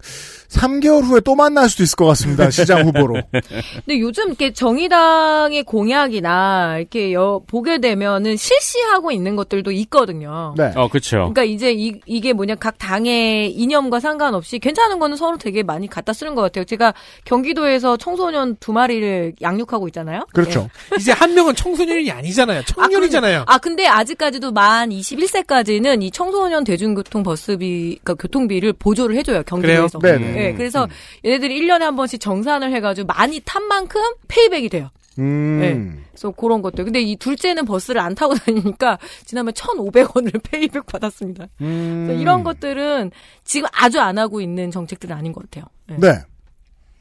C: 3개월 후에 또 만날 수도 있을
D: [LAUGHS]
C: 것
D: 네.
C: 같습니다. 시장 후보로.
D: 근데 요즘 이렇게 정의당의 공약이나 이렇게 여- 보게 되면은 실시하고 있는 것들도 있거든요.
C: 네.
E: 어, 그렇죠.
D: 그러니까 이제 이, 이게 뭐냐 각 당의 이념과 상관없이 괜찮은 거는 서로 되게 많이 갖다 쓰는 것 같아요. 제가 경기도에서 청소년 두 마리를 양육하고 있잖아요.
C: 그렇죠.
D: 예.
F: 이제 한 명은 청소년이 아니잖아요. 청년이잖아요.
D: 아 근데 아직까지도 만 21세까지는 이 청소년 대중교통 버스비 그러니까 교통비를 보조를 해줘요 경기도에서.
F: 그래요? 네네. 음,
D: 예, 그래서 얘네들이 1년에 한 번씩 정산을 해가지고 많이 탄 만큼 페이백이 돼요.
C: 음.
D: 그래서 그런 것들. 근데 이 둘째는 버스를 안 타고 [LAUGHS] 다니니까 지난번에 1,500원을 페이백 받았습니다.
C: 음.
F: 음.
D: 그래서 이런 것들은 지금 아주 안 하고 있는 정책들은 아닌 것 같아요. 예.
C: 네.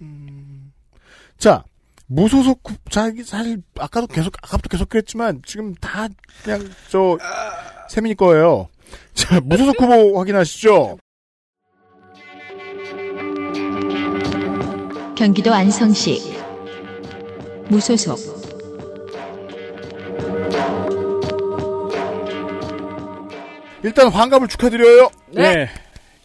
C: 음. 자, 무소속 구- 자기 사실 아까도 계속 아까부터 계속 그랬지만 지금 다 그냥 저 세민이 거예요. 자, 무소속 후보 확인하시죠.
A: 경기도 안성시 무소속
C: 일단 환갑을 축하드려요.
E: 네.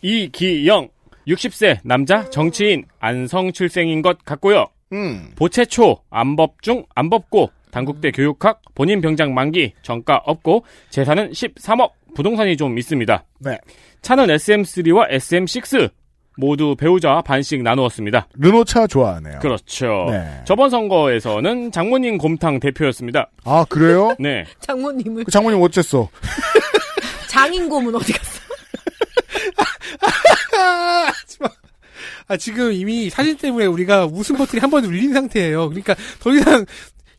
E: 이기영 60세 남자 정치인 안성 출생인 것 같고요.
C: 음.
E: 보채초 안법중 안법고 당국대 교육학 본인 병장 만기 정가 없고 재산은 13억 부동산이 좀 있습니다.
C: 네.
E: 차는 SM3와 SM6 모두 배우자 반씩 나누었습니다.
C: 르노차 좋아하네요.
E: 그렇죠.
C: 네.
E: 저번 선거에서는 장모님 곰탕 대표였습니다.
C: 아, 그래요?
E: 네.
D: 장모님을
C: 그 장모님 어쨌어?
D: 장인곰은 어디 갔어? 그러니까.
F: 아, 지금 이미 사진 때문에 우리가 웃음 버튼이 한 번 눌린 상태예요. 그러니까 더 이상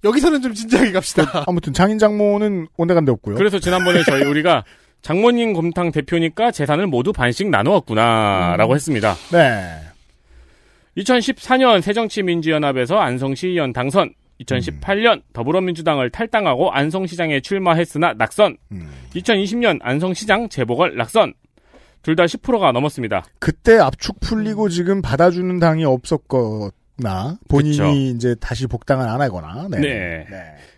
F: 여기서는 좀 진지하게 갑시다.
C: 아무튼 장인 장모는 온데간데 없고요.
E: 그래서 지난번에
C: [LAUGHS]
E: 저희 우리가 장모님 곰탕 대표니까 재산을 모두 반씩
C: 음.
E: 나누었구나라고 했습니다.
C: 네.
E: 2014년 새정치민주연합에서 안성시의원 당선,
C: 음.
E: 2018년 더불어민주당을 탈당하고 안성시장에 출마했으나 낙선,
C: 음.
E: 2020년 안성시장 재보궐 낙선, 둘 다 10%가 넘었습니다.
C: 그때 압축 풀리고 지금 받아주는 당이 없었거나 본인이
E: 그쵸.
C: 이제 다시 복당을 안 하거나. 네.
E: 네.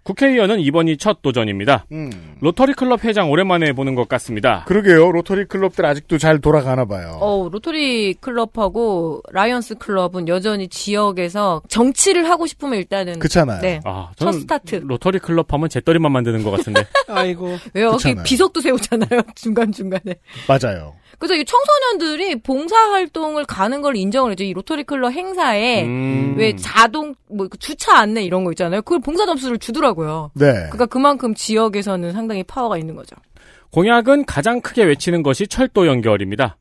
E: 국회의원은 이번이 첫 도전입니다.
C: 음.
E: 로터리 클럽 회장 오랜만에 보는 것 같습니다.
C: 그러게요. 로터리 클럽들 아직도 잘 돌아가나 봐요.
D: 어, 로터리 클럽하고 라이언스 클럽은 여전히 지역에서 정치를 하고 싶으면 일단은
E: 그렇잖아요.
D: 네.
E: 아,
D: 첫
E: 저는
D: 스타트.
E: 로터리 클럽 하면 제떨이만 만드는 것
D: [LAUGHS]
E: 같은데.
F: 아이고.
D: 왜요? 여기
E: 그렇잖아요.
D: 비석도 세우잖아요. [LAUGHS] 중간중간에.
C: 맞아요.
D: 그래서 이 청소년들이 봉사활동을 가는 걸 인정을 해줘. 이 로터리 클럽 행사에
E: 음.
D: 네. 왜 자동 뭐그 주차 안내 이런 거 있잖아요. 그걸 봉사 점수를 주더라고요.
E: 네.
D: 그러니까 그만큼 지역에서는 상당히 파워가 있는 거죠.
E: 공약은 가장 크게 외치는 것이 철도 연결입니다.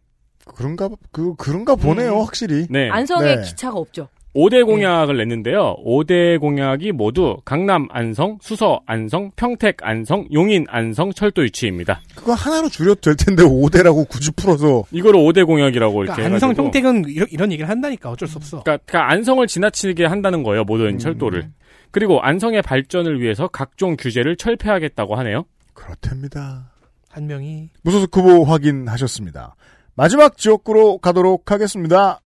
C: 그런가, 그, 그런가 보네요,
E: 음.
C: 확실히.
E: 네.
D: 안성에 기차가 없죠.
E: 5대 공약을 냈는데요. 5대 공약이 모두 강남 안성, 수서 안성, 평택 안성, 용인 안성 철도 유치입니다.
C: 그거 하나로 줄여도 될 텐데, 5대라고 굳이 풀어서.
E: 이걸 5대 공약이라고 이렇게
F: 그러니까 안성
E: 해가지고.
F: 평택은 이런, 이런 얘기를 한다니까 어쩔 수 없어.
E: 그러니까, 그러니까 안성을 지나치게 한다는 거예요. 모든
F: 음.
E: 철도를. 그리고 안성의 발전을 위해서 각종 규제를 철폐하겠다고 하네요.
C: 그렇답니다.
F: 한 명이
C: 무소속 후보 확인하셨습니다. 마지막 지역구로 가도록 하겠습니다.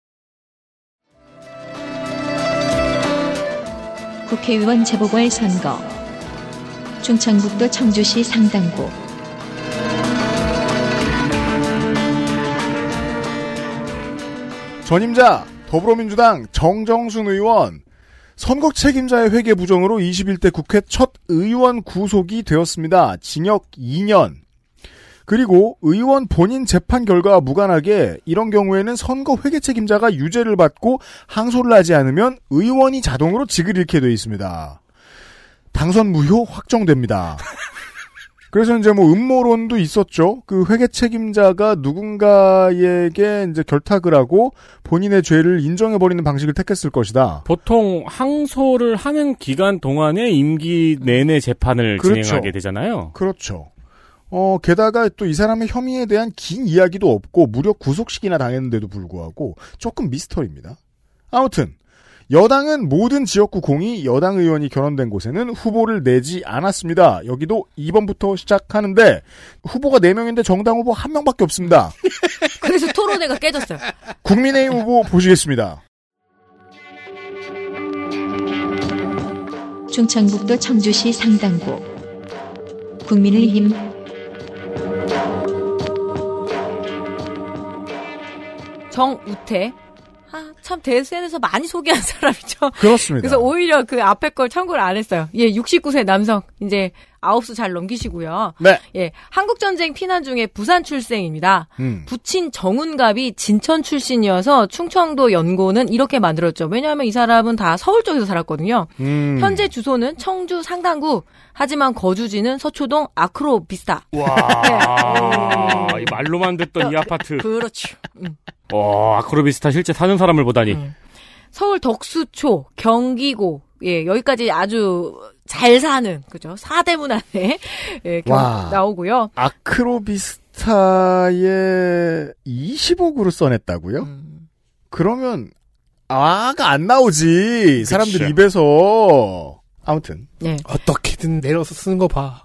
A: 국회의원 재보궐 선거 충청북도 청주시 상당구
C: 전임자, 더불어민주당 정정순 의원. 선거 책임자의 회계 부정으로 21대 국회 첫 의원 구속이 되었습니다. 징역 2년. 그리고 의원 본인 재판 결과와 무관하게 이런 경우에는 선거 회계 책임자가 유죄를 받고 항소를 하지 않으면 의원이 자동으로 직을 잃게 돼 있습니다. 당선 무효 확정됩니다. [LAUGHS] 그래서 이제 뭐 음모론도 있었죠. 그 회계 책임자가 누군가에게 이제 결탁을 하고 본인의 죄를 인정해버리는 방식을 택했을 것이다.
Q: 보통 항소를 하는 기간 동안에 임기 내내 재판을
C: 그렇죠.
Q: 진행하게 되잖아요.
C: 그렇죠. 어, 게다가 또 이 사람의 혐의에 대한 긴 이야기도 없고 무려 구속식이나 당했는데도 불구하고 조금 미스터리입니다. 아무튼 여당은 모든 지역구 공이 여당 의원이 결혼된 곳에는 후보를 내지 않았습니다. 여기도 2번부터 시작하는데 후보가 4명인데 정당 후보 1명밖에 없습니다.
D: 그래서 토론회가 깨졌어요.
C: 국민의힘 후보 보시겠습니다.
A: 충청북도 청주시 상당구 국민의힘
D: 정우태. 아, 참, 대세에서 많이 소개한 사람이죠.
C: 그렇습니다.
D: 그래서 오히려 그 앞에 걸 참고를 안 했어요. 예, 69세 남성. 이제 아홉 수 잘 넘기시고요.
C: 네.
D: 예, 한국전쟁 피난 중에 부산 출생입니다.
C: 음.
D: 부친 정운갑이 진천 출신이어서 충청도 연고는 이렇게 만들었죠. 왜냐하면 이 사람은 다 서울 쪽에서 살았거든요.
C: 음.
D: 현재 주소는 청주 상당구, 하지만 거주지는 서초동 아크로 비스타.
E: [LAUGHS]
Q: 와, 이 말로만 듣던 이 아파트.
D: 그렇죠. 음.
E: 어,
Q: 와, 아크로비스타 실제 사는 사람을 보다니.
D: 서울 덕수초, 경기고, 예, 여기까지 아주 잘 사는, 그죠? 사대문 안에, 예, 경-
C: 와.
D: 나오고요.
C: 아크로비스타에 20억으로 써냈다고요?
D: 음.
C: 그러면 아가 안 나오지 사람들 입에서 아무튼
D: 네.
F: 어떻게든 내려서 쓰는 거 봐.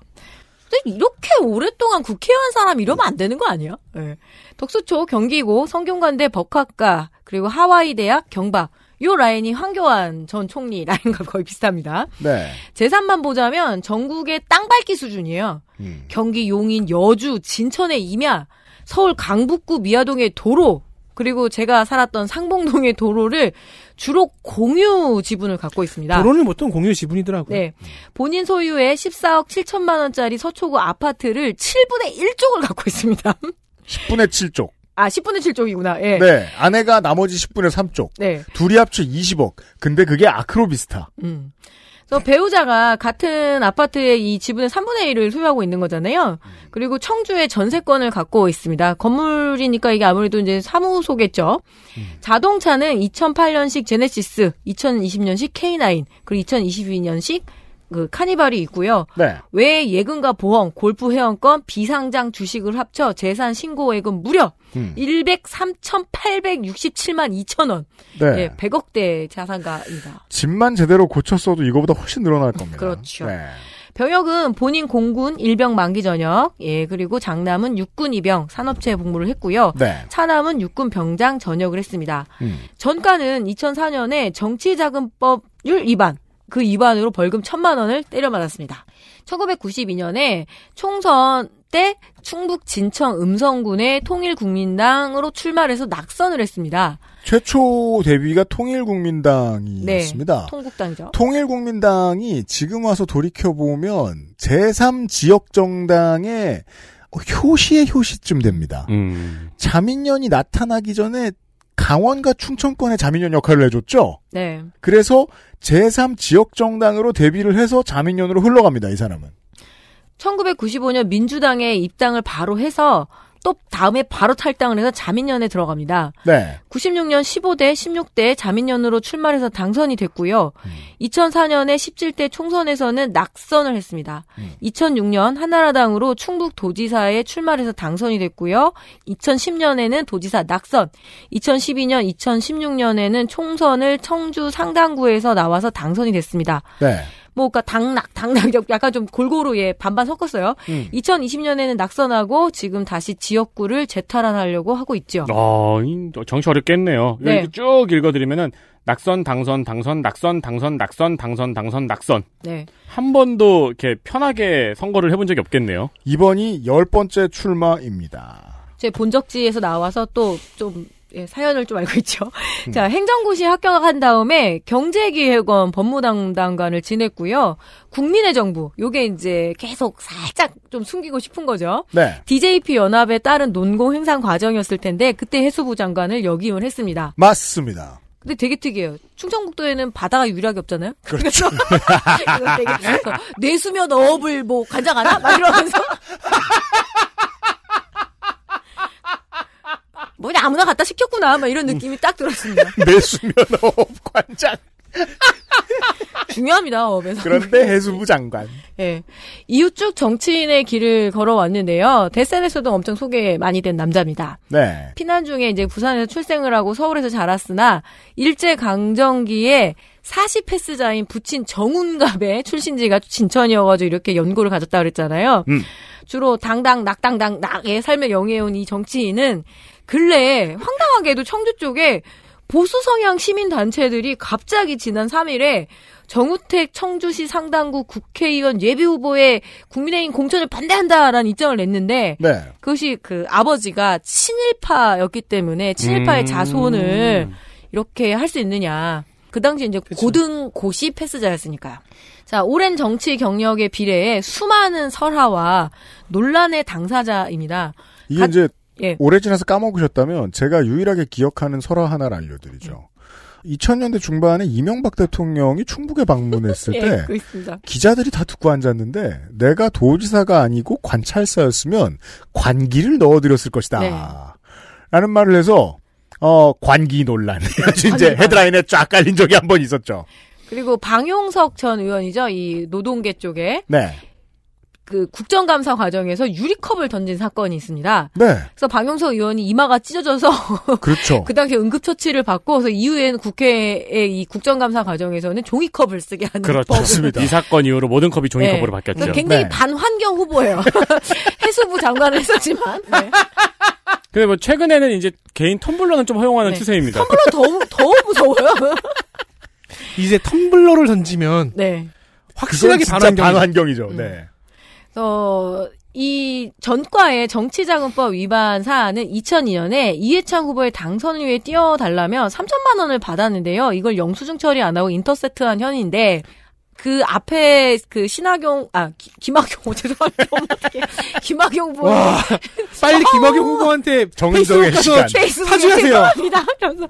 D: 근데 이렇게 오랫동안 국회의원 사람 이러면 안 되는 거 아니야? 예. 덕수초, 경기고, 성균관대 법학과, 그리고 하와이대학 경박. 요 라인이 황교안 전 총리 라인과 거의 비슷합니다.
C: 네.
D: 재산만 보자면 전국의 땅 밟기 수준이에요. 경기 용인, 여주, 진천의 임야, 서울 강북구 미아동의 도로, 그리고 제가 살았던 상봉동의 도로를 주로 공유 지분을 갖고 있습니다.
F: 도로는 보통 공유 지분이더라고요.
D: 네. 본인 소유의 14억 7천만 원짜리 서초구 아파트를 7분의 1쪽을 갖고 있습니다. [LAUGHS]
C: 10분의 7쪽.
D: 아, 10분의 7쪽이구나. 예.
C: 네. 아내가 나머지 10분의 3쪽.
D: 네.
C: 둘이 합쳐 20억. 근데 그게 아크로비스타.
D: 음. 그래서 배우자가 같은 아파트의 이 지분의 3분의 1을 소유하고 있는 거잖아요. 그리고 청주의 전세권을 갖고 있습니다. 건물이니까 이게 아무래도 이제 사무소겠죠. 자동차는 2008년식 제네시스, 2020년식 K9, 그리고 2022년식 그 카니발이 있고요.
C: 네.
D: 외 예금과 보험, 골프 회원권, 비상장 주식을 합쳐 재산 신고액은 무려
C: 음.
D: 103,867만 2천 원.
C: 네.
D: 예, 100억대 자산가입니다.
C: 집만 제대로 고쳤어도 이거보다 훨씬 늘어날 겁니다.
D: 그렇죠.
C: 네.
D: 병역은 본인 공군 일병 만기 전역, 예, 그리고 장남은 육군 이병 산업체 복무를 했고요.
C: 네.
D: 차남은 육군 병장 전역을 했습니다.
C: 음.
D: 전가는 2004년에 정치자금법률 위반, 그 위반으로 벌금 천만 원을 때려맞았습니다. 1992년에 총선 때 충북 진천 음성군의 통일국민당으로 출마해서 낙선을 했습니다.
C: 최초 데뷔가 통일국민당이었습니다.
D: 네, 통국당이죠.
C: 통일국민당이 지금 와서 돌이켜보면 제3지역정당의 효시의 효시쯤
F: 음.
C: 됩니다.
E: 음.
C: 자민련이 나타나기 전에 강원과 충청권의 자민련 역할을 해줬죠.
D: 네.
C: 그래서 제3지역정당으로 데뷔를 해서 자민련으로 흘러갑니다. 이 사람은.
D: 1995년 민주당에 입당을 바로 해서 또 다음에 바로 탈당을 해서 자민련에 들어갑니다.
C: 네.
D: 96년 15대, 16대 자민련으로 출마해서 당선이 됐고요. 2004년에 17대 총선에서는 낙선을 했습니다. 2006년 한나라당으로 충북 도지사에 출마해서 당선이 됐고요. 2010년에는 도지사 낙선, 2012년, 2016년에는 총선을 청주 상당구에서 나와서 당선이 됐습니다.
C: 네.
D: 뭐, 그니까, 당락, 당락, 약간 좀 골고루, 예, 반반 섞었어요.
C: 음.
D: 2020년에는 낙선하고, 지금 다시 지역구를 재탈환하려고 하고 있죠.
E: 어.
Q: 아, 이 정치 어렵겠네요.
D: 그러니까. 네.
Q: 이렇게 쭉 읽어드리면은 낙선, 당선, 당선, 낙선, 당선, 낙선, 당선, 당선, 낙선.
D: 네.
Q: 한 번도 이렇게 편하게 선거를 해본 적이 없겠네요.
C: 이번이 열 번째 출마입니다.
D: 제 본적지에서 나와서 또 좀, 예, 사연을 좀 알고 있죠. 자, 행정고시 합격한 다음에 경제기획원 법무담당관을 지냈고요. 국민의 정부, 요게 이제 계속 살짝 좀 숨기고 싶은 거죠.
C: 네.
D: DJP 연합에 따른 논공 행상 과정이었을 텐데, 그때 해수부 장관을 역임을 했습니다.
C: [LAUGHS] 맞습니다.
D: 근데 되게 특이해요. 충청북도에는 바다가 유일하게 없잖아요.
C: 그렇죠.
D: 그래서 [LAUGHS] 되게 내수면 어업을 뭐 관장하나? 막 이러면서
M: 하나 막 이런 느낌이 딱 들었습니다.
C: 내수면허업 관장.
D: 중요합니다. 업에서.
C: 그런데 해수부 장관.
D: [LAUGHS] 예. 이후 쭉 정치인의 길을 걸어왔는데요. 데센에서도 엄청 소개 많이 된 남자입니다.
C: 네.
D: 피난 중에 이제 부산에서 출생을 하고 서울에서 자랐으나 일제 강점기에 사시 패스자인 부친 정운갑의 출신지가 진천이어가지고 이렇게 연고를 가졌다 그랬잖아요.
C: 음.
D: 주로 당당 낙당당 낙의 삶을 영위해온 이 정치인은 근래에 황당하게도 청주 쪽에 보수 성향 시민 단체들이 갑자기 지난 3일에 정우택 청주시 상당구 국회의원 예비 후보의 국민의힘 공천을 반대한다라는 입장을 냈는데
C: 네.
D: 그것이 그 아버지가 친일파였기 때문에 친일파의
C: 음.
D: 자손을 이렇게 할 수 있느냐. 그 당시 이제 고등 고시 패스자였으니까요. 자, 오랜 정치 경력에 비례해 수많은 설화와 논란의 당사자입니다.
C: 이게
D: 가-
C: 이제
D: 예.
C: 오래 지나서 까먹으셨다면 제가 유일하게 기억하는 설화 하나를 알려드리죠. 2000년대 중반에 이명박 대통령이 충북에
D: [LAUGHS]
C: 방문했을
M: 예,
C: 때
M: 그거 있습니다.
C: 기자들이 다 듣고 앉았는데 내가 도지사가 아니고 관찰사였으면 관기를 넣어드렸을 것이다.
M: 네.
C: 라는 말을 해서 어 관기 논란 이제 [LAUGHS] 헤드라인에 쫙 깔린 적이 한 번 있었죠.
D: 그리고 방용석 전 의원이죠. 이 노동계 쪽에
C: 네,
D: 그 국정감사 과정에서 유리컵을 던진 사건이 있습니다.
C: 네,
D: 그래서 방용석 의원이 이마가 찢어져서 [LAUGHS]
C: 그렇죠.
D: 그 당시 응급처치를 받고 그래서 이후에는 국회의 이 국정감사 과정에서는 종이컵을 쓰게 하는
C: 그렇죠.
D: 법을
E: 이 사건 이후로 모든 컵이 그렇죠. [LAUGHS] 종이컵으로
D: 네.
E: 바뀌었죠.
D: 그러니까 굉장히 반환경 후보예요. [LAUGHS] 해수부 장관을 했었지만 네.
E: 근데 뭐 최근에는 이제 개인 텀블러는 좀 허용하는
D: 네.
E: 추세입니다.
D: 텀블러 더, 더 무서워요.
F: 이제 텀블러를 던지면
D: 네.
F: 확실하게
C: 그건 진짜
F: 반환경이-
C: 반환경이죠. 네.
D: 어, 이 전과의 정치자금법 위반 사안은 2002년에 이해찬 후보의 당선을 위해 뛰어달라며 3천만 원을 받았는데요. 이걸 영수증 처리 안 하고 인터셉트한 현인데 그 앞에 그 신하경 아 기- 김학용 [LAUGHS] 죄송합니다 어떡해. 김학용 후보
F: 와, 빨리 김학용 후보한테
C: 정의정의
F: 페이스북 가서
D: 페이스북
F: 사죄하세요.
D: 죄송합니다. 그래서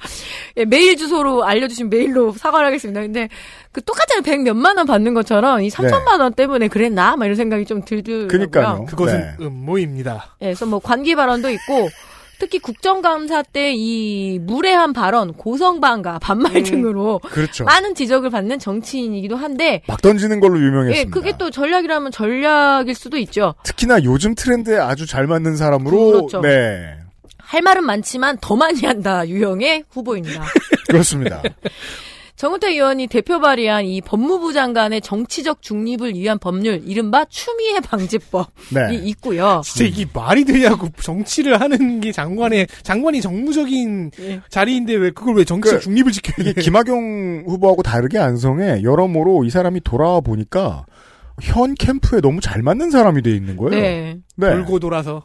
D: 예, 메일 주소로 알려주신 메일로 사과를 하겠습니다. 근데 그 똑같은 백 몇만 원 받는 것처럼 이
F: 네.
D: 3천만 원 때문에 그랬나? 막 이런 생각이 좀 들더라고요.
C: 그러니까요.
F: 그것은
C: 네.
F: 음모입니다.
D: 예, 그래서 뭐 관기 발언도 있고 특히 국정감사 때 이 무례한 발언, 고성방가, 반말 등으로
C: 그렇죠.
D: 많은 지적을 받는 정치인이기도 한데
C: 막 던지는 걸로 유명했습니다.
D: 아, 예, 그게 또 전략이라면 전략일 수도 있죠.
C: 특히나 요즘 트렌드에 아주 잘 맞는 사람으로
D: 그렇죠.
C: 네
D: 할 말은 많지만 더 많이 한다 유형의
C: [LAUGHS]
D: 후보입니다. [LAUGHS]
C: 그렇습니다.
D: 정은택 의원이 대표 발의한 이 법무부 장관의 정치적 중립을 위한 법률, 이른바 추미애 방지법이
F: 네.
D: 있고요.
C: 음.
F: 진짜 이게 말이 되냐고 정치를 하는 게 장관의 장관이 정무적인 자리인데 왜 그걸 왜 정치
C: 그-
F: 중립을 지켜야
C: 이게 김학용 후보하고 다르게 안성에 여러모로 이 사람이 돌아와 보니까 현 캠프에 너무 잘 맞는 사람이 돼 있는 거예요.
D: 네.
F: 돌고 돌아서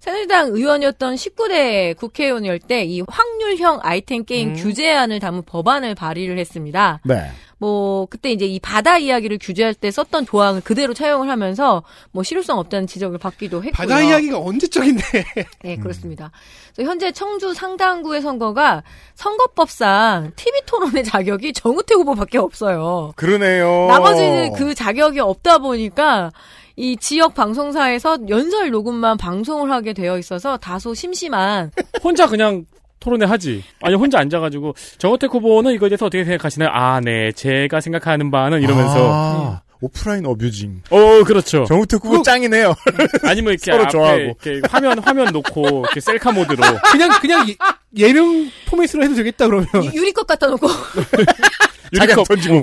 D: 새누리당 의원이었던 19대 국회의원일 때 이 확률형 아이템 게임
F: 음.
D: 규제안을 담은 법안을 발의를 했습니다.
C: 네.
D: 뭐 그때 이제 이 바다 이야기를 규제할 때 썼던 조항을 그대로 차용을 하면서 뭐 실효성 없다는 지적을 받기도 했고요.
F: 바다 이야기가 음. 언제적인데 [LAUGHS]
D: 네, 그렇습니다. 그래서 현재 청주 상당구의 선거가 선거법상 TV 토론의 자격이 정우택 후보밖에 없어요.
C: 그러네요. 아,
D: 나머지는 그 자격이 없다 보니까 이 지역 방송사에서 연설 녹음만 방송을 하게 되어 있어서 다소 심심한
E: 혼자 그냥 토론회 하지. 아니 혼자 앉아가지고 정호택 후보는 이거에 대해서 어떻게 생각하시나요? 아, 네, 제가 생각하는 바는 이러면서.
C: 아, 오프라인 어뷰징.
E: 어, 그렇죠.
C: 정우택 후보 짱이네요.
E: 아니면 이렇게
C: 서로
E: 앞에
C: 좋아하고.
E: 이렇게 화면 화면 놓고 이렇게 셀카 모드로.
F: 그냥 그냥 예- 예능 포맷으로 해도 되겠다 그러면
C: 어.
D: 유리컵 갖다 놓고 [LAUGHS]
C: 자격 던지고.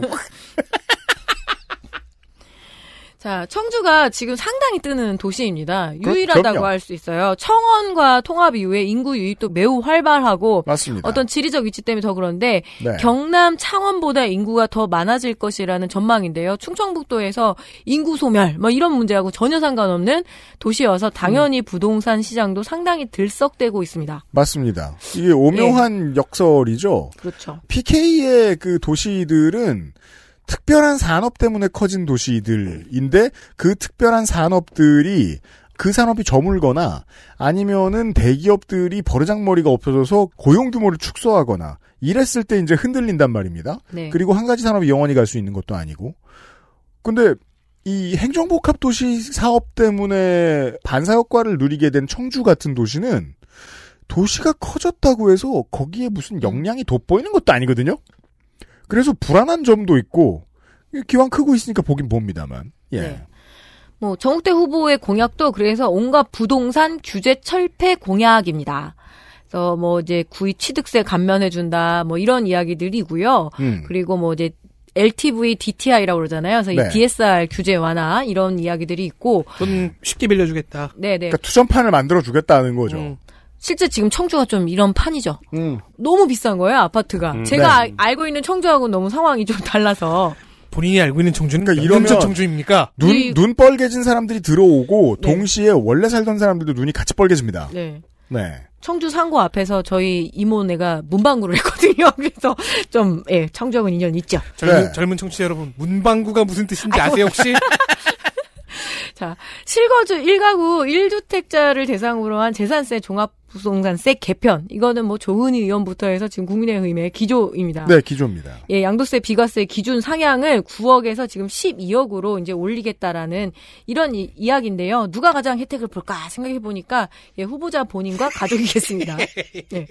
D: 자, 청주가 지금 상당히 뜨는 도시입니다.
C: 그렇죠.
D: 유일하다고
C: 그럼요.
D: 할 수 있어요. 청원과 통합 이후에 인구 유입도 매우 활발하고
C: 맞습니다.
D: 어떤 지리적 위치 때문에 더 그런데
C: 네.
D: 경남 창원보다 인구가 더 많아질 것이라는 전망인데요. 충청북도에서 인구 소멸 뭐 이런 문제하고 전혀 상관없는 도시여서
C: 음.
D: 당연히 부동산 시장도 상당히 들썩대고 있습니다.
C: 맞습니다. 이게
D: 예.
C: 오묘한 역설이죠.
D: 그렇죠.
C: PK의 그 도시들은 특별한 산업 때문에 커진 도시들인데 그 특별한 산업들이 그 산업이 저물거나 아니면은 대기업들이 버르장머리가 없어져서 고용 규모를 축소하거나 이랬을 때 이제 흔들린단 말입니다.
R: 네.
C: 그리고 한 가지 산업이 영원히 갈 수 있는 것도 아니고. 근데 이 행정복합 도시 사업 때문에 반사 효과를 누리게 된 청주 같은 도시는 도시가 커졌다고 해서 거기에 무슨 역량이 돋보이는 것도 아니거든요. 그래서 불안한 점도 있고 기왕 크고 있으니까 보긴 봅니다만. 예.
D: 네. 뭐 정욱대 후보의 공약도 그래서 온갖 부동산 규제 철폐 공약입니다. 그래서 뭐 이제 구입 취득세 감면해 준다 뭐 이런 이야기들이고요.
K: 음.
D: 그리고 뭐 이제 LTV, DTI라고 그러잖아요. 그래서
C: 네.
D: 이 DSR 규제 완화 이런 이야기들이 있고
F: 돈 쉽게 빌려주겠다. 음.
D: 네, 네.
C: 그러니까 투전판을 만들어 주겠다는 거죠.
D: 음. 실제 지금 청주가 좀 이런 판이죠.
C: 음.
D: 너무 비싼 거예요, 아파트가.
C: 음.
D: 제가
C: 네.
D: 아- 알고 있는 청주하고 너무 상황이 좀 달라서.
F: 본인이 알고 있는 음, 청주는
C: 그러니까
F: 몇 년차
C: 이러면
F: 청주입니까?
C: 눈,
D: 이-
C: 눈 뻘개진 사람들이 들어오고 동시에 원래 살던 사람들도 눈이 같이 뻘개집니다.
D: 네.
C: 네.
D: 청주 상고 앞에서 저희 이모네가 문방구를 했거든요. [LAUGHS] 그래서 좀, 예, 청주하고는 인연 있죠.
F: 젊은,
C: 네.
F: 젊은 청취자 여러분, 문방구가 무슨 뜻인지 아세요 혹시?
D: 자, 실거주 1가구 1주택자를 대상으로 한 재산세 종합부동산세 개편. 이거는 뭐 조은희 의원부터 해서 지금 국민의힘의 기조입니다.
C: 네, 기조입니다.
D: 예, 양도세 비과세 기준 상향을 9억에서 지금 12억으로 이제 올리겠다라는 이런 이, 야기인데요 누가 가장 혜택을 볼까 생각해 보니까 예, 후보자 본인과 가족이겠습니다. 예.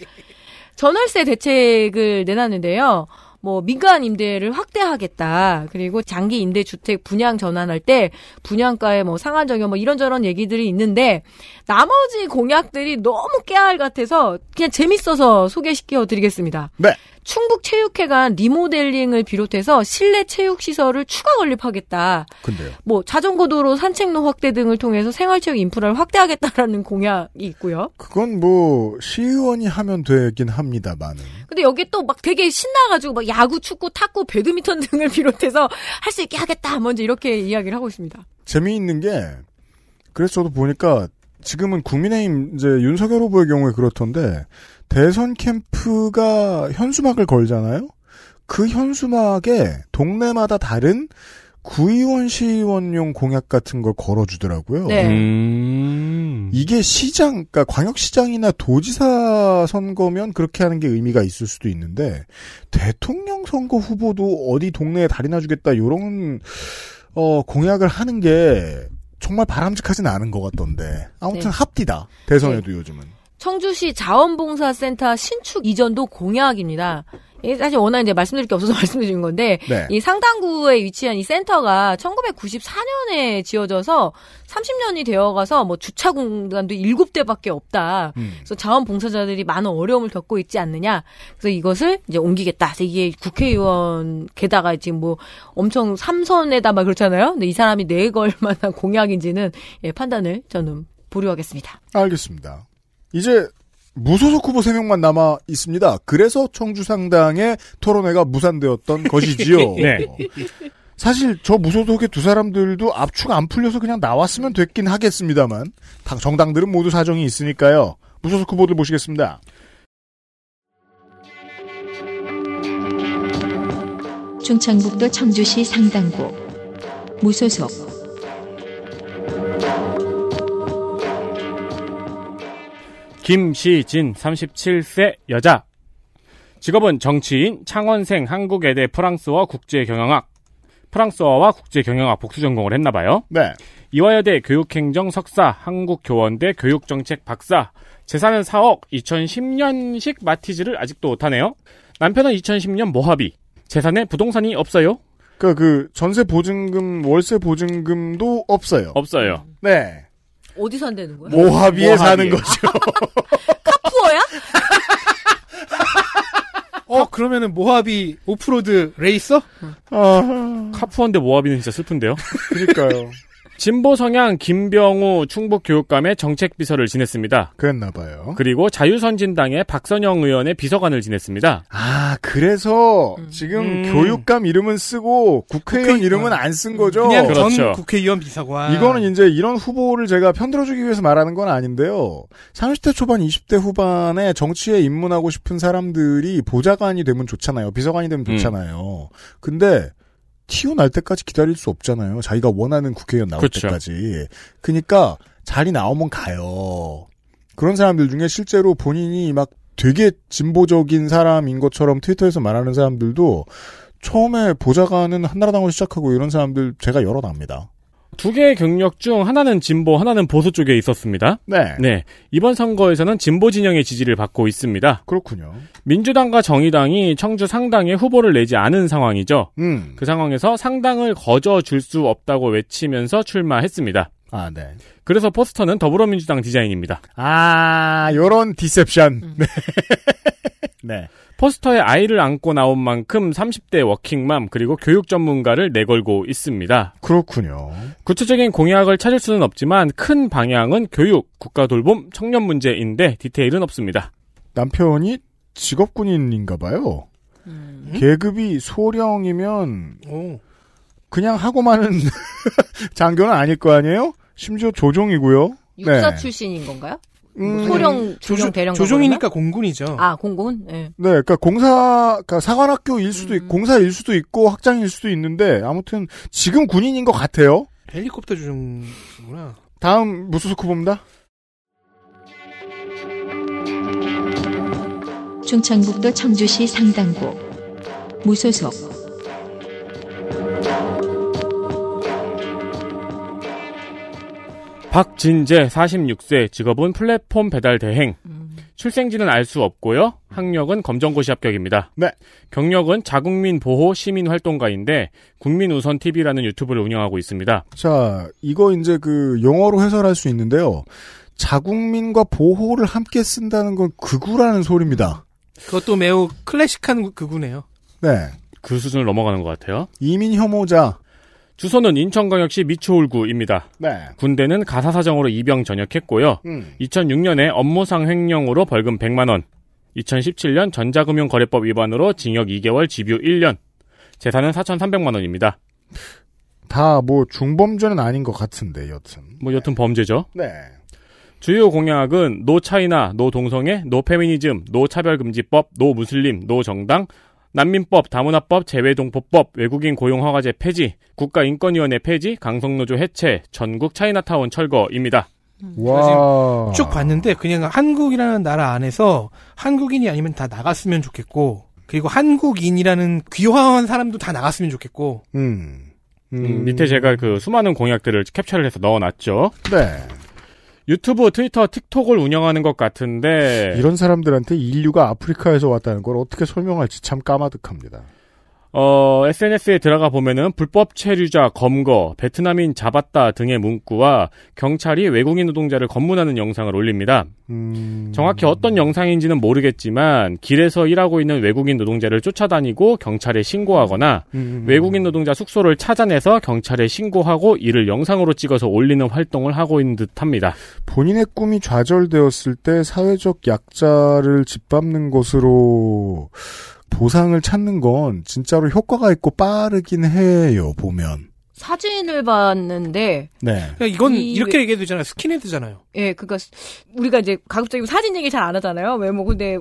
D: 전월세 대책을 내놨는데요. 뭐 민간 임대를 확대하겠다. 그리고 장기 임대 주택 분양 전환할 때 분양가에 뭐 상한 적용 뭐 이런저런 얘기들이 있는데 나머지 공약들이 너무 깨알 같아서 그냥 재밌어서 소개시켜 드리겠습니다.
C: 네.
D: 충북 체육회관 리모델링을 비롯해서 실내 체육 시설을 추가 건립하겠다.
C: 근데요.
D: 뭐 자전거 도로, 산책로 확대 등을 통해서 생활체육 인프라를 확대하겠다라는 공약이 있고요.
C: 그건 뭐 시의원이 하면 되긴 합니다만은.
D: 근데 여기 에 또 막 되게 신나가지고 막 야구, 축구, 탁구, 배드민턴 등을 비롯해서 할 수 있게 하겠다. 먼저 이렇게 이야기를 하고 있습니다.
C: 재미있는 게 그래서 저도 보니까 지금은 국민의힘 이제 윤석열 후보의 경우에 그렇던데 대선 캠프가 현수막을 걸잖아요. 그 현수막에 동네마다 다른 구의원 시의원용 공약 같은 걸 걸어주더라고요.
K: 네.
E: 음.
C: 이게 시장, 그러니까 광역시장이나 도지사 선거면 그렇게 하는 게 의미가 있을 수도 있는데 대통령 선거 후보도 어디 동네에 달이나 주겠다 이런 어, 공약을 하는 게 정말 바람직하진 않은 것 같던데 아무튼
D: 네.
C: 합디다 대선에도 요즘은
D: 청주시 자원봉사센터 신축 이전도 공약입니다. 예, 사실 워낙 이제 말씀드릴 게 없어서 [LAUGHS] 말씀드린 건데
K: 네.
D: 이 상당구에 위치한 이 센터가 1994년에 지어져서 30년이 되어가서 뭐 주차 공간도 7대밖에 없다.
K: 음.
D: 그래서 자원봉사자들이 많은 어려움을 겪고 있지 않느냐. 그래서 이것을 이제 옮기겠다. 그래서 이게 국회의원 게다가 지금 뭐 엄청 삼선에다 막 그렇잖아요. 근데 이 사람이 내걸 만한 공약인지는 예, 판단을 저는 보류하겠습니다.
C: 알겠습니다. 이제 무소속 후보 3명만 남아 있습니다. 그래서 청주상당의 토론회가 무산되었던 [LAUGHS] 것이지요. 어.
K: 네.
C: 사실 저 무소속의 두 사람들도 압축 안 풀려서 그냥 나왔으면 됐긴 하겠습니다만 당 정당들은 모두 사정이 있으니까요. 무소속 후보들 모시겠습니다.
A: 충청북도 청주시 상당구 무소속
E: 김시진 37세 여자 직업은 정치인 창원생 한국외대 프랑스어 국제경영학 프랑스어와 국제경영학 복수 전공을 했나봐요.
C: 네.
E: 이화여대 교육행정 석사 한국교원대 교육정책 박사 재산은 4억 2010년식 마티즈를 아직도 못하네요. 남편은 2010년 모하비 재산에 부동산이 없어요.
C: 그, 그, 전세 보증금, 월세 보증금도 없어요.
E: 없어요.
C: 네.
D: 어디서 안 되는 거야?
F: 뭐?
C: 모하비에 사는 거죠. [LAUGHS]
D: 투어야?
F: 네. 어 그러면은 모하비 오프로드 레이서?
E: 카푸언데 모하비는 진짜 슬픈데요.
C: 어, 그러니까요.
E: 진보 성향 김병우 충북 교육감의 정책 비서를 지냈습니다.
C: 그랬나 봐요.
E: 그리고 자유선진당의 박선영 의원의 비서관을 지냈습니다.
C: 아, 그래서 지금
E: 음.
C: 교육감 이름은 쓰고 국회의원 이름은 안 쓴 거죠.
F: 그냥 전
E: 그렇죠.
F: 국회의원 비서관.
C: 이거는 이제 이런 후보를 제가 편들어주기 위해서 말하는 건 아닌데요. 30대 초반, 20대 후반에 정치에 입문하고 싶은 사람들이 보좌관이 되면 좋잖아요. 비서관이
E: 음.
C: 되면 좋잖아요. 근데 튀어날 때까지 기다릴 수 없잖아요. 자기가 원하는 국회의원 나올
E: 그렇죠.
C: 때까지. 그러니까 자리 나오면 가요. 그런 사람들 중에 실제로 본인이 막 되게 진보적인 사람인 것처럼 트위터에서 말하는 사람들도 처음에 보좌관은 한나라당을 시작하고 이런 사람들 제가 여러 납니다.
E: 두 개의 경력 중 하나는 진보, 하나는 보수 쪽에 있었습니다.
C: 네.
E: 이번 선거에서는 진보 진영의 지지를 받고 있습니다.
C: 그렇군요.
E: 민주당과 정의당이 청주 상당에 후보를 내지 않은 상황이죠.
C: 음.
E: 그 상황에서 상당을 거저 줄 수 없다고 외치면서 출마했습니다.
C: 아, 네.
E: 그래서 포스터는 더불어민주당 디자인입니다.
C: 아, 요런 디셉션.
D: 음.
C: 네. [LAUGHS] 네.
E: 포스터에 아이를 안고 나온 만큼 30대 워킹맘 그리고 교육 전문가를 내걸고 있습니다.
C: 그렇군요.
E: 구체적인 공약을 찾을 수는 없지만 큰 방향은 교육, 국가 돌봄, 청년 문제인데 디테일은 없습니다.
C: 남편이 직업군인인가 봐요.
D: 음.
C: 계급이 소령이면
F: 오.
C: 그냥 하고 마는 [LAUGHS] 장교는 아닐 거 아니에요? 심지어 조종이고요.
D: 육사
C: 네.
D: 출신인 건가요?
C: 음,
D: 소령, 조령
F: 조종-
D: 대령
F: 조종이니까 공군이죠.
D: 아 공군? 네.
C: 네, 그러니까 공사, 그러니까 사관학교일 수도
D: 음.
C: 있고 공사일 수도 있고 학장일 수도 있는데 아무튼 지금 군인인 것 같아요.
F: 헬리콥터 조종구나.
C: 다음 무소속 후보입니다.
A: 충청북도 청주시 상당고 무소속
E: 박진재 46세 직업은 플랫폼 배달 대행. 출생지는 알 수 없고요. 학력은 검정고시 합격입니다.
C: 네.
E: 경력은 자국민 보호 시민 활동가인데 국민 우선 TV라는 유튜브를 운영하고 있습니다.
C: 자, 이거 이제 그 영어로 해설할 수 있는데요. 자국민과 보호를 함께 쓴다는 건 극우라는 소리입니다.
F: 그것도 매우 클래식한 그구네요.
C: 네.
E: 그 수준을 넘어가는 것 같아요.
C: 이민 혐오자.
E: 주소는 인천광역시 미추홀구입니다.
C: 네.
E: 군대는 가사사정으로 입영 전역했고요.
C: 음.
E: 2006년에 업무상 횡령으로 벌금 100만 원. 2017년 전자금융거래법 위반으로 징역 2개월, 집유 1년. 재산은 4,300만 원입니다.
C: 다 뭐 중범죄는 아닌 것 같은데 여튼.
E: 뭐 여튼 범죄죠.
C: 네.
E: 주요 공약은 노 차이나, 노 동성애, 노 페미니즘, 노 차별금지법, 노 무슬림, 노 정당, 난민법, 다문화법, 재외동포법, 외국인 고용 허가제 폐지, 국가인권위원회 폐지, 강성노조 해체, 전국 차이나타운 철거입니다.
C: 와.
F: 쭉 봤는데 그냥 한국이라는 나라 안에서 한국인이 아니면 다 나갔으면 좋겠고 그리고 한국인이라는 귀화한 사람도 다 나갔으면 좋겠고
C: 음. 음,
E: 음, 밑에 제가 그 수많은 공약들을 캡처를 해서 넣어놨죠.
C: 네.
E: 유튜브, 트위터, 틱톡을 운영하는 것 같은데
C: 이런 사람들한테 인류가 아프리카에서 왔다는 걸 어떻게 설명할지 참 까마득합니다.
E: 어, SNS에 들어가 보면은 불법 체류자 검거, 베트남인 잡았다 등의 문구와 경찰이 외국인 노동자를 검문하는 영상을 올립니다. 정확히 어떤 영상인지는 모르겠지만 길에서 일하고 있는 외국인 노동자를 쫓아다니고 경찰에 신고하거나 음.
C: 음.
E: 외국인 노동자 숙소를 찾아내서 경찰에 신고하고 이를 영상으로 찍어서 올리는 활동을 하고 있는 듯합니다.
C: 본인의 꿈이 좌절되었을 때 사회적 약자를 짓밟는 것으로 보상을 찾는 건 진짜로 효과가 있고 빠르긴 해요, 보면.
D: 사진을 봤는데
C: 네.
F: 그냥 이건
D: 이-
F: 이렇게 얘기해도 되잖아요. 스킨헤드잖아요.
D: 예 그니까 우리가 이제 가급적이면 사진 얘기 잘 안 하잖아요 외모 근데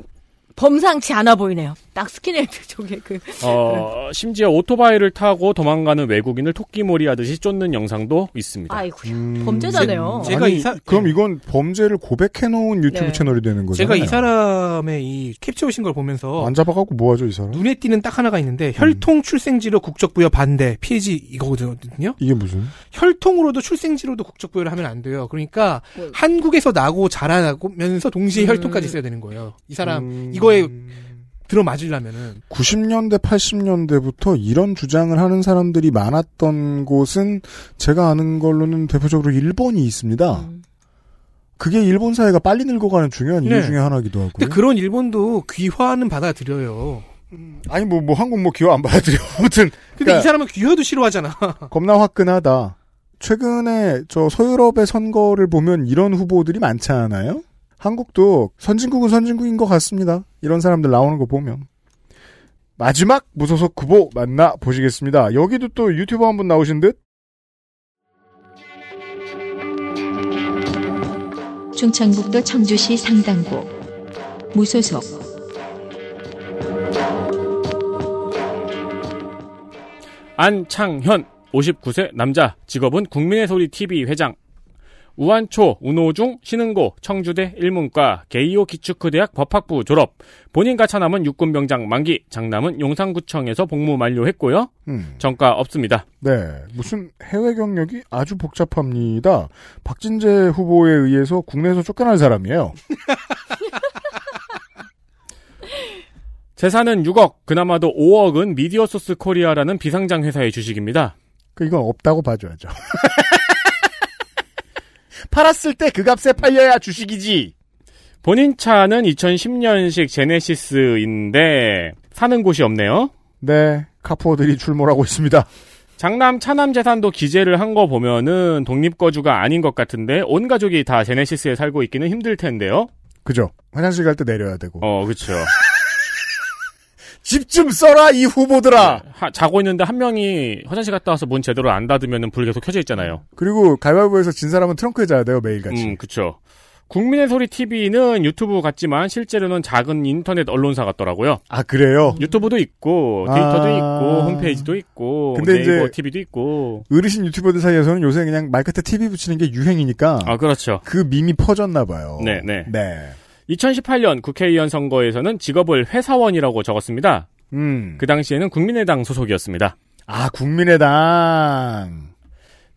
D: 범상치 않아 보이네요 딱 스킨헤드 [LAUGHS] 쪽에 그
E: 어, 심지어 오토바이를 타고 도망가는 외국인을 토끼몰이 하듯이 쫓는 영상도 있습니다.
D: 아이고야 범죄자네요
F: 제- 제가
C: 음. 아니,
F: 이 사-
C: 그럼 이건 범죄를 고백해놓은 유튜브
D: 네.
C: 채널이 되는 거잖아요.
F: 제가 이 사람의 이 캡처 오신 걸 보면서
C: 안 잡아가고 뭐하죠, 이 사람?
F: 눈에 띄는 딱 하나가 있는데
C: 음.
F: 혈통 출생지로 국적 부여 반대 피해지 이거거든요.
C: 이게 무슨?
F: 혈통으로도 출생지로도 국적 부여를 하면 안 돼요. 그러니까 한국에서 나고 자라면서 동시에 혈통까지 있어야 되는 거예요. 이 사람
C: 음.
F: 이거에 들어맞으려면은
C: 90년대, 80년대부터 이런 주장을 하는 사람들이 많았던 곳은 제가 아는 걸로는 대표적으로 일본이 있습니다. 그게 일본 사회가 빨리 늙어가는 중요한 이유
F: 음. 네.
C: 중에 하나이기도 하고.
F: 근데 그런 일본도 귀화는 받아들여요.
C: 아니 뭐 뭐 한국 뭐 기호 안 받아들여. [LAUGHS] 아무튼
F: 근데
C: 그러니까
F: 이 사람은
C: [LAUGHS]
F: 귀화도 싫어하잖아.
C: 겁나 화끈하다. 최근에 저 서유럽의 선거를 보면 이런 후보들이 많지 않아요? 한국도 선진국은 선진국인 것 같습니다. 이런 사람들 나오는 거 보면. 마지막 무소속 후보 만나 보시겠습니다. 여기도 또 유튜버 한 분 나오신 듯?
A: 충청북도 청주시 상당고 무소속
E: 안창현 59세 남자 직업은 국민의 소리 TV 회장 우한초, 운호중, 신흥고, 청주대 일문과, 게이오 기축후대학 법학부 졸업, 본인과 차남은 육군병장 만기, 장남은 용산구청에서 복무 만료했고요.
C: 음.
E: 전과 없습니다.
C: 네, 무슨 해외 경력이 아주 복잡합니다. 박진재 후보에 의해서 국내에서 쫓겨난 사람이에요.
E: 재산은 6억, 그나마도 5억은 미디어소스 코리아라는 비상장 회사의 주식입니다.
C: 그 이건 없다고 봐줘야죠. [LAUGHS] 팔았을 때 그 값에 팔려야 주식이지.
E: 본인 차는 2010년식 제네시스인데 사는 곳이 없네요.
C: 네, 카푸어들이 출몰하고 있습니다.
E: 장남 차남 재산도 기재를 한 거 보면은 독립 거주가 아닌 것 같은데 온 가족이 다 제네시스에 살고 있기는 힘들 텐데요.
C: 그죠? 화장실 갈 때 내려야 되고.
E: 어, 그렇죠.
C: 집 좀 써라 이 후보들아.
E: 네. 하- 자고 있는데 한 명이 화장실 갔다 와서 문 제대로 안 닫으면은 불 계속 켜져 있잖아요.
C: 그리고 가위바위보에서 진 사람은 트렁크에 자야 돼요 매일같이.
E: 음, 그렇죠. 국민의 소리 TV는 유튜브 같지만 실제로는 작은 인터넷 언론사 같더라고요.
C: 아 그래요?
E: 유튜브도 있고 데이터도
C: 아.
E: 있고 홈페이지도 있고
C: 근데 이제
E: 네이버 TV도 있고.
C: 어르신 유튜버들 사이에서는 요새 그냥 말 끝에 TV 붙이는 게 유행이니까
E: 아, 그렇죠.
C: 그 밈이 퍼졌나 봐요.
E: 네, 네.
C: 네.
E: 2018년 국회의원 선거에서는 직업을 회사원이라고 적었습니다.
C: 음.
E: 그 당시에는 국민의당 소속이었습니다.
C: 아 국민의당.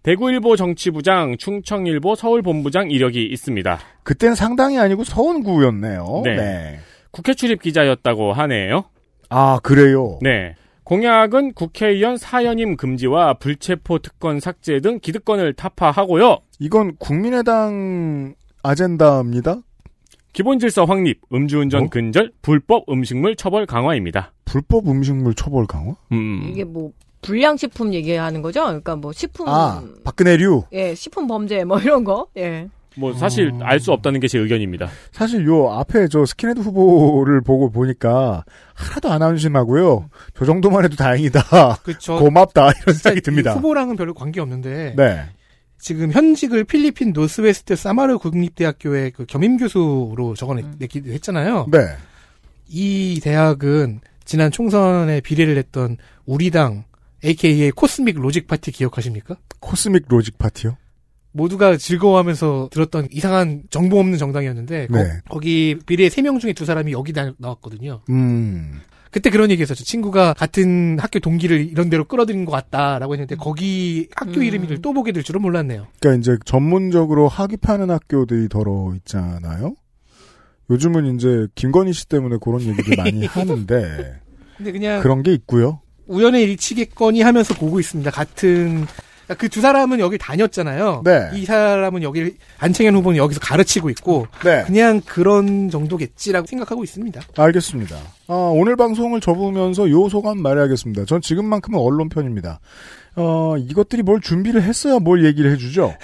E: 대구일보 정치부장, 충청일보 서울본부장 이력이 있습니다.
C: 그땐 상당이 아니고 서원구였네요.
E: 네. 국회 출입 기자였다고 하네요.
C: 아 그래요.
E: 네. 공약은 국회의원 사연임 금지와 불체포 특권 삭제 등 기득권을 타파하고요.
C: 이건 국민의당 아젠다입니다.
E: 기본 질서 확립, 음주운전
C: 뭐?
E: 근절, 불법 음식물 처벌 강화입니다.
C: 불법 음식물 처벌 강화?
E: 음.
M: 이게 뭐 불량식품 얘기하는 거죠? 그러니까 뭐 식품
C: 아
D: 음.
C: 박근혜류.
M: 예 식품 범죄 뭐 이런 거 예.
E: 뭐 사실 알 수 없다는 게 제 의견입니다.
C: 사실 요 앞에 저 스킨헤드 후보를 보고 보니까 하나도 안 안심하고요. 저 정도만 해도 다행이다.
F: 그렇죠.
C: 고맙다 이런 생각이 듭니다.
F: 후보랑은 별로 관계 없는데
C: 네.
F: 지금 현직을 필리핀 노스웨스트 사마르 국립대학교의 그 겸임 교수로 적어냈기도 했잖아요.
C: 네.
F: 이 대학은 지난 총선에 비례를 했던 우리당 AKA 코스믹 로직 파티 기억하십니까?
C: 코스믹 로직 파티요?
F: 모두가 즐거워하면서 들었던 이상한 정보 없는 정당이었는데
C: 네.
F: 거, 기 비례 세 명 중에 두 사람이 여기 다 나왔거든요.
C: 음.
F: 그때 그런 얘기 했었죠. 친구가 같은 학교 동기를 이런 데로 끌어들인 것 같다라고 했는데 거기 학교 이름을 또 보게 될 줄은 몰랐네요.
C: 그러니까 이제 전문적으로 학입하는 학교들이 더러 있잖아요. 요즘은 이제 김건희 씨 때문에 그런 얘기를
F: [LAUGHS]
C: 많이 하는데
F: 근데 그냥
C: 그런 게 있고요.
F: 우연의 일치겠거니 하면서 보고 있습니다. 같은 그 두 사람은 여기 다녔잖아요.
C: 네.
F: 이 사람은 여기 안창현 후보는 여기서 가르치고 있고
C: 네.
F: 그냥 그런 정도겠지라고 생각하고 있습니다.
C: 알겠습니다. 아, 오늘 방송을 접으면서 요 소감 말해야겠습니다. 전 지금만큼은 언론 편입니다. 어, 이것들이 뭘 준비를 했어야 뭘 얘기를
F: [LAUGHS]
C: 해주죠.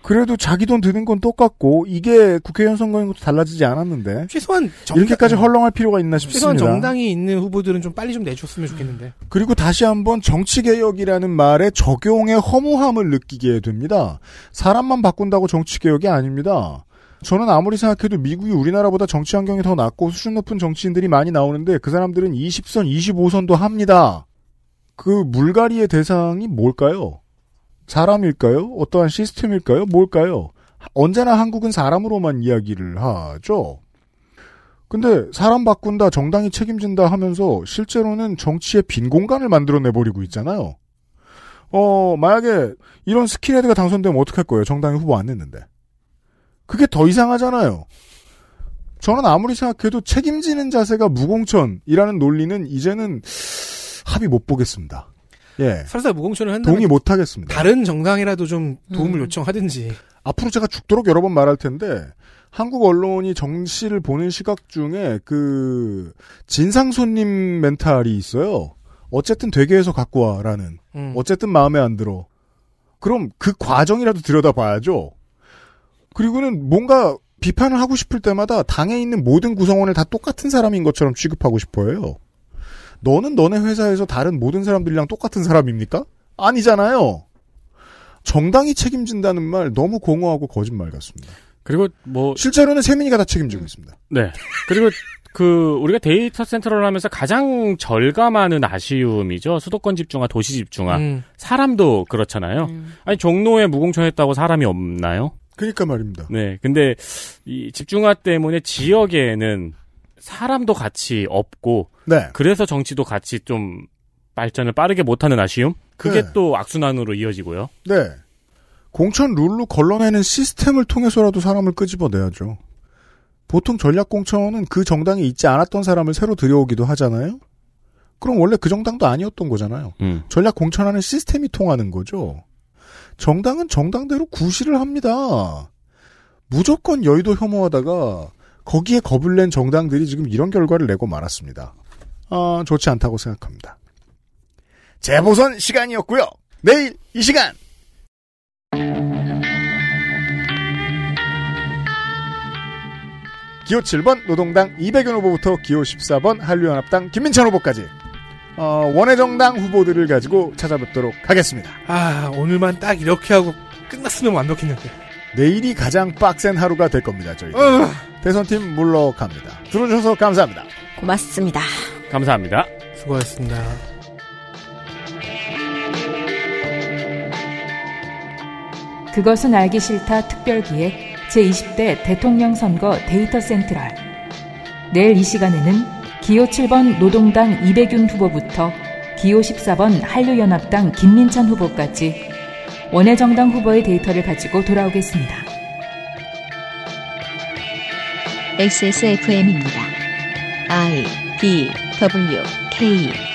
C: 그래도 자기 돈 드는 건 똑같고 이게 국회의원 선거인 것도 달라지지 않았는데
F: 최소한 정당,
C: 이렇게까지 헐렁할 필요가 있나
F: 최소한
C: 싶습니다.
F: 네.
C: 네.
F: 정당이 있는 후보들은 좀 빨리 좀 내줬으면 좋겠는데.
C: 그리고 다시 한번 정치개혁이라는 말의 적용의 허무함을 느끼게 됩니다. 사람만 바꾼다고 정치개혁이 아닙니다. 저는 아무리 생각해도 미국이 우리나라보다 정치 환경이 더 낫고 수준 높은 정치인들이 많이 나오는데 그 사람들은 20선, 25선도 합니다. 그 물갈이의 대상이 뭘까요? 사람일까요? 어떠한 시스템일까요? 뭘까요? 언제나 한국은 사람으로만 이야기를 하죠. 근데 사람 바꾼다, 정당이 책임진다 하면서 실제로는 정치의 빈 공간을 만들어내버리고 있잖아요. 어, 만약에 이런 스킨헤드가 당선되면 어떡할 거예요? 정당이 후보 안 냈는데. 그게 더 이상하잖아요. 저는 아무리 생각해도 책임지는 자세가 무공천이라는 논리는 이제는 합의 못 보겠습니다. 예.
F: 설사 무공천을 한다면
C: 동의 못 하겠습니다.
F: 다른 정당이라도 좀 도움을 요청하든지.
C: 앞으로 제가 죽도록 여러 번 말할 텐데 한국 언론이 정치를 보는 시각 중에 그 진상 손님 멘탈이 있어요. 어쨌든 되게 해서 갖고 와라는.
F: 음.
C: 어쨌든 마음에 안 들어. 그럼 그 과정이라도 들여다봐야죠. 그리고는 뭔가 비판을 하고 싶을 때마다 당에 있는 모든 구성원을 다 똑같은 사람인 것처럼 취급하고 싶어요. 너는 너네 회사에서 다른 모든 사람들이랑 똑같은 사람입니까? 아니잖아요. 정당이 책임진다는 말 너무 공허하고 거짓말 같습니다.
E: 그리고 뭐
C: 실제로는 세민이가 다 책임지고 있습니다.
E: 네. 그리고 그 우리가 데이터 센터를 하면서 가장 절감하는 아쉬움이죠. 수도권 집중화, 도시 집중화.
F: 음.
E: 사람도 그렇잖아요.
D: 음.
M: 음.
E: 아니 종로에 무공천했다고 사람이 없나요?
C: 그러니까 말입니다.
E: 네. 근데 이 집중화 때문에 지역에는 사람도 같이 없고
C: 네.
E: 그래서 정치도 같이 좀 발전을 빠르게 못하는 아쉬움? 그게
C: 네.
E: 또 악순환으로 이어지고요.
C: 네. 공천 룰로 걸러내는 시스템을 통해서라도 사람을 끄집어내야죠. 보통 전략 공천은 그 정당에 있지 않았던 사람을 새로 들여오기도 하잖아요. 그럼 원래 그 정당도 아니었던 거잖아요.
E: 음.
C: 전략 공천하는 시스템이 통하는 거죠. 정당은 정당대로 구실을 합니다. 무조건 여의도 혐오하다가 거기에 겁을 낸 정당들이 지금 이런 결과를 내고 말았습니다. 아, 좋지 않다고 생각합니다. 재보선 시간이었고요. 내일 이 시간 기호 7번 노동당 이백윤 후보부터 기호 14번 한류연합당 김민찬 후보까지 어, 원외정당 후보들을 가지고 찾아뵙도록 하겠습니다.
F: 아, 오늘만 딱 이렇게 하고 끝났으면 완벽했는데.
C: 내일이 가장 빡센 하루가 될 겁니다. 저희
F: 어.
C: 대선팀 물러갑니다. 들어주셔서 감사합니다.
D: 고맙습니다.
E: 감사합니다.
F: 수고하셨습니다.
I: 그것은 알기 싫다 특별기획 제20대 대통령 선거 데이터 센트럴 내일 이 시간에는 기호 7번 노동당 이백윤 후보부터 기호 14번 한류연합당 김민찬 후보까지 원외정당 후보의 데이터를 가지고 돌아오겠습니다.
A: XSFM입니다. I D W K